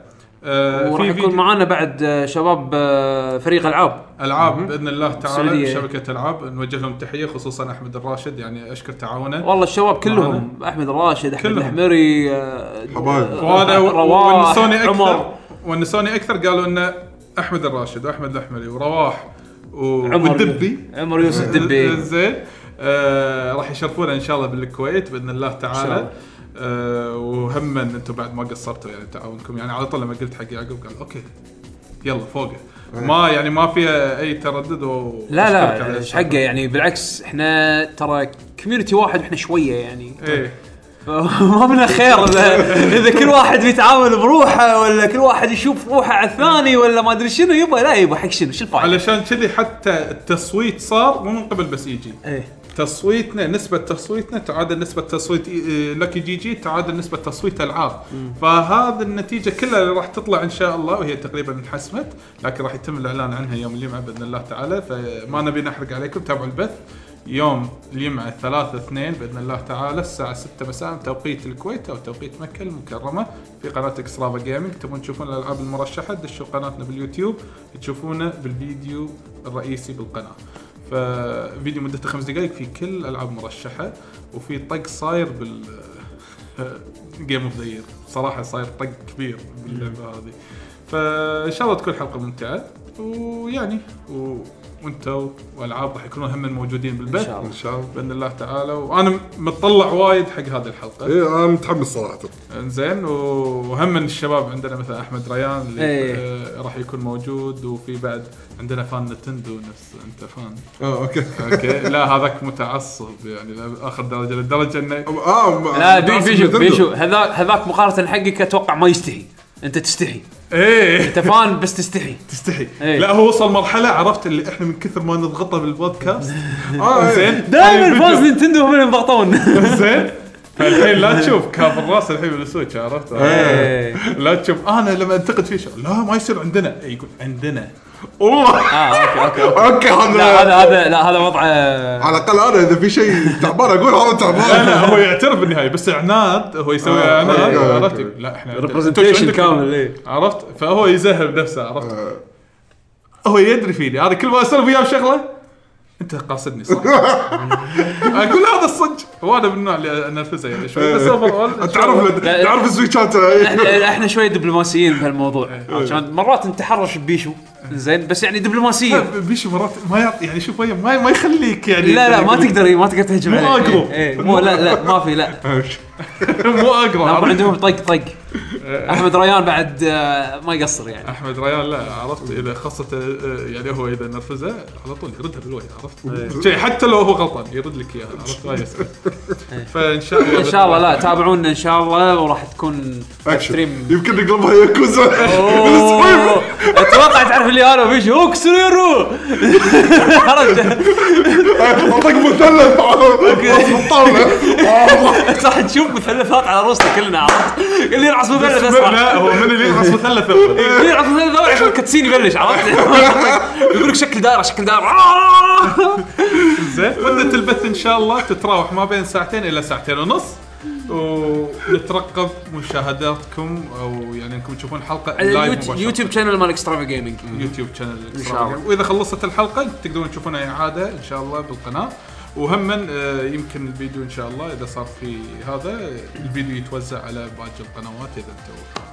Speaker 4: آه،
Speaker 2: وراح
Speaker 4: في
Speaker 2: يكون
Speaker 4: فيديو-
Speaker 2: معانا بعد آه، شباب آه فريق العاب
Speaker 4: العاب باذن الله تعالى
Speaker 2: السعودية.
Speaker 4: شبكه العاب نوجه لهم تحيه خصوصا احمد الراشد يعني اشكر تعاونه
Speaker 2: والله الشباب كلهم احمد راشد احمد
Speaker 4: كلهم.
Speaker 2: الحمري آه،
Speaker 3: حبايب.
Speaker 4: وانا
Speaker 2: رواح،
Speaker 4: ونسوني اكثر
Speaker 2: عمر
Speaker 4: ونسوني اكثر قالوا انه احمد الراشد واحمد الاحمري ورواح و-
Speaker 2: عمر
Speaker 4: والدبي آه،
Speaker 2: عمر يوسف الدبي
Speaker 4: زين آه راح يشرفونا ان شاء الله بالكويت باذن الله
Speaker 2: إن شاء
Speaker 4: تعالى
Speaker 2: الله.
Speaker 4: آه وهم انتم بعد ما قصرتوا يعني تعاونكم يعني على طول لما قلت حق يعقوب قال اوكي يلا فوقه ما يعني ما فيها اي تردد و
Speaker 2: إيه. لا
Speaker 4: أشكرك على
Speaker 2: لا ايش
Speaker 4: الشغل.
Speaker 2: حقه يعني بالعكس احنا ترى كوميونتي واحد واحنا شويه يعني
Speaker 4: ايه
Speaker 2: ما منا خير اذا إذا كل واحد بيتعامل بروحه ولا كل واحد يشوف روحه على الثاني ولا ما ادري شنو يبا لا يبا حق شنو شو الفائده؟
Speaker 4: علشان كذي حتى التصويت صار مو من قبل بس اي جي
Speaker 2: ايه
Speaker 4: تصويتنا نسبة تصويتنا تعادل نسبة تصويت إيه، لكي جي جي تعادل نسبة تصويت العاب فهذه النتيجة كلها اللي راح تطلع ان شاء الله وهي تقريبا انحسمت لكن راح يتم الاعلان عنها يوم الجمعة باذن الله تعالى فما نبي نحرق عليكم تابعوا البث يوم الجمعة 3 2 باذن الله تعالى الساعة 6 مساء توقيت الكويت او توقيت مكة المكرمة في قناة اكسترافا جيمنج تبون تشوفون الالعاب المرشحة دشوا قناتنا باليوتيوب تشوفونه بالفيديو الرئيسي بالقناة ففيديو مدته خمس دقائق في كل الالعاب مرشحه وفي طق صاير بال جيم اوف ذا يير صراحه صاير طق كبير باللعبه هذه فان شاء الله تكون حلقه ممتعه ويعني و... وانتو والعاب راح يكونون هم موجودين بالبث
Speaker 2: شاء الله.
Speaker 3: ان شاء الله
Speaker 4: باذن الله تعالى وانا متطلع وايد حق هذه
Speaker 2: إيه.
Speaker 4: الحلقه
Speaker 3: ايه انا متحمس صراحه
Speaker 4: انزين وهم من الشباب عندنا مثلا احمد ريان اللي
Speaker 2: إيه.
Speaker 4: آه، راح يكون موجود وفي بعد عندنا فان نتندو نفس انت فان
Speaker 3: اه اوكي
Speaker 4: اوكي لا هذاك متعصب يعني لاخر درجه لدرجه انه
Speaker 3: اه ما-
Speaker 2: لا بي- بيشو
Speaker 3: نتندو.
Speaker 2: بيشو هذاك هذاك مقارنه حقك اتوقع ما يستحي انت تستحي
Speaker 4: ايه
Speaker 2: انت فان بس تستحي
Speaker 4: تستحي
Speaker 2: إيه.
Speaker 4: لا هو وصل مرحله عرفت اللي احنا من كثر ما نضغطه بالبودكاست آه،
Speaker 3: اه زين
Speaker 4: زين
Speaker 2: دائما فاز
Speaker 4: فازني
Speaker 2: نينتندو هم اللي ينضغطون
Speaker 4: زين الحين لا تشوف كاف الراس الحين بالسويتش عرفت آه.
Speaker 2: إيه.
Speaker 4: لا تشوف انا لما انتقد فيه شغل، لا ما يصير عندنا إيه، يقول عندنا والله
Speaker 2: اه اوكي اوكي
Speaker 3: اوكي
Speaker 2: لا
Speaker 3: هذا
Speaker 2: هذا هذا لا هذا وضعه
Speaker 3: على الاقل انا اذا في شيء تعبان اقول هذا
Speaker 4: لا
Speaker 3: تعبان
Speaker 4: لا هو يعترف بالنهايه بس عناد هو يسوي
Speaker 3: آه،
Speaker 4: عناد
Speaker 3: أوكي، أوكي.
Speaker 4: عرفت لا احنا عندنا. أنتوا شو
Speaker 2: ريبرزنتيشن
Speaker 4: عندكم؟
Speaker 2: كامل ايه
Speaker 4: عرفت فهو يزهب نفسه عرفت
Speaker 3: آه.
Speaker 4: هو يدري فيني انا كل ما اسولف وياه بشغله انت قاصدني صح؟ اقول هذا الصدق وانا من النوع اللي انرفزه يعني شوي بس اوفر اول
Speaker 3: تعرف
Speaker 2: لا-
Speaker 3: تعرف السويتشات
Speaker 2: احنا احنا شوي دبلوماسيين بهالموضوع عشان مرات نتحرش ببيشو زين بس يعني دبلوماسيين
Speaker 4: بيشو مرات ما يعطي يعني شوف ويا- ما ما يخليك يعني
Speaker 2: لا لا ما تقدر ما تقدر تهجم
Speaker 4: مو
Speaker 2: عليه
Speaker 4: أقرب.
Speaker 2: إيه، إيه، مو لا لا ما في لا
Speaker 4: مو اقرا
Speaker 2: لا،
Speaker 4: عرفت؟
Speaker 2: عندهم طق طق احمد ريان بعد آه، ما يقصر يعني
Speaker 4: احمد ريال لا عرفت اذا خاصه آه، يعني هو اذا نرفزه على طول يردها بالوجه
Speaker 2: إيه.
Speaker 4: عرفت شي حتى لو هو غلطان يرد لك اياها عرفت ما يسال فان شاء الله
Speaker 2: ان إيه. شاء الله لا تابعونا ان شاء الله وراح تكون
Speaker 3: اكشن
Speaker 2: ستريم
Speaker 3: يمكن نقلبها ياكوزا
Speaker 2: أوه. اتوقع تعرف اللي انا بيشو اكسر يرو عرفت
Speaker 3: طق مثلث على الطاوله
Speaker 2: صح تشوف مثلثات على روسنا كلنا عرفت اللي يلعب مثلث اسرع
Speaker 4: لا هو من اللي يخلص مثلث أول.
Speaker 2: اللي يلعب مثلث اسرع عشان الكتسين يبلش عرفت يقول لك شكل دائره شكل دائره
Speaker 4: زين مده البث ان شاء الله تتراوح ما بين ساعتين الى ساعتين ونص ونترقب مشاهداتكم او يعني انكم تشوفون الحلقه لايف
Speaker 2: اليوتيوب
Speaker 4: مباشرة.
Speaker 2: يوتيوب شانل مال اكسترافا جيمنج
Speaker 4: يوتيوب شانل
Speaker 2: إن شاء الله.
Speaker 4: واذا خلصت الحلقه تقدرون تشوفونها اعاده ان شاء الله بالقناه وهم آه، يمكن الفيديو ان شاء الله اذا صار في هذا الفيديو يتوزع على باقي القنوات اذا انتم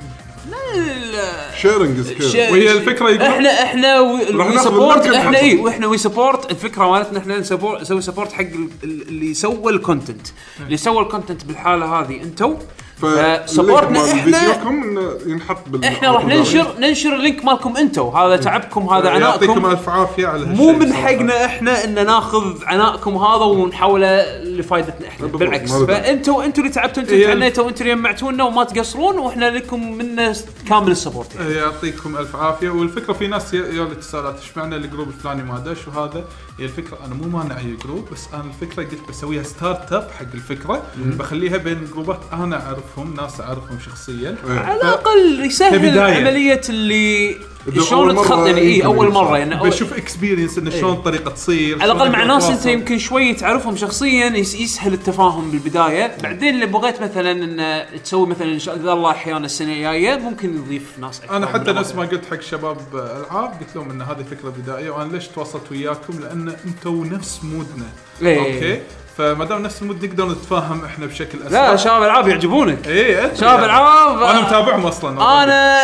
Speaker 3: شيرنج از كير
Speaker 4: وهي الفكرة يقول-
Speaker 2: احنا احنا
Speaker 3: راح
Speaker 2: وي
Speaker 3: ناخذ
Speaker 2: سبورت
Speaker 3: المركز
Speaker 2: احنا
Speaker 3: حقه.
Speaker 2: اي واحنا وي سبورت الفكره مالتنا احنا نسبور- نسوي سبورت حق ال- ال- اللي سوى الكونتنت اللي سوى الكونتنت بالحاله هذه آه، انتم فسبورتنا احنا
Speaker 3: فيديوكم انه ينحط بال
Speaker 2: احنا راح ننشر ننشر اللينك مالكم انتم هذا تعبكم هذا
Speaker 4: يعطيكم
Speaker 2: عناءكم
Speaker 4: الف عافيه على
Speaker 2: مو
Speaker 4: هالشيء
Speaker 2: من
Speaker 4: صراحة.
Speaker 2: حقنا احنا ان ناخذ عناءكم هذا ونحوله لفائدتنا احنا
Speaker 3: بالضبط،
Speaker 2: بالعكس
Speaker 3: ما بالضبط.
Speaker 2: فانتم انتم اللي تعبتوا انتم اللي
Speaker 4: هي-
Speaker 2: تعنيتوا انتم اللي جمعتونا وما تقصرون واحنا لكم منا كامل السبورت
Speaker 4: إيه.
Speaker 2: يعني.
Speaker 4: يعطيكم الف عافيه والفكره في ناس يقول تسالات ايش معنى الجروب الفلاني ما ادش وهذا هي الفكره انا مو مانع اي جروب بس انا الفكره قلت بسويها ستارت اب حق الفكره بخليها بين جروبات انا اعرفهم ناس اعرفهم شخصيا
Speaker 2: على الاقل يسهل
Speaker 4: كبداية.
Speaker 2: عمليه اللي
Speaker 3: إذا
Speaker 2: شلون
Speaker 3: أول مرة
Speaker 2: تخط يعني اي
Speaker 3: يمكن
Speaker 2: اول
Speaker 3: يصير.
Speaker 2: مره يعني أول- إيه.
Speaker 4: بشوف اكسبيرينس انه شلون الطريقه تصير
Speaker 2: على الاقل
Speaker 4: شلون
Speaker 2: مع ناس انت
Speaker 4: أتواصل.
Speaker 2: يمكن شوي تعرفهم شخصيا يس- يسهل التفاهم بالبدايه، بعدين اللي بغيت مثلا ان تسوي مثلا ان شاء الله احيانا السنه الجايه ممكن نضيف ناس اكثر
Speaker 4: انا
Speaker 2: من
Speaker 4: حتى
Speaker 2: الأول.
Speaker 4: نفس ما قلت حق شباب العاب قلت لهم ان هذه فكره بدائيه وانا ليش تواصلت وياكم لان انتم نفس مودنا
Speaker 2: إيه.
Speaker 4: اوكي فما دام نفس المود نقدر نتفاهم احنا بشكل اسرع
Speaker 2: لا شباب العاب يعجبونك
Speaker 4: اي أدري.
Speaker 2: شباب العاب
Speaker 4: انا متابعهم اصلا
Speaker 2: انا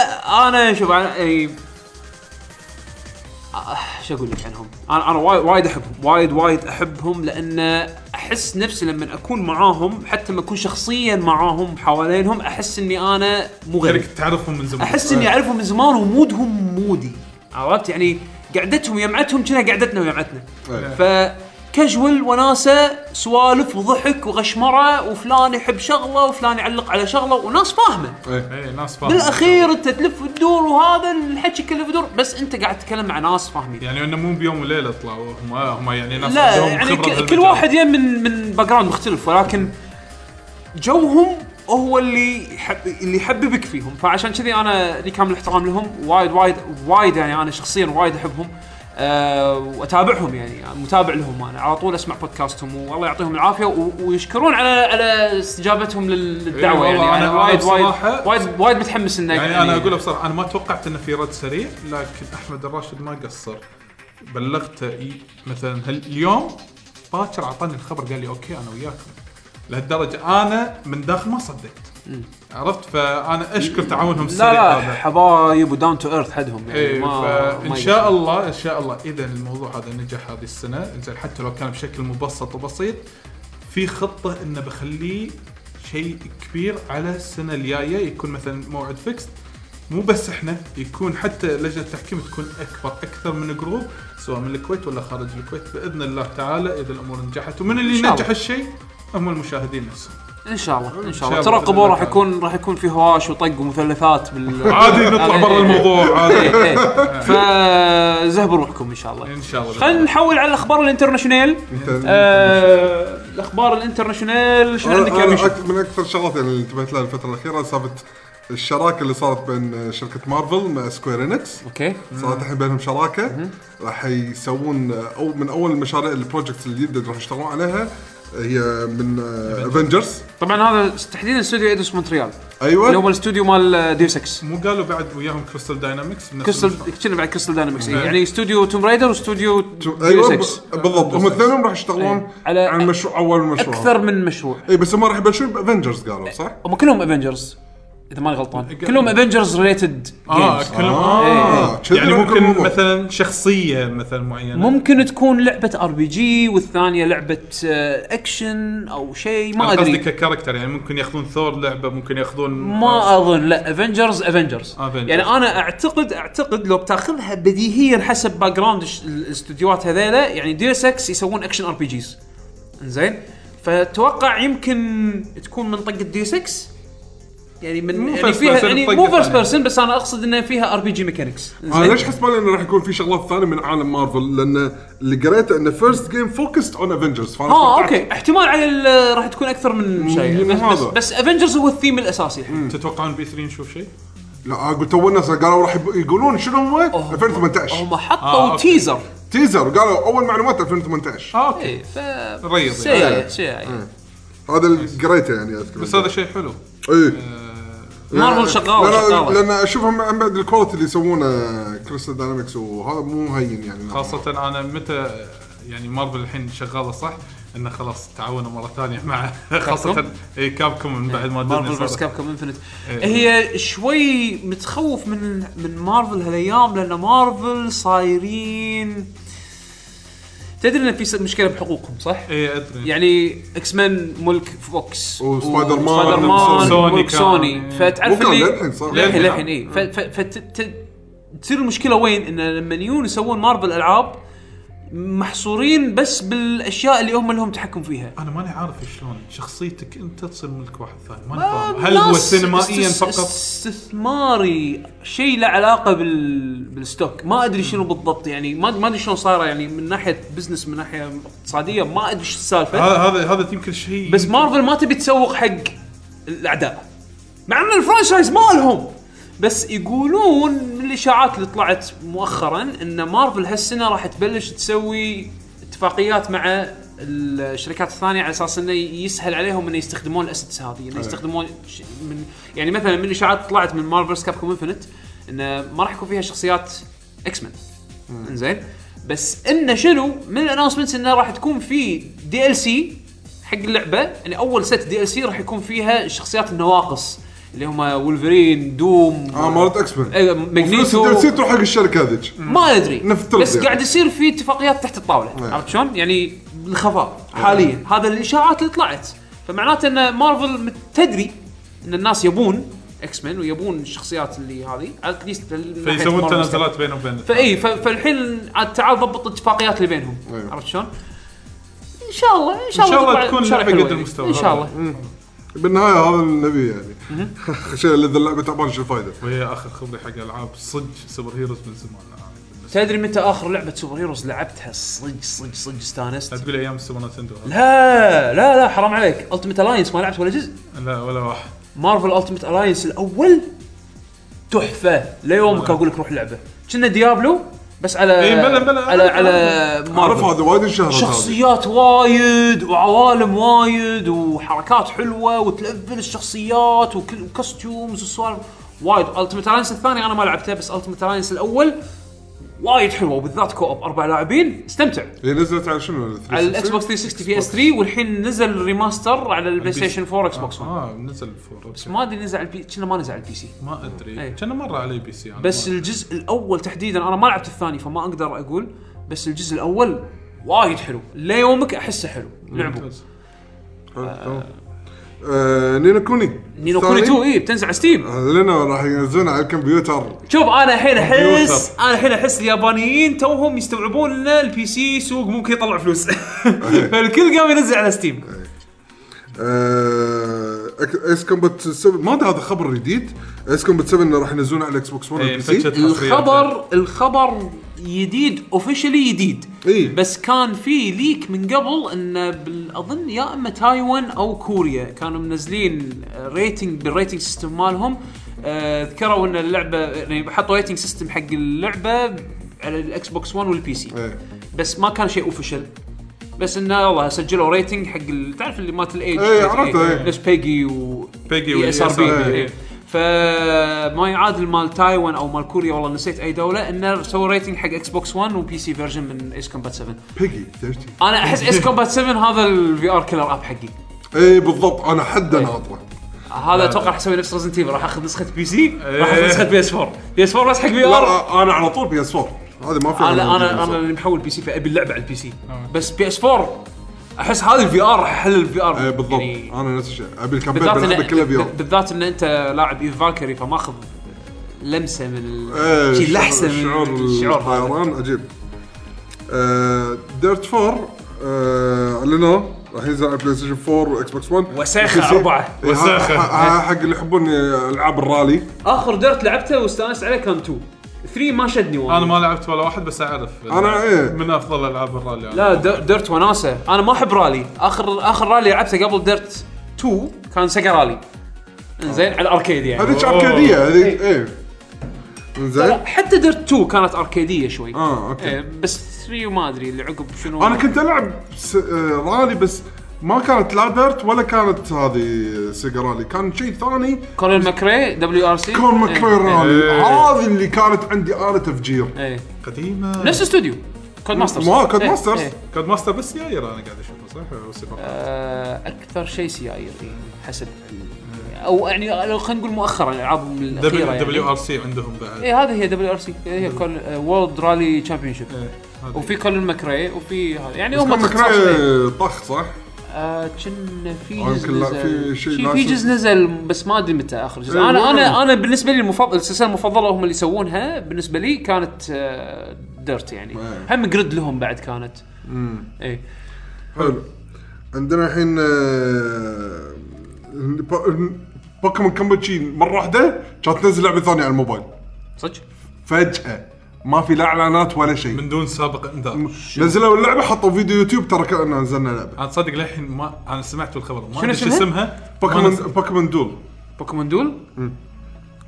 Speaker 2: انا شوف انا اي آه، شو اقول لك عنهم؟ انا انا وايد وايد احبهم، وايد وايد احبهم لان احس نفسي لما اكون معاهم حتى لما اكون شخصيا معاهم حوالينهم احس اني انا مو غريب.
Speaker 4: غيرك تعرفهم من زمان
Speaker 2: احس اني اعرفهم من زمان ومودهم مودي عرفت يعني قعدتهم ويمعتهم كنا قعدتنا ويمعتنا
Speaker 3: إيه،
Speaker 2: فكاجوال وناسه سوالف وضحك وغشمره وفلان يحب شغله وفلان يعلق على شغله وناس فاهمه
Speaker 3: إيه.
Speaker 4: اي إيه، ناس فاهم
Speaker 2: بالاخير انت تلف وتدور وهذا الحكي كله بدور بس انت قاعد تتكلم مع ناس فاهمين
Speaker 4: يعني انه مو بيوم وليله طلعوا هم هم يعني ناس
Speaker 2: لا
Speaker 4: عندهم
Speaker 2: يعني
Speaker 4: خبرة
Speaker 2: ك-
Speaker 4: بهالمجال.
Speaker 2: كل واحد ين من من باك جراوند مختلف ولكن جوهم هو اللي يحب اللي يحببك فيهم فعشان كذي انا لي كامل الاحترام لهم وايد وايد وايد يعني انا شخصيا وايد احبهم أه واتابعهم يعني متابع لهم انا على طول اسمع بودكاستهم والله يعطيهم العافيه و- ويشكرون على على استجابتهم لل- للدعوه
Speaker 4: إيه والله
Speaker 2: يعني
Speaker 4: أنا-
Speaker 2: انا
Speaker 4: أنا
Speaker 2: وايد وايد
Speaker 4: بصراحة-
Speaker 2: وايد وايد متحمس انه
Speaker 4: يعني انا اقولها بصراحه انا ما توقعت انه في رد سريع لكن احمد الراشد ما قصر بلغته إي- مثلا هل اليوم باكر اعطاني الخبر قال لي اوكي انا وياكم لهالدرجه انا من داخل ما صدقت عرفت فانا اشكر تعاونهم
Speaker 2: لا
Speaker 4: السريع
Speaker 2: لا
Speaker 4: هذا
Speaker 2: حبايب وداون تو ايرث حدهم يعني
Speaker 4: ايه
Speaker 2: ما
Speaker 4: فان
Speaker 2: ما
Speaker 4: شاء
Speaker 2: يقدر.
Speaker 4: الله ان شاء الله اذا الموضوع هذا نجح هذه السنه زين حتى لو كان بشكل مبسط وبسيط في خطه انه بخليه شيء كبير على السنه الجايه يكون مثلا موعد فيكس مو بس احنا يكون حتى لجنه التحكيم تكون اكبر اكثر من جروب سواء من الكويت ولا خارج الكويت باذن الله تعالى اذا الامور نجحت ومن اللي
Speaker 2: إن شاء
Speaker 4: نجح
Speaker 2: الله.
Speaker 4: الشيء هم المشاهدين نفسهم
Speaker 2: ان شاء الله ان شاء
Speaker 4: إن
Speaker 2: الله
Speaker 4: شاء الله.
Speaker 2: ترقبوا راح يكون راح يكون في هواش وطق ومثلثات بال
Speaker 4: عادي نطلع
Speaker 2: إيه،
Speaker 4: برا
Speaker 2: إيه.
Speaker 4: الموضوع عادي
Speaker 2: إيه، إيه. فزهبوا روحكم ان شاء الله
Speaker 4: ان شاء الله
Speaker 2: خلينا نحول على الاخبار الانترناشونال آه، الاخبار الانترناشونال شنو عندك يا
Speaker 3: أنا
Speaker 2: بيشو؟
Speaker 3: أك- من اكثر الشغلات يعني اللي انتبهت لها الفتره الاخيره سالفه الشراكه اللي صارت بين شركه مارفل مع سكوير انكس
Speaker 2: اوكي
Speaker 3: صارت الحين بينهم شراكه راح يسوون او من اول المشاريع البروجكتس الجديده اللي راح يشتغلون عليها هي من افنجرز
Speaker 2: طبعا هذا تحديدا استوديو ايدوس مونتريال اللي هو
Speaker 3: ايوه
Speaker 2: الاستوديو مال ديوس اكس
Speaker 4: مو قالوا بعد وياهم كريستال داينامكس بنفس المشروع.
Speaker 2: كريستال كنا بعد كريستال داينامكس يعني استوديو توم رايدر واستوديو ديوس
Speaker 3: ايوه
Speaker 2: اكس
Speaker 3: ب- بالضبط هم اثنينهم راح يشتغلون
Speaker 2: إيه. على
Speaker 3: على عن مشروع اول مشروع
Speaker 2: اكثر من مشروع
Speaker 3: اي بس هم راح يبلشون بافنجرز قالوا صح؟
Speaker 2: هم كلهم افنجرز اذا ماني غلطان كلهم افنجرز ريليتد
Speaker 4: اه
Speaker 2: جيمز
Speaker 4: إيه. كلهم آه.
Speaker 3: إيه.
Speaker 4: يعني
Speaker 3: كذي
Speaker 4: ممكن
Speaker 3: الموضوع.
Speaker 4: مثلا شخصيه مثلا معينه
Speaker 2: ممكن تكون لعبه ار بي جي والثانيه لعبه آه، اكشن او شيء ما
Speaker 4: أنا
Speaker 2: ادري
Speaker 4: قصدي ككاركتر يعني ممكن ياخذون ثور لعبه ممكن ياخذون
Speaker 2: ما اظن لا افنجرز افنجرز
Speaker 4: Avengers.
Speaker 2: يعني انا اعتقد اعتقد لو بتاخذها بديهيا حسب باك جراوند الش- الاستديوهات هذيلا يعني ديوس اكس يسوون اكشن ار بي جيز زين فتوقع يمكن تكون من طقه ديوس اكس يعني من
Speaker 4: مو
Speaker 2: يعني
Speaker 4: first
Speaker 2: فيها
Speaker 4: person
Speaker 2: يعني
Speaker 4: طقة
Speaker 2: مو فيرست
Speaker 4: ثانية.
Speaker 2: بيرسون بس انا اقصد انه فيها ار بي جي ميكانكس
Speaker 3: انا ليش حسب بالي انه راح يكون في شغلات ثانيه من عالم مارفل لان اللي قريته انه فيرست جيم فوكست اون افنجرز فانا
Speaker 2: اه
Speaker 3: توقعت-
Speaker 2: اوكي احتمال على ال- راح تكون اكثر من شيء
Speaker 3: من
Speaker 2: بس, بس,
Speaker 3: هذا.
Speaker 2: بس افنجرز هو الثيم الاساسي
Speaker 4: تتوقعون بي 3 نشوف شيء؟
Speaker 3: لا قلت تو الناس قالوا راح يب- يقولون شنو هو
Speaker 2: أوه.
Speaker 3: 2018
Speaker 2: هم حطوا
Speaker 4: آه، أوكي.
Speaker 2: تيزر
Speaker 3: تيزر قالوا اول معلومات 2018
Speaker 4: اه اوكي
Speaker 2: اي إيه، ف يعني.
Speaker 4: ريض يعني.
Speaker 2: سيئة
Speaker 4: آه.
Speaker 2: سيئة
Speaker 3: هذا اللي قريته يعني اذكر
Speaker 4: بس هذا شيء حلو آه،
Speaker 3: اي
Speaker 2: مارفل شغالة شغالة
Speaker 3: لان اشوفهم عن بعد الكواليتي اللي يسوونه كريستال داينامكس وهذا مو هين يعني
Speaker 4: خاصة انا متى يعني مارفل الحين شغالة صح انه خلاص تعاونوا مرة ثانية مع خاصة اي كابكم من بعد ما
Speaker 2: مارفل
Speaker 4: ديزني
Speaker 2: فيرس
Speaker 4: صارت.
Speaker 2: كاب كوم انفنت
Speaker 4: إيه.
Speaker 2: هي شوي متخوف من من مارفل هالايام لان مارفل صايرين تدري ان في س- مشكله بحقوقهم صح؟
Speaker 4: اي ادري
Speaker 2: يعني اكس مان ملك فوكس
Speaker 3: وسبايدر مان
Speaker 2: سبايدر مان
Speaker 4: سوني
Speaker 2: ملك
Speaker 4: كان.
Speaker 2: سوني فتعرف
Speaker 3: ممكن
Speaker 2: اللي
Speaker 3: للحين صار
Speaker 2: للحين
Speaker 4: للحين. آه.
Speaker 2: للحين إيه. اي فتصير المشكله وين؟ ان لما يجون يسوون مارفل العاب محصورين بس بالاشياء اللي هم لهم تحكم فيها
Speaker 4: انا ماني عارف شلون شخصيتك انت تصير ملك واحد ثاني ماني
Speaker 2: آه،
Speaker 4: فاهم هل هو
Speaker 2: ناس
Speaker 4: سينمائيا
Speaker 2: استس-
Speaker 4: فقط؟
Speaker 2: استثماري شيء له علاقه بال... بالستوك ما ادري شنو بالضبط يعني ما ما ادري شلون صايره يعني من ناحيه بزنس من ناحيه اقتصاديه ما ادري شو السالفه
Speaker 4: هذا هذا هذا يمكن شيء
Speaker 2: بس مارفل ما تبي تسوق حق الاعداء مع ان الفرانشايز مالهم بس يقولون من الاشاعات اللي طلعت مؤخرا ان مارفل هالسنه راح تبلش تسوي اتفاقيات مع الشركات الثانيه على اساس انه يسهل عليهم انه يستخدمون الاسيتس هذه انه يستخدمون ش- من يعني مثلا من الاشاعات طلعت من مارفل كاب كوم انفنت انه ما راح يكون فيها شخصيات اكس مان انزين بس انه شنو من الانونسمنتس انه راح تكون في دي ال سي حق اللعبه يعني اول ست دي ال سي راح يكون فيها الشخصيات النواقص اللي هم ولفرين دوم
Speaker 3: اه مالت اكس مان
Speaker 2: إيه، ماجنيتو
Speaker 3: نسيت تروح حق الشركه هذيك
Speaker 2: ما ادري
Speaker 3: نفترض
Speaker 2: بس
Speaker 3: يعني.
Speaker 2: قاعد يصير في اتفاقيات تحت الطاوله
Speaker 3: نعم.
Speaker 2: عرفت شلون؟ يعني بالخفاء حاليا هذا الاشاعات اللي طلعت فمعناته ان مارفل مت- تدري ان الناس يبون اكس مان ويبون الشخصيات اللي هذه اتليست
Speaker 4: فيسوون تنازلات بينهم وبين
Speaker 2: فاي ف- فالحين عاد تعال ضبط الاتفاقيات اللي بينهم
Speaker 3: أيوة.
Speaker 2: عرفت شلون؟ ان شاء الله ان شاء
Speaker 4: إيه. إن
Speaker 2: الله
Speaker 4: شاء الله
Speaker 2: تطلع
Speaker 4: تكون
Speaker 2: شغلة
Speaker 4: لعبة إيه.
Speaker 2: حلوة
Speaker 4: قد
Speaker 2: يعني.
Speaker 4: المستوى.
Speaker 2: ان شاء الله
Speaker 3: بالنهايه هذا النبي يعني شيء اللي اللعبه تعبان شو الفائده
Speaker 4: وهي اخر خبري حق العاب صدق سوبر هيروز من زمان أنا بالنسبة
Speaker 2: تدري متى اخر لعبه سوبر هيروز لعبتها صدق صدق صدق استانست؟
Speaker 4: لي. لا تقول ايام سوبر نتندو هذا.
Speaker 2: لا لا لا حرام عليك التيمت الاينس ما لعبت ولا جزء
Speaker 4: لا ولا واحد
Speaker 2: مارفل التيمت الاينس الاول تحفه ليومك اقول لك روح لعبه كنا ديابلو بس على
Speaker 4: نعم. إيه، بلى- بلى.
Speaker 2: على على
Speaker 3: اعرف
Speaker 2: مارفل
Speaker 3: هذا وايد انشهرت هذه.
Speaker 2: شخصيات وايد وعوالم وايد وحركات حلوه وتلفل الشخصيات وكل وكستيومز والسوالف وايد التيمت الاينس الثاني انا ما لعبته بس التيمت الاينس الاول وايد حلوه وبالذات كوب اربع لاعبين استمتع
Speaker 3: هي نزلت على شنو
Speaker 2: على الاكس بوكس 360 بي اس 3 والحين نزل ريماستر على البلاي ستيشن 4 اكس بوكس 1
Speaker 4: اه نزل فور
Speaker 2: بس ما ادري نزل على البي كنا ما نزل على البي سي
Speaker 4: ما ادري
Speaker 2: إيه.
Speaker 4: كان مره علي بي سي انا
Speaker 2: بس
Speaker 4: ما-
Speaker 2: الجزء الاول تحديدا انا ما لعبت الثاني فما اقدر اقول بس الجزء الاول وايد حلو ليومك احسه حلو لعبه
Speaker 4: ممتاز.
Speaker 3: آه، نينو كوني
Speaker 2: نينو كوني 2 اي بتنزل على ستيم
Speaker 3: لنا راح ينزلونها على الكمبيوتر
Speaker 2: شوف انا الحين احس
Speaker 4: كمبيوتر.
Speaker 2: انا الحين احس اليابانيين توهم يستوعبون ان البي سي سوق ممكن يطلع فلوس فالكل قام ينزل على ستيم
Speaker 3: آه، ايس كومبات 7 ما ادري هذا خبر جديد ايس كومبات 7 إنه راح ينزلونه على الاكس بوكس 1
Speaker 4: إيه،
Speaker 3: والبي سي
Speaker 4: فتشت حصريات.
Speaker 2: الخبر الخبر جديد اوفشلي جديد
Speaker 3: إي.
Speaker 2: بس كان في ليك من قبل ان بال- اظن يا اما تايوان او كوريا كانوا منزلين ريتنج بالريتنج سيستم مالهم آه، ذكروا ان اللعبه يعني حطوا ريتنج سيستم حق اللعبه على الاكس بوكس 1 والبي سي
Speaker 3: إيه.
Speaker 2: بس ما كان شيء اوفشل بس انه والله سجلوا ريتنج حق ال- تعرف اللي مات الايج
Speaker 3: إيه، عرفته، إيه. E
Speaker 2: نفس بيجي و إيه،
Speaker 4: بيجي
Speaker 2: و اس ار
Speaker 4: والESRB
Speaker 2: بي فما يعادل مال تايوان او مال كوريا والله نسيت اي دوله انه سووا ريتنج حق اكس بوكس 1 وبي سي فيرجن من ايس كومبات 7
Speaker 3: بيجي تدري
Speaker 2: انا احس ايس كومبات 7 هذا الفي ار كيلر اب حقي
Speaker 3: اي إيه، بالضبط انا حد
Speaker 2: إيه.
Speaker 3: ناطره
Speaker 2: هذا اتوقع راح اسوي نفس رزنت ايفل راح اخذ نسخه بي سي راح اخذ
Speaker 4: إيه.
Speaker 2: نسخه بي اس 4 بي اس 4 بس حق في ار
Speaker 3: لا انا على طول بي اس 4 هذه ما في
Speaker 2: انا انا انا اللي محول بي سي فابي اللعبه على البي سي
Speaker 3: آه.
Speaker 2: بس بي اس 4 احس هذا الفي ار راح يحل الفي ار
Speaker 3: اي إيه، بالضبط آه، انا نفس الشيء ابي الكامبين
Speaker 2: يعني بالذات
Speaker 3: بلعبه كلها بي
Speaker 2: ان
Speaker 3: ار
Speaker 2: بالذات ان انت لاعب ايف فالكري فماخذ لمسه من ال-
Speaker 3: إيه،
Speaker 2: شي
Speaker 3: شعور-
Speaker 2: لحسه من
Speaker 3: شعور
Speaker 2: الشعور هذا
Speaker 3: الطيران عجيب إيه، ديرت 4 آه، اعلنوا راح ينزل على بلاي ستيشن 4 واكس بوكس 1
Speaker 2: وساخة
Speaker 3: وبي سي.
Speaker 2: أربعة.
Speaker 3: إيه، ها-
Speaker 4: وساخة.
Speaker 3: ها- ها حق اللي يحبون آه، العاب الرالي
Speaker 2: اخر ديرت لعبته واستانست عليه كان 2 3 ما شدني والله
Speaker 4: انا ما لعبت ولا واحد بس اعرف
Speaker 3: أنا إيه.
Speaker 4: من افضل العاب الرالي
Speaker 2: لا د- ديرت وناسه انا ما احب رالي اخر اخر رالي لعبته قبل ديرت 2 كان سيجا رالي انزين على الاركيد يعني
Speaker 3: هذيك اركاديه
Speaker 4: إيه.
Speaker 3: هذيك اي إيه. زين
Speaker 2: لا، حتى ديرت 2 كانت اركيديه شوي
Speaker 3: اه اوكي
Speaker 2: إيه، بس 3 وما ادري اللي عقب شنو
Speaker 3: انا كنت العب س... آه، رالي بس ما كانت لا ديرت ولا كانت هذه سيجا رالي كان شيء ثاني
Speaker 2: كولين ماكري دبليو ار سي
Speaker 3: كون ماكري رالي
Speaker 4: إيه.
Speaker 3: هذه اللي كانت عندي اله تفجير
Speaker 2: ايه
Speaker 4: قديمه
Speaker 2: نفس الاستوديو كود ماسترز
Speaker 3: ما كود
Speaker 2: إيه،
Speaker 3: ماسترز.
Speaker 2: إيه.
Speaker 4: كود ماستر بس ياير انا قاعد اشوفه صح والسيبر.
Speaker 2: آه، اكثر شيء سيايير إيه، حسب او يعني لو خلينا نقول مؤخرا العابهم الاخيره
Speaker 4: دبليو
Speaker 2: يعني
Speaker 4: ار سي عندهم بعد
Speaker 2: اي هذه هي دبليو ار سي هي وورلد رالي تشامبيون شيب
Speaker 4: إيه، هذه.
Speaker 2: وفي كولين ماكري وفي هذا يعني هم
Speaker 3: كون
Speaker 2: اختصار شوي.
Speaker 3: ماكري طخ صح؟
Speaker 2: آه، كنا في
Speaker 3: أو
Speaker 2: جزء
Speaker 3: يمكن لا،
Speaker 2: نزل
Speaker 3: في شيء
Speaker 2: شي- في
Speaker 3: ناسي.
Speaker 2: جزء نزل بس ما ادري متى اخر جزء
Speaker 3: إيه،
Speaker 2: انا
Speaker 3: وأنا-
Speaker 2: انا انا بالنسبه لي المفضل السلسله المفضله هم اللي يسوونها بالنسبه لي كانت آه، ديرت يعني
Speaker 3: إيه.
Speaker 2: هم جريد لهم بعد كانت إيه. اي
Speaker 3: حلو عندنا الحين آه، بو- بوكيمون كامبوتشي مره واحده كانت تنزل لعبه ثانيه على الموبايل
Speaker 2: صدق
Speaker 3: فجاه ما في لا اعلانات ولا شيء
Speaker 4: من دون سابق انذار
Speaker 3: نزلوا اللعبه حطوا فيديو يوتيوب ترى كأننا نزلنا لعبه
Speaker 4: انا تصدق للحين ما انا سمعت الخبر ما
Speaker 2: شنو
Speaker 4: ادري شو
Speaker 2: اسمها؟
Speaker 4: اسمها
Speaker 3: بوكيمون
Speaker 4: ما أنا-
Speaker 3: بوكيمون دول
Speaker 2: بوكيمون دول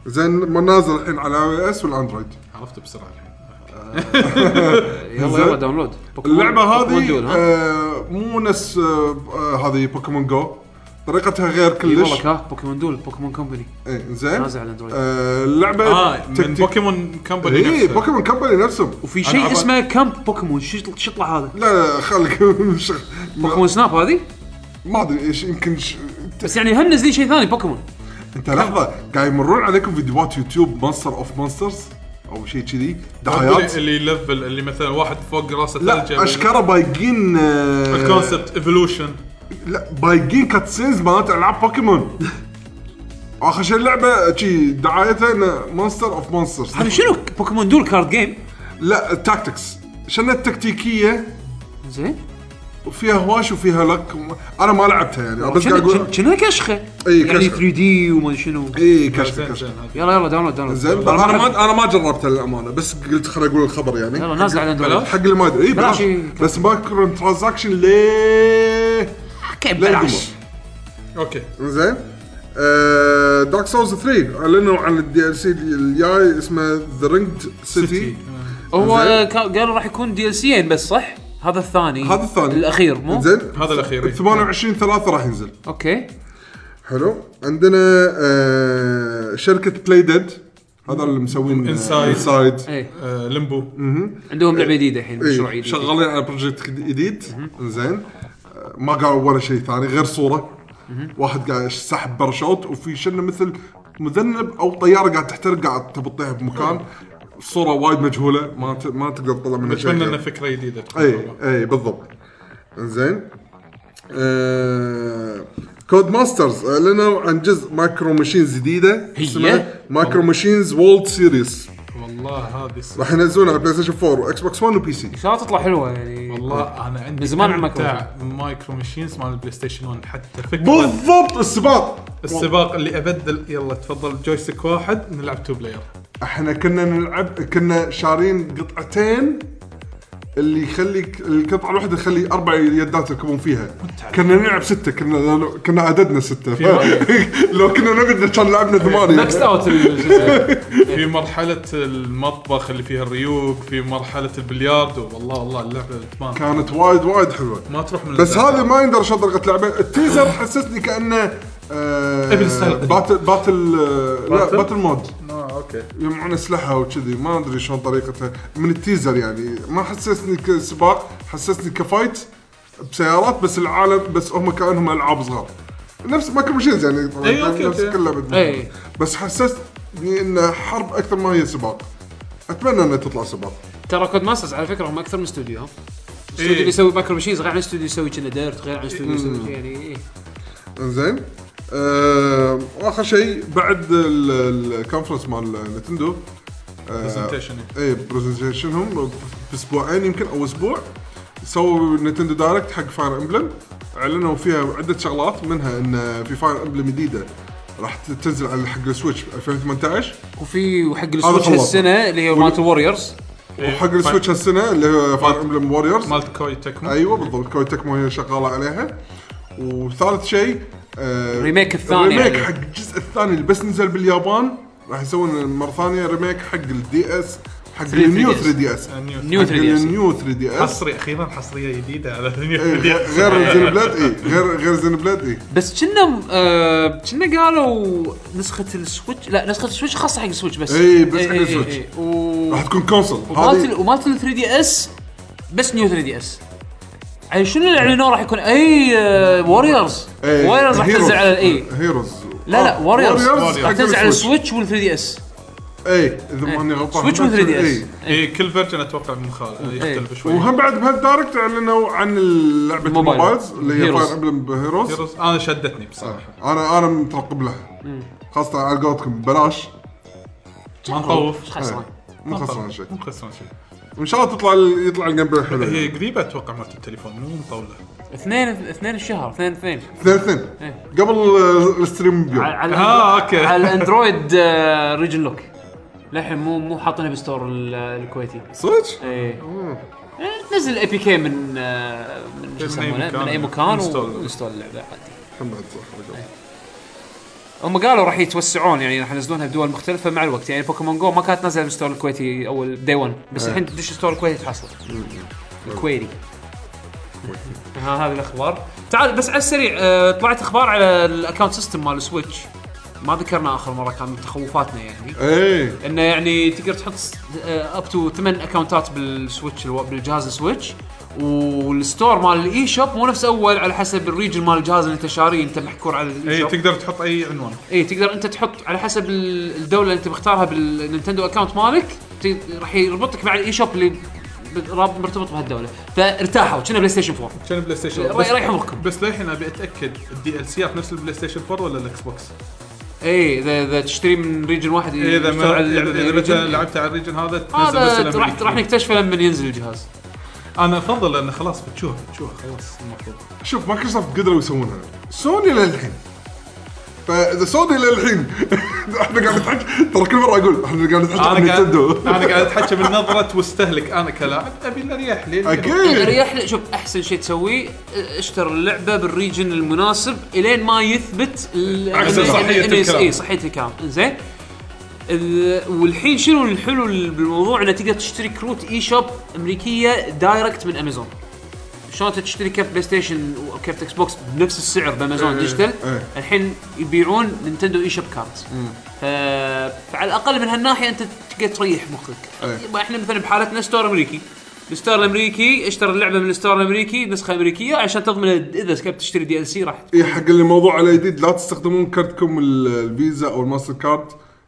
Speaker 3: زين ما نازل الحين على اي اس والاندرويد
Speaker 4: عرفته بسرعه الحين
Speaker 2: يلا يلا داونلود بوكيمون-
Speaker 3: اللعبه
Speaker 2: بوكيمون
Speaker 3: هذه
Speaker 2: دول، ها؟
Speaker 3: آه، مو نفس آه، آه، هذه بوكيمون جو طريقتها غير
Speaker 2: إي
Speaker 3: كلش
Speaker 2: والله ها بوكيمون دول بوكيمون كومباني
Speaker 3: إيه، زين
Speaker 2: نازل على الأندرويد.
Speaker 3: آه، اللعبه
Speaker 4: اه من
Speaker 3: تكتيك-
Speaker 4: بوكيمون كمباني
Speaker 3: اي
Speaker 4: نفسها.
Speaker 3: بوكيمون كمباني نفسهم
Speaker 2: وفي
Speaker 4: أنا
Speaker 2: شيء
Speaker 4: عبر-
Speaker 2: اسمه كامب بوكيمون شو شو يطلع هذا
Speaker 3: لا لا خلك مش-
Speaker 2: بوكيمون سناب هذه
Speaker 3: ما ادري ايش يمكن ش...
Speaker 2: بس يعني هم نازلين شيء ثاني بوكيمون
Speaker 3: انت لحظه قاعد يمرون عليكم فيديوهات يوتيوب مونستر اوف مونسترز او شيء كذي دعايات
Speaker 4: اللي يلفل اللي مثلا واحد فوق راسه
Speaker 3: لا اشكره بايقين آه،
Speaker 4: الكونسبت ايفولوشن
Speaker 3: لا بايقين كاتسينز مالت العاب بوكيمون اخر شيء اللعبه شي دعايتها انه مونستر اوف مونسترز
Speaker 2: هذا شنو بوكيمون دول كارد جيم
Speaker 3: لا تاكتكس شنو التكتيكيه
Speaker 2: زين
Speaker 3: وفيها هواش وفيها لك انا ما لعبتها يعني بس قاعد اقول
Speaker 2: شنو كشخه
Speaker 3: إي،
Speaker 2: يعني
Speaker 3: كشخة.
Speaker 2: 3 دي وما شنو
Speaker 3: اي إيه، كشف
Speaker 4: زين
Speaker 3: كشف
Speaker 4: زين هذه.
Speaker 2: يلا يلا داونلود داونلود
Speaker 3: زين
Speaker 2: يلا
Speaker 3: انا ما انا ما جربتها للامانه بس قلت خليني اقول الخبر يعني
Speaker 2: يلا نازل على الاندرويد
Speaker 3: حق اللي ما يدري اي
Speaker 2: بلاش.
Speaker 3: بلاش بس مايكرو ترانزاكشن ليه
Speaker 2: كيف بلاش
Speaker 4: اوكي
Speaker 3: زين آه، دارك سولز 3 اعلنوا عن الدي ال سي الجاي اسمه ذا رينجد سيتي
Speaker 2: هو
Speaker 3: زين.
Speaker 2: آه، كا- قالوا راح يكون دي ال سيين يعني بس صح؟ هذا الثاني
Speaker 3: هذا الثاني.
Speaker 2: الاخير مو؟
Speaker 3: زين
Speaker 4: هذا الأخير، إيه.
Speaker 3: 28 3 راح ينزل
Speaker 2: اوكي
Speaker 3: حلو عندنا آه، شركه بلاي ديد هذا اللي مسوين
Speaker 4: Inside.
Speaker 3: انسايد
Speaker 2: ايه
Speaker 4: آه، لمبو
Speaker 3: Mm.
Speaker 2: عندهم لعبه جديده الحين مشروع
Speaker 3: إيه،
Speaker 2: جديد
Speaker 3: شغالين على بروجكت جديد زين آه، ما قالوا ولا شيء ثاني غير صوره واحد قاعد سحب باراشوت وفي شنه مثل مذنب او طياره قاعد تحترق قاعد تبي تطيح بمكان الصوره وايد مجهوله ما ت... ما تقدر تطلع منها شيء
Speaker 4: اتمنى انه
Speaker 3: غير.
Speaker 4: فكره جديده
Speaker 3: اي اي بالضبط زين آه... كود ماسترز اعلنوا عن جزء مايكرو ماشينز جديده
Speaker 2: هي؟
Speaker 3: مايكرو ماشينز وولد سيريس
Speaker 4: والله هذه الس-
Speaker 3: راح ينزلونها على بلاي ستيشن 4 واكس بوكس 1 وبي سي
Speaker 2: ان شاء الله تطلع حلوه يعني
Speaker 3: Mm.
Speaker 4: والله انا عندي
Speaker 2: من زمان عن
Speaker 4: بتاع مايكرو ماشينز مال البلاي ستيشن 1 حتى فكره
Speaker 3: بالضبط السباق
Speaker 4: السباق اللي ابدل يلا تفضل جويستيك واحد نلعب تو بلاير
Speaker 3: احنا كنا نلعب كنا شارين قطعتين اللي يخليك القطعه الواحده تخلي اربع يدات يركبون فيها كنا نلعب سته كنا كنا عددنا سته
Speaker 4: في وايد.
Speaker 3: لو كنا نقعد كان لعبنا
Speaker 2: ماكس
Speaker 3: ثمانيه
Speaker 2: اوت ال- شو اسمه.
Speaker 4: في مرحله المطبخ اللي فيها الريوق في مرحله البلياردو والله والله اللعبه ادمان
Speaker 3: كانت وايد وايد حلوه
Speaker 4: ما تروح من
Speaker 3: بس
Speaker 4: الدنيا.
Speaker 3: هذا ما يندر شلون طريقه لعبه التيزر حسسني كانه آه،
Speaker 4: ابن السهل.
Speaker 3: باتل باتل آه، لا
Speaker 4: باتل؟
Speaker 3: باتل مود
Speaker 4: آه، اوكي
Speaker 3: يجمعون اسلحه وكذي ما ادري شلون طريقتها من التيزر يعني ما حسسني كسباق حسسني كفايت بسيارات بس العالم بس هم كانهم العاب صغار نفس ما كل شيء يعني طبعاً،
Speaker 4: أي، إيه، أوكي،
Speaker 3: نفس
Speaker 4: أوكي.
Speaker 3: كل لعبه
Speaker 2: أي.
Speaker 3: بس حسستني انها حرب اكثر ما هي سباق اتمنى انها تطلع سباق
Speaker 2: ترى كود ماسترز على فكره هم اكثر من استوديو ها استوديو
Speaker 4: إيه.
Speaker 2: اللي يسوي مايكرو ماشينز غير عن استوديو يسوي كنا ديرت غير عن استوديو يسوي شي يعني إيه.
Speaker 3: انزين آه، واخر شيء بعد ال- الكونفرنس مال نتندو آه،
Speaker 4: برزنتيشن
Speaker 3: اي برزنتيشنهم باسبوعين يمكن او اسبوع سووا نتندو دايركت حق فاير امبلم اعلنوا فيها عده شغلات منها ان في فاير امبلم جديده راح تنزل على حق السويتش 2018
Speaker 2: وفي وحق السويتش
Speaker 3: خلصنا.
Speaker 2: هالسنه اللي هي مالت الوريورز
Speaker 3: وحق السويتش هالسنه اللي هو فاير امبلم ووريرز
Speaker 4: مالت كوي تكمو
Speaker 3: ايوه بالضبط كوي تكمو هي شغاله عليها وثالث شيء آه
Speaker 2: الريميك الثاني
Speaker 3: الريميك
Speaker 2: يعني.
Speaker 3: حق الجزء الثاني اللي بس نزل باليابان راح يسوون مره ثانيه ريميك حق الدي اس حق
Speaker 2: 3DS.
Speaker 3: النيو 3 دي اس
Speaker 4: نيو.
Speaker 2: نيو 3 دي اس
Speaker 3: النيو 3 دي اس
Speaker 4: حصري اخيرا حصريه جديده على نيو
Speaker 3: إيه،
Speaker 4: 3DS.
Speaker 3: غ- غير زينبلاد اي غير غير إيه. زينبلاد اي
Speaker 2: بس كنا آه، كنا قالوا نسخه السويتش لا نسخه السويتش خاصه حق السويتش بس
Speaker 3: إي، بس حق
Speaker 2: إي، إي،
Speaker 3: السويتش.
Speaker 2: إي، إي. و-
Speaker 3: راح تكون كونسل
Speaker 2: ومالت
Speaker 3: هذه
Speaker 2: ال- ومالت ال 3 دي اس بس نيو 3 دي اس يعني شنو اللي اعلنوه راح يكون اي ووريرز
Speaker 3: إيه،
Speaker 2: ووريرز راح
Speaker 3: هيروز.
Speaker 2: تنزل على اي
Speaker 3: هيروز
Speaker 2: لا لا ووريرز
Speaker 3: آه، Warriors
Speaker 2: راح
Speaker 3: حق
Speaker 2: تنزل على
Speaker 3: السويتش.
Speaker 2: السويتش وال 3 دي اس
Speaker 3: اي اذا ماني غلطان إيه.
Speaker 2: سويتش وال 3 دي اس
Speaker 4: اي إيه، كل فيرجن اتوقع من خال يختلف شوي
Speaker 3: وهم بعد بهالدايركت اعلنوا عن لعبه
Speaker 2: الموبايل.
Speaker 3: الموبايلز اللي هي
Speaker 2: Heroes.
Speaker 3: فاير امبلم هيروز
Speaker 4: هيروز انا شدتني بصراحه
Speaker 3: انا انا مترقب لها خاصه على قولتكم ببلاش
Speaker 4: ما نطوف
Speaker 3: آه.
Speaker 2: خسران
Speaker 3: مو خسران شيء
Speaker 4: مو خسران شيء
Speaker 3: وان شاء الله تطلع ال- يطلع الجيم بلاي حلو
Speaker 4: هي
Speaker 3: اثنين
Speaker 4: قريبه اتوقع مالت التليفون مو مطوله
Speaker 2: اثنين اثنين الشهر اثنين اثنين
Speaker 3: اثنين
Speaker 2: إيه.
Speaker 3: قبل آه، الستريم بيوم
Speaker 2: على على
Speaker 4: آه، أوكي.
Speaker 2: على آه، الاندرويد ريجن لوك للحين مو مو حاطينها بالستور ال- الكويتي
Speaker 3: صدق؟
Speaker 2: ايه إيه، تنزل اي بي كي من آه، من شو
Speaker 4: من أي
Speaker 2: يسمونه
Speaker 4: مكان.
Speaker 2: من اي مكان
Speaker 4: انستول.
Speaker 2: وانستول اللعبه عادي
Speaker 3: الحين بعد صح
Speaker 2: هم قالوا راح يتوسعون يعني راح ينزلونها بدول مختلفه مع الوقت يعني بوكيمون جو ما كانت نازله بالستور الكويتي اول دي 1
Speaker 4: إيه.
Speaker 2: بس الحين تدش الستور الكويتي تحصلها الكويتي
Speaker 4: إيه.
Speaker 2: ها هذه الاخبار تعال بس على السريع آه، طلعت اخبار على الاكونت سيستم مال السويتش ما ذكرنا اخر مره كان من تخوفاتنا يعني
Speaker 3: ايه
Speaker 2: انه يعني تقدر تحط آه، اب تو 8 اكونتات بالسويتش الو... بالجهاز السويتش والستور مال الاي شوب مو نفس اول على حسب الريجن مال الجهاز اللي انت شاريه انت محكور على الاي
Speaker 4: اي
Speaker 2: شوب
Speaker 4: إيه، تقدر تحط اي عنوان
Speaker 2: اي تقدر انت تحط على حسب ال- الدوله اللي انت مختارها بالنينتندو اكونت مالك ت- راح يربطك مع الاي شوب اللي ب- راب- مرتبط بهالدوله فارتاحوا كنا بلاي ستيشن 4
Speaker 4: كان بلاي ستيشن
Speaker 2: ري- ريح عمركم.
Speaker 4: بس للحين ابي اتاكد الدي ال سيات نفس البلاي ستيشن 4 ولا الاكس بوكس؟
Speaker 2: اي اذا اذا تشتري من ريجن واحد
Speaker 4: اذا
Speaker 2: يشتغل
Speaker 4: ما
Speaker 2: على اللعبة
Speaker 4: اذا
Speaker 2: ريجن.
Speaker 4: مثلا لعبت على الريجن هذا تنزل بس
Speaker 2: إيه، هذا راح
Speaker 4: الأمريكي.
Speaker 2: راح نكتشفه لما ينزل الجهاز
Speaker 4: انا افضل لان خلاص بتشوفها بتشوفها خلاص المفروض
Speaker 3: شوف مايكروسوفت قدروا يسوونها سوني للحين فاذا سوني للحين احنا قاعد نتحكي ترى كل مره اقول احنا قاعد نتحكي عن
Speaker 4: انا قاعد
Speaker 3: نتندو
Speaker 4: انا قاعد اتحكى من نظره واستهلك انا كلاعب ابي الاريح لي
Speaker 2: يعني
Speaker 3: اكيد
Speaker 2: ريح لي- شوف احسن شيء تسويه اشتر اللعبه بالريجن المناسب الين ما يثبت ال-
Speaker 4: عكس
Speaker 2: إن- إن-
Speaker 4: صحية
Speaker 2: إن-
Speaker 4: الكلام.
Speaker 2: اي صحيه إيه، الكلام زين ال- والحين شنو الحلو ال- بالموضوع انه تقدر تشتري كروت اي شوب امريكيه دايركت من امازون شلون تشتري كرت بلاي ستيشن وكرت اكس بوكس بنفس السعر بامازون ديجيتال
Speaker 3: إيه.
Speaker 2: الحين يبيعون نينتندو اي شوب كارت ف... فعلى الاقل من هالناحيه انت تقدر تريح مخك
Speaker 3: إيه.
Speaker 2: ما احنا مثلا بحالتنا ستور امريكي الستور الامريكي اشتر اللعبه من الستور الامريكي نسخه امريكيه عشان تضمن اذا كنت تشتري دي ال سي راح
Speaker 3: اي إيه، حق اللي موضوع على جديد لا تستخدمون كرتكم ال- الفيزا او الماستر كارد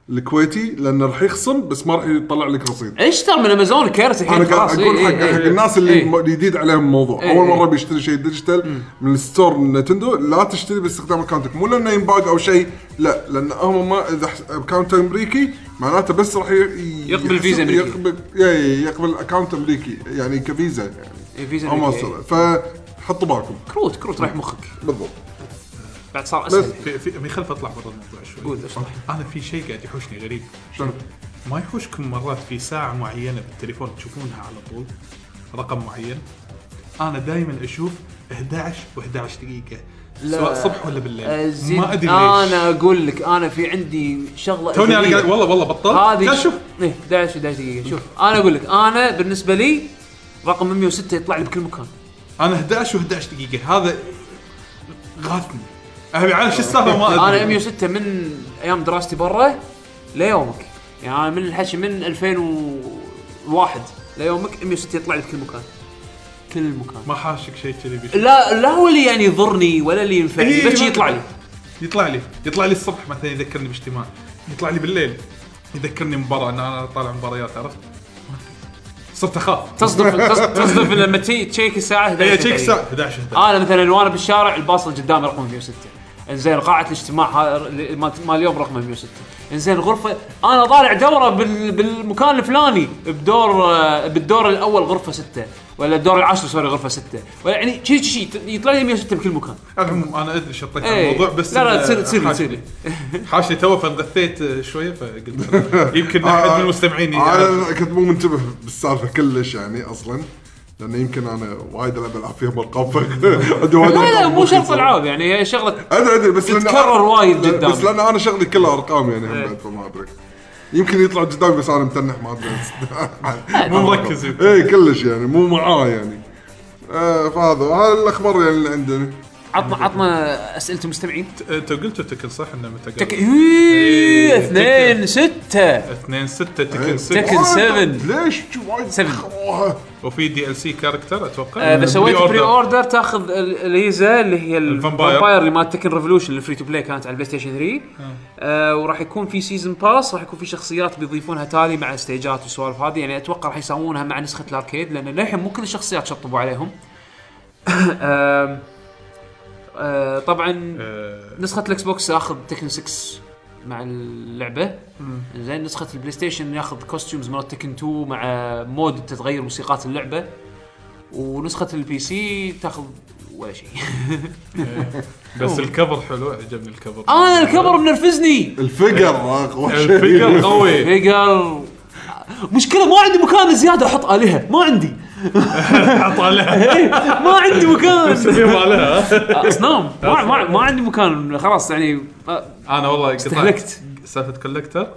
Speaker 3: الكويتي لانه راح يخصم بس ما راح يطلع لك رصيد
Speaker 2: اشتر من امازون كارت الحين
Speaker 3: انا
Speaker 2: إيه، خلاص
Speaker 3: قاعد اقول
Speaker 2: إي
Speaker 3: حق
Speaker 2: إي إي.
Speaker 3: حق الناس اللي
Speaker 2: إي.
Speaker 3: م- جديد عليهم الموضوع
Speaker 2: إيه،
Speaker 3: اول
Speaker 2: إيه.
Speaker 3: مره بيشتري شيء ديجيتال من الستور من نتندو لا تشتري باستخدام اكونتك مو لانه ينباق او شيء لا لان هم ما اذا حس- اكونت امريكي معناته بس راح ي- ي-
Speaker 2: يقبل
Speaker 3: يحسب-
Speaker 2: فيزا أمريكية.
Speaker 3: يقبل إي، يقبل اكونت امريكي يعني كفيزا يعني
Speaker 2: إي، فيزا
Speaker 3: او
Speaker 2: أمريكية.
Speaker 3: ماستر فحطوا بالكم
Speaker 2: كروت كروت رايح مخك
Speaker 3: بالضبط
Speaker 2: بعد صار اسهل
Speaker 3: بس.
Speaker 2: الحين.
Speaker 4: في في خلف اطلع برا الموضوع شوي
Speaker 2: قول، اشرح.
Speaker 4: انا في شيء قاعد يحوشني غريب
Speaker 3: شنو؟
Speaker 4: ما يحوشكم مرات في ساعه معينه بالتليفون تشوفونها على طول رقم معين انا دائما اشوف 11 و11 دقيقه
Speaker 2: لا.
Speaker 4: سواء صبح ولا بالليل
Speaker 2: زين
Speaker 4: ما ادري ليش
Speaker 2: انا اقول لك انا في عندي شغله
Speaker 4: توني انا
Speaker 2: إيجابية.
Speaker 4: قاعد والله والله بطلت
Speaker 2: هذه
Speaker 4: قاعد شوف
Speaker 2: ايه 11 11 دقيقه شوف انا اقول لك انا بالنسبه لي رقم 106 يطلع لي بكل مكان
Speaker 4: انا 11 و11 دقيقه هذا غاثني ابي اعرف شو السالفه ما ادري
Speaker 2: انا 106 من ايام دراستي برا ليومك يعني انا من الحكي من 2001 ليومك 106 يطلع لي بكل مكان كل مكان
Speaker 4: ما حاشك شيء كذي بيش-
Speaker 2: لا لا هو اللي يعني يضرني ولا اللي ينفعني
Speaker 4: إيه،
Speaker 2: بس
Speaker 4: ما-
Speaker 2: يطلع لي
Speaker 4: يطلع لي يطلع لي الصبح مثلا يذكرني باجتماع يطلع لي بالليل يذكرني مباراه ان انا طالع مباريات عرفت صرت اخاف
Speaker 2: تصدف تص- تصدف لما تي- تشيك الساعه 11
Speaker 4: هي إيه، تشيك
Speaker 2: دقيقة.
Speaker 4: الساعه 11 11
Speaker 2: انا مثلا وانا بالشارع الباص اللي قدامي رقم 106 انزين قاعه الاجتماع ها- اللي- مال مال اليوم رقم 106 انزين غرفه انا طالع دوره بال... بالمكان الفلاني بدور آه، بالدور الاول غرفه 6 ولا الدور العاشر سوري غرفه 6 ولا يعني شي شي يطلع لي 106 بكل مكان
Speaker 4: على العموم انا ادري شطيت
Speaker 2: إيه.
Speaker 4: الموضوع بس
Speaker 2: لا لا
Speaker 4: إن-
Speaker 2: تصير تصير
Speaker 4: حاشني-
Speaker 2: تصير لي
Speaker 4: حاشني تو فانغثيت آه، شويه فقلت يمكن احد
Speaker 3: آه،
Speaker 4: من المستمعين يعرف.
Speaker 3: انا كنت مو منتبه بالسالفه كلش يعني اصلا لانه يمكن انا وايد العب العاب فيها ارقام عندي وايد
Speaker 2: لا لا
Speaker 3: أرقام
Speaker 2: مو شرط
Speaker 3: ممكن.
Speaker 2: العاب يعني هي شغله
Speaker 3: ادري ادري بس لأن-
Speaker 2: تتكرر وايد
Speaker 3: لا،
Speaker 2: قدامي.
Speaker 3: بس لان انا شغلي كلها ارقام يعني هم
Speaker 2: إيه.
Speaker 3: بعد فما ادري يمكن يطلع قدامي بس انا متنح ما ادري
Speaker 4: مو مركز يمكن.
Speaker 3: اي كلش يعني مو معاه يعني آه فهذا هذا الاخبار يعني اللي عندنا
Speaker 2: عطنا عطنا اسئله المستمعين
Speaker 4: انت قلت تكن صح انه متى قبل؟
Speaker 2: تك إيه،
Speaker 4: تكن.
Speaker 2: اثنين ستة
Speaker 4: 2 6
Speaker 3: إيه.
Speaker 4: تكن
Speaker 2: تكن.
Speaker 4: 6
Speaker 3: وايد-
Speaker 2: 7.
Speaker 3: ليش شو وايد
Speaker 2: سبعة.
Speaker 3: دخلوها؟
Speaker 4: وفي دي ال سي كاركتر اتوقع
Speaker 2: اذا آه، سويت
Speaker 4: آه، Pre-order.
Speaker 2: بري اوردر تاخذ ال- الهيزه اللي هي
Speaker 4: الفامباير.
Speaker 2: الفامباير اللي مال تكن ريفولوشن اللي فري تو بلاي كانت على البلاي ستيشن 3 آه وراح يكون في سيزون باس راح يكون في شخصيات بيضيفونها تالي مع ستيجات والسوالف هذه يعني اتوقع راح يسوونها مع نسخه الاركيد لان للحين مو كل الشخصيات شطبوا عليهم آم، آه طبعا
Speaker 4: آه،
Speaker 2: نسخه الاكس بوكس اخذ تكن 6 مع اللعبه زين نسخه البلاي ستيشن ياخذ كوستيومز مال تكن 2 مع مود تتغير موسيقات اللعبه ونسخه البي سي تاخذ ولا شيء
Speaker 4: بس الكفر حلو عجبني الكفر
Speaker 2: انا آه، الكبر منرفزني
Speaker 3: الفقر اقوى شيء.
Speaker 4: الفيجر
Speaker 2: إيه.
Speaker 4: قوي
Speaker 2: فيجر مشكله ما عندي مكان زياده احط الهه ما عندي
Speaker 4: طالع
Speaker 2: إيه، ما عندي مكان
Speaker 4: في مالها
Speaker 2: اصنام ما, ما, ما عندي مكان خلاص يعني آه،
Speaker 4: انا والله قطعت
Speaker 2: استهلكت.
Speaker 4: سالفه كولكتر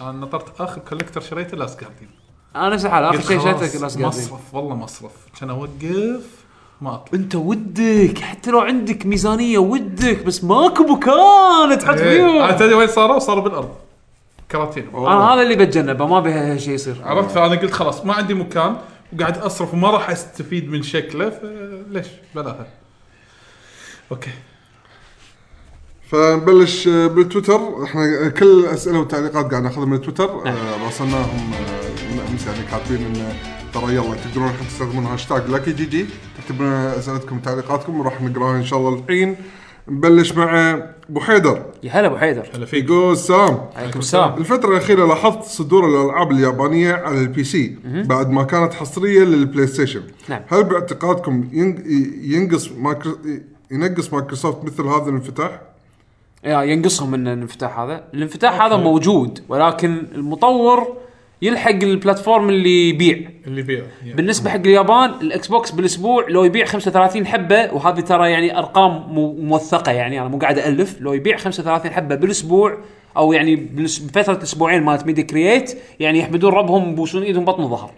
Speaker 4: انا نطرت اخر كولكتر شريته لاست جارديان
Speaker 2: انا نفس الحال اخر شيء شريته
Speaker 4: خلاص،
Speaker 2: Last Guardian.
Speaker 4: مصرف والله مصرف كان اوقف ما اطلع
Speaker 2: انت ودك حتى لو عندك ميزانيه ودك بس ماكو مكان تحط
Speaker 4: إيه، انا
Speaker 2: فيهم
Speaker 4: تدري وين صاروا؟ صاروا بالارض كراتين
Speaker 2: انا هذا اللي بتجنبه ما بها شيء يصير
Speaker 4: عرفت فانا قلت خلاص ما عندي مكان وقاعد اصرف وما راح استفيد من شكله فليش بلاها اوكي
Speaker 3: فنبلش آه، بالتويتر احنا كل الاسئله والتعليقات قاعد ناخذها من التويتر آه، راسلناهم آه، من امس يعني كاتبين ان ترى يلا تقدرون الحين تستخدمون هاشتاج لاكي جي جي تكتبون لنا اسئلتكم وتعليقاتكم وراح نقراها ان شاء الله الحين نبلش مع ابو حيدر
Speaker 2: يا هلا ابو حيدر
Speaker 4: هلا فيك
Speaker 3: يقول السلام
Speaker 2: عليكم السلام
Speaker 3: الفترة الأخيرة لاحظت صدور الألعاب اليابانية على البي سي بعد ما كانت حصرية للبلاي ستيشن
Speaker 2: نعم.
Speaker 3: هل باعتقادكم ين- ينقص مايكرو ينقص مايكروسوفت مثل هذا الانفتاح؟
Speaker 2: يا ينقصهم من الانفتاح هذا الانفتاح هذا موجود ولكن المطور يلحق البلاتفورم اللي يبيع
Speaker 4: اللي فيها
Speaker 2: بالنسبه حق اليابان الاكس بوكس بالاسبوع لو يبيع 35 حبه وهذه ترى يعني ارقام مو- موثقه يعني انا مو قاعد الف لو يبيع 35 حبه بالاسبوع او يعني بالس- بفتره اسبوعين مالت ميدي كرييت يعني يحمدون ربهم يبوسون ايدهم بطن ظهر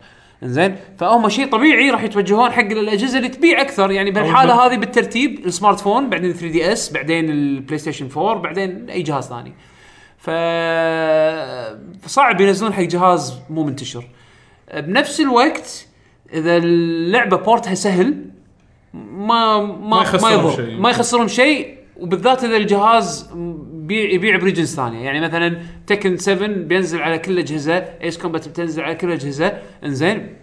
Speaker 2: زين فهم شيء طبيعي راح يتوجهون حق الاجهزه اللي تبيع اكثر يعني
Speaker 4: أو
Speaker 2: بالحاله هذه بالترتيب السمارت فون بعدين 3 دي اس بعدين البلاي ستيشن 4 بعدين اي جهاز ثاني ف صعب ينزلون حق جهاز مو منتشر بنفس الوقت اذا اللعبه بورتها سهل ما
Speaker 4: ما
Speaker 2: ما ما
Speaker 4: يخسرهم
Speaker 2: يضر
Speaker 4: شيء.
Speaker 2: ما يخسرهم شيء وبالذات اذا الجهاز بيع يبيع بريجنز ثانيه يعني مثلا تكن 7 بينزل على كل الاجهزه ايس كومبات بتنزل على كل الاجهزه انزين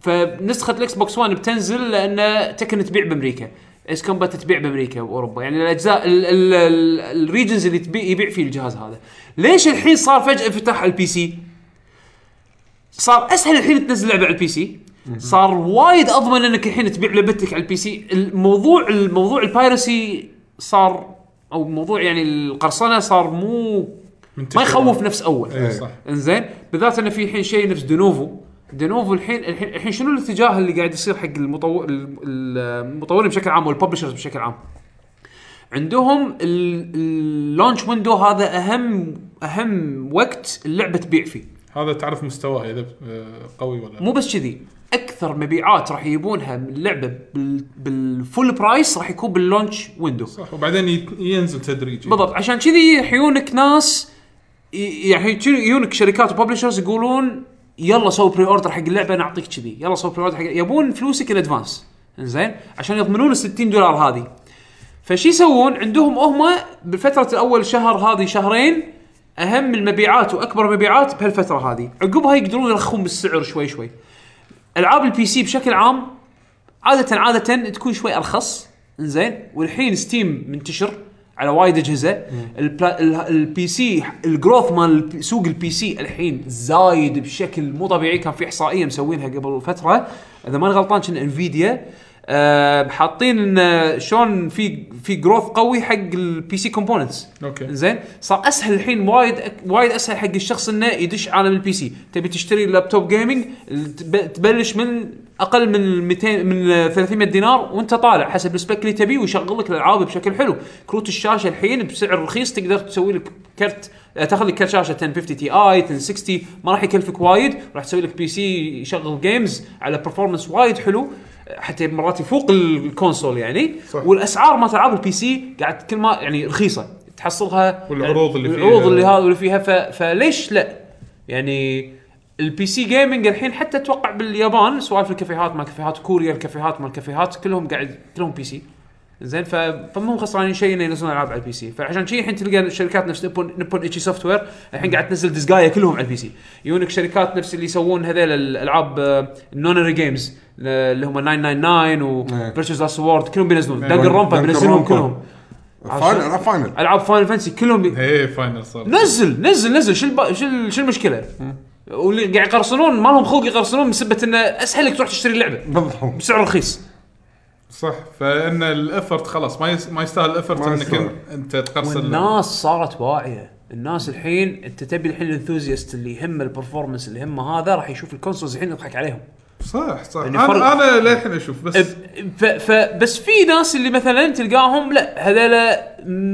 Speaker 2: فنسخه الاكس بوكس 1 بتنزل لان تكن تبيع بامريكا ايس كومبات تبيع بامريكا واوروبا يعني الاجزاء ال- ال- ال- الريجنز اللي تبيع يبيع فيه الجهاز هذا ليش الحين صار فجاه انفتاح على البي سي صار اسهل الحين تنزل لعبه على البي سي صار وايد اضمن انك الحين تبيع لعبتك على البي سي الموضوع الموضوع البايرسي صار او موضوع يعني القرصنه صار مو ما يخوف نفس اول
Speaker 4: إيه، صح.
Speaker 2: انزين بالذات انه في الحين شيء نفس دونوفو دينوفو الحين الحين الحين شنو الاتجاه اللي قاعد يصير حق المطور المطورين بشكل عام والببلشرز بشكل عام؟ عندهم اللونش ويندو هذا اهم اهم وقت اللعبه تبيع فيه
Speaker 4: هذا تعرف مستواه اذا آه، قوي ولا لا
Speaker 2: مو بس كذي اكثر مبيعات راح يجيبونها من اللعبه بال- بالفول برايس راح يكون باللونش ويندو
Speaker 4: صح وبعدين يت- ينزل تدريجي
Speaker 2: بالضبط عشان كذي يحيونك ناس ي- يعني جي- يجونك شركات وببلشرز يقولون يلا سوي بري اوردر حق اللعبه نعطيك كذي يلا سوي بري اوردر حق يبون فلوسك ان ادفانس زين عشان يضمنون ال 60 دولار هذه فشي يسوون عندهم هم بالفتره الاول شهر هذه شهرين اهم المبيعات واكبر مبيعات بهالفتره هذه عقبها يقدرون يرخون بالسعر شوي شوي العاب البي سي بشكل عام عاده عاده تكون شوي ارخص زين والحين ستيم منتشر على وايد اجهزه البلا... ال- البي سي الجروث مال الب- سوق البي سي الحين زايد بشكل مو طبيعي كان في احصائيه مسوينها قبل فتره اذا ماني غلطان كان انفيديا أه حاطين ان آه، شلون في في جروث قوي حق البي سي كومبوننتس
Speaker 4: اوكي
Speaker 2: زين صار اسهل الحين وايد أك- وايد اسهل حق الشخص انه يدش عالم البي سي تبي تشتري لابتوب جيمنج التب- تبلش من اقل من 200 من 300 دينار وانت طالع حسب السبيك اللي تبيه ويشغل لك الالعاب بشكل حلو كروت الشاشه الحين بسعر رخيص تقدر تسوي لك كرت تاخذ لك كرت شاشه 1050 تي اي 1060 ما راح يكلفك وايد راح تسوي لك بي سي يشغل جيمز على برفورمانس وايد حلو حتى مرات يفوق الكونسول يعني
Speaker 3: صح.
Speaker 2: والاسعار مالت العاب البي سي قاعد كل ما يعني رخيصه تحصلها
Speaker 4: والعروض اللي
Speaker 2: العروض
Speaker 4: فيها.
Speaker 2: اللي هذا واللي فيها ف... فليش لا؟ يعني البي سي جيمنج الحين حتى اتوقع باليابان سواء في الكافيهات ما كافيهات كوريا الكافيهات ما الكافيهات كلهم قاعد كلهم بي سي زين ف... فما هم خسرانين شيء انه ينزلون العاب على البي سي فعشان شيء الحين تلقى الشركات نفس نبون نبون اتشي سوفت وير الحين قاعد تنزل ديزجايا كلهم على البي سي يونك شركات نفس اللي يسوون هذيل آه، الالعاب النونري جيمز آه، اللي هم 999 و
Speaker 4: نعم.
Speaker 3: إيه.
Speaker 2: فيرتشز لاست وورد كلهم بينزلون
Speaker 4: إيه.
Speaker 2: دنجر رومبا
Speaker 3: دنجن
Speaker 2: بينزلون
Speaker 3: رومبا.
Speaker 2: كلهم
Speaker 3: فاينل أنا فاينل
Speaker 2: العاب فاينل فانسي كلهم ي-
Speaker 4: ايه فاينل صار
Speaker 2: نزل نزل نزل شو الب... شو ال- شو المشكله؟ واللي قاعد يقرصنون ما لهم خلق يقرصنون بسبه انه اسهل لك تروح تشتري لعبه
Speaker 3: بالضبط
Speaker 2: بسعر رخيص
Speaker 4: صح فان الافرت خلاص ما يس... ما يستاهل الافرت
Speaker 3: ما
Speaker 4: انك
Speaker 3: يستاهل.
Speaker 4: أن- انت تقرص ال-
Speaker 2: والناس صارت واعيه الناس الحين انت تبي الحين الانثوزيست اللي يهمه البرفورمنس اللي يهمه هذا راح يشوف الكونسولز الحين يضحك عليهم
Speaker 4: صح صح
Speaker 2: يعني
Speaker 4: انا
Speaker 2: فرق-
Speaker 4: انا للحين اشوف بس
Speaker 2: ف... ف... بس في ناس اللي مثلا تلقاهم لا هذول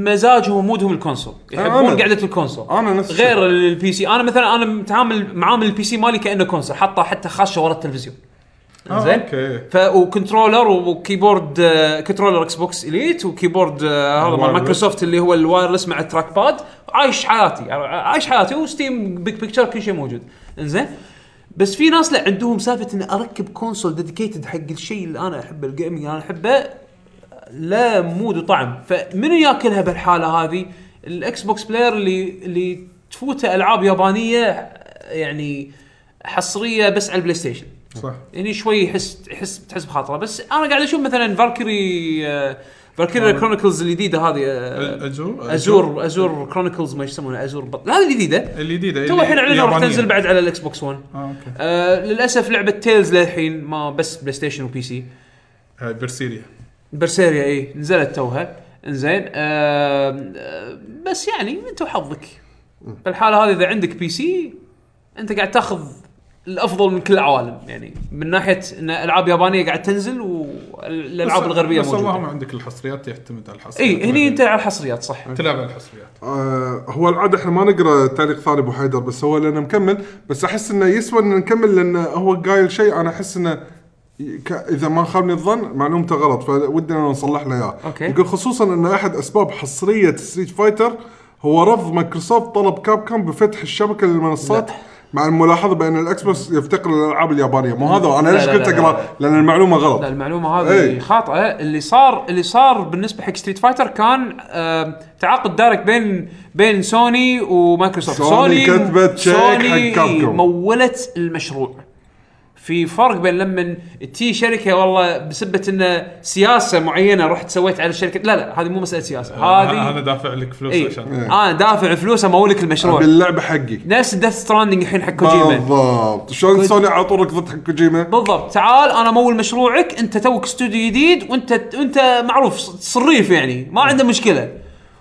Speaker 2: مزاجهم ومودهم الكونسول
Speaker 4: آه،
Speaker 2: يحبون
Speaker 3: أنا-
Speaker 2: قعده الكونسول
Speaker 3: أنا نفس الشيء.
Speaker 2: غير البي سي انا مثلا انا متعامل معامل البي سي مالي كانه كونسول حاطه حتى خاشه ورا التلفزيون
Speaker 4: آه،
Speaker 2: زين
Speaker 4: اوكي
Speaker 2: ف وكنترولر وكيبورد آه، كنترولر اكس بوكس اليت وكيبورد آه، هذا مال
Speaker 4: الوايرلس.
Speaker 2: مايكروسوفت اللي هو الوايرلس مع التراك باد عايش حياتي عايش حياتي وستيم بيج بيكتشر كل شيء موجود انزين بس في ناس لا عندهم سالفه ان اركب كونسول ديديكيتد حق الشيء اللي انا احبه الجيمنج اللي انا احبه لا مود وطعم فمنو ياكلها بالحاله هذه الاكس بوكس بلاير اللي اللي تفوته العاب يابانيه يعني حصريه بس على البلاي ستيشن
Speaker 4: صح
Speaker 2: هني يعني شوي يحس يحس تحس بخاطره بس انا قاعد اشوف مثلا فالكري فالكري كرونيكلز الجديده هذه آه،
Speaker 4: ازور
Speaker 2: ازور ازور كرونيكلز ما يسمونها ازور بط... هذه
Speaker 4: يعني
Speaker 2: الجديده
Speaker 4: الجديده
Speaker 2: تو الحين اعلنوا راح
Speaker 4: اليابانية.
Speaker 2: تنزل بعد على الاكس بوكس 1
Speaker 4: آه، اوكي
Speaker 2: آه للاسف لعبه تيلز للحين ما بس بلاي ستيشن وبي سي
Speaker 4: هاي برسيريا
Speaker 2: برسيريا اي إيه، نزلت توها انزين آه آه، بس يعني انت وحظك بالحاله هذه اذا عندك بي سي انت قاعد تاخذ الافضل من كل العوالم يعني من ناحيه ان العاب يابانيه قاعد تنزل والالعاب
Speaker 4: بس-
Speaker 2: الغربيه
Speaker 4: بس اللهم
Speaker 2: موجوده
Speaker 4: عندك الحصريات يعتمد على الحصريات
Speaker 2: اي إيه، هني انت على الحصريات صح
Speaker 4: تلعب على الحصريات
Speaker 3: آه، هو العاده احنا ما نقرا تعليق ثاني ابو حيدر بس هو لانه مكمل بس احس انه يسوى ان نكمل لان هو قايل شيء انا احس انه ي- ك- اذا ما خابني الظن معلومته غلط فودنا نصلح له اياه.
Speaker 2: أوكي.
Speaker 3: يقول خصوصا ان احد اسباب حصريه ستريت فايتر هو رفض مايكروسوفت طلب كابكوم بفتح الشبكه للمنصات
Speaker 2: لا.
Speaker 3: مع الملاحظه بان الاكس بوكس يفتقر للالعاب اليابانيه مو هذا انا
Speaker 2: لا،
Speaker 3: ليش
Speaker 2: لا،
Speaker 3: قلت
Speaker 2: لا، لا،
Speaker 3: اقرا لان المعلومه
Speaker 2: لا
Speaker 3: غلط
Speaker 2: المعلومه هذه
Speaker 3: إي.
Speaker 2: خاطئه اللي صار اللي صار بالنسبه حق ستريت فايتر كان آه تعاقد دايركت بين بين سوني ومايكروسوفت
Speaker 3: سوني كتبت شيك
Speaker 2: سوني
Speaker 3: حق كابكوم.
Speaker 2: مولت المشروع في فرق بين لما تي شركه والله بسبه ان سياسه معينه رحت سويت على الشركه لا لا هذه مو مساله سياسه
Speaker 4: هذه
Speaker 2: هذه
Speaker 4: انا دافع لك فلوس
Speaker 2: اي
Speaker 3: إيه.
Speaker 4: عشان
Speaker 2: انا دافع فلوس امولك المشروع
Speaker 3: باللعبه حقي
Speaker 2: نفس ديث ستراندنج الحين حق كوجيما
Speaker 3: بالضبط شلون سوني على طول ركضت حق كوجيما
Speaker 2: بالضبط تعال انا مول مشروعك انت توك استوديو جديد وانت انت معروف ص- صريف يعني ما عنده مشكله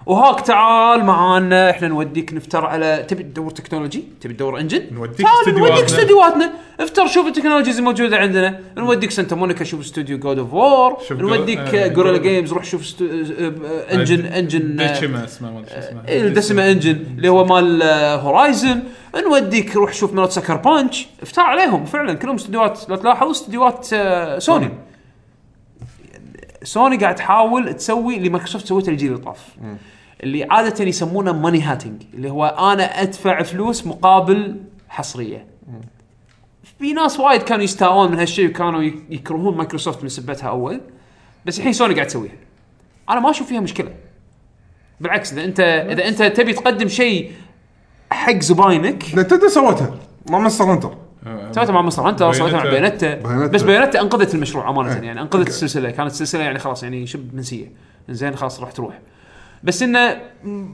Speaker 2: وهاك تعال معانا احنا نوديك نفتر على تبي تدور تكنولوجي تبي تدور انجن
Speaker 4: نوديك
Speaker 2: تعال
Speaker 4: استديوهاتنا.
Speaker 2: نوديك استديوهاتنا افتر شوف التكنولوجيز الموجوده عندنا نوديك سانتا مونيكا شوف استوديو جود اوف وور
Speaker 4: شوف جو-
Speaker 2: نوديك
Speaker 4: آه،
Speaker 2: جوريلا
Speaker 4: جو-
Speaker 2: جيمز روح شوف استو- آه، آه، انجن انجن آه،
Speaker 4: ديتشيما اسمه ما ادري شو اسمه
Speaker 2: إيه، الدسمة انجن اللي هو مال آه، هورايزن نوديك روح شوف مرات سكر بانش افتح عليهم فعلا كلهم استديوهات لو تلاحظ استديوهات آه، سوني سوني قاعد تحاول تسوي اللي مايكروسوفت سوته الجيل اللي طاف اللي عاده يسمونه ماني هاتنج اللي هو انا ادفع فلوس مقابل حصريه في ناس وايد كانوا يستاءون من هالشيء وكانوا ي- يكرهون مايكروسوفت من سبتها اول بس الحين سوني قاعد تسويها انا ما اشوف فيها مشكله بالعكس اذا انت اذا انت تبي تقدم شيء حق زباينك
Speaker 3: نتندو سوتها مع مستر هنتر
Speaker 2: سويتها مع مصر هانتر سويتها مع
Speaker 4: بايونيتا.
Speaker 2: بايونتا
Speaker 3: بايونيتا.
Speaker 2: بس بايونتا انقذت المشروع امانه
Speaker 3: إيه.
Speaker 2: يعني انقذت السلسله كانت السلسله يعني خلاص يعني شب منسيه زين خلاص راح تروح بس انه م-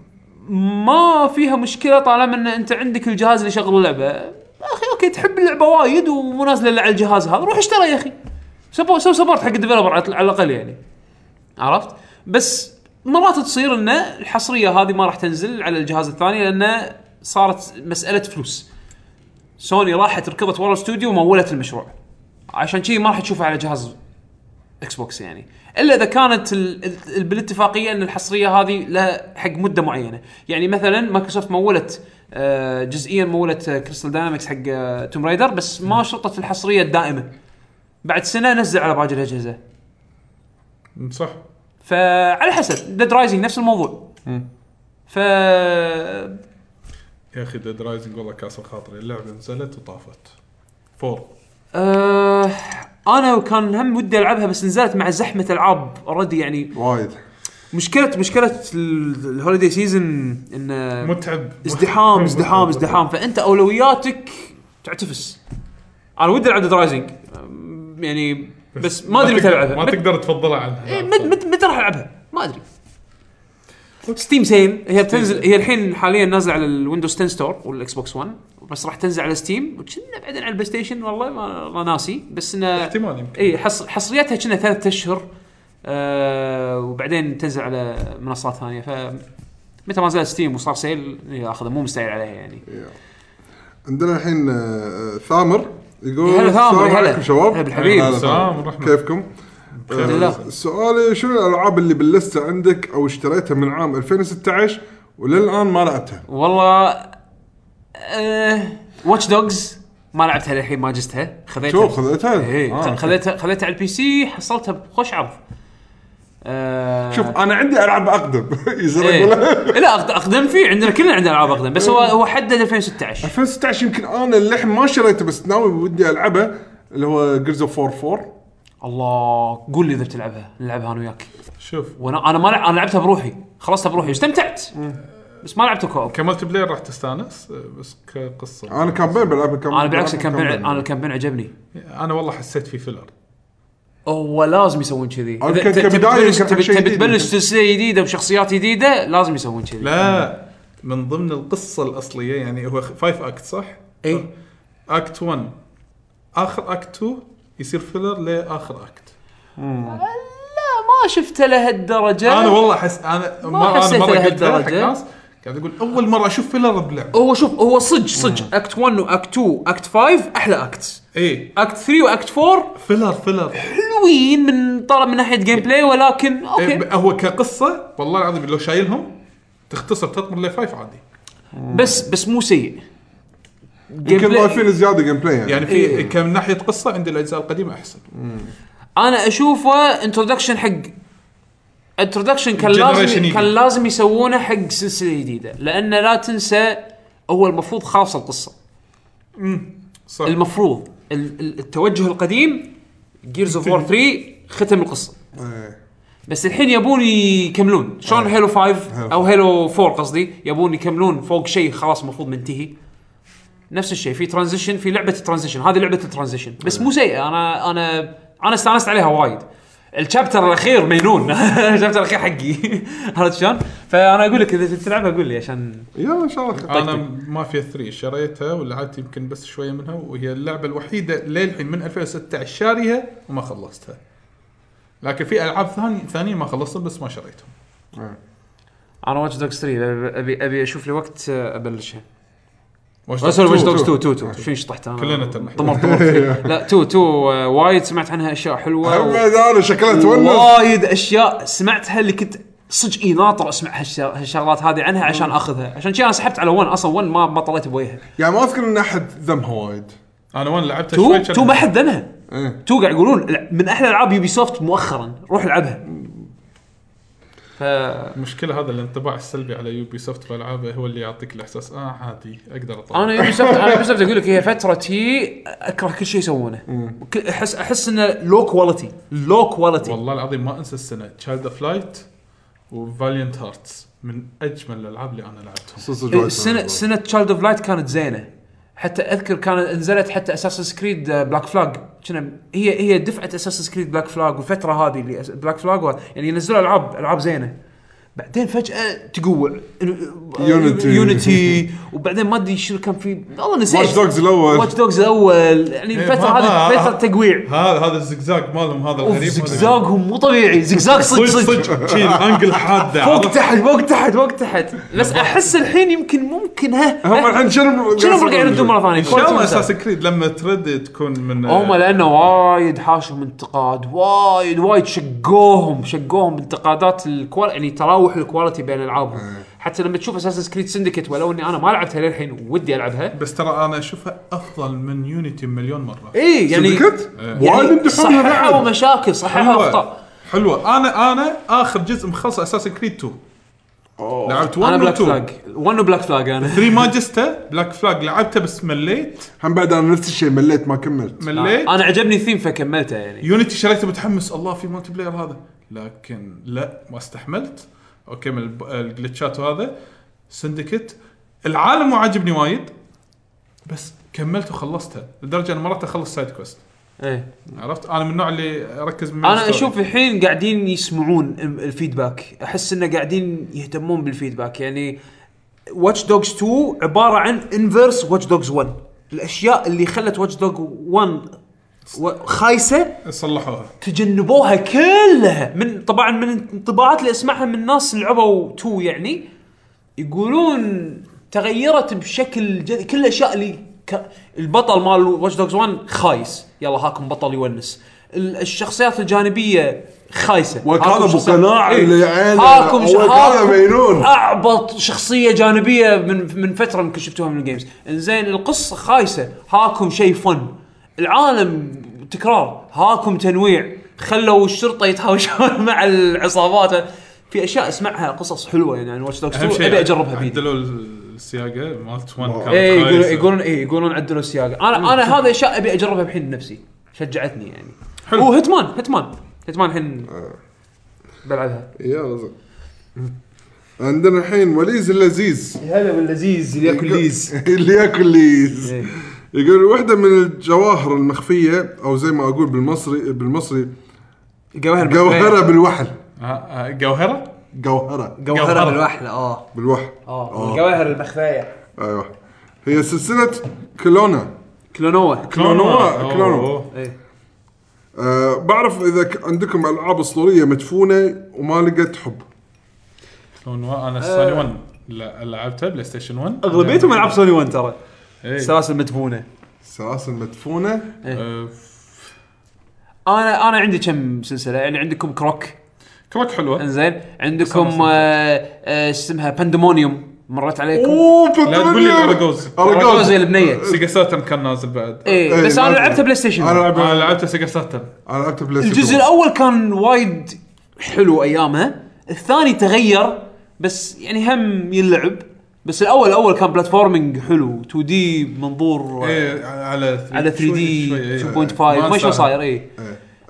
Speaker 2: ما فيها مشكله طالما ان انت عندك الجهاز اللي يشغل اللعبه اخي اوكي تحب اللعبه وايد ومو نازله إلا على الجهاز هذا روح اشتري يا اخي سبو- سو سبورت حق الديفلوبر على على الاقل يعني عرفت بس مرات تصير ان الحصريه هذه ما راح تنزل على الجهاز الثاني لانه صارت مساله فلوس سوني راحت ركضت ورا الاستوديو ومولت المشروع عشان شي ما راح تشوفها على جهاز اكس بوكس يعني الا اذا كانت ال ال بالاتفاقيه ان الحصريه هذه لها حق مده معينه يعني مثلا مايكروسوفت مولت آه، جزئيا مولت كريستال داينامكس حق توم رايدر بس ما شرطت الحصريه الدائمه بعد سنه نزل على باقي الاجهزه
Speaker 4: صح
Speaker 2: فعلى حسب ديد رايزنج نفس الموضوع ف
Speaker 4: يا اخي ديد رايزنج والله كاسر خاطري اللعبه نزلت وطافت فور
Speaker 2: آه انا وكان هم ودي العبها بس نزلت مع زحمه العاب اوريدي يعني
Speaker 3: وايد
Speaker 2: مشكله مشكله الهوليدي سيزون ان
Speaker 4: متعب
Speaker 2: ازدحام ازدحام ازدحام فانت اولوياتك تعتفس انا ودي العب ديد رايزنج أم، يعني بس ما ادري متى
Speaker 4: تقدر-
Speaker 2: العبها
Speaker 4: ما
Speaker 2: مت-
Speaker 4: تقدر تفضلها
Speaker 2: إيه،
Speaker 4: عنها
Speaker 2: مت- مت- متى راح العبها ما ادري ستيم سيل هي تنزل هي الحين حاليا نازله على الويندوز 10 ستور والاكس بوكس 1 بس راح تنزل على ستيم وكنا بعدين على البلاي ستيشن والله ما والله ناسي بس انه
Speaker 4: احتمال يمكن
Speaker 2: اي حص... حصريتها كنا ثلاثة اشهر آه وبعدين تنزل على منصات ثانيه ف متى ما نزل ستيم وصار سيل اخذه مو مستعجل عليها يعني
Speaker 3: عندنا الحين آه، ثامر يقول
Speaker 2: يا هلا ثامر،
Speaker 3: السلام
Speaker 2: يا هلا.
Speaker 3: عليكم شباب
Speaker 2: هلا بالحبيب.
Speaker 3: هلا
Speaker 4: السلام
Speaker 3: ثامر.
Speaker 4: ورحمة.
Speaker 3: كيفكم؟
Speaker 4: بخير.
Speaker 2: الله.
Speaker 3: سؤالي شنو الالعاب اللي باللسته عندك او اشتريتها من عام 2016 وللان ما لعبتها؟
Speaker 2: إيه. والله آه واتش دوجز ما لعبتها للحين ما جزتها خذيتها
Speaker 3: شو خذيتها؟
Speaker 2: ايه
Speaker 3: آه، أوكي.
Speaker 2: خذيتها خذيتها على البي سي حصلتها بخوش عرض آه
Speaker 3: شوف انا عندي العاب اقدم يزرق
Speaker 2: إيه.
Speaker 3: ولا
Speaker 2: لا أقد- اقدم فيه عندنا كلنا عندنا العاب اقدم بس هو هو حدد 2016
Speaker 3: 2016 يمكن انا اللحم ما شريته بس ناوي ودي العبه اللي هو جيرز اوف 4 4
Speaker 2: الله قول لي اذا بتلعبها نلعبها انا وياك
Speaker 4: شوف
Speaker 2: وانا انا ما لع- انا لعبتها بروحي خلصتها بروحي استمتعت بس ما لعبت كوب
Speaker 4: كملت بلاير راح تستانس آه، بس كقصه
Speaker 3: انا كامبين بلعبها كامبين
Speaker 2: انا بالعكس الكامبين انا الكامبين عجبني
Speaker 4: انا والله حسيت في فيلر
Speaker 2: هو لازم يسوون كذي
Speaker 3: أو
Speaker 2: إذا
Speaker 3: ك-
Speaker 2: ت- تبي
Speaker 3: كبداية
Speaker 2: تبلش-
Speaker 3: يمكن
Speaker 2: تبي
Speaker 3: شيء
Speaker 2: تبي
Speaker 3: جديد
Speaker 2: تبلش
Speaker 3: يمكن.
Speaker 2: سلسله جديده بشخصيات جديده لازم يسوون كذي
Speaker 4: لا من ضمن القصه الاصليه يعني هو فايف اكت صح؟
Speaker 2: اي
Speaker 4: إيه. اكت 1 اخر اكت 2 يصير فيلر لاخر اكت
Speaker 2: لا ما شفته لهالدرجه
Speaker 4: انا والله احس انا
Speaker 2: ما
Speaker 4: ما انا
Speaker 2: حسيت
Speaker 4: مره قلت
Speaker 2: لهالدرجة.
Speaker 4: حق ناس قاعد اقول اول مره اشوف فيلر بلعبه
Speaker 2: هو شوف هو صج صج اكت 1 واكت 2 اكت 5 احلى اكت
Speaker 4: اي
Speaker 2: اكت 3 واكت 4
Speaker 4: فيلر فيلر
Speaker 2: حلوين من طلب من ناحيه جيم بلاي ولكن اوكي
Speaker 4: إيه، هو كقصه والله العظيم لو شايلهم تختصر تطمر لفايف عادي
Speaker 2: بس بس مو سيء جيم
Speaker 3: يمكن ضايفين زياده جيم بلاي يعني,
Speaker 4: يعني في
Speaker 2: إيه.
Speaker 4: إيه. كم ناحيه قصه عند الاجزاء القديمه احسن
Speaker 2: انا اشوفه انتروداكشن حق انتروداكشن كان لازم
Speaker 4: Generation
Speaker 2: كان
Speaker 4: جديد.
Speaker 2: لازم يسوونه حق سلسله جديده لان لا تنسى هو المفروض خاصه القصه
Speaker 4: صح
Speaker 2: المفروض ال- ال- التوجه القديم جيرز اوف وور 3 ختم القصه
Speaker 3: إيه.
Speaker 2: بس الحين يبون يكملون شلون هيلو 5 او هيلو 4 قصدي يبون يكملون فوق شيء خلاص المفروض منتهي نفس الشيء في ترانزيشن في لعبه ترانزيشن هذه لعبه الترانزيشن بس مو سيئه انا انا انا استانست عليها وايد الشابتر الاخير مينون الشابتر الاخير حقي عرفت شلون؟ فانا اقول لك اذا تلعبها قول لي عشان
Speaker 3: يلا ان شاء الله
Speaker 4: انا ما فيها 3 شريتها ولعبت يمكن بس شويه منها وهي اللعبه الوحيده للحين من 2016 شاريها وما خلصتها لكن في العاب ثانيه ثانيه ما خلصتهم بس ما شريتهم
Speaker 2: انا واتش دوجز 3 ابي ابي اشوف لي وقت آه، ابلشها
Speaker 4: وش
Speaker 2: سوري واتش دوجز 2 2 2 شو طحت انا
Speaker 4: كلنا تنحت.
Speaker 2: طمر طمر فيه. لا 2 2 آه، وايد سمعت عنها اشياء حلوه و-
Speaker 3: بعد انا شكلها تونس
Speaker 2: وايد اشياء سمعتها اللي كنت صدق اي ناطر اسمع هالش- هالشغلات هذه عنها عشان اخذها عشان شي انا سحبت على 1 اصلا 1 ما ما طلعت بوجهها
Speaker 3: يعني ما اذكر ان احد ذمها وايد
Speaker 4: انا وين لعبتها
Speaker 2: 2
Speaker 4: شوي
Speaker 2: 2 ما حد ذمها
Speaker 3: إيه.
Speaker 2: 2 قاعد يقولون لا، من احلى العاب يوبي سوفت مؤخرا روح العبها ف
Speaker 4: المشكله هذا الانطباع السلبي على يوبي سوفت والعابه هو اللي يعطيك الاحساس اه عادي اقدر اطلع
Speaker 2: انا يوبي سوفت انا يوبي سوفت اقول لك هي فتره هي اكره كل شيء يسوونه ك- احس احس انه لو كواليتي لو كواليتي
Speaker 4: والله العظيم ما انسى السنه تشايلد اوف لايت وفاليانت هارتس من اجمل الالعاب اللي انا لعبتهم
Speaker 2: إيه، سنه سنه تشايلد اوف لايت كانت زينه حتى اذكر كانت نزلت حتى آه، اساس سكريد بلاك فلاج كنا هي هي دفعه اساس سكريد بلاك فلاج والفتره هذه اللي بلاك فلاج يعني ينزلوا العاب العاب زينه بعدين فجاه تقوع
Speaker 3: Unity.
Speaker 2: يونيتي آه، وبعدين ما ادري شنو كان في والله نسيت
Speaker 3: واتش دوجز الاول
Speaker 2: واتش دوجز الاول يعني
Speaker 4: إيه،
Speaker 2: الفتره
Speaker 4: ما- ما-
Speaker 2: هذه فتره تقويع
Speaker 4: هذا هذا الزقزاق مالهم هذا
Speaker 2: اوف
Speaker 4: الغريب
Speaker 2: زقزاقهم مو طبيعي زقزاق صدق
Speaker 4: صدق
Speaker 2: صدق
Speaker 4: صدق شي الانجل حاده
Speaker 2: فوق
Speaker 4: عرفت؟
Speaker 2: تحت فوق تحت فوق تحت بس احس الحين يمكن ممكن ها
Speaker 3: هم الحين شنو
Speaker 2: إيه، شنو فرق قاعد يردون مره ثانيه
Speaker 4: ان شاء الله اساس كريد لما ترد تكون من
Speaker 2: هم لانه وايد حاشهم انتقاد وايد وايد شقوهم شقوهم بانتقادات الكوال يعني تراوح الكواليتي بين العابهم حتى لما تشوف اساس كريد سندكت ولو اني انا ما لعبتها للحين ودي العبها
Speaker 4: بس ترى انا اشوفها افضل من يونيتي مليون مره
Speaker 2: اي يعني
Speaker 3: سندكت؟
Speaker 2: يعني
Speaker 3: وايد امتحانها
Speaker 2: صححوا
Speaker 3: بعد.
Speaker 2: مشاكل صححوا اخطاء
Speaker 4: حلوه انا انا اخر جزء مخلص اساسا كريد 2 لعبت 1
Speaker 2: انا بلاك
Speaker 4: و 2
Speaker 2: فلاج 1 بلاك فلاج انا
Speaker 4: 3 ما جسته بلاك فلاج لعبته بس مليت
Speaker 3: هم بعد انا نفس الشيء مليت ما كملت
Speaker 2: نعم.
Speaker 4: مليت
Speaker 2: انا عجبني الثيم فكملته يعني
Speaker 4: يونيتي شريته متحمس الله في مالتي بلاير هذا لكن لا ما استحملت اوكي من الب- الجلتشات وهذا سندكت العالم مو عاجبني وايد بس كملت وخلصتها لدرجه ان مرات اخلص سايد كويست
Speaker 2: ايه
Speaker 4: عرفت انا من النوع اللي اركز من
Speaker 2: انا اشوف الحين قاعدين يسمعون ال- الفيدباك احس انه قاعدين يهتمون بالفيدباك يعني واتش دوجز 2 عباره عن انفيرس واتش دوجز 1 الاشياء اللي خلت واتش دوج 1 و- خايسه
Speaker 4: صلحوها
Speaker 2: تجنبوها كلها من طبعا من الانطباعات اللي اسمعها من ناس لعبوا 2 يعني يقولون تغيرت بشكل جد... كل الاشياء اللي ك... البطل مال واتش دوجز 1 خايس يلا هاكم بطل يونس ال- الشخصيات الجانبيه خايسه
Speaker 3: وك
Speaker 2: هاكم
Speaker 3: هذا أبو
Speaker 2: شخصيات-
Speaker 3: قناع
Speaker 2: إيه.
Speaker 3: اللي عينه-
Speaker 2: هاكم ش-
Speaker 3: وك هذا
Speaker 2: هاكم
Speaker 3: مجنون.
Speaker 2: اعبط شخصيه جانبيه من من فتره يمكن شفتوها من الجيمز انزين القصه خايسه هاكم شيء فن العالم تكرار هاكم تنويع خلوا الشرطه يتهاوشون مع العصابات في اشياء اسمعها قصص حلوه يعني عن واتش دوجز
Speaker 4: اهم شيء
Speaker 2: ابي اجربها بيدي إيه،
Speaker 4: عدلوا السياقه مالت 1 كانت
Speaker 2: اي يقولون
Speaker 4: خايسة.
Speaker 2: يقولون اي يقولون عدلوا السياق
Speaker 4: أمم.
Speaker 2: انا انا هذا اشياء ابي اجربها بحين نفسي شجعتني يعني
Speaker 4: حلو.
Speaker 2: حلو وهتمان هتمان هتمان الحين بلعبها
Speaker 3: يلا زين عندنا الحين وليز اللذيذ
Speaker 2: هلا باللذيذ اللي ياكل ليز
Speaker 3: اللي ياكل ليز
Speaker 2: إيه.
Speaker 3: يقول واحدة من الجواهر المخفية او زي ما اقول بالمصري بالمصري
Speaker 2: جوهر
Speaker 3: جوهرة بالوحل
Speaker 4: آه، آه، جوهره
Speaker 3: جوهرة آه.
Speaker 2: جوهره
Speaker 4: جوهرة.
Speaker 2: بالوحله اه
Speaker 3: بالوحل
Speaker 2: اه الجواهر المخفيه
Speaker 3: ايوه هي سلسلة كلونا
Speaker 2: كلونوا
Speaker 3: كلونوا-
Speaker 4: أوه.
Speaker 3: كلونوا.
Speaker 2: ايه
Speaker 3: أه بعرف اذا ك- عندكم العاب اسطورية مدفونة وما لقت حب
Speaker 4: كلونوا انا سوني 1 لا- لعبتها بلاي ستيشن 1
Speaker 2: اغلبيتهم العاب سوني 1 ترى
Speaker 4: يعني إيه.
Speaker 2: سلاسل مدفونه
Speaker 3: سلاسل مدفونة
Speaker 4: آه،
Speaker 2: انا انا عندي كم سلسله يعني عندكم كروك
Speaker 4: كروك حلوه
Speaker 2: انزين عندكم
Speaker 4: سلاسل.
Speaker 2: آه، آه، شو اسمها باندمونيوم مرت عليكم
Speaker 3: اوه
Speaker 4: لا تقول لي اراجوز
Speaker 3: أراجوز.
Speaker 2: أراجوز البنيه
Speaker 4: سيجا ساترن كان نازل بعد
Speaker 2: ايه
Speaker 3: إيه،
Speaker 2: بس انا
Speaker 3: لازم.
Speaker 2: لعبتها بلاي ستيشن
Speaker 3: أنا لعبت-
Speaker 4: انا لعبته سيجا ساترن
Speaker 3: انا لعبت بلاي ستيشن
Speaker 2: الجزء الاول كان وايد حلو ايامها الثاني تغير بس يعني هم يلعب بس الاول الاول كان بلاتفورمينج حلو 2 دي منظور
Speaker 4: ايه على 3
Speaker 2: على 3 دي
Speaker 4: إيه.
Speaker 2: 2.5 ما شو صاير اي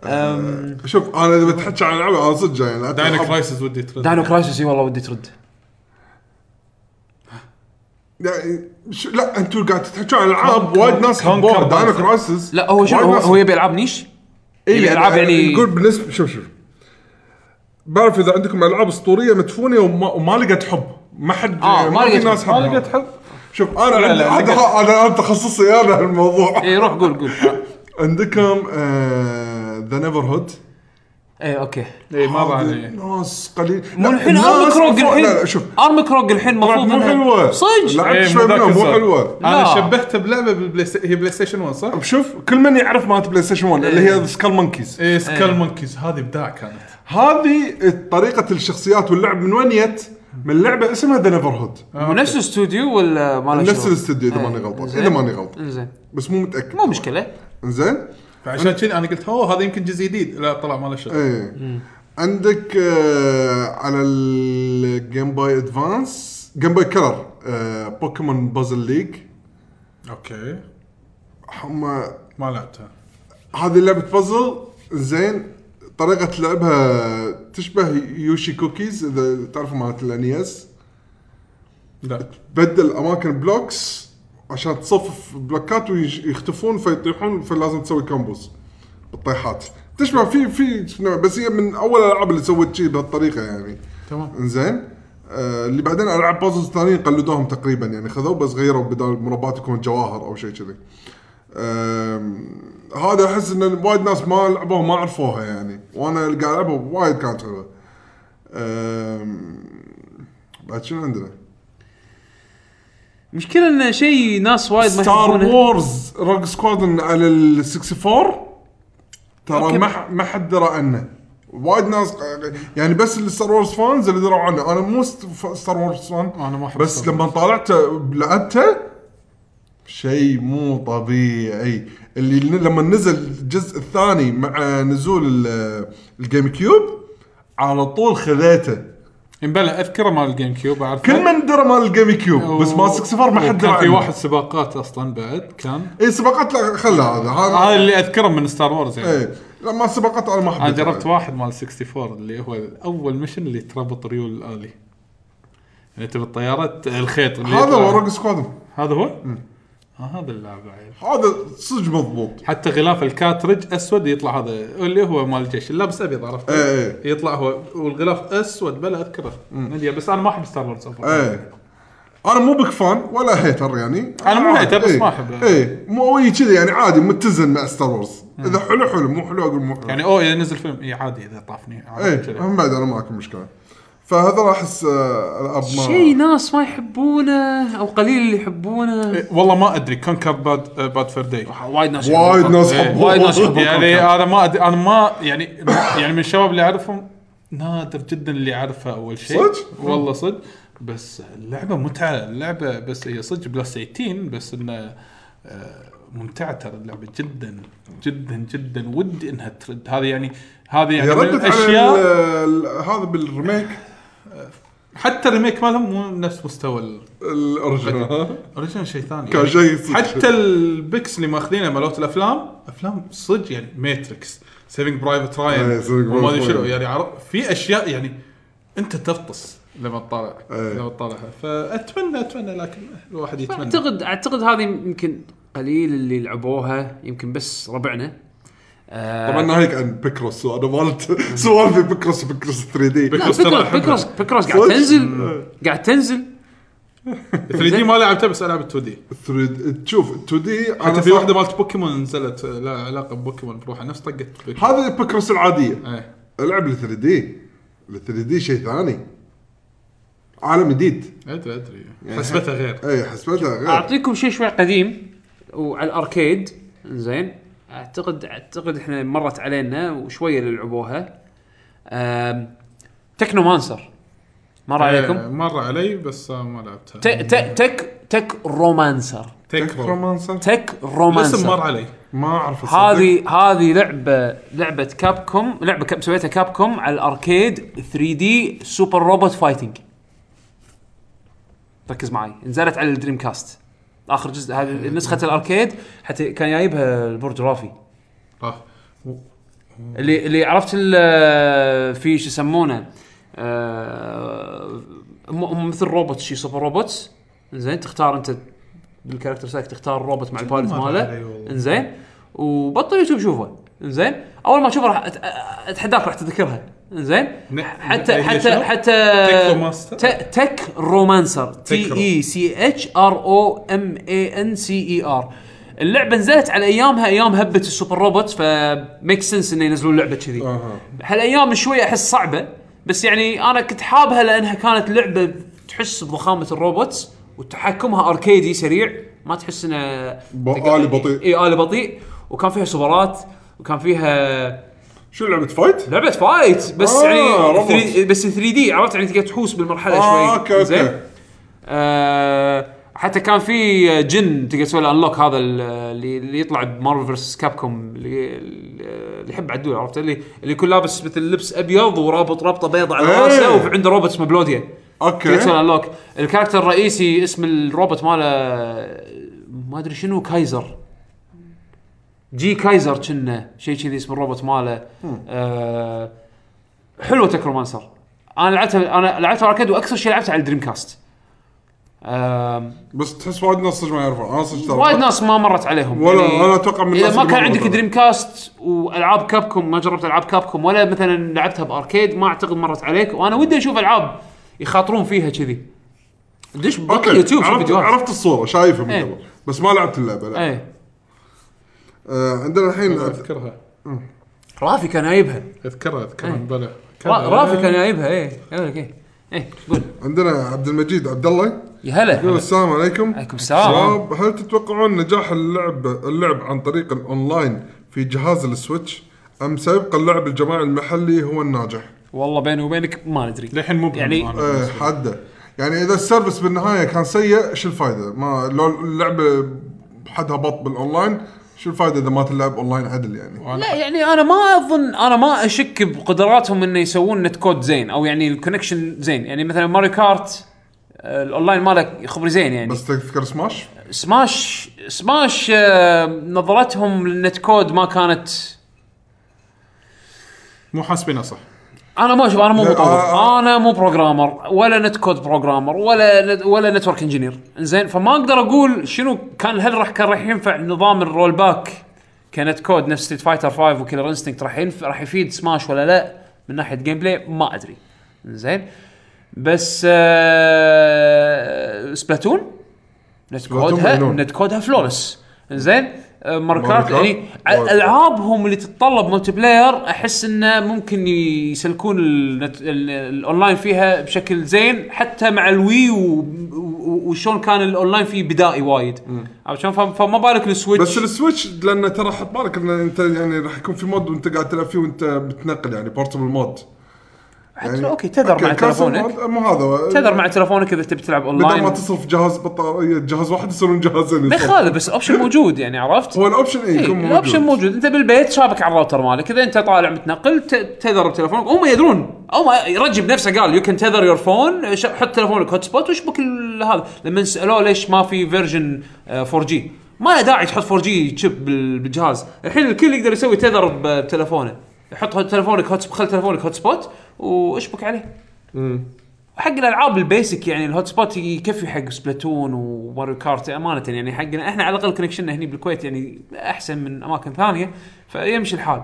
Speaker 2: أم،
Speaker 3: شوف انا اذا بتحكي عن العاب انا صدق يعني لعبت
Speaker 4: داينو
Speaker 3: ألعاب-
Speaker 4: كرايسز ودي ترد
Speaker 2: داينو كرايسس إي والله ودي ترد
Speaker 3: يعني شو- لا انتم قاعد تحكوا عن العاب
Speaker 4: كونكر-
Speaker 3: وايد ناس
Speaker 4: كونكر
Speaker 3: حبوها داينو
Speaker 4: بايسن.
Speaker 3: كرايسس
Speaker 2: لا هو شنو
Speaker 3: وايد
Speaker 2: هو,
Speaker 3: ناس- إيه،
Speaker 2: هو يبي العاب نيش يبي العاب يعني
Speaker 3: يقول بالنسبه شوف شوف بعرف اذا عندكم العاب اسطوريه مدفونه وما, وما لقت حب ما حد
Speaker 2: آه، ما
Speaker 3: في
Speaker 2: لقت
Speaker 3: ناس
Speaker 2: حب.
Speaker 3: حبها
Speaker 4: ما لقت حب.
Speaker 3: شوف انا
Speaker 4: لا،
Speaker 3: عندي
Speaker 4: لا، إيه،
Speaker 3: هذا
Speaker 4: لقت-
Speaker 3: هو- انا انا تخصصي انا الموضوع
Speaker 2: اي روح قول قول
Speaker 3: uh, عندكم ذا نيفرهود
Speaker 2: اي اوكي
Speaker 4: اي إيه، ما بعد
Speaker 3: ناس قليل
Speaker 2: مو
Speaker 3: لا،
Speaker 2: الحين
Speaker 3: ناس
Speaker 2: ارم كروج
Speaker 3: مفروض- لا، لا،
Speaker 2: الحين
Speaker 3: شوف
Speaker 2: ارم كروج الحين المفروض
Speaker 3: مو حلوه
Speaker 2: صدق
Speaker 4: إيه،
Speaker 3: لعبت شوي منها مو حلوه
Speaker 4: انا
Speaker 2: لا.
Speaker 4: شبهتها بلعبه بالبلاي ست- هي بلاي ستيشن 1 صح؟
Speaker 3: شوف كل من يعرف مالت بلاي ستيشن 1 اللي هي سكال مونكيز
Speaker 2: إيه.
Speaker 4: اي سكال مونكيز إيه، هذه ابداع كانت
Speaker 3: هذه طريقه الشخصيات واللعب من وين جت؟ من لعبه اسمها ذا نيفر هود
Speaker 2: ونفس الاستوديو ولا ما له
Speaker 3: نفس
Speaker 2: شغل؟
Speaker 3: الاستديو اذا
Speaker 2: إيه.
Speaker 3: ماني غلطان
Speaker 2: زين.
Speaker 3: اذا ماني غلطان
Speaker 2: زين
Speaker 3: بس مو متاكد
Speaker 2: مو مشكله
Speaker 3: زين
Speaker 4: فعشان كذي انا قلت اوه هذا يمكن جزء جديد لا طلع ما له شغل
Speaker 3: ايه عندك آه على الجيم باي ادفانس جيم باي كلر آه بوكيمون بازل ليج
Speaker 4: اوكي
Speaker 3: هم
Speaker 4: ما لعبتها
Speaker 3: هذه لعبه بازل زين طريقه لعبها تشبه يوشي كوكيز اذا تعرفوا مالت الانيس
Speaker 4: لا
Speaker 3: بدل اماكن بلوكس عشان تصفف بلوكات ويختفون فيطيحون فلازم تسوي كومبوز بالطيحات تشبه في في نوع- بس هي من اول الالعاب اللي سوت شيء بهالطريقه يعني
Speaker 4: تمام
Speaker 3: انزين آه اللي بعدين العاب بازلز ثانيين قلدوهم تقريبا يعني خذوا بس غيروا بدال المربعات يكون جواهر او شيء كذي. آم، هذا احس ان وايد ناس ما لعبوها ما عرفوها يعني وانا اللي قاعد العبها وايد كانت حلوه. آم، بعد شنو عندنا؟
Speaker 2: مشكله انه شيء ناس وايد ما
Speaker 3: ستار
Speaker 2: يحبونه.
Speaker 3: وورز روك سكوادن على ال 64
Speaker 2: أوكي.
Speaker 3: ترى ما ح- ما حد درى عنه وايد ناس يعني بس الستار وورز فانز اللي دروا عنه انا مو ستار وورز فان
Speaker 4: انا ما احب
Speaker 3: بس
Speaker 4: الصدق.
Speaker 3: لما طالعته لعبته شيء مو طبيعي اللي ن- لما نزل الجزء الثاني مع نزول ال- الجيم كيوب على طول خذيته
Speaker 4: امبلا اذكره مال الجيم كيوب اعرف
Speaker 3: كل من درى مال الجيم كيوب بس مال 64 ما حد درى
Speaker 4: كان في
Speaker 3: عنه.
Speaker 4: واحد سباقات اصلا بعد كان
Speaker 3: اي سباقات لا خلها هذا هذا
Speaker 4: هذا اللي اذكره من ستار وورز يعني
Speaker 3: اي إيه، لا ما سباقات انا ما حبيت
Speaker 4: انا جربت واحد مال 64 اللي هو اول ميشن اللي تربط ريول الالي يعني انت بالطياره ت- الخيط اللي
Speaker 3: هذا
Speaker 4: يطلع-
Speaker 3: هو روك سكواد
Speaker 4: هذا هو؟ آه هذا اللاعب عيل
Speaker 3: هذا صدق مضبوط
Speaker 4: حتى غلاف الكاترج اسود يطلع هذا اللي هو مال الجيش اللابس ابيض عرفت؟
Speaker 3: إيه
Speaker 4: يطلع هو والغلاف اسود بلا اذكره ندري بس انا ما احب ستار وورز
Speaker 3: اي انا إيه. مو بك فان ولا هيتر يعني
Speaker 4: أنا مو هيتر، بس
Speaker 3: إيه.
Speaker 4: ما أحبه.
Speaker 3: اي مو أي كذي يعني عادي متزن مع ستار وورز اذا حلو حلو مو حلو اقول مو حلو
Speaker 4: يعني اوه اذا نزل فيلم اي عادي اذا طافني عادي
Speaker 3: اي
Speaker 4: كذا.
Speaker 3: هم بعد انا معك مشكله فهذا راح احس آه، الاب ما
Speaker 2: شيء ناس ما يحبونه او قليل اللي يحبونه
Speaker 4: إيه، والله ما ادري كونكر باد آه، باد فور داي
Speaker 2: وايد ناس
Speaker 3: وايد
Speaker 2: يحبونه.
Speaker 3: ناس
Speaker 4: إيه.
Speaker 3: حبوه.
Speaker 2: وايد ناس يحبون
Speaker 4: يعني
Speaker 2: كونكر.
Speaker 4: انا ما أدري انا ما يعني يعني من الشباب اللي اعرفهم نادر جدا اللي اعرفها اول شيء
Speaker 3: صدق؟
Speaker 4: والله صدق بس اللعبه متعه اللعبه بس هي صدق بلس 18 بس انه آه، ممتعه ترى اللعبه جدا جدا جدا ودي انها ترد هذا يعني هذا يعني
Speaker 3: هي
Speaker 4: من
Speaker 3: ردت على
Speaker 4: الاشياء
Speaker 3: ال- ال- هذا بالريميك
Speaker 4: حتى الريميك مالهم مو نفس مستوى ال-
Speaker 3: الاوريجنال
Speaker 4: اوريجنال شيء ثاني
Speaker 3: كان شيء صدق.
Speaker 4: حتى البكس اللي ماخذينه مالوت الافلام افلام صدق يعني ماتريكس سيفنج برايفت
Speaker 3: إيه،
Speaker 4: راين
Speaker 3: Saving
Speaker 4: وما ادري
Speaker 3: Private
Speaker 4: شنو
Speaker 3: Ryan.
Speaker 4: يعني عرف في اشياء يعني انت تغطس لما تطالع
Speaker 3: إيه.
Speaker 4: لما تطالعها فاتمنى اتمنى لكن الواحد يتمنى
Speaker 2: اعتقد اعتقد هذه يمكن قليل اللي لعبوها يمكن بس ربعنا آه،
Speaker 3: طبعا ناهيك عن بيكروس انا مالت سوالفي بيكروس بيكروس 3 دي
Speaker 2: لا،
Speaker 4: بيكروس ترى
Speaker 2: بيكروس
Speaker 4: أحبها.
Speaker 2: بيكروس بيكروس قاعد
Speaker 3: صدق؟
Speaker 2: تنزل قاعد تنزل
Speaker 4: 3 دي ما لعبتها بس العب 2 دي
Speaker 3: 3 تشوف 2 دي
Speaker 4: حتى في واحده مالت بوكيمون نزلت لا علاقه ببوكيمون بروحها نفس طقه بوكيمون.
Speaker 3: هذه البكرس العاديه
Speaker 4: إيه.
Speaker 3: العب ال 3 دي ال 3 دي شيء ثاني عالم جديد
Speaker 4: ادري ادري
Speaker 3: يعني
Speaker 4: حسبتها غير
Speaker 3: اي حسبتها غير
Speaker 2: اعطيكم شيء شوي قديم وعلى الاركيد زين اعتقد اعتقد احنا مرت علينا وشويه اللي لعبوها آم، تكنو مانسر مر
Speaker 4: إيه،
Speaker 2: عليكم
Speaker 4: مر علي بس آه، ما لعبتها
Speaker 2: ت- ت- تك تك رومانسر
Speaker 4: تكرر
Speaker 3: رومانسر
Speaker 2: تك
Speaker 4: الاسم مر
Speaker 2: رومانسر
Speaker 4: علي
Speaker 3: ما اعرف أصدق.
Speaker 2: هذه هذه لعبه لعبه كاب كوم لعبه كاب سويتها كاب كوم على الاركيد 3 دي سوبر روبوت فايتنج ركز معي نزلت على الدريم كاست اخر جزء هذه نسخه الاركيد حتى كان جايبها البرج رافي
Speaker 4: آه.
Speaker 2: اللي اللي عرفت ال- في شو يسمونه آه، هم هم مثل روبوت شي سوبر روبوتس زين تختار انت بالكاركتر سايك تختار روبوت مع البايلوت
Speaker 4: ما أدري أيوه.
Speaker 2: ماله
Speaker 4: عليه والله.
Speaker 2: انزين وبطل يوتيوب شوفه انزين اول ما تشوفه راح أت- اتحداك راح تذكرها انزين
Speaker 4: ن-
Speaker 2: حتى
Speaker 4: هي
Speaker 2: حتى
Speaker 4: شنو؟ تك
Speaker 2: حتى
Speaker 4: رومانستر؟
Speaker 2: ت- تك رومانسر تي اي سي اتش ار او ام اي ان سي اي ار اللعبه نزلت على ايامها ايام هبه السوبر روبوت فميك سنس انه ينزلون لعبه كذي هالايام شويه احس صعبه بس يعني انا كنت حابها لانها كانت لعبه تحس بضخامه الروبوتس وتحكمها اركيدي سريع ما تحس انه
Speaker 3: بآلي بطيء.
Speaker 2: اي الي بطيء وكان فيها سوبرات وكان فيها
Speaker 3: شو لعبه فايت؟
Speaker 2: لعبه فايت بس
Speaker 3: آه،
Speaker 2: يعني
Speaker 3: روبوت.
Speaker 2: 3 بس 3 دي عرفت يعني تقدر تحوس بالمرحله
Speaker 3: آه،
Speaker 2: شوي
Speaker 3: أوكي، أوكي.
Speaker 2: آه حتى كان في جن تقدر تسوي له انلوك هذا ال- اللي اللي يطلع بمارفل فيرسس كاب كوم اللي اللي يحب عدول عرفت اللي اللي يكون لابس مثل لبس ابيض ورابط رابطه بيض على
Speaker 3: إيه.
Speaker 2: راسه وعنده روبوت اسمه بلوديا تقدر تسوي
Speaker 3: اوكي
Speaker 2: له انلوك الكاركتر الرئيسي اسم الروبوت ماله ما ادري شنو كايزر جي كايزر كنا شيء كذي اسم الروبوت ماله آه حلوه تكرومانسر انا لعبتها انا لعبتها اركيد واكثر شيء لعبتها على الدريم كاست آم،
Speaker 3: بس تحس وايد ناس صدق ما يعرفون انا صدق ترى-
Speaker 2: وايد ناس ما مرت عليهم
Speaker 3: ولا- ولا أتوقع من الناس
Speaker 2: اذا ما
Speaker 3: اللي
Speaker 2: كان
Speaker 3: ما مرت
Speaker 2: عندك
Speaker 3: عليهم.
Speaker 2: دريم كاست والعاب كابكوم ما جربت العاب كابكوم ولا مثلا لعبتها باركيد ما اعتقد مرت عليك وانا ودي اشوف العاب يخاطرون فيها كذي دش بطل
Speaker 3: اوكي
Speaker 2: يوتيوب شوف
Speaker 3: عرفت
Speaker 2: فيديوهات
Speaker 3: عرفت الصوره شايفها من
Speaker 2: إيه.
Speaker 3: قبل بس ما لعبت اللعبه لا
Speaker 2: ايه
Speaker 3: آه، عندنا
Speaker 2: إيه.
Speaker 3: الحين
Speaker 4: اذكرها
Speaker 2: رافي كان جايبها
Speaker 4: اذكرها اذكرها
Speaker 2: إيه.
Speaker 4: بلا
Speaker 2: را- رافي كان جايبها ايه يقول لك ايه ايه قول
Speaker 3: عندنا عبد المجيد عبد الله
Speaker 2: يا
Speaker 3: يقول
Speaker 2: هلا
Speaker 3: السلام عليكم
Speaker 2: عليكم السلام.
Speaker 3: شباب هل تتوقعون نجاح اللعب اللعب عن طريق الاونلاين في جهاز السويتش ام سيبقى اللعب الجماعي المحلي هو الناجح؟
Speaker 2: والله بيني وبينك ما ندري
Speaker 4: للحين مو
Speaker 2: يعني-
Speaker 4: يعني
Speaker 3: ايه حده يعني اذا السيرفس بالنهايه كان سيء شو الفائده؟ ما لو اللعبه حدها بط بالاونلاين شو الفائده اذا ما تلعب اونلاين عدل يعني؟
Speaker 2: لا يعني انا ما اظن انا ما اشك بقدراتهم انه يسوون نت كود زين او يعني الكونكشن زين يعني مثلا ماري كارت آه، الاونلاين مالك خبري زين يعني
Speaker 3: بس تذكر سماش؟
Speaker 2: سماش سماش آه، نظرتهم للنت كود ما كانت
Speaker 4: مو حاسبينها صح
Speaker 2: انا ما اشوف انا مو
Speaker 3: لا،
Speaker 2: مطور
Speaker 3: آه.
Speaker 2: انا مو بروجرامر ولا نت كود بروجرامر ولا ولا نتورك انجينير زين فما اقدر اقول شنو كان هل راح كان راح ينفع نظام الرول باك كنت كود نفس ستريت فايتر 5 وكيلر انستنكت راح ينفع راح يفيد سماش ولا لا من ناحيه جيم بلاي ما ادري زين بس آه سبلاتون نت كودها
Speaker 3: مجنون.
Speaker 2: نت كودها فلورس زين آه، ماركات
Speaker 3: ماركات؟
Speaker 2: يعني
Speaker 3: وايد.
Speaker 2: العابهم اللي تتطلب ملتي بلاير احس انه ممكن يسلكون النت- ال- الاونلاين فيها بشكل زين حتى مع الوي و- و- وشون كان الاونلاين فيه بدائي وايد عرفت شلون فم- فما بالك السويتش
Speaker 3: بس السويتش لان ترى حط بالك ان انت يعني راح يكون في مود وانت قاعد تلعب فيه وانت بتنقل يعني بورتبل مود
Speaker 2: حتى
Speaker 3: يعني-
Speaker 2: لو اوكي تذر مع
Speaker 3: أوكي، كاسل
Speaker 2: تلفونك
Speaker 3: مود- مو هذا
Speaker 2: تذر مع تلفونك اذا تبي تلعب
Speaker 3: بدل ما
Speaker 2: اونلاين
Speaker 3: تصرف جهاز بطاريه جهاز واحد يصيرون جهازين
Speaker 2: ما يخالف بس اوبشن موجود يعني عرفت؟
Speaker 3: هو الاوبشن اي يكون
Speaker 2: إيه،
Speaker 3: موجود
Speaker 2: الاوبشن موجود انت بالبيت شابك على الراوتر مالك اذا انت طالع متنقل ت- تذر بتلفونك هم يدرون هم يرجب نفسه قال يو كان تذر يور فون حط تلفونك هوت سبوت واشبك ال- هذا لما سالوه ليش ما في فيرجن 4 جي ما له داعي تحط 4 جي تشيب بال- بالجهاز الحين الكل يقدر يسوي تذر ب- بتلفونه يحط هوت- تلفونك هوت خل تلفونك هوت سبوت واشبك عليه حق الالعاب البيسك يعني الهوت سبوت يكفي حق سبلاتون وماريو كارت امانه يعني حقنا احنا على الاقل كونكشننا هنا بالكويت يعني احسن من اماكن ثانيه فيمشي الحال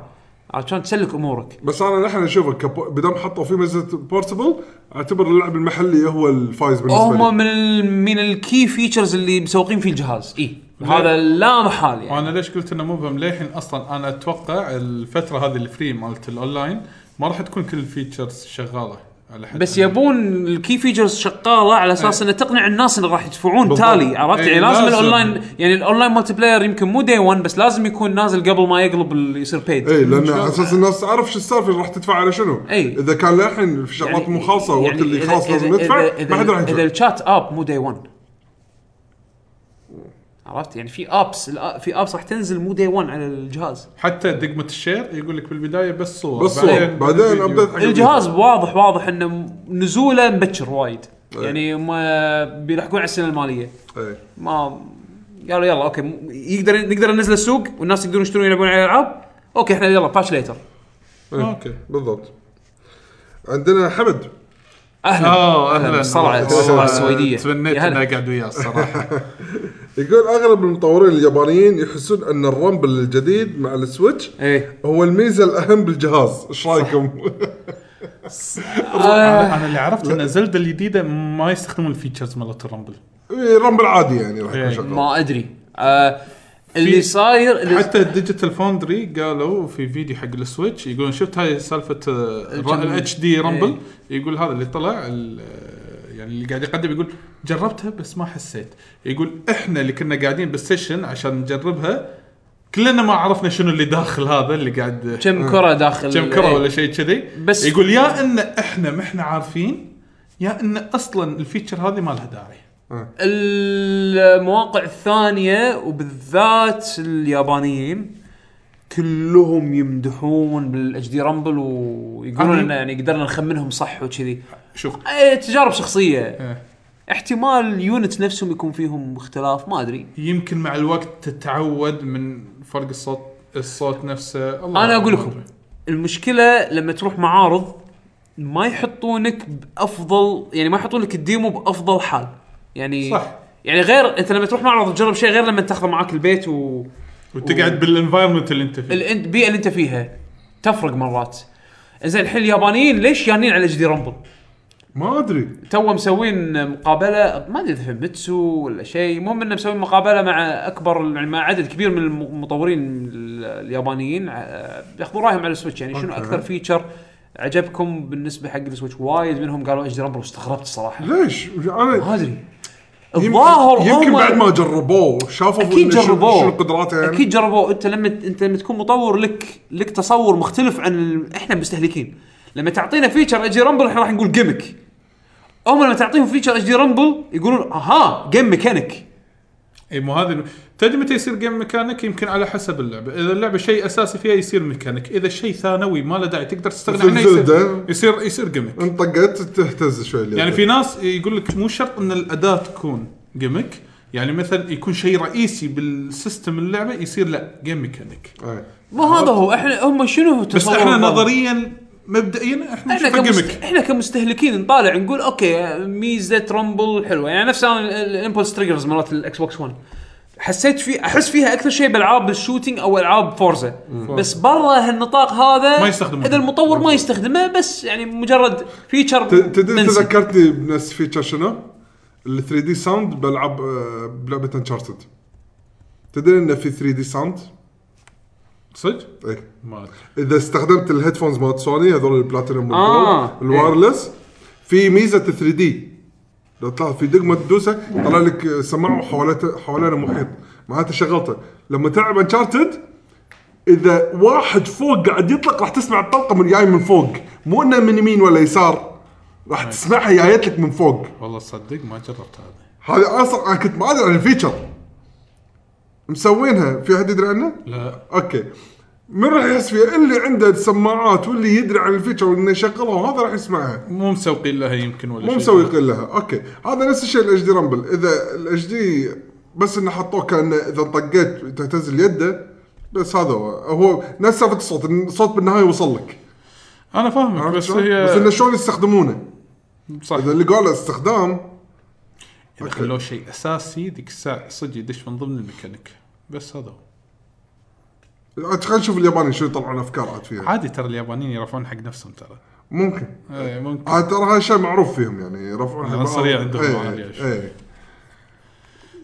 Speaker 2: عشان تسلك امورك
Speaker 3: بس انا نحن نشوفه كبو... بدام حطوا فيه ميزه بورتبل اعتبر اللعب المحلي هو الفايز بالنسبه لي
Speaker 2: هم من ال- من الكي فيتشرز اللي مسوقين فيه الجهاز اي هذا لا محال يعني
Speaker 4: وانا ليش قلت انه مبهم للحين اصلا انا اتوقع الفتره هذه الفري مالت الاونلاين ما راح تكون كل الفيتشرز شغاله على حد
Speaker 2: بس يبون الكي فيتشرز شغاله على اساس انه تقنع الناس انه راح يدفعون
Speaker 4: بالضبط.
Speaker 2: تالي عرفت
Speaker 4: إيه،
Speaker 2: يعني لازم
Speaker 4: لازم.
Speaker 2: الاونلاين يعني الاونلاين مالتي بلاير يمكن مو دي 1 بس لازم يكون نازل قبل ما يقلب ال- يصير بيد
Speaker 3: اي لان على اساس إيه، الناس تعرف شو السالفه راح تدفع على شنو
Speaker 2: إي.
Speaker 3: اذا كان للحين في شغلات مو خالصه وقت اللي
Speaker 2: إيه. يعني إذا-
Speaker 3: خلاص
Speaker 2: إذا-
Speaker 3: لازم ندفع
Speaker 2: إذا- إذا-
Speaker 3: ما حد راح
Speaker 2: اذا
Speaker 3: يدفع
Speaker 2: الشات اب مو داي 1 عرفت يعني في ابس في ابس راح تنزل مو داي 1 على الجهاز
Speaker 4: حتى دقمه الشير يقول لك بالبدايه بس صور أيوه.
Speaker 3: بس صور بعدين
Speaker 4: الفيديو.
Speaker 3: ابديت حق
Speaker 2: الجهاز واضح واضح انه نزوله مبكر وايد
Speaker 3: إيه.
Speaker 2: يعني ما بيلحقون على السنه الماليه
Speaker 3: إي.
Speaker 2: ما قالوا يلا اوكي م- يقدر نقدر ننزل السوق والناس يقدرون يشترون يلعبون على الالعاب اوكي احنا يلا باتش ليتر آه.
Speaker 4: اوكي
Speaker 3: إيه، بالضبط عندنا حمد آه.
Speaker 2: اهلا الصلعه الصلعه السويديه
Speaker 4: تمنيت
Speaker 2: يا هلا.
Speaker 4: اني اقعد وياه الصراحه
Speaker 3: يقول اغلب المطورين اليابانيين يحسون ان الرامبل الجديد مع السويتش
Speaker 2: ايه
Speaker 3: هو الميزه الاهم بالجهاز ايش رايكم؟
Speaker 2: آه.
Speaker 4: انا أنا اللي عرفت ان زلده الجديده ما
Speaker 3: إيه،
Speaker 4: يستخدمون الفيتشرز مالت الرامبل
Speaker 3: إي، رامبل عادي يعني راح يكون
Speaker 4: إي.
Speaker 3: شغال
Speaker 2: ما ادري آه اللي صاير اللي
Speaker 4: حتى الديجيتال فوندري قالوا في فيديو حق السويتش يقولون شفت هاي آه، سالفه
Speaker 2: الجنب.
Speaker 4: الاتش دي رامبل
Speaker 2: إيه.
Speaker 4: يقول هذا اللي طلع ال- يعني اللي قاعد يقدم يقول جربتها بس ما حسيت يقول احنا اللي كنا قاعدين بالسيشن عشان نجربها كلنا ما عرفنا شنو اللي داخل هذا اللي قاعد
Speaker 2: كم كره داخل
Speaker 4: كم كره
Speaker 2: إيه.
Speaker 4: ولا شيء كذي
Speaker 2: بس-
Speaker 4: بس يقول يا ان احنا ما احنا عارفين يا ان اصلا الفيتشر هذه ما لها داعي
Speaker 2: المواقع الثانيه وبالذات اليابانيين كلهم يمدحون بالاتش دي رامبل ويقولون
Speaker 4: أنا-
Speaker 2: انه يعني قدرنا نخمنهم صح وكذي
Speaker 4: شوف
Speaker 2: أي تجارب شخصيه
Speaker 4: إيه.
Speaker 2: احتمال يونت نفسهم يكون فيهم اختلاف ما ادري
Speaker 4: يمكن مع الوقت تتعود من فرق الصوت الصوت نفسه الله
Speaker 2: انا
Speaker 4: أعلم.
Speaker 2: اقول لكم المشكله لما تروح معارض ما يحطونك بافضل يعني ما يحطون لك الديمو بافضل حال يعني
Speaker 4: صح.
Speaker 2: يعني غير انت لما تروح معرض تجرب شيء غير لما تاخذه معاك البيت و
Speaker 4: وتقعد بالانفايرمنت اللي انت فيه
Speaker 2: الانت البيئه اللي انت فيها تفرق مرات زين الحين اليابانيين ليش يانين على جدي رامبل؟
Speaker 3: ما ادري
Speaker 2: تو مسوين مقابله ما ادري اذا في ميتسو ولا شيء المهم انه مسوين مقابله مع اكبر يعني مع عدد كبير من المطورين ال- اليابانيين آه، ياخذون رايهم على السويتش يعني شنو اكثر فيتشر عجبكم بالنسبه حق السويتش وايد منهم قالوا اجدي رامبل واستغربت الصراحه
Speaker 3: ليش؟ انا
Speaker 2: ما ادري
Speaker 3: يمكن-
Speaker 2: الظاهر
Speaker 3: يمكن
Speaker 2: هم-
Speaker 3: بعد ما جربوه شافوا
Speaker 2: اكيد
Speaker 3: إنه شنو-
Speaker 2: جربوه
Speaker 3: شنو قدراته يعني
Speaker 2: اكيد جربوه انت لما انت لما تكون مطور لك لك تصور مختلف عن ال... احنا مستهلكين لما تعطينا فيتشر اجي رامبل احنا راح نقول جيمك هم لما تعطيهم فيتشر اجي رامبل يقولون اها جيم ميكانيك
Speaker 4: اي إيه، مو هذا تدري متى يصير جيم ميكانيك يمكن على حسب اللعبه اذا اللعبه شيء اساسي فيها يصير ميكانيك اذا شيء ثانوي ما له داعي تقدر تستغني
Speaker 3: مثل
Speaker 4: عنه يصير
Speaker 3: زلدة.
Speaker 4: يصير, يصير جيمك
Speaker 3: انطقت تهتز شوي اليد.
Speaker 4: يعني في ناس يقول لك مو شرط ان الاداه تكون جيمك يعني مثلا يكون شيء رئيسي بالسيستم اللعبه يصير لا جيم ميكانيك
Speaker 3: أي.
Speaker 2: ما هذا هو احنا هم شنو هو
Speaker 4: بس
Speaker 2: تصور
Speaker 4: احنا
Speaker 2: الظاهر؟
Speaker 4: نظريا مبدئيا احنا
Speaker 2: احنا
Speaker 4: نشوفه
Speaker 2: كمست...
Speaker 4: جيمك
Speaker 2: احنا كمستهلكين نطالع نقول اوكي ميزه رامبل حلوه يعني نفس انا الامبولس تريجرز مرات الاكس بوكس 1 حسيت في احس فيها اكثر شيء بالعاب الشوتينج او العاب فورزا بس برا هالنطاق هذا
Speaker 4: ما يستخدمونه.
Speaker 2: اذا المطور ما يستخدمه بس يعني مجرد فيتشر
Speaker 3: ت- تدري انت ذكرتني بنفس فيتشر شنو؟ ال 3 دي ساوند بلعب آه، بلعبه انشارتد تدري انه في 3 دي ساوند؟
Speaker 4: صدق؟
Speaker 3: ايه
Speaker 4: ما ادري
Speaker 3: اذا استخدمت الهيدفونز مالت سوني هذول البلاتينوم
Speaker 2: آه.
Speaker 3: والجولد، الوايرلس في ميزه 3 دي لو تلاحظ في دقمه تدوسه طلع لك سماعه وحولته حوالينا محيط معناته شغلته لما تلعب انشارتد اذا واحد فوق قاعد يطلق راح تسمع الطلقه من جاي من فوق مو انه من يمين ولا يسار راح تسمعها جايت لك من فوق
Speaker 4: والله تصدق ما جربت هذا
Speaker 3: هذه اصلا انا كنت ما ادري عن الفيتشر مسوينها في احد يدري عنه؟
Speaker 4: لا
Speaker 3: اوكي من راح يحس فيها اللي عنده السماعات واللي يدري عن الفيتشر وانه يشغلها وهذا راح يسمعها
Speaker 4: مو مسوقين لها يمكن ولا
Speaker 3: مو
Speaker 4: شيء.
Speaker 3: مسوي يقل لها اوكي هذا نفس الشيء الاتش دي رامبل اذا الاتش دي بس انه حطوه كان اذا طقيت تهتز يده بس هذا هو هو نفس سالفه الصوت إن الصوت بالنهايه وصل لك
Speaker 4: انا فاهمك
Speaker 3: عرفت
Speaker 4: بس
Speaker 3: شلون؟
Speaker 4: هي
Speaker 3: بس انه شلون يستخدمونه
Speaker 4: صح
Speaker 3: اذا لقوا له استخدام
Speaker 4: اذا خلوه شيء اساسي ذيك الساعه صدق يدش من ضمن الميكانيك بس هذا هو
Speaker 3: عاد خلينا نشوف الياباني شو يطلعون افكار عاد فيها
Speaker 4: عادي ترى اليابانيين يرفعون حق نفسهم ترى
Speaker 3: ممكن
Speaker 4: اي ممكن
Speaker 3: عاد آه، ترى هذا شيء معروف فيهم يعني يرفعون حق بعض
Speaker 4: عنصرية عندهم
Speaker 3: إيه،
Speaker 4: عالية شوي.
Speaker 3: إيه.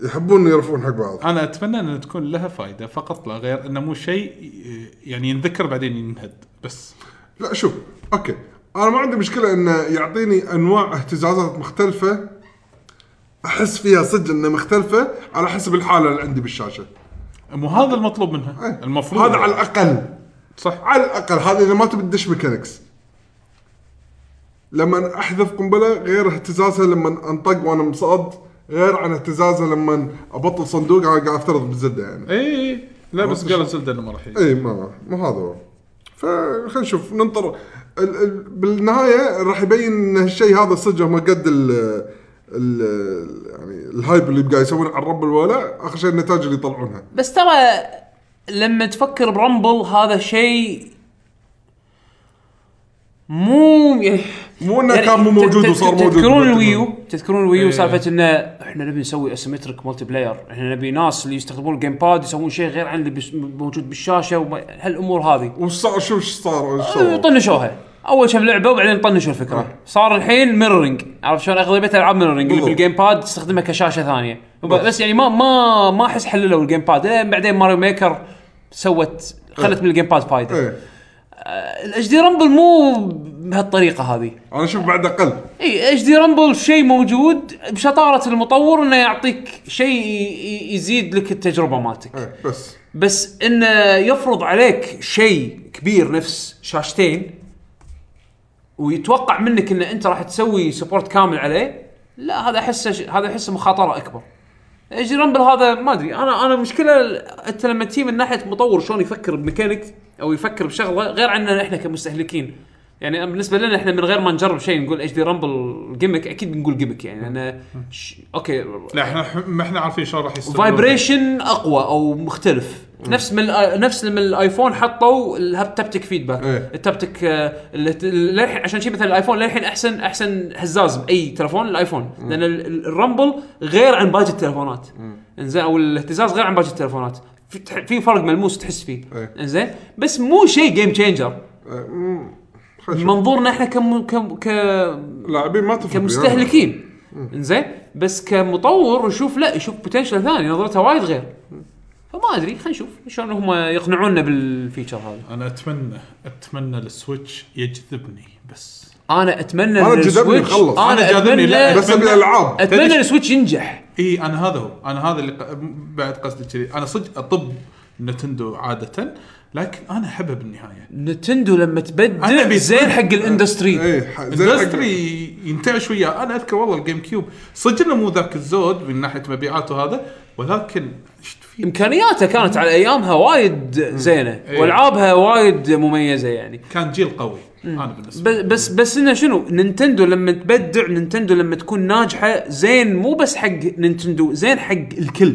Speaker 3: يحبون يرفعون حق بعض
Speaker 4: انا اتمنى ان تكون لها فائده فقط لا غير انه مو شيء ي- يعني ينذكر بعدين ينهد بس
Speaker 3: لا شوف اوكي انا ما عندي مشكله انه يعطيني انواع اهتزازات مختلفه احس فيها صدق انها مختلفه على حسب الحاله اللي عندي بالشاشه
Speaker 4: مو هذا المطلوب منها
Speaker 3: إيه.
Speaker 4: المفروض
Speaker 3: هذا على الاقل
Speaker 4: صح
Speaker 3: على الاقل هذا اذا ما تبي تدش ميكانكس لما احذف قنبله غير اهتزازها لما انطق وانا مصاد غير عن اهتزازها لما ابطل صندوق انا قاعد افترض بالزبده يعني
Speaker 4: اي إي. إيه، لا بس
Speaker 3: عرفت
Speaker 4: قالوا زلدة انه ما راح يجي
Speaker 3: اي إيه، ما ما هذا هو فخلينا نشوف ننطر ال ال بالنهايه راح يبين ان الشيء هذا صدق هم قد ال ال يعني الهايب اللي قاعد يسوونه على الرب الولا اخر شيء النتائج اللي يطلعونها
Speaker 2: بس ترى لما تفكر برامبل هذا شيء مو يعني
Speaker 3: مو انه كان مو موجود
Speaker 2: تت-
Speaker 3: وصار
Speaker 2: تت-
Speaker 3: موجود
Speaker 2: تذكرون
Speaker 3: بالتلفون.
Speaker 2: الويو تذكرون الويو
Speaker 4: إيه.
Speaker 2: سالفه انه احنا نبي نسوي اسيمتريك مالتي بلاير احنا نبي ناس اللي يستخدمون الجيم باد يسوون شيء غير عن اللي بس- موجود بالشاشه وهالامور هذه
Speaker 3: وش صار شوف ايش صار وش
Speaker 2: آه،
Speaker 3: سووا.
Speaker 2: طنشوها اول كم لعبه وبعدين طنشوا
Speaker 3: آه.
Speaker 2: الفكره صار الحين ميرورنج عرفت شلون اغلبيه الالعاب ميرورنج اللي
Speaker 3: بالضبط.
Speaker 2: بالجيم باد تستخدمها كشاشه ثانيه وب- بس يعني ما ما ما احس حللوا الجيم باد لين بعدين ماريو ميكر سوت خلت
Speaker 3: إيه.
Speaker 2: من الجيم باد فايده
Speaker 3: ايه
Speaker 2: الاتش دي رامبل مو بهالطريقه هذه
Speaker 3: انا اشوف بعد اقل
Speaker 2: اي اتش دي رامبل شيء موجود بشطاره المطور انه يعطيك شيء ي- ي- يزيد لك التجربه مالتك
Speaker 3: ايه بس
Speaker 2: بس انه يفرض عليك شيء كبير نفس شاشتين ويتوقع منك ان انت راح تسوي سبورت كامل عليه لا هذا احسه ش... هذا احسه مخاطره اكبر اجي رامبل هذا ما ادري انا انا مشكله ال- انت لما تجي من ناحيه مطور شلون يفكر بميكانيك او يفكر بشغله غير عنا احنا كمستهلكين يعني بالنسبه لنا احنا من غير ما نجرب شيء نقول اتش دي رامبل جيمك اكيد بنقول جيمك يعني انا ش... اوكي
Speaker 4: لا احنا ما احنا عارفين شلون راح يستمر
Speaker 2: فايبريشن اقوى او مختلف نفس من الآي- نفس لما الايفون حطوا التابتك فيدباك
Speaker 3: إيه.
Speaker 2: التابتك آه، ال- ال- للحين عشان شي مثلا الايفون للحين احسن احسن هزاز باي تلفون الايفون لان ال- ال- الرامبل غير عن باقي التلفونات انزين او الاهتزاز غير عن باقي التلفونات في- تح- في فرق ملموس تحس فيه
Speaker 3: إيه.
Speaker 2: انزين بس مو شيء جيم تشينجر
Speaker 3: آه،
Speaker 2: منظورنا احنا كم كم ك
Speaker 3: لاعبين ما تفرق
Speaker 2: كمستهلكين زين بس كمطور يشوف لا يشوف بوتنشل ثاني نظرته وايد غير فما ادري خلينا نشوف شلون هم يقنعونا بالفيتشر هذا
Speaker 4: انا اتمنى اتمنى السويتش يجذبني بس
Speaker 2: انا اتمنى
Speaker 3: أنا
Speaker 2: إن
Speaker 3: جذبني
Speaker 2: السويتش-
Speaker 3: خلص.
Speaker 4: أنا
Speaker 2: انا
Speaker 4: جذبني، لا،
Speaker 2: اتمنى
Speaker 3: بس ابي العاب
Speaker 2: اتمنى
Speaker 4: تدري-
Speaker 2: السويتش ينجح
Speaker 4: اي انا هذا هو انا هذا اللي ق- بعد قصدي كذي انا صدق اطب نتندو عاده لكن انا احبها بالنهايه
Speaker 2: نتندو لما
Speaker 4: أنا إيه.
Speaker 2: تبدع
Speaker 4: أبي
Speaker 2: زين حق الاندستري
Speaker 3: ايه ح- زي حق-
Speaker 4: الاندستري ينتعش وياه انا اذكر والله الجيم كيوب صدق انه مو ذاك الزود من ناحيه مبيعاته هذا ولكن ايش فيه
Speaker 2: امكانياته كانت على ايامها وايد زينه
Speaker 4: إيه.
Speaker 2: والعابها وايد مميزه يعني
Speaker 4: كان جيل قوي
Speaker 2: إمم.
Speaker 4: انا بالنسبه
Speaker 2: بس
Speaker 4: لي
Speaker 2: بس بس انه شنو نينتندو لما تبدع نينتندو لما تكون ناجحه زين مو بس حق نينتندو زين حق الكل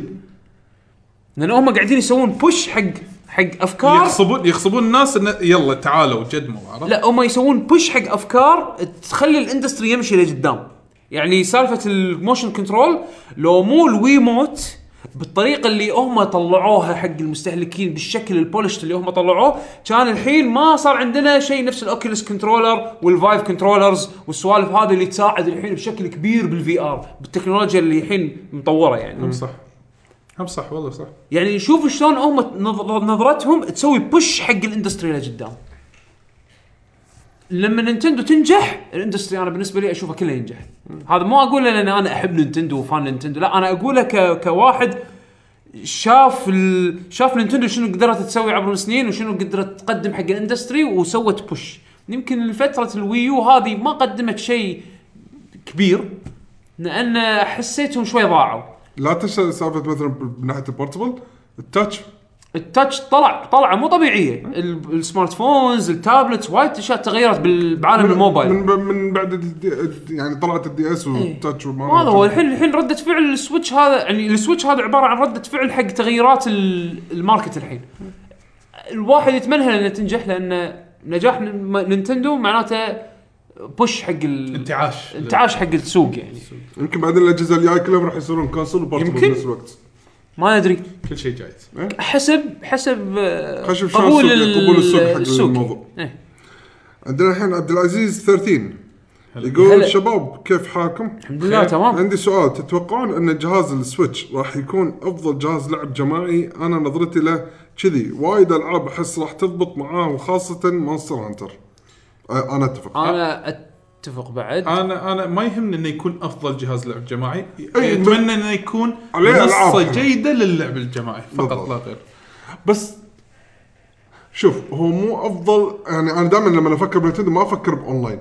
Speaker 2: لان هم قاعدين يسوون بوش حق حق افكار
Speaker 4: يخصبون يخصبون الناس انه يلا تعالوا جدموا عرفت؟
Speaker 2: لا هم يسوون بوش حق افكار تخلي الاندستري يمشي لقدام يعني سالفه الموشن كنترول لو مو الويموت بالطريقه اللي هم طلعوها حق المستهلكين بالشكل البولشت اللي هم طلعوه كان الحين ما صار عندنا شيء نفس الاوكيوليس كنترولر والفايف كنترولرز والسوالف هذه اللي تساعد الحين بشكل كبير بالفي ار بالتكنولوجيا اللي الحين مطوره يعني
Speaker 4: هم صح هم صح والله صح
Speaker 2: يعني شوف شلون هم نظ- نظرتهم تسوي بوش حق الاندستري لقدام لما نينتندو تنجح الاندستري انا بالنسبه لي اشوفه كله ينجح هذا مو اقوله لان انا احب نينتندو وفان نينتندو لا انا اقوله ك... كواحد شاف ال... شاف نينتندو شنو قدرت تسوي عبر السنين وشنو قدرت تقدم حق الاندستري وسوت بوش يمكن فتره الويو هذه ما قدمت شيء كبير لان حسيتهم شوي ضاعوا
Speaker 3: لا تنسى سالفه مثلا من ناحيه البورتبل التاتش
Speaker 2: التاتش طلع طلعه مو طبيعيه ال- السمارت فونز التابلتس وايد اشياء تغيرت بال- بعالم الموبايل إيه.
Speaker 3: من, من بعد الدي يعني طلعت الدي اس والتاتش وما
Speaker 2: هذا هو الحين الحين رده فعل السويتش هذا يعني السويتش هذا عباره عن رده فعل حق تغيرات ال- الماركت الحين الواحد يتمنى انها تنجح لان نجاح ن- م- نينتندو معناته بوش حق ال-
Speaker 4: انتعاش
Speaker 2: انتعاش حق السوق يعني
Speaker 3: يمكن بعدين الاجهزه الجايه كلهم راح يصيرون كونسول وبورتبل
Speaker 2: يمكن.
Speaker 3: بنفس الوقت
Speaker 2: ما ادري
Speaker 4: كل شيء جايز
Speaker 2: حسب حسب آه،
Speaker 3: خلينا نشوف شلون السوق- يعني،
Speaker 2: ال-
Speaker 3: قبول السوق حق
Speaker 2: السوق.
Speaker 3: الموضوع.
Speaker 2: إيه.
Speaker 3: عندنا الحين عبد العزيز 13
Speaker 2: هلا. آه.
Speaker 3: يقول شباب كيف حالكم؟
Speaker 2: الحمد لله تمام
Speaker 3: عندي سؤال تتوقعون ان جهاز السويتش راح يكون افضل جهاز لعب جماعي انا نظرتي له كذي وايد العاب احس راح تضبط معاه وخاصه مونستر هانتر أ- انا اتفق
Speaker 2: انا اتفق بعد
Speaker 4: انا انا ما يهمني انه يكون افضل جهاز لعب جماعي
Speaker 3: أي،
Speaker 4: اتمنى انه يكون
Speaker 3: عليه ألعاب
Speaker 4: منصه
Speaker 3: يعني.
Speaker 4: جيده للعب الجماعي فقط
Speaker 3: بالضبط.
Speaker 4: لا غير
Speaker 3: بس شوف هو مو افضل يعني انا دائما لما افكر بنتندو ما افكر باونلاين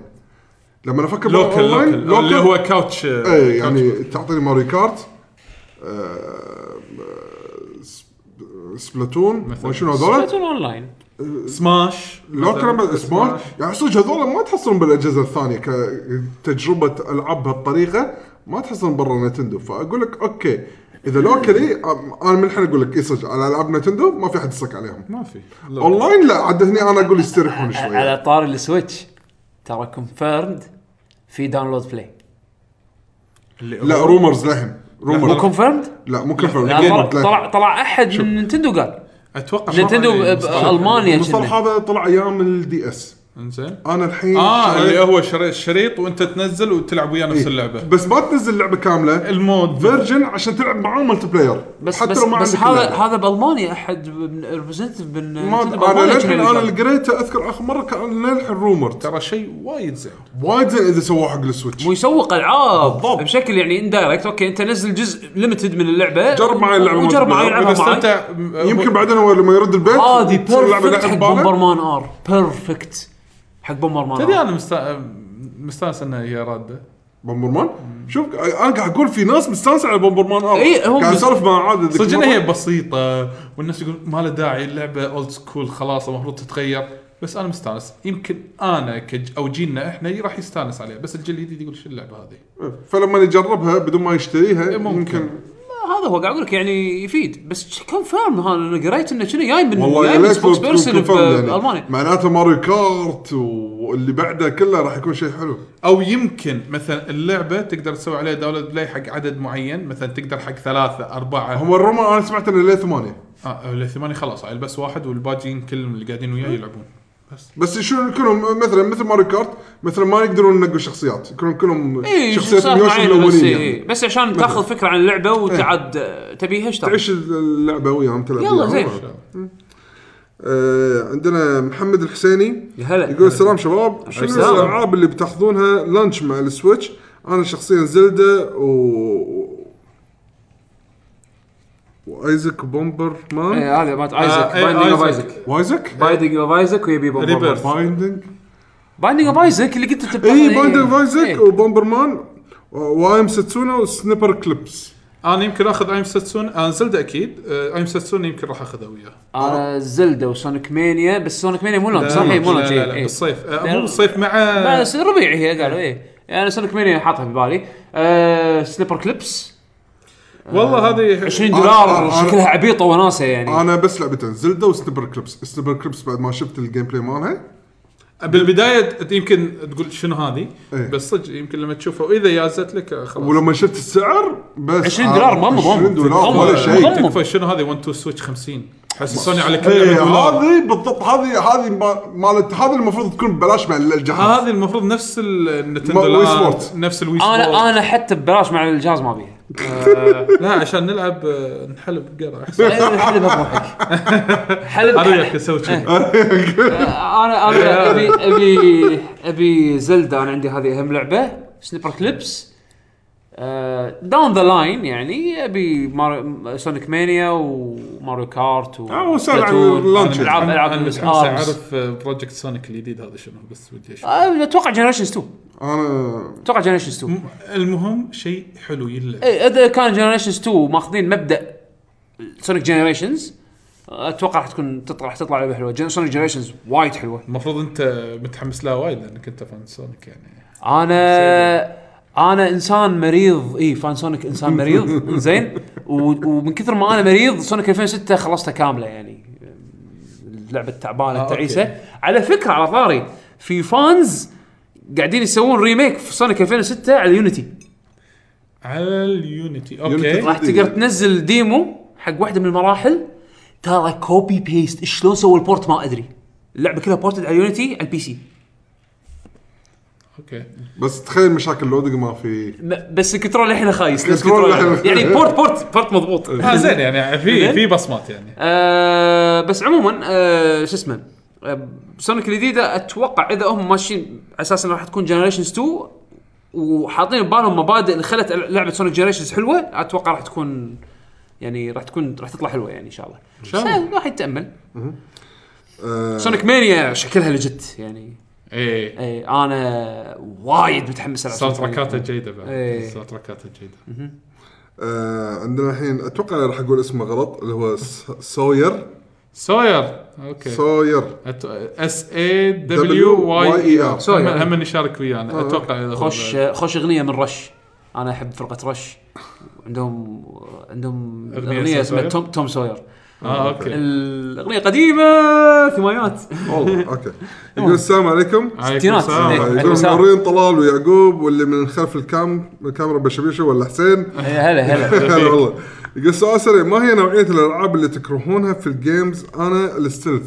Speaker 3: لما افكر
Speaker 4: لوكل
Speaker 3: بأونلاين،
Speaker 4: لوكل اللي هو كاوتش
Speaker 3: اي يعني تعطيني ماري كارت آه، س- سبلاتون
Speaker 4: مثلاً.
Speaker 3: ما شنو هذول
Speaker 2: سبلاتون اونلاين
Speaker 4: سماش
Speaker 3: لوكل
Speaker 4: مثلاً.
Speaker 3: لما سمارت يعني صدق هذول ما تحصلون بالاجهزه الثانيه كتجربه العاب بهالطريقه ما تحصلون برا نتندو فاقول لك اوكي اذا لوكلي أم- انا من الحين اقول لك اي صدق على العاب نتندو ما في احد يصك عليهم
Speaker 4: ما في لا.
Speaker 3: اونلاين لا عاد هني انا اقول يستريحون شوي
Speaker 2: على طار السويتش ترى كونفيرد في داونلود بلاي
Speaker 4: اللي هو-
Speaker 3: لا رومرز لهم
Speaker 2: مو
Speaker 3: رومرز
Speaker 2: كونفيرد؟
Speaker 3: لا مو كفر
Speaker 2: لا، طلع طلع طلع احد من نينتندو قال
Speaker 4: اتوقع ما
Speaker 2: نينتندو
Speaker 4: عليه
Speaker 2: ب-
Speaker 4: مصطلح.
Speaker 2: بالمانيا كنا.
Speaker 3: المصطلح هذا طلع ايام الدي اس
Speaker 4: انزين
Speaker 3: انا الحين
Speaker 4: اه
Speaker 3: شريت-
Speaker 4: اللي هو شري- الشريط وانت تنزل وتلعب وياه نفس اللعبه
Speaker 3: بس ما تنزل لعبه كامله
Speaker 4: المود
Speaker 3: فيرجن عشان تلعب معاه ملتي بلاير
Speaker 2: بس
Speaker 3: حتى
Speaker 2: بس,
Speaker 3: لو ما
Speaker 2: بس
Speaker 3: عندك
Speaker 2: هذا
Speaker 3: اللعبة.
Speaker 2: هذا بالمانيا احد من ريبريزنتيف من
Speaker 3: ما
Speaker 2: من
Speaker 3: انا
Speaker 2: ألمانيا
Speaker 3: للحين
Speaker 2: كان
Speaker 3: انا
Speaker 2: يقول.
Speaker 3: اللي قريته اذكر اخر مره كان للحين رومرد
Speaker 4: ترى شيء وايد زين
Speaker 3: وايد زين اذا سووه حق السويتش
Speaker 2: ويسوق العاب
Speaker 3: بالضبط.
Speaker 2: بشكل يعني اندايركت اوكي انت نزل جزء ليمتد من اللعبه
Speaker 3: جرب معي اللعبة
Speaker 2: وجرب معي
Speaker 3: مالتي
Speaker 4: اذا
Speaker 2: العبها معي
Speaker 4: استمتع م-
Speaker 3: يمكن بعدين هو لما يرد البيت
Speaker 2: هذه
Speaker 3: تصير لعبة
Speaker 2: بيرفكت حق
Speaker 3: لعب بالك.
Speaker 2: بومبرمان ار بيرفكت حق بومبرمان
Speaker 4: تدري
Speaker 2: ار
Speaker 4: انا مستا- مستانس انها هي راده
Speaker 3: بومبرمان شوف انا قاعد اقول في ناس مستانسه على بومبرمان ار
Speaker 2: إي، إيه، هم
Speaker 3: قاعد
Speaker 2: بس-
Speaker 3: اسولف مع عادل ذيك
Speaker 4: صدق انها
Speaker 3: المرة.
Speaker 4: هي بسيطه والناس يقول ما لها داعي اللعبه اولد سكول خلاص المفروض تتغير بس انا مستانس يمكن انا كج او جيلنا احنا راح يستانس عليها بس الجيل الجديد يقول شو اللعبه هذه
Speaker 3: إيه، فلما يجربها بدون ما يشتريها
Speaker 2: إيه،
Speaker 4: إي، ممكن.
Speaker 3: يمكن
Speaker 2: هذا هو قاعد اقول لك يعني يفيد بس كونفيرم هذا انا قريت انه شنو جاي من
Speaker 3: والله
Speaker 2: جاي
Speaker 3: يا
Speaker 2: من
Speaker 3: ليت
Speaker 2: سبوكس بيرسون
Speaker 3: كونفيرم يعني.
Speaker 2: بالمانيا
Speaker 3: معناته ماريو كارت واللي بعده كله راح يكون شيء حلو
Speaker 4: او يمكن مثلا اللعبه تقدر تسوي عليها داونلود بلاي حق عدد معين مثلا تقدر حق ثلاثه اربعه
Speaker 3: هم الروما انا سمعت انه ليه ثمانيه
Speaker 4: اه الثمانيه خلاص عيل بس واحد والباجيين كل اللي قاعدين وياه يلعبون
Speaker 3: بس شنو يكونوا مثلا مثل ماريو كارت مثلا ما يقدرون ينقوا شخصيات يكونون كلهم
Speaker 2: اي
Speaker 3: شخصيات
Speaker 2: شخصيات
Speaker 3: ميوشي
Speaker 2: معينه إيه، بس,
Speaker 3: الاولين
Speaker 2: يعني.
Speaker 3: يعني. إيه.
Speaker 2: بس عشان تاخذ فكره عن اللعبه وتعاد آه، تبيها اشتري
Speaker 3: تعيش اللعبه وياهم تلعب
Speaker 2: يلا
Speaker 3: وياهم.
Speaker 2: زين.
Speaker 3: آه عندنا محمد الحسيني
Speaker 2: يا هلا.
Speaker 3: يقول السلام شباب شنو
Speaker 2: السلام.
Speaker 3: الالعاب اللي بتاخذونها لانش مع السويتش انا شخصيا زلدة و وايزك بومبر مان
Speaker 2: اي هذا مالت
Speaker 4: آه، إيه،
Speaker 2: ايزك بايندينج اوف
Speaker 4: آيزك.
Speaker 2: ايزك
Speaker 3: وايزك
Speaker 2: بايندينج اوف ايزك ويبي بومبرمان
Speaker 4: Rebirth.
Speaker 3: بايندنج
Speaker 2: بايندينج اوف ايزك اللي قلت انت
Speaker 3: اي بايندنج
Speaker 2: إيه.
Speaker 3: وايزك وبومبر مان وايم ساتسونا وسنيبر كليبس
Speaker 4: انا يمكن اخذ ايم ساتسون انا زلدا اكيد آه، ايم ساتسون يمكن راح اخذها وياه
Speaker 2: انا زلدا وسونيك مانيا بس سونيك مانيا مو لونج صح
Speaker 4: لا،
Speaker 2: هي نعم، مو
Speaker 4: لا،
Speaker 2: لونج
Speaker 4: لا، لا،
Speaker 2: إيه.
Speaker 4: بالصيف آه،
Speaker 2: لأن-
Speaker 4: مو بالصيف مع
Speaker 2: بس ربيعي هي قالوا ايه انا سونيك مانيا حاطها ببالي آه سليبر كليبس
Speaker 4: والله هذه
Speaker 2: 20
Speaker 3: آه،
Speaker 2: دولار
Speaker 3: آه، آه.
Speaker 2: شكلها عبيطه وناسه يعني
Speaker 3: انا بس لعبتين زلدة وسنيبر كليبس سنيبر كليبس بعد ما شفت الجيم بلاي مالها
Speaker 4: بالبدايه ت- يمكن تقول شنو هذه
Speaker 3: إيه.
Speaker 4: بس صدق يمكن لما تشوفها واذا يازت لك آه، خلاص
Speaker 3: ولما شفت السعر بس
Speaker 2: 20 دولار ما مضم.
Speaker 3: 20 دولار
Speaker 2: مضم.
Speaker 3: ولا شيء
Speaker 2: مضم.
Speaker 4: تكفى شنو هذه 1 2 سويتش 50 حسسوني على كل
Speaker 3: إيه،
Speaker 4: لعبة دولار
Speaker 3: هذه بالضبط هذه هذه ما- مالت هذه المفروض تكون ببلاش مع الجهاز
Speaker 4: هذه المفروض نفس
Speaker 3: ما-
Speaker 4: النتندو
Speaker 3: وي
Speaker 4: لاند،
Speaker 3: سبورت.
Speaker 4: نفس الوي سبورت
Speaker 2: انا انا حتى ببلاش مع الجهاز ما بيها
Speaker 4: لا عشان نلعب آه، نحلب قرع احسن
Speaker 2: حلبها بروحك حلب
Speaker 4: انا وياك نسوي
Speaker 3: أه،
Speaker 4: كذي
Speaker 2: انا انا ابي ابي ابي زلدا انا عندي هذه اهم لعبه سنيبر كليبس داون ذا لاين يعني ابي ماري... سونيك مانيا وماريو كارت و
Speaker 3: آه، وسأل عن
Speaker 2: سبلاتون.
Speaker 3: اللانش.
Speaker 2: العاب العاب
Speaker 4: انا
Speaker 2: الناس
Speaker 4: متحمس
Speaker 2: آرمز.
Speaker 4: اعرف آه، بروجكت سونيك الجديد هذا شنو بس ودي اشوف
Speaker 2: آه، اتوقع جنريشنز 2
Speaker 3: انا
Speaker 2: اتوقع جنريشنز 2
Speaker 4: المهم شيء حلو يلعب
Speaker 2: إيه، اذا كان جنريشنز 2 ماخذين مبدا سونيك جنريشنز اتوقع راح تكون تطلع راح تطلع لعبه حلوه سونيك جنريشنز وايد حلوه
Speaker 4: المفروض انت متحمس لها وايد لانك انت فان سونيك يعني
Speaker 2: انا انا انسان مريض اي فان سونيك انسان مريض زين و- ومن كثر ما انا مريض سونيك 2006 خلصتها كامله يعني اللعبه التعبانه
Speaker 4: آه،
Speaker 2: التعيسه
Speaker 4: أوكي.
Speaker 2: على فكره على طاري في فانز قاعدين يسوون ريميك في سونيك 2006 على يونيتي
Speaker 4: على اليونيتي
Speaker 3: Unity.
Speaker 4: اوكي
Speaker 2: راح تقدر تنزل ديمو حق واحده من المراحل ترى كوبي بيست شلون سووا البورت ما ادري اللعبه كلها بورتد على يونيتي على البي سي
Speaker 4: اوكي
Speaker 3: بس تخيل مشاكل لودج ما في
Speaker 2: م- بس الكنترول الحين خايس نفس
Speaker 3: الكنترول
Speaker 2: الكنترول.
Speaker 3: الحين-
Speaker 2: يعني بورت بورت بورت مضبوط
Speaker 4: آه زين يعني في
Speaker 2: زين.
Speaker 4: في بصمات يعني
Speaker 2: آه بس عموما آه شو اسمه آه سونيك الجديده اتوقع اذا هم ماشيين على اساس انها راح تكون جنريشنز 2 وحاطين ببالهم مبادئ اللي خلت لعبه سونيك جنريشنز حلوه اتوقع راح تكون يعني راح تكون راح تطلع حلوه يعني ان شاء الله ان شاء الله الواحد يتامل
Speaker 3: آه،
Speaker 2: سونيك مانيا شكلها لجت يعني
Speaker 4: ايه
Speaker 2: اي انا وايد متحمس العب
Speaker 4: صارت
Speaker 2: Sonic Mania.
Speaker 4: ركاته جيده بعد
Speaker 2: إيه.
Speaker 4: صارت ركاته جيده
Speaker 3: آه، عندنا الحين اتوقع راح اقول اسمه غلط اللي هو س- سوير
Speaker 4: سوير اوكي
Speaker 3: سوير
Speaker 4: اس اي دبليو واي
Speaker 3: ار
Speaker 2: سوير.
Speaker 4: E سوير هم يشارك ويانا اتوقع اذا
Speaker 2: خوش خوش اغنيه من رش انا احب فرقه رش عندهم عندهم
Speaker 4: أغنية
Speaker 2: اغنيه, اسمها
Speaker 4: سوير؟
Speaker 2: توم توم سوير
Speaker 4: اه اوكي
Speaker 2: الاغنيه قديمه ثمانينات
Speaker 3: والله اوكي يقول السلام عليكم
Speaker 4: عليكم
Speaker 2: ستينات.
Speaker 4: السلام.
Speaker 2: إيه. عليكم
Speaker 3: يقول
Speaker 2: السلام.
Speaker 3: نورين طلال ويعقوب واللي من خلف الكام الكاميرا بشبيشه ولا حسين
Speaker 2: إيه، هلا هلا
Speaker 3: هلا والله يقول سؤال سريع ما هي نوعيه الالعاب اللي تكرهونها في الجيمز انا الستلث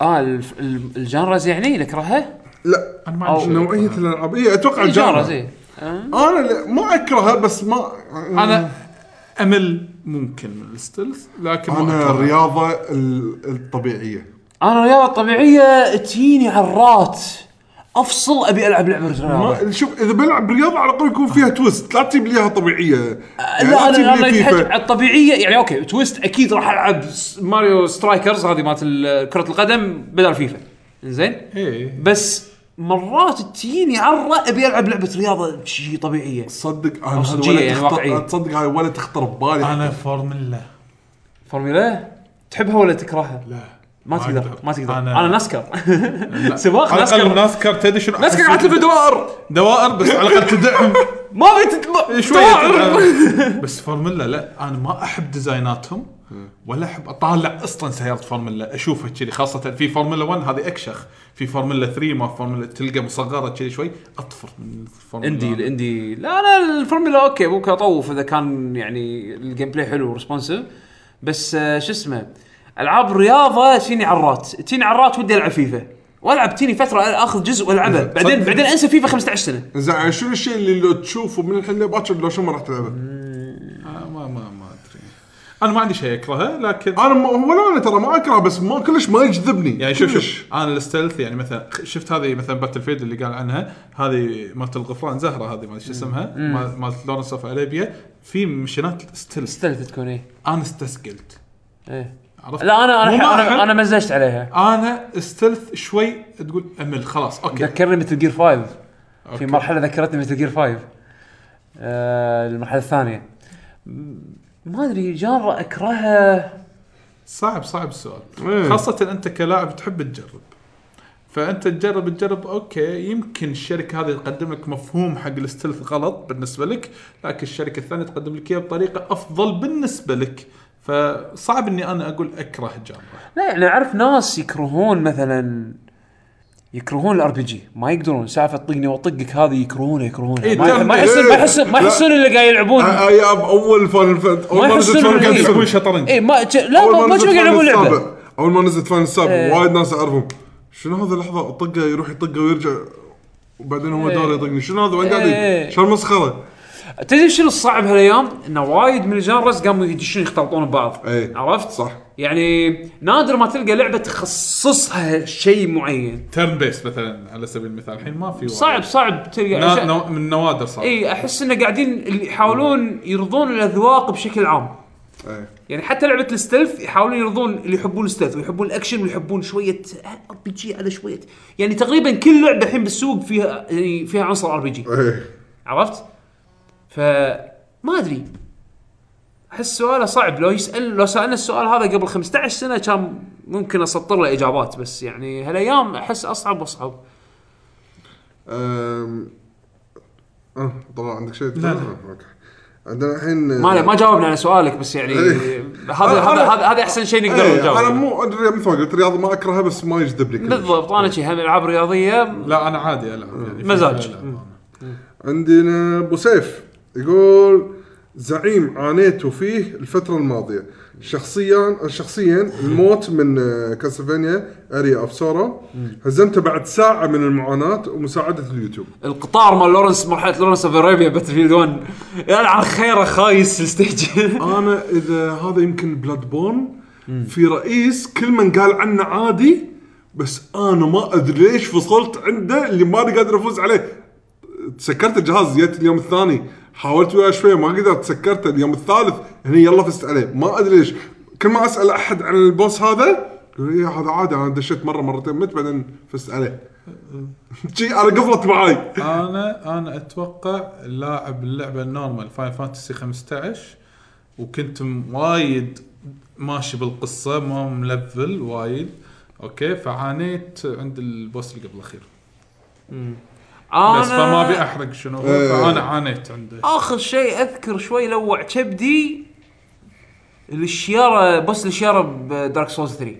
Speaker 2: اه الف- ال- الجانرز يعني اللي اكرهها؟
Speaker 3: لا إيه،
Speaker 4: انا ما
Speaker 2: أو
Speaker 4: عندي شيء
Speaker 3: نوعيه
Speaker 4: أكرهها.
Speaker 3: الالعاب اي اتوقع
Speaker 2: الجانرز
Speaker 3: الجانرا
Speaker 2: اي آه.
Speaker 3: انا لا- ما اكرهها بس ما
Speaker 4: انا امل ممكن من الستلث لكن ما
Speaker 3: انا
Speaker 4: أكرهها.
Speaker 3: الرياضه ال- الطبيعيه
Speaker 2: انا الرياضه الطبيعيه تجيني عرات افصل ابي العب لعبه رياضه
Speaker 3: ما شوف اذا بلعب رياضه على الاقل يكون فيها تويست لا تجيب لي اياها طبيعيه يعني
Speaker 2: لا
Speaker 3: تجيب
Speaker 2: انا
Speaker 3: لي
Speaker 2: انا
Speaker 3: فيفا.
Speaker 2: يتحج- على الطبيعيه يعني اوكي تويست اكيد راح العب س- ماريو سترايكرز هذه مالت ال- كره القدم بدل فيفا زين
Speaker 4: ايه
Speaker 2: بس مرات تجيني عره ابي العب لعبه رياضه شي طبيعيه
Speaker 3: تصدق انا هذا
Speaker 2: صجية
Speaker 3: ولا
Speaker 2: يعني واقعية.
Speaker 3: تخطر تصدق هاي ولا تخطر ببالي
Speaker 4: انا فورمولا
Speaker 2: فورمولا إيه؟ تحبها ولا تكرهها؟
Speaker 4: لا
Speaker 2: ما
Speaker 4: ما
Speaker 2: تقدر
Speaker 4: أقدر.
Speaker 2: ما تقدر
Speaker 4: أنا-
Speaker 2: انا ناسكر سباق
Speaker 4: على الاقل
Speaker 2: ناسكر
Speaker 4: ناسكار تدري شنو
Speaker 2: ناسكر
Speaker 4: أحس
Speaker 2: قاعد تلف دوائر
Speaker 4: دوائر بس على الاقل تدعم
Speaker 2: ما بيت ما-
Speaker 4: شويه
Speaker 2: دوائر
Speaker 4: تدعم. بس فورمولا لا انا ما احب ديزايناتهم ولا احب اطالع اصلا سياره فورمولا اشوفها كذي خاصه في فورمولا 1 هذه اكشخ في فورمولا 3 ما فورمولا تلقى مصغره كذي شوي اطفر من الفورمولا
Speaker 2: اندي الاندي لا انا الفورمولا اوكي ممكن اطوف اذا كان يعني الجيم بلاي حلو وريسبونسيف بس آه، شو اسمه العاب رياضه تجيني عرات تجيني عرات ودي العب فيفا والعب تجيني فتره اخذ جزء والعبه بعدين بعدين انسى فيفا 15 سنه
Speaker 3: زين شنو الشيء اللي لو تشوفه من الحين لباكر لو شو ما راح تلعبه
Speaker 4: آه ما ما ما ادري انا ما عندي شيء اكرهه لكن
Speaker 3: انا ما ولا انا ترى ما اكره بس ما كلش ما يجذبني
Speaker 4: يعني شوف
Speaker 3: كلش.
Speaker 4: شوف انا الستلث يعني مثلا خ- شفت هذه مثلا باتل فيلد اللي قال عنها هذه مالت الغفران زهره هذه ما ادري شو اسمها مال- مالت لورنس اوف اليبيا في مشينات ستلث
Speaker 2: استلفت تكون ايه
Speaker 4: انا استسقلت
Speaker 2: إيه.
Speaker 4: عرفت؟
Speaker 2: لا انا
Speaker 4: مو ما
Speaker 2: انا
Speaker 4: أحب.
Speaker 2: انا, أنا مزجت عليها
Speaker 4: انا استلث شوي تقول امل خلاص اوكي
Speaker 2: ذكرني مثل جير 5 في
Speaker 4: أوكي.
Speaker 2: مرحله ذكرتني مثل جير 5 آه المرحله الثانيه م- ما ادري جانرا اكرهها
Speaker 4: صعب صعب السؤال
Speaker 3: إيه.
Speaker 4: خاصه انت كلاعب تحب تجرب فانت تجرب تجرب اوكي يمكن الشركه هذه تقدم لك مفهوم حق الستلث غلط بالنسبه لك لكن الشركه الثانيه تقدم لك اياه بطريقه افضل بالنسبه لك فصعب اني انا اقول اكره جانرا
Speaker 2: لا يعني اعرف ناس يكرهون مثلا يكرهون الار بي جي ما يقدرون سالفه طقني واطقك هذه يكرهونه يكرهونه
Speaker 4: إيه،
Speaker 2: ما- ما
Speaker 4: تم-
Speaker 2: يحسون ما
Speaker 3: إيه،
Speaker 2: يحسون ما
Speaker 3: لا.
Speaker 2: يحسون اللي قاعد يلعبون
Speaker 3: آه، ايام اول فان فانت اول
Speaker 2: ما
Speaker 3: ما نزلت
Speaker 2: يحسون
Speaker 3: فان
Speaker 2: إنه
Speaker 3: كانت-
Speaker 2: إيه.
Speaker 4: يسوون شطرنج
Speaker 2: اي ما لا ما ما تشوف قاعد
Speaker 3: فان
Speaker 2: يلعبون لعبه
Speaker 3: السابع- اول ما نزلت فان السابع
Speaker 2: إيه.
Speaker 3: وايد ناس اعرفهم شنو هذا لحظه طقه يروح يطقه ويرجع وبعدين هو
Speaker 2: إيه.
Speaker 3: داره يطقني شنو هذا وين
Speaker 2: إيه.
Speaker 3: قاعد شو المسخره
Speaker 2: تدري شنو الصعب هالايام؟ انه وايد من الجانرز قاموا يدشون يختلطون ببعض
Speaker 3: إيه.
Speaker 2: عرفت؟
Speaker 3: صح.
Speaker 2: يعني نادر ما تلقى لعبه تخصصها شيء معين
Speaker 4: تيرن بيس مثلا على سبيل المثال الحين ما في وايد.
Speaker 2: صعب إيه. صعب تلقى
Speaker 4: نا-
Speaker 2: أشياء-
Speaker 4: نو- من نوادر صعب
Speaker 2: اي احس انه قاعدين اللي يحاولون يرضون الاذواق بشكل عام
Speaker 3: إيه.
Speaker 2: يعني حتى لعبه الستلث يحاولون يرضون اللي يحبون الستلث ويحبون الاكشن ويحبون آه، شويه ار بي جي على شويه يعني تقريبا كل لعبه الحين بالسوق فيها يعني فيها عنصر ار بي جي
Speaker 3: إيه.
Speaker 2: عرفت؟ ف ما ادري احس سؤاله صعب لو يسال لو سالنا السؤال هذا قبل 15 سنه كان ممكن اسطر له اجابات بس يعني هالايام احس اصعب واصعب
Speaker 3: أم. أه، طلع عندك شيء
Speaker 4: لا.
Speaker 3: آه، أوكي. عندنا الحين
Speaker 2: ما ما جاوبنا على سؤالك بس يعني
Speaker 3: إيه.
Speaker 2: هذا هذا هذا هذا احسن شيء نقدر
Speaker 3: إيه، انا
Speaker 2: نجاوبه
Speaker 3: مو ادري مثل ما قلت رياضه ما اكرهها بس ما يجذبني كلش.
Speaker 2: بالضبط انا شي هم العاب رياضيه
Speaker 4: لا انا عادي العب يعني في-
Speaker 2: مزاج.
Speaker 4: لا، لا، أنا.
Speaker 3: عندنا ابو سيف يقول زعيم عانيت فيه الفترة الماضية شخصيا شخصيا الموت من آه، كاسلفانيا اريا اوف سورو هزمته بعد ساعة من المعاناة ومساعدة اليوتيوب
Speaker 2: القطار مال لورنس مرحله لورنس اوف ارابيا باتل فيلد 1 يلعن خيره خايس الستيج
Speaker 3: انا اذا هذا يمكن بلاد بورن في رئيس كل من قال عنه عادي بس انا ما ادري ليش فصلت عنده اللي ماني قادر افوز عليه سكرت الجهاز جيت اليوم الثاني حاولت وياه شوي ما قدرت سكرته اليوم الثالث هنا يلا فزت عليه ما ادري ليش كل ما اسال احد عن البوس هذا يقول لي "إيه، هذا عادي انا دشيت مره مرتين مت بعدين فزت عليه شي انا قفلت معاي
Speaker 4: انا انا اتوقع لاعب اللعبه النورمال فاين فانتسي 15 وكنت م- وايد ماشي بالقصه ما ملفل وايد اوكي فعانيت عند البوس اللي قبل الاخير
Speaker 2: انا
Speaker 4: بس فما ابي احرق شنو هو،
Speaker 3: إيه.
Speaker 4: فانا عانيت عنده
Speaker 2: اخر شيء اذكر شوي لوع كبدي الشياره بوس الشياره بدارك سولز 3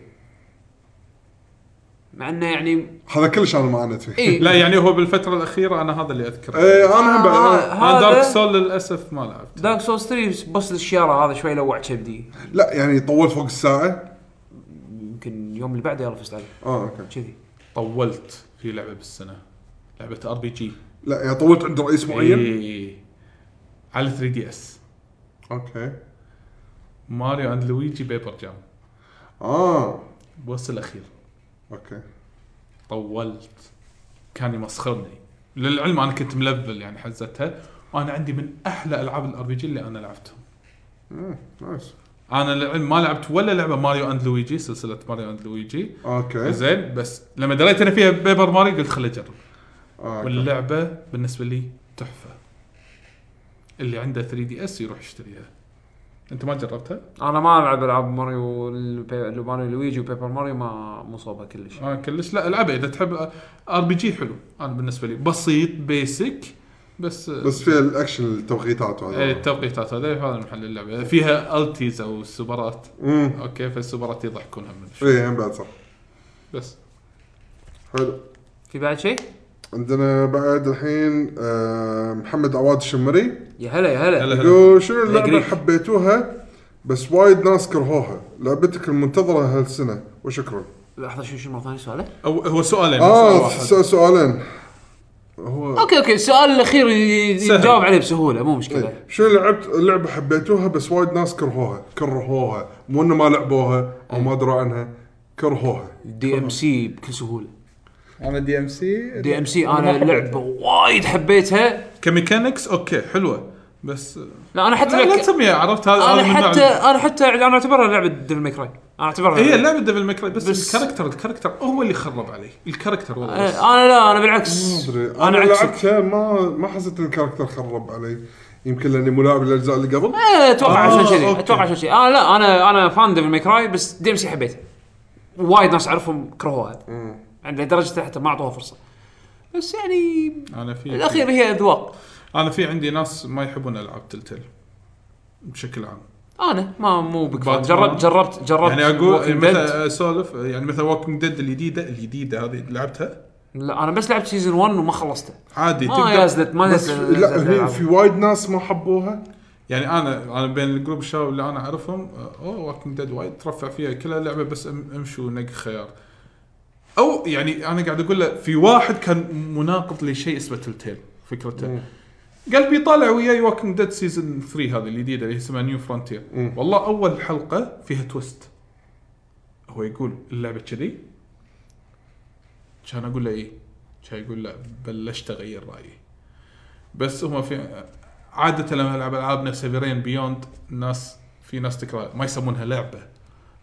Speaker 2: مع انه يعني
Speaker 3: هذا كلش انا ما عانيت فيه
Speaker 2: اي
Speaker 4: لا يعني هو بالفتره الاخيره انا هذا اللي اذكره
Speaker 3: إيه، انا هم بعد أنا-
Speaker 4: انا دارك
Speaker 2: هذا
Speaker 4: سول للاسف ما لعبت
Speaker 2: دارك سولز 3 بوس الشياره هذا شوي لوع كبدي
Speaker 3: لا يعني طولت فوق الساعه
Speaker 2: يمكن يمكن يوم اللي بعده يلا فزت عليه
Speaker 3: اه اوكي
Speaker 2: كذي
Speaker 4: طولت في لعبه بالسنه لعبه ار بي جي
Speaker 3: لا يعني طولت عند رئيس
Speaker 4: إيه.
Speaker 3: معين
Speaker 4: على 3 دي اس
Speaker 3: اوكي
Speaker 4: ماريو اند لويجي بيبر جام
Speaker 3: اه
Speaker 4: بوس الاخير
Speaker 3: اوكي
Speaker 4: طولت كان يمسخرني للعلم انا كنت ملفل يعني حزتها وانا عندي من احلى العاب الار بي جي اللي انا لعبتهم
Speaker 3: مم، إيه، نايس
Speaker 4: انا للعلم ما لعبت ولا لعبه ماريو اند لويجي سلسله ماريو اند لويجي
Speaker 3: اوكي
Speaker 4: زين بس لما دريت انا فيها بيبر ماري قلت خليني اجرب
Speaker 3: آه، أوكي.
Speaker 4: واللعبه بالنسبه لي تحفه اللي عنده 3 دي اس يروح يشتريها انت ما جربتها؟
Speaker 2: انا ما العب العاب ماريو البي- ماريو لويجي وبيبر ماريو ما مصوبه كلش
Speaker 4: انا آه، كلش لا العبها اذا تحب آه، ار بي جي حلو انا بالنسبه لي بسيط بيسك بس آه،
Speaker 3: بس فيها الاكشن التوقيتات
Speaker 4: إيه،
Speaker 3: وهذا
Speaker 4: التوقيتات هذا هذا محل اللعبه فيها التيز او السوبرات
Speaker 3: امم
Speaker 4: اوكي فالسوبرات يضحكون هم من شوي.
Speaker 3: ايه هم بعد صح
Speaker 4: بس
Speaker 3: حلو
Speaker 2: في بعد شيء؟
Speaker 3: عندنا بعد الحين آه، محمد عواد الشمري
Speaker 2: يا هلا يا هلا
Speaker 4: هلا.
Speaker 3: يقول شنو اللعبه اللي
Speaker 2: أجريك.
Speaker 3: حبيتوها بس وايد ناس كرهوها لعبتك المنتظره هالسنه وشكرا
Speaker 2: لحظه شو شو مره ثانيه سؤاله؟
Speaker 4: أو هو سؤالين سؤال
Speaker 3: اه
Speaker 4: واحد.
Speaker 3: س- سؤالين هو
Speaker 2: اوكي اوكي السؤال الاخير ي-
Speaker 4: سهل.
Speaker 2: يتجاوب عليه بسهوله مو مشكله
Speaker 3: شنو لعبت لعبه حبيتوها بس وايد ناس كرهوها كرهوها مو انه ما لعبوها او ما دروا عنها كرهوها
Speaker 2: دي ام سي بكل سهوله
Speaker 6: انا دي ام سي
Speaker 2: دي ام سي انا لعبه وايد حبيتها
Speaker 4: كميكانكس اوكي حلوه بس لا,
Speaker 2: لا انا حتى لك-
Speaker 4: لا تسميها عرفت هذا هذا
Speaker 2: انا
Speaker 4: من نوع
Speaker 2: حتى
Speaker 4: ال-
Speaker 2: انا حتى يعني انا اعتبرها لعبه ديفل ماي كراي انا اعتبرها
Speaker 4: هي
Speaker 2: لعبة-
Speaker 4: لعبه ديفل ماكراي بس,
Speaker 2: بس- آه،
Speaker 4: بس الكاركتر الكاركتر هو اللي خرب علي الكاركتر والله بس.
Speaker 2: انا أه، لا انا بالعكس
Speaker 3: أدري.
Speaker 2: انا
Speaker 3: انا
Speaker 2: عكسك
Speaker 3: لعبتها ما ما حسيت ان الكاركتر خرب علي يمكن لاني مو لاعب الاجزاء اللي قبل
Speaker 2: إيه، اتوقع
Speaker 4: آه،
Speaker 2: عشان كذي
Speaker 4: أوكي.
Speaker 2: اتوقع عشان كذي انا لا انا انا فان ديفل ماي كراي بس دي ام سي حبيتها وايد ناس اعرفهم كرهوها عند لدرجه حتى ما اعطوها فرصه بس يعني
Speaker 4: انا في
Speaker 2: بالاخير هي اذواق
Speaker 4: انا في عندي ناس ما يحبون العاب تلتل بشكل عام
Speaker 2: انا ما مو بيج فان.
Speaker 4: باتمان.
Speaker 2: جربت جربت جربت
Speaker 4: يعني اقول
Speaker 2: Walking Dead.
Speaker 4: مثلا اسولف يعني مثلا ووكينج ديد الجديده الجديده هذه لعبتها
Speaker 2: لا انا بس لعبت سيزون 1 وما خلصته
Speaker 4: عادي
Speaker 2: ما
Speaker 4: تقدر
Speaker 2: يازلت ما
Speaker 3: بس
Speaker 2: يازلت
Speaker 3: لا هني في وايد ناس ما حبوها
Speaker 4: يعني انا انا بين الجروب الشباب اللي انا اعرفهم آه، اوه ووكينج ديد وايد ترفع فيها كلها لعبه بس أم- امشوا نق خيار او يعني انا قاعد اقول له في واحد كان مناقض لشيء اسمه تلتيل فكرته قال بيطالع وياي ووكينج ديد سيزون 3 هذه الجديده اللي اسمها نيو فرونتير والله اول حلقه فيها تويست هو يقول اللعبه كذي كان اقول له ايه كان يقول لا بلشت اغير رايي بس هم في عاده لما العب العاب نفس سيفيرين بيوند الناس في ناس تكره ما يسمونها لعبه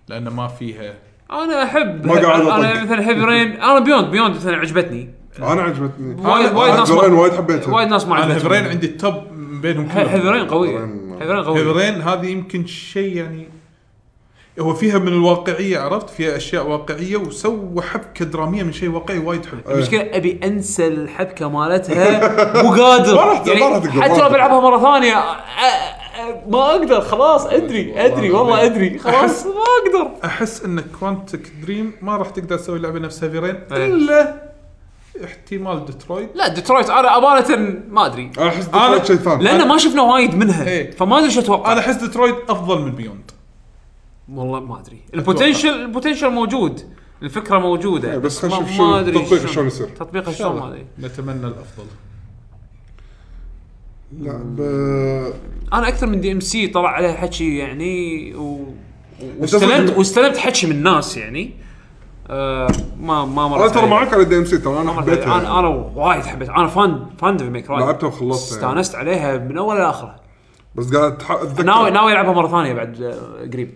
Speaker 4: لان ما فيها
Speaker 2: انا احب
Speaker 3: ما قاعد أطق.
Speaker 2: انا مثلا هيفرين انا بيوند بيوند مثلا عجبتني
Speaker 3: انا عجبتني
Speaker 2: وايد
Speaker 4: أنا-
Speaker 2: وايد
Speaker 4: أنا
Speaker 2: ناس
Speaker 3: زرين
Speaker 2: ما-
Speaker 3: وايد حبيتها.
Speaker 2: وايد ناس ما
Speaker 4: انا
Speaker 2: عجبتهم
Speaker 4: هيفرين عندي التوب من بينهم
Speaker 2: ه-
Speaker 4: كلهم
Speaker 2: هيفرين قوية
Speaker 3: هيفرين-
Speaker 2: هيفرين قوية
Speaker 4: هيفرين هذه يمكن شيء يعني هو فيها من الواقعيه عرفت فيها اشياء واقعيه وسوى حبكه دراميه من شيء واقعي وايد حلو
Speaker 3: إيه.
Speaker 2: المشكلة ابي انسى الحبكة مالتها مو قادر
Speaker 3: ما راح ت-
Speaker 2: يعني
Speaker 3: ما راح تقدر، ما راح
Speaker 2: حتى لو
Speaker 3: تقدر.
Speaker 2: بلعبها مرة ثانية أ- أ- ما اقدر خلاص ادري ادري والله ادري خلاص ما اقدر
Speaker 4: احس ان كوانتك دريم ما راح تقدر تسوي لعبه نفس هيفرين
Speaker 2: إيه.
Speaker 4: الا احتمال ديترويت
Speaker 2: لا ديترويت انا امانة ما ادري
Speaker 3: انا احس
Speaker 4: أنا-
Speaker 3: دخلت شيء ثاني
Speaker 2: لان ما شفنا وايد منها
Speaker 4: إيه.
Speaker 2: فما ادري شو اتوقع
Speaker 4: انا احس ديترويت افضل من بيوند
Speaker 2: والله ما ادري البوتنشل البوتنشل موجود الفكره موجوده
Speaker 3: إيه، بس خلينا
Speaker 2: ما-
Speaker 3: نشوف
Speaker 2: ما
Speaker 3: شو
Speaker 2: أدري
Speaker 3: تطبيقه
Speaker 2: شلون-
Speaker 3: شلون يصير.
Speaker 2: تطبيقه
Speaker 4: إن شاء
Speaker 2: شلون
Speaker 4: الله.
Speaker 2: ما ادري
Speaker 4: نتمنى الافضل
Speaker 3: لا ب...
Speaker 2: انا اكثر من دي ام سي طلع عليها حكي يعني و...
Speaker 3: أنت
Speaker 2: واستلمت
Speaker 3: صدق-
Speaker 2: واستلمت حكي من ناس يعني آه ما ما مرت
Speaker 3: انا ترى
Speaker 2: علي.
Speaker 3: معك على دي ام سي ترى انا
Speaker 2: ما مرت علي.
Speaker 3: حبيتها
Speaker 2: انا انا وايد حبيت انا فان فان ديفل ميك راي
Speaker 3: لعبتها وخلصتها يعني.
Speaker 2: استانست عليها من اول لاخره
Speaker 3: بس قاعد أتح- اتذكر
Speaker 2: ناوي ناوي العبها مره ثانيه بعد آه، قريب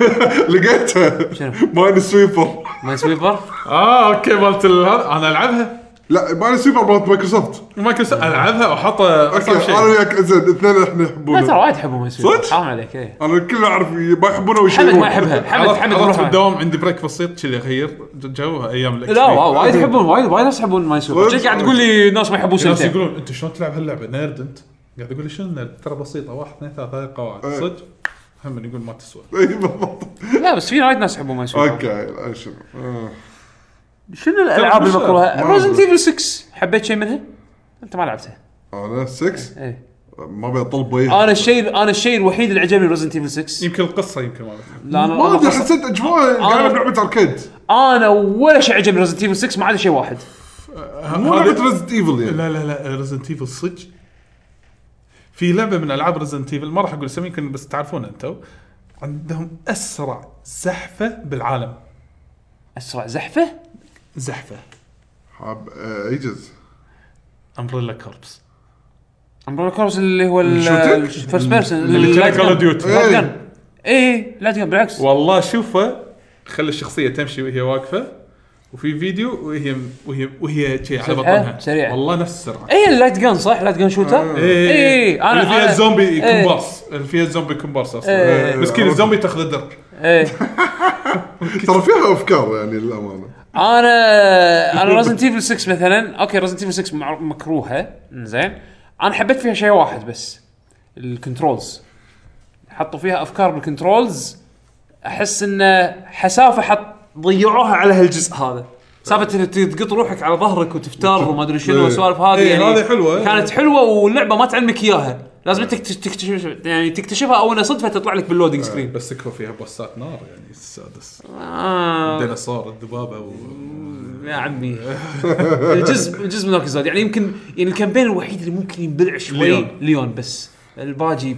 Speaker 3: لقيتها
Speaker 2: شنو؟
Speaker 3: ماين سويبر
Speaker 2: ماين سويبر
Speaker 4: اه اوكي مالت ال- هذا انا العبها
Speaker 3: لا ماين سويبر مالت مايكروسوفت
Speaker 4: مايكروسوفت العبها واحطها
Speaker 3: اوكي
Speaker 4: اصعب
Speaker 3: انا
Speaker 4: شيء
Speaker 3: وياك زين اثنين احنا
Speaker 2: لا ترى
Speaker 3: يحبونه
Speaker 2: وايد يحبون ماين سويبر
Speaker 3: صدق؟
Speaker 2: حرام عليك ايه
Speaker 3: انا الكل اعرف ما يحبونه
Speaker 2: حمد
Speaker 3: ويشيلونه
Speaker 2: ما يحبها حمد حمد
Speaker 4: عرفت
Speaker 2: روح
Speaker 4: في
Speaker 2: معي.
Speaker 4: الدوام عندي بريك بسيط كذي اغير جو ايام الإكس
Speaker 2: لا
Speaker 4: بي.
Speaker 2: وا- وايد يحبون وايد وايد ناس يحبون ماين سويبر
Speaker 3: صدق؟
Speaker 2: شي قاعد تقول لي ناس ما يحبون
Speaker 4: الناس
Speaker 2: سنتين
Speaker 4: يقولون انت شلون تلعب هاللعبه نيرد انت قاعد اقول لي شنو نيرد ترى بسيطه واحد اثنين ثلاثه هاي القواعد
Speaker 3: إيه.
Speaker 4: صدق هم من يقول ما تسوى
Speaker 3: اي بالضبط
Speaker 2: لا بس في وايد ناس يحبون ماين سويبر
Speaker 3: اوكي لا، شنو آه.
Speaker 2: شنو الالعاب
Speaker 4: مش-
Speaker 2: المكروهه؟
Speaker 3: ما
Speaker 2: ريزنت
Speaker 3: أدري.
Speaker 2: ايفل 6 حبيت شيء منها؟ انت ما لعبتها
Speaker 3: انا 6
Speaker 2: ايه
Speaker 3: ما ابي اطلبه إيه.
Speaker 2: انا الشيء انا الشيء الوحيد اللي عجبني بريزنت ايفل 6
Speaker 4: يمكن القصه يمكن ما أعرف.
Speaker 2: لا انا
Speaker 3: ما ادري
Speaker 2: انا,
Speaker 3: حسيت اجواء قاعد العب لعبه اركيد
Speaker 2: أنا ولا شيء عجبني بريزنت ايفل 6 ما عدا شيء واحد
Speaker 3: مو
Speaker 4: هذه-
Speaker 3: لعبه ريزد ايفل يعني
Speaker 4: لا لا لا ريزنت ايفل صدق في لعبه من العاب ريزنت ايفل ما راح اقول اسميه يمكن بس تعرفونها انتم عندهم اسرع زحفه بالعالم
Speaker 2: اسرع زحفه
Speaker 4: زحفه
Speaker 3: حاب آه، يجز
Speaker 4: امبريلا كاربس
Speaker 2: امبرو كورس اللي هو
Speaker 3: الشوتر؟
Speaker 2: الفيرست بيرسون
Speaker 4: اللي كان Call of Duty.
Speaker 2: إيه، اي لا تقول بالعكس
Speaker 4: والله شوفه خلي الشخصيه تمشي وهي واقفه وفي فيديو وهي وهي وهي شي على
Speaker 2: سرعة؟
Speaker 4: بطنها
Speaker 2: سريعة.
Speaker 4: والله نفس السرعه
Speaker 2: اي اللايت جان صح لايت جان
Speaker 4: Ah.
Speaker 2: شوتر اي انا
Speaker 4: إيه، اللي فيها
Speaker 2: إيه، أنا-
Speaker 4: الزومبي
Speaker 2: إيه.
Speaker 4: كومبارس اللي فيها الزومبي كومبارس
Speaker 2: إيه.
Speaker 4: اصلا مسكين الزومبي تاخذ الدرب
Speaker 2: ايه
Speaker 3: ترى فيها افكار يعني للامانه
Speaker 2: انا انا رزنت ايفل 6 مثلا اوكي رزنت ايفل 6 مع- مكروهه زين انا حبيت فيها شيء واحد بس الكنترولز حطوا فيها افكار بالكنترولز احس انه حسافه حط ضيعوها على هالجزء هذا سالفه انك تقط روحك على ظهرك وتفتر وما ادري شنو
Speaker 3: إيه.
Speaker 2: والسوالف هذه يعني.
Speaker 4: إيه، هذه حلوة.
Speaker 2: كانت حلوه واللعبه ما تعلمك اياها لازم انت تكتش- تكتشف يعني تكتشفها اول ما صدفه تطلع لك باللودنج سكرين
Speaker 4: بس تكفى فيها بوسات نار يعني السادس
Speaker 2: آه.
Speaker 4: الديناصور الذبابه و...
Speaker 2: يا عمي الجزء الجزء من الكزاد يعني يمكن يعني الكامبين الوحيد اللي ممكن ينبلع شوي
Speaker 4: ليون.
Speaker 2: ليون, بس الباجي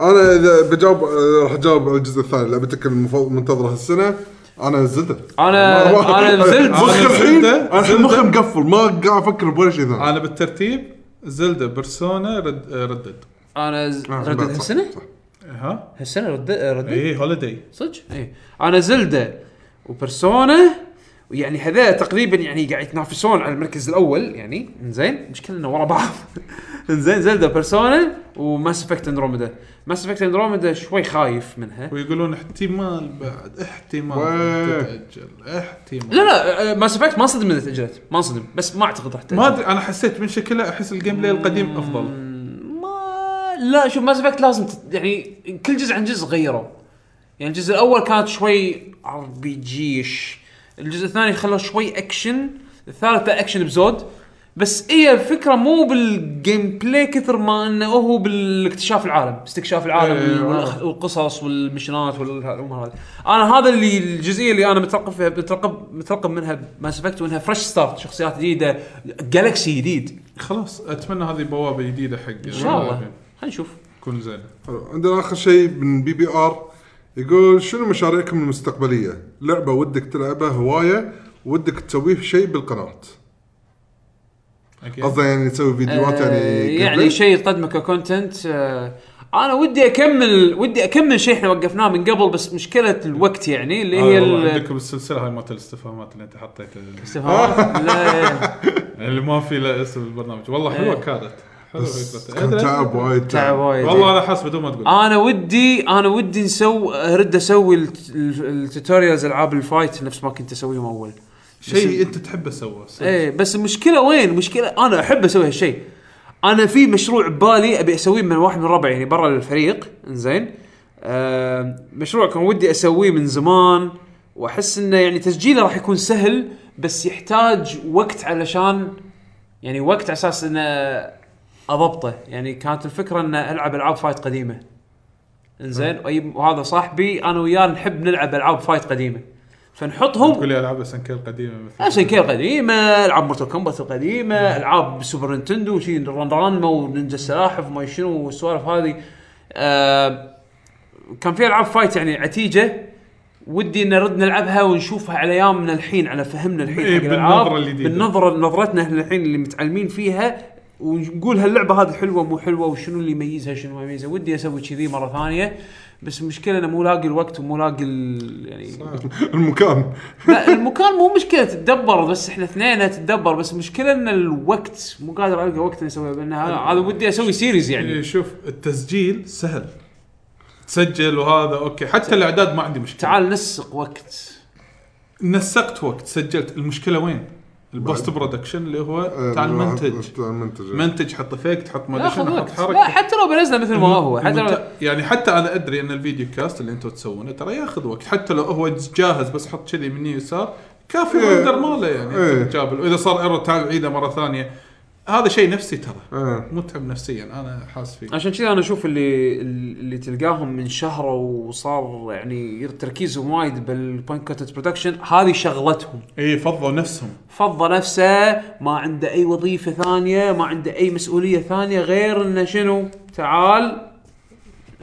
Speaker 3: انا اذا بجاوب آه، راح اجاوب على الجزء الثاني لعبتك المنتظره هالسنه انا زدت
Speaker 2: انا انا
Speaker 3: مخي
Speaker 2: نزلت
Speaker 4: زلت.
Speaker 3: الحين
Speaker 4: زلت.
Speaker 3: انا الحين مخي مقفل ما قاعد افكر بولا شيء ثاني
Speaker 4: انا بالترتيب زلدا بيرسونا رد... آه، ردد
Speaker 2: انا ز-
Speaker 3: آه،
Speaker 2: ردت
Speaker 3: بعد إيه. صح،
Speaker 2: هالسنه
Speaker 3: صح.
Speaker 4: ها
Speaker 2: هالسنه ردت ردت
Speaker 4: اي هوليداي
Speaker 2: آه، صدق اي انا زلدة وبرسونا ويعني هذا تقريبا يعني قاعد يتنافسون على المركز الاول يعني انزين مشكلة انه ورا بعض انزين زلدة بيرسونا وماس افكت اندروميدا ماس افكت اندروميدا شوي خايف منها
Speaker 4: ويقولون احتمال بعد احتمال
Speaker 3: واه.
Speaker 4: تتاجل احتمال
Speaker 2: لا لا ماس افكت ما انصدم انها تاجلت ما انصدم بس ما اعتقد راح
Speaker 4: ما
Speaker 2: تاجل
Speaker 4: ادري انا حسيت من شكلها احس الجيم بلاي القديم افضل
Speaker 2: ما لا شوف ماس افكت لازم تت... يعني كل جزء عن جزء غيروا يعني الجزء الاول كانت شوي ار بي جيش الجزء الثاني خلوه شوي اكشن الثالث بقى اكشن بزود بس هي إيه الفكره مو بالجيم بلاي كثر ما انه هو بالاكتشاف العالم استكشاف العالم
Speaker 4: إيه،
Speaker 2: والأخ- والقصص والمشنات والامور هذه انا هذا اللي الجزئيه اللي انا مترقب فيها مترقب مترقب منها ماس افكت وانها فريش ستارت شخصيات جديده جالكسي جديد
Speaker 4: خلاص اتمنى هذه بوابه جديده حق
Speaker 2: ان شاء الله
Speaker 4: إيه.
Speaker 2: خلينا نشوف
Speaker 4: تكون زينه
Speaker 3: حلو. عندنا اخر شيء من بي بي ار يقول شنو مشاريعكم المستقبليه؟ لعبه ودك تلعبها هوايه ودك تسويه شيء بالقناه
Speaker 4: أوكي.
Speaker 3: قصدي يعني تسوي فيديوهات يعني
Speaker 2: آه، يعني
Speaker 3: قبل.
Speaker 2: شيء يقدمه ككونتنت آه، انا ودي اكمل ودي اكمل شيء احنا وقفناه من قبل بس مشكله الوقت يعني اللي هي
Speaker 4: هذا آه، والله
Speaker 2: ال-
Speaker 4: عندكم السلسله هاي مالت الاستفهامات اللي انت حطيتها
Speaker 2: استفهامات لا
Speaker 4: اللي ما في لا اسم البرنامج والله حلوه
Speaker 2: إيه.
Speaker 4: كانت حلوه
Speaker 3: بس
Speaker 4: فكرتها.
Speaker 3: كان
Speaker 4: أدري-
Speaker 3: تعب وايد
Speaker 2: تعب وايد
Speaker 4: والله انا حاسس بدون ما تقول
Speaker 2: انا ودي انا ودي نسوي ارد اسوي الت- ال- التوتوريالز العاب الفايت نفس ما كنت اسويهم اول
Speaker 4: شيء انت تحبه سواه صدق.
Speaker 2: ايه بس المشكله وين؟ المشكله انا احب اسوي هالشيء. انا في مشروع ببالي ابي اسويه من واحد من ربعي يعني برا الفريق انزين آه مشروع كان ودي اسويه من زمان واحس انه يعني تسجيله راح يكون سهل بس يحتاج وقت علشان يعني وقت على اساس انه اضبطه يعني كانت الفكره ان العب العاب فايت قديمه انزين وأي- وهذا صاحبي انا وياه نحب نلعب العاب فايت قديمه فنحطهم
Speaker 4: تقول لي العاب اس ان كي القديمه مثل
Speaker 2: عشان كذا قديمه العاب مورتال كومبات القديمه العاب سوبر نينتندو شي ران ران ونينجا السلاحف وما شنو والسوالف هذه آه كان في العاب فايت يعني عتيجه ودي ان نرد نلعبها ونشوفها على ايامنا الحين على فهمنا الحين
Speaker 4: إيه،
Speaker 2: حق الألعاب،
Speaker 4: بالنظرة الجديدة.
Speaker 2: بالنظره نظرتنا احنا الحين اللي متعلمين فيها ونقول هاللعبه هذه حلوه مو حلوه وشنو اللي يميزها شنو ما يميزها ودي اسوي كذي مره ثانيه بس المشكله انا مو لاقي الوقت ومو لاقي ال- يعني
Speaker 3: المكان
Speaker 2: لا المكان مو مشكله تدبر بس احنا اثنين تدبر بس المشكله ان الوقت مو قادر القى وقت اسوي لان هذا هذا ودي اسوي سيريز
Speaker 4: إيه،
Speaker 2: يعني
Speaker 4: شوف التسجيل سهل تسجل وهذا اوكي حتى الاعداد ما عندي مشكله
Speaker 2: تعال نسق وقت
Speaker 4: نسقت وقت سجلت المشكله وين؟ البوست برودكشن اللي
Speaker 3: آه،
Speaker 4: هو تعال منتج
Speaker 3: منتج منتج
Speaker 4: منتج حط افكت حط ما ادري
Speaker 2: ناخذ
Speaker 4: شنو حط
Speaker 2: وقت لا
Speaker 4: حركه
Speaker 2: حتى لو بنزله مثل ما هو حتى لو
Speaker 4: المت- يعني حتى انا ادري ان الفيديو كاست اللي انتم تسوونه ترى ياخذ وقت حتى لو هو جاهز بس حط كذي مني يسار كافي
Speaker 3: إيه.
Speaker 4: الرندر ماله يعني
Speaker 3: إيه.
Speaker 4: جابل واذا صار ايرور تعال عيده مره ثانيه هذا شيء نفسي ترى
Speaker 3: آه.
Speaker 4: متعب نفسيا انا حاسس فيه
Speaker 2: عشان كذا انا اشوف اللي اللي تلقاهم من شهره وصار يعني تركيزهم وايد بالبوينت كونتنت برودكشن هذه شغلتهم
Speaker 4: اي فضوا نفسهم
Speaker 2: فضى نفسه ما عنده اي وظيفه ثانيه ما عنده اي مسؤوليه ثانيه غير انه شنو تعال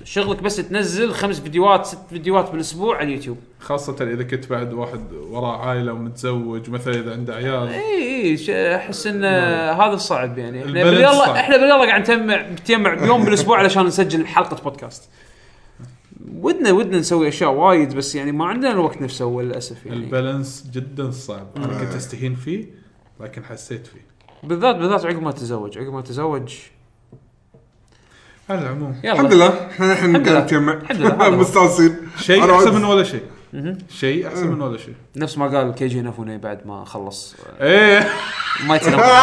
Speaker 2: شغلك بس تنزل خمس فيديوهات ست فيديوهات بالاسبوع على اليوتيوب
Speaker 4: خاصه اذا كنت بعد واحد وراه عائله ومتزوج مثلا اذا عنده عيال
Speaker 2: اي اي ش- احس ان هذا الصعب يعني احنا
Speaker 4: البالانس صعب.
Speaker 2: باليلا احنا باليلا قاعد نتجمع نتجمع بيوم بالاسبوع علشان نسجل حلقه بودكاست ودنا ودنا نسوي اشياء وايد بس يعني ما عندنا الوقت نفسه هو للاسف يعني
Speaker 4: البالانس جدا صعب انا كنت استهين فيه لكن حسيت فيه
Speaker 2: بالذات بالذات عقب ما تزوج عقب ما تزوج
Speaker 4: على العموم
Speaker 2: يلا
Speaker 3: الحمد لله احنا الحين
Speaker 2: الحمد لله.
Speaker 3: قاعد نتجمع
Speaker 2: الحمد لله، الحمد لله.
Speaker 3: مستانسين
Speaker 4: شيء
Speaker 3: أنا
Speaker 4: احسن
Speaker 3: أعد-
Speaker 4: من ولا شيء شيء احسن من ولا شيء
Speaker 2: نفس ما قال كيجي نافوني بعد ما خلص
Speaker 4: ايه
Speaker 2: ما يتنبأ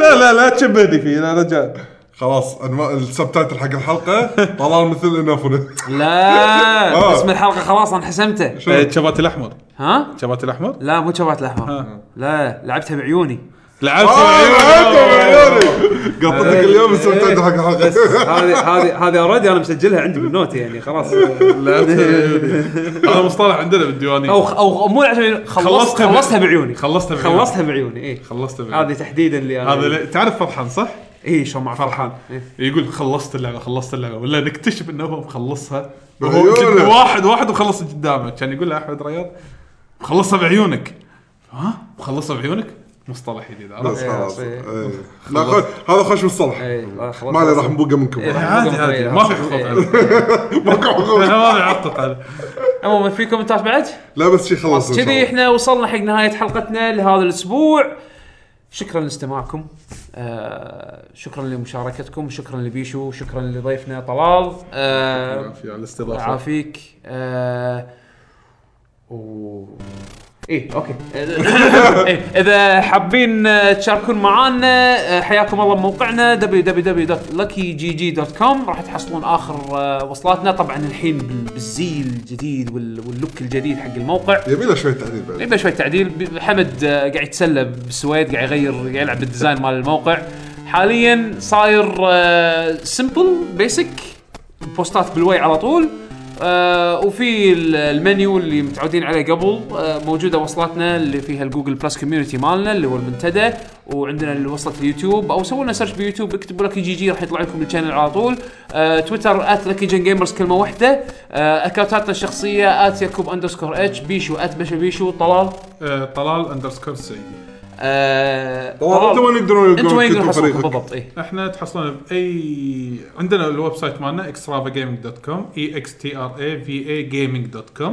Speaker 4: لا لا لا تشبهني فيه لا رجال
Speaker 3: خلاص انواع السبتايتل حق الحلقه طلال مثل انافون
Speaker 2: لا
Speaker 3: آه.
Speaker 2: اسم الحلقه خلاص انا حسمته
Speaker 4: شبات الاحمر
Speaker 2: ها
Speaker 4: شبات الاحمر
Speaker 2: لا مو شبات الاحمر لا لعبتها بعيوني
Speaker 4: لعبت آه. إيه.
Speaker 3: قطتك
Speaker 2: إيه.
Speaker 3: اليوم السبتايتل حق الحلقه
Speaker 2: هذه هذه هذه اوريدي انا مسجلها عندي بالنوت يعني خلاص
Speaker 4: هذا مصطلح عندنا بالديوانيه
Speaker 2: او او مو لعبتها بعيوني، خلصت خلصتها
Speaker 4: خلصتها ب-
Speaker 2: بعيوني
Speaker 4: خلصتها بعيوني.
Speaker 2: خلصتها بعيوني اي
Speaker 4: خلصت بعيد.
Speaker 2: هذه تحديدا اللي انا
Speaker 4: هذا ل- تعرف فرحان صح؟
Speaker 2: اي شلون مع
Speaker 4: فرحان
Speaker 2: إيه.
Speaker 4: يقول خلصت اللعبه خلصت اللعبه ولا نكتشف انه هو مخلصها وهو
Speaker 3: بعيونه.
Speaker 4: كنا واحد واحد وخلص قدامه كان يقول له احمد رياض مخلصها بعيونك ها مخلصها بعيونك مصطلح جديد
Speaker 3: بس
Speaker 4: عرفت؟
Speaker 3: خلاص
Speaker 2: إيه.
Speaker 3: إيه. لا خ- هذا خوش مصطلح
Speaker 2: إي، لا، آه، خلاص
Speaker 3: ما علي راح نبوقه منكم
Speaker 2: إيه.
Speaker 4: عادي عادي ما في خطوط عليه.
Speaker 3: ما-
Speaker 4: ما في عطط عليه
Speaker 2: عموما في كومنتات بعد؟
Speaker 3: لا بس شي خلاص إن شاء
Speaker 2: كذي
Speaker 3: الله.
Speaker 2: احنا وصلنا حق نهايه حلقتنا لهذا الاسبوع شكرا لاستماعكم آه شكرا لمشاركتكم شكرا لبيشو شكرا لضيفنا طلال آه
Speaker 4: العافية على الاستضافه
Speaker 2: عافيك آه و ايه اوكي إيه اذا حابين آه، تشاركون معانا آه، حياكم الله بموقعنا www.luckygg.com راح تحصلون اخر آه، وصلاتنا طبعا الحين بال- بالزي الجديد وال- واللوك الجديد حق الموقع
Speaker 3: يبي له شويه تعديل بعد
Speaker 2: يبى شوي تعديل ب- حمد آه، قاعد يتسلى بالسويد قاعد يغير قاعد يلعب بالديزاين مال الموقع حاليا صاير آه، سمبل بيسك بوستات بالواي على طول آه، وفي ال- المنيو اللي متعودين عليه قبل آه، موجوده وصلاتنا اللي فيها الجوجل بلس كوميونتي مالنا اللي هو المنتدى وعندنا اللي وصلت اليوتيوب او سووا لنا سيرش بيوتيوب اكتبوا لك جي جي راح يطلع لكم الشانل على طول آه، تويتر ات جيمرز كلمه واحده آه، اكونتاتنا الشخصيه ات يكوب اندرسكور اتش بيشو ات بشر بيشو طلال
Speaker 4: آه، طلال اندرسكور سعيدي
Speaker 2: آه،
Speaker 3: طبعا انتم وين يقدرون يلقون
Speaker 2: انتم وين
Speaker 3: كتب
Speaker 2: يقدرون يحصلونكم
Speaker 3: فريقك؟
Speaker 2: بالضبط إيه. اي
Speaker 4: احنا تحصلون باي عندنا الويب سايت مالنا extravagaming.com e x t r a v a gaming.com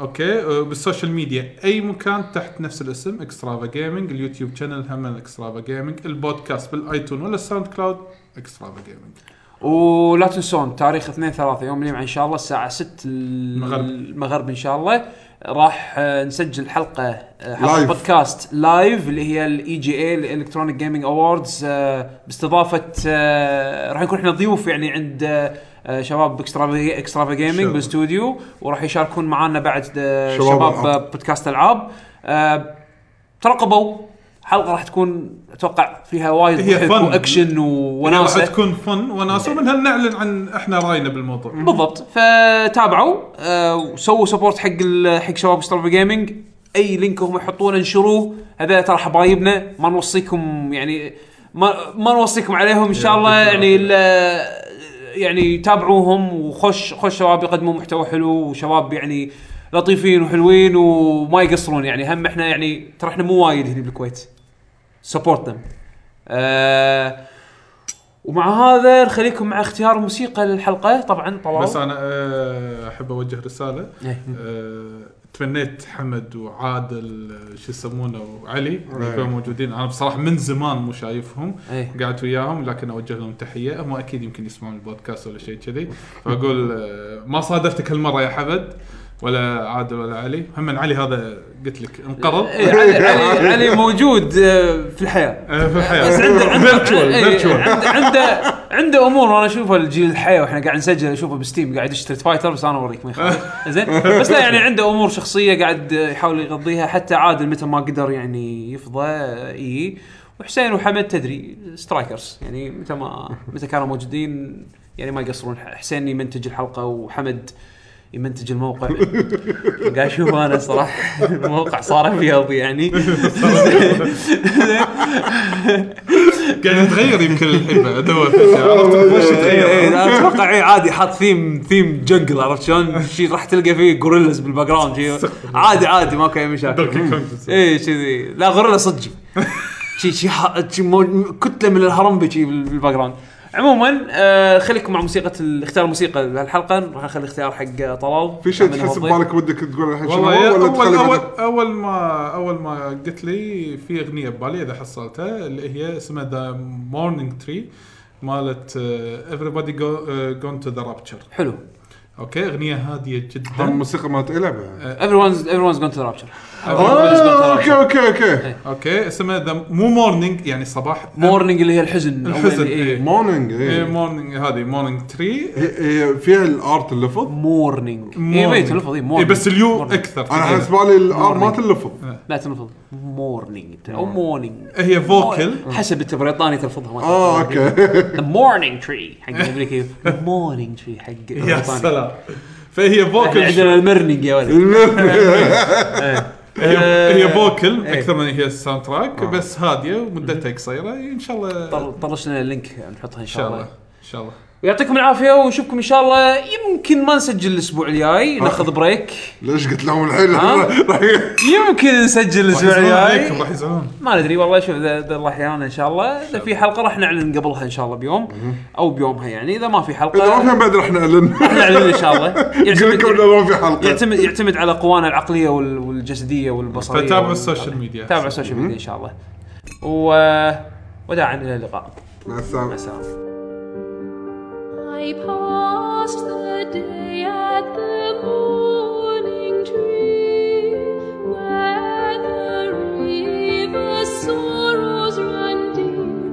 Speaker 4: اوكي أه، بالسوشيال ميديا اي مكان تحت نفس الاسم اكسترافا جيمنج اليوتيوب شانل هم اكسترافا جيمنج البودكاست بالايتون ولا الساوند كلاود اكسترافا جيمنج
Speaker 2: ولا تنسون تاريخ 2 3 يوم الجمعه ان شاء الله الساعه 6 المغرب
Speaker 4: المغرب.
Speaker 2: المغرب ان شاء الله راح آه، نسجل حلقه آه، حلقه
Speaker 3: لايف.
Speaker 2: بودكاست لايف اللي هي E الاي جي اي الالكترونيك جيمنج اووردز باستضافه آه، راح نكون احنا ضيوف يعني عند آه، آه، شباب اكسترافا اكسترافا جيمنج
Speaker 3: شباب.
Speaker 2: بالاستوديو وراح يشاركون معنا بعد آه،
Speaker 3: شباب
Speaker 2: شباب
Speaker 3: ألعاب.
Speaker 2: آه، بودكاست العاب آه، ترقبوا حلقه راح تكون اتوقع فيها وايد
Speaker 4: هي
Speaker 2: ضحك
Speaker 4: fun.
Speaker 2: واكشن
Speaker 4: راح
Speaker 2: ووناسه
Speaker 4: تكون فن وناسه ومنها نعلن عن احنا راينا بالموضوع
Speaker 2: بالضبط فتابعوا آه، وسووا سبورت حق ال- حق شباب ستار جيمنج اي لينك هم يحطونه انشروه هذا ترى حبايبنا ما نوصيكم يعني ما ما نوصيكم عليهم ان شاء الله يعني ال- يعني تابعوهم وخش خش شباب يقدمون محتوى حلو وشباب يعني لطيفين وحلوين وما يقصرون يعني هم احنا يعني ترى احنا مو وايد هنا بالكويت سبورت ذم ومع هذا نخليكم مع اختيار موسيقى للحلقه طبعا طلال
Speaker 4: بس انا آه، احب اوجه رساله
Speaker 2: إيه.
Speaker 4: آه، تمنيت حمد وعادل آه، شو يسمونه وعلي يكونوا موجودين انا بصراحه من زمان مو شايفهم
Speaker 2: إيه.
Speaker 4: قعدت وياهم لكن اوجه لهم تحيه هم اكيد يمكن يسمعون البودكاست ولا شيء كذي فاقول آه، ما صادفتك هالمره يا حمد ولا عادل ولا علي هم من علي هذا قلت لك انقرض
Speaker 2: إيه، علي, علي, علي موجود آه، في الحياه
Speaker 4: آه، في
Speaker 2: بس عنده
Speaker 4: الحياه
Speaker 2: عنده
Speaker 4: Virtual-
Speaker 2: إيه،
Speaker 4: virtual.
Speaker 2: عنده- عنده عنده امور وانا اشوفها الجيل الحياه واحنا قاعد نسجل اشوفه بستيم قاعد يشتري فايتر بس انا اوريك ما يخالف. زين بس لا يعني عنده امور شخصيه قاعد يحاول يغضيها حتى عادل متى ما قدر يعني يفضى اي وحسين وحمد تدري سترايكرز يعني متى ما متى كانوا موجودين يعني ما يقصرون حسين يمنتج الحلقه وحمد يمنتج الموقع قاعد اشوف انا صراحه الموقع صار ابيض يعني
Speaker 4: قاعد يتغير يمكن الحين بعد دور في الأشياء، عرفت وش
Speaker 2: اي
Speaker 4: يتغير
Speaker 2: اي لا، اتوقع اي إيه، عادي حاط ثيم ثيم جنجل عرفت شلون؟ شي راح تلقى فيه غوريلاز بالباك جراوند شي عادي عادي ماكو اي مشاكل
Speaker 4: دونكي كونج.
Speaker 2: اي كذي لا غوريلا صدق شي شي, ح- شي مو- كتله من الهرمبي شي بال- بالباك جراوند عموما آه خليكم مع موسيقى ال- اختيار الموسيقى لهالحلقه راح اخلي اختيار حق طلال
Speaker 3: في شيء
Speaker 2: عشان
Speaker 3: تحس
Speaker 2: نوظف.
Speaker 3: ببالك ودك تقول الحين شنو
Speaker 4: والله يا
Speaker 3: هو ولا تخلي
Speaker 4: اول اول
Speaker 3: بعدين؟
Speaker 4: اول ما اول ما قلت لي في اغنيه ببالي اذا حصلتها اللي هي اسمها ذا مورنينج تري مالت آه، everybody go uh, gone to the rapture
Speaker 2: حلو
Speaker 4: اوكي اغنيه هاديه
Speaker 3: هم
Speaker 4: جدا
Speaker 3: الموسيقى مالت اي لعبه
Speaker 2: إيه. everyone's everyone's going to the rapture
Speaker 3: آه، اوكي اوكي اوكي
Speaker 4: اوكي اسمها ذا مو مورنينج يعني صباح
Speaker 2: مورنينج اللي هي الحزن أو
Speaker 4: الحزن،
Speaker 2: اللي- إيه.
Speaker 4: إيه.
Speaker 3: مورنينج إيه.
Speaker 4: مورنينج هذه مورنينج تري
Speaker 3: هي- هي فيها الارت اللفظ
Speaker 2: مورنينج اي بيت تلفظ اي مورنينج
Speaker 4: إيه، بس اليو إيه.
Speaker 2: مورنينج.
Speaker 4: اكثر
Speaker 3: انا
Speaker 4: تقريباً.
Speaker 3: حسب بالي الار ما تلفظ
Speaker 2: لا تلفظ مورنينج او مورنينج
Speaker 4: هي فوكل
Speaker 2: حسب انت بريطاني تلفظها ما
Speaker 3: اه اوكي
Speaker 2: ذا مورنينج تري حق الامريكي مورنينج تري حق
Speaker 4: يا
Speaker 2: البريطاني
Speaker 4: سلام فهي
Speaker 2: احنا
Speaker 4: فوكل
Speaker 2: عندنا المرنينج يا ولد
Speaker 4: هي هي فوكل
Speaker 2: إيه.
Speaker 4: اكثر من هي الساوند تراك
Speaker 3: آه.
Speaker 4: بس هاديه ومدتها قصيره ان شاء الله ان
Speaker 2: طل- طلش لنا اللينك نحطها ان
Speaker 4: شاء
Speaker 2: شاء
Speaker 4: الله
Speaker 2: الله
Speaker 4: ان شاء الله
Speaker 2: ويعطيكم العافيه ونشوفكم ان شاء الله يمكن ما نسجل الاسبوع الجاي ناخذ بريك
Speaker 3: ليش قلت لهم الحين
Speaker 2: ها؟
Speaker 3: راح-
Speaker 2: يمكن نسجل الاسبوع
Speaker 4: يزعلون
Speaker 2: الجاي
Speaker 4: عليكم راح يزعلون
Speaker 2: ما ندري والله شوف اذا إذا الله يعانا ان شاء الله اذا في حلقه راح نعلن قبلها ان شاء الله بيوم او بيومها يعني اذا ما في حلقه
Speaker 3: اذا ما فيهم بعد راح نعلن
Speaker 2: راح نعلن ان شاء الله
Speaker 3: قلت لكم
Speaker 2: يعتمد
Speaker 3: انه ما في حلقه
Speaker 2: يعتمد يعتمد على قوانا العقليه وال- والجسديه والبصريه
Speaker 4: فتابعوا
Speaker 2: وال-
Speaker 4: السوشيال ميديا.
Speaker 2: تابعوا السوشيال ميديا ان شاء الله و وداعا الى اللقاء
Speaker 3: مع
Speaker 2: مع
Speaker 3: السلامه
Speaker 2: السلامه
Speaker 7: I passed the day at the morning tree where the river sorrows run deep,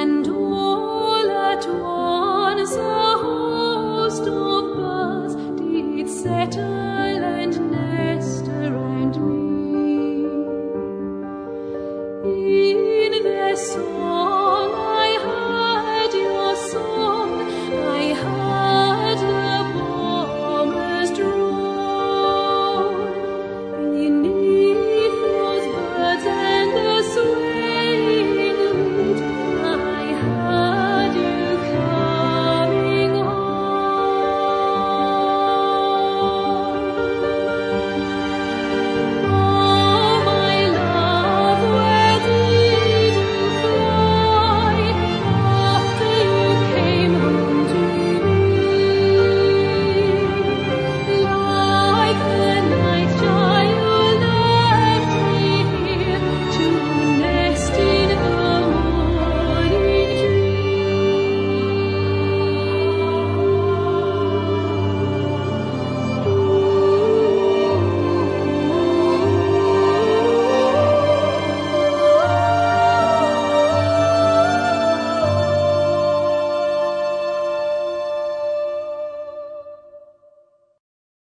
Speaker 7: and all at once a host of birds did settle and nest around me. In their song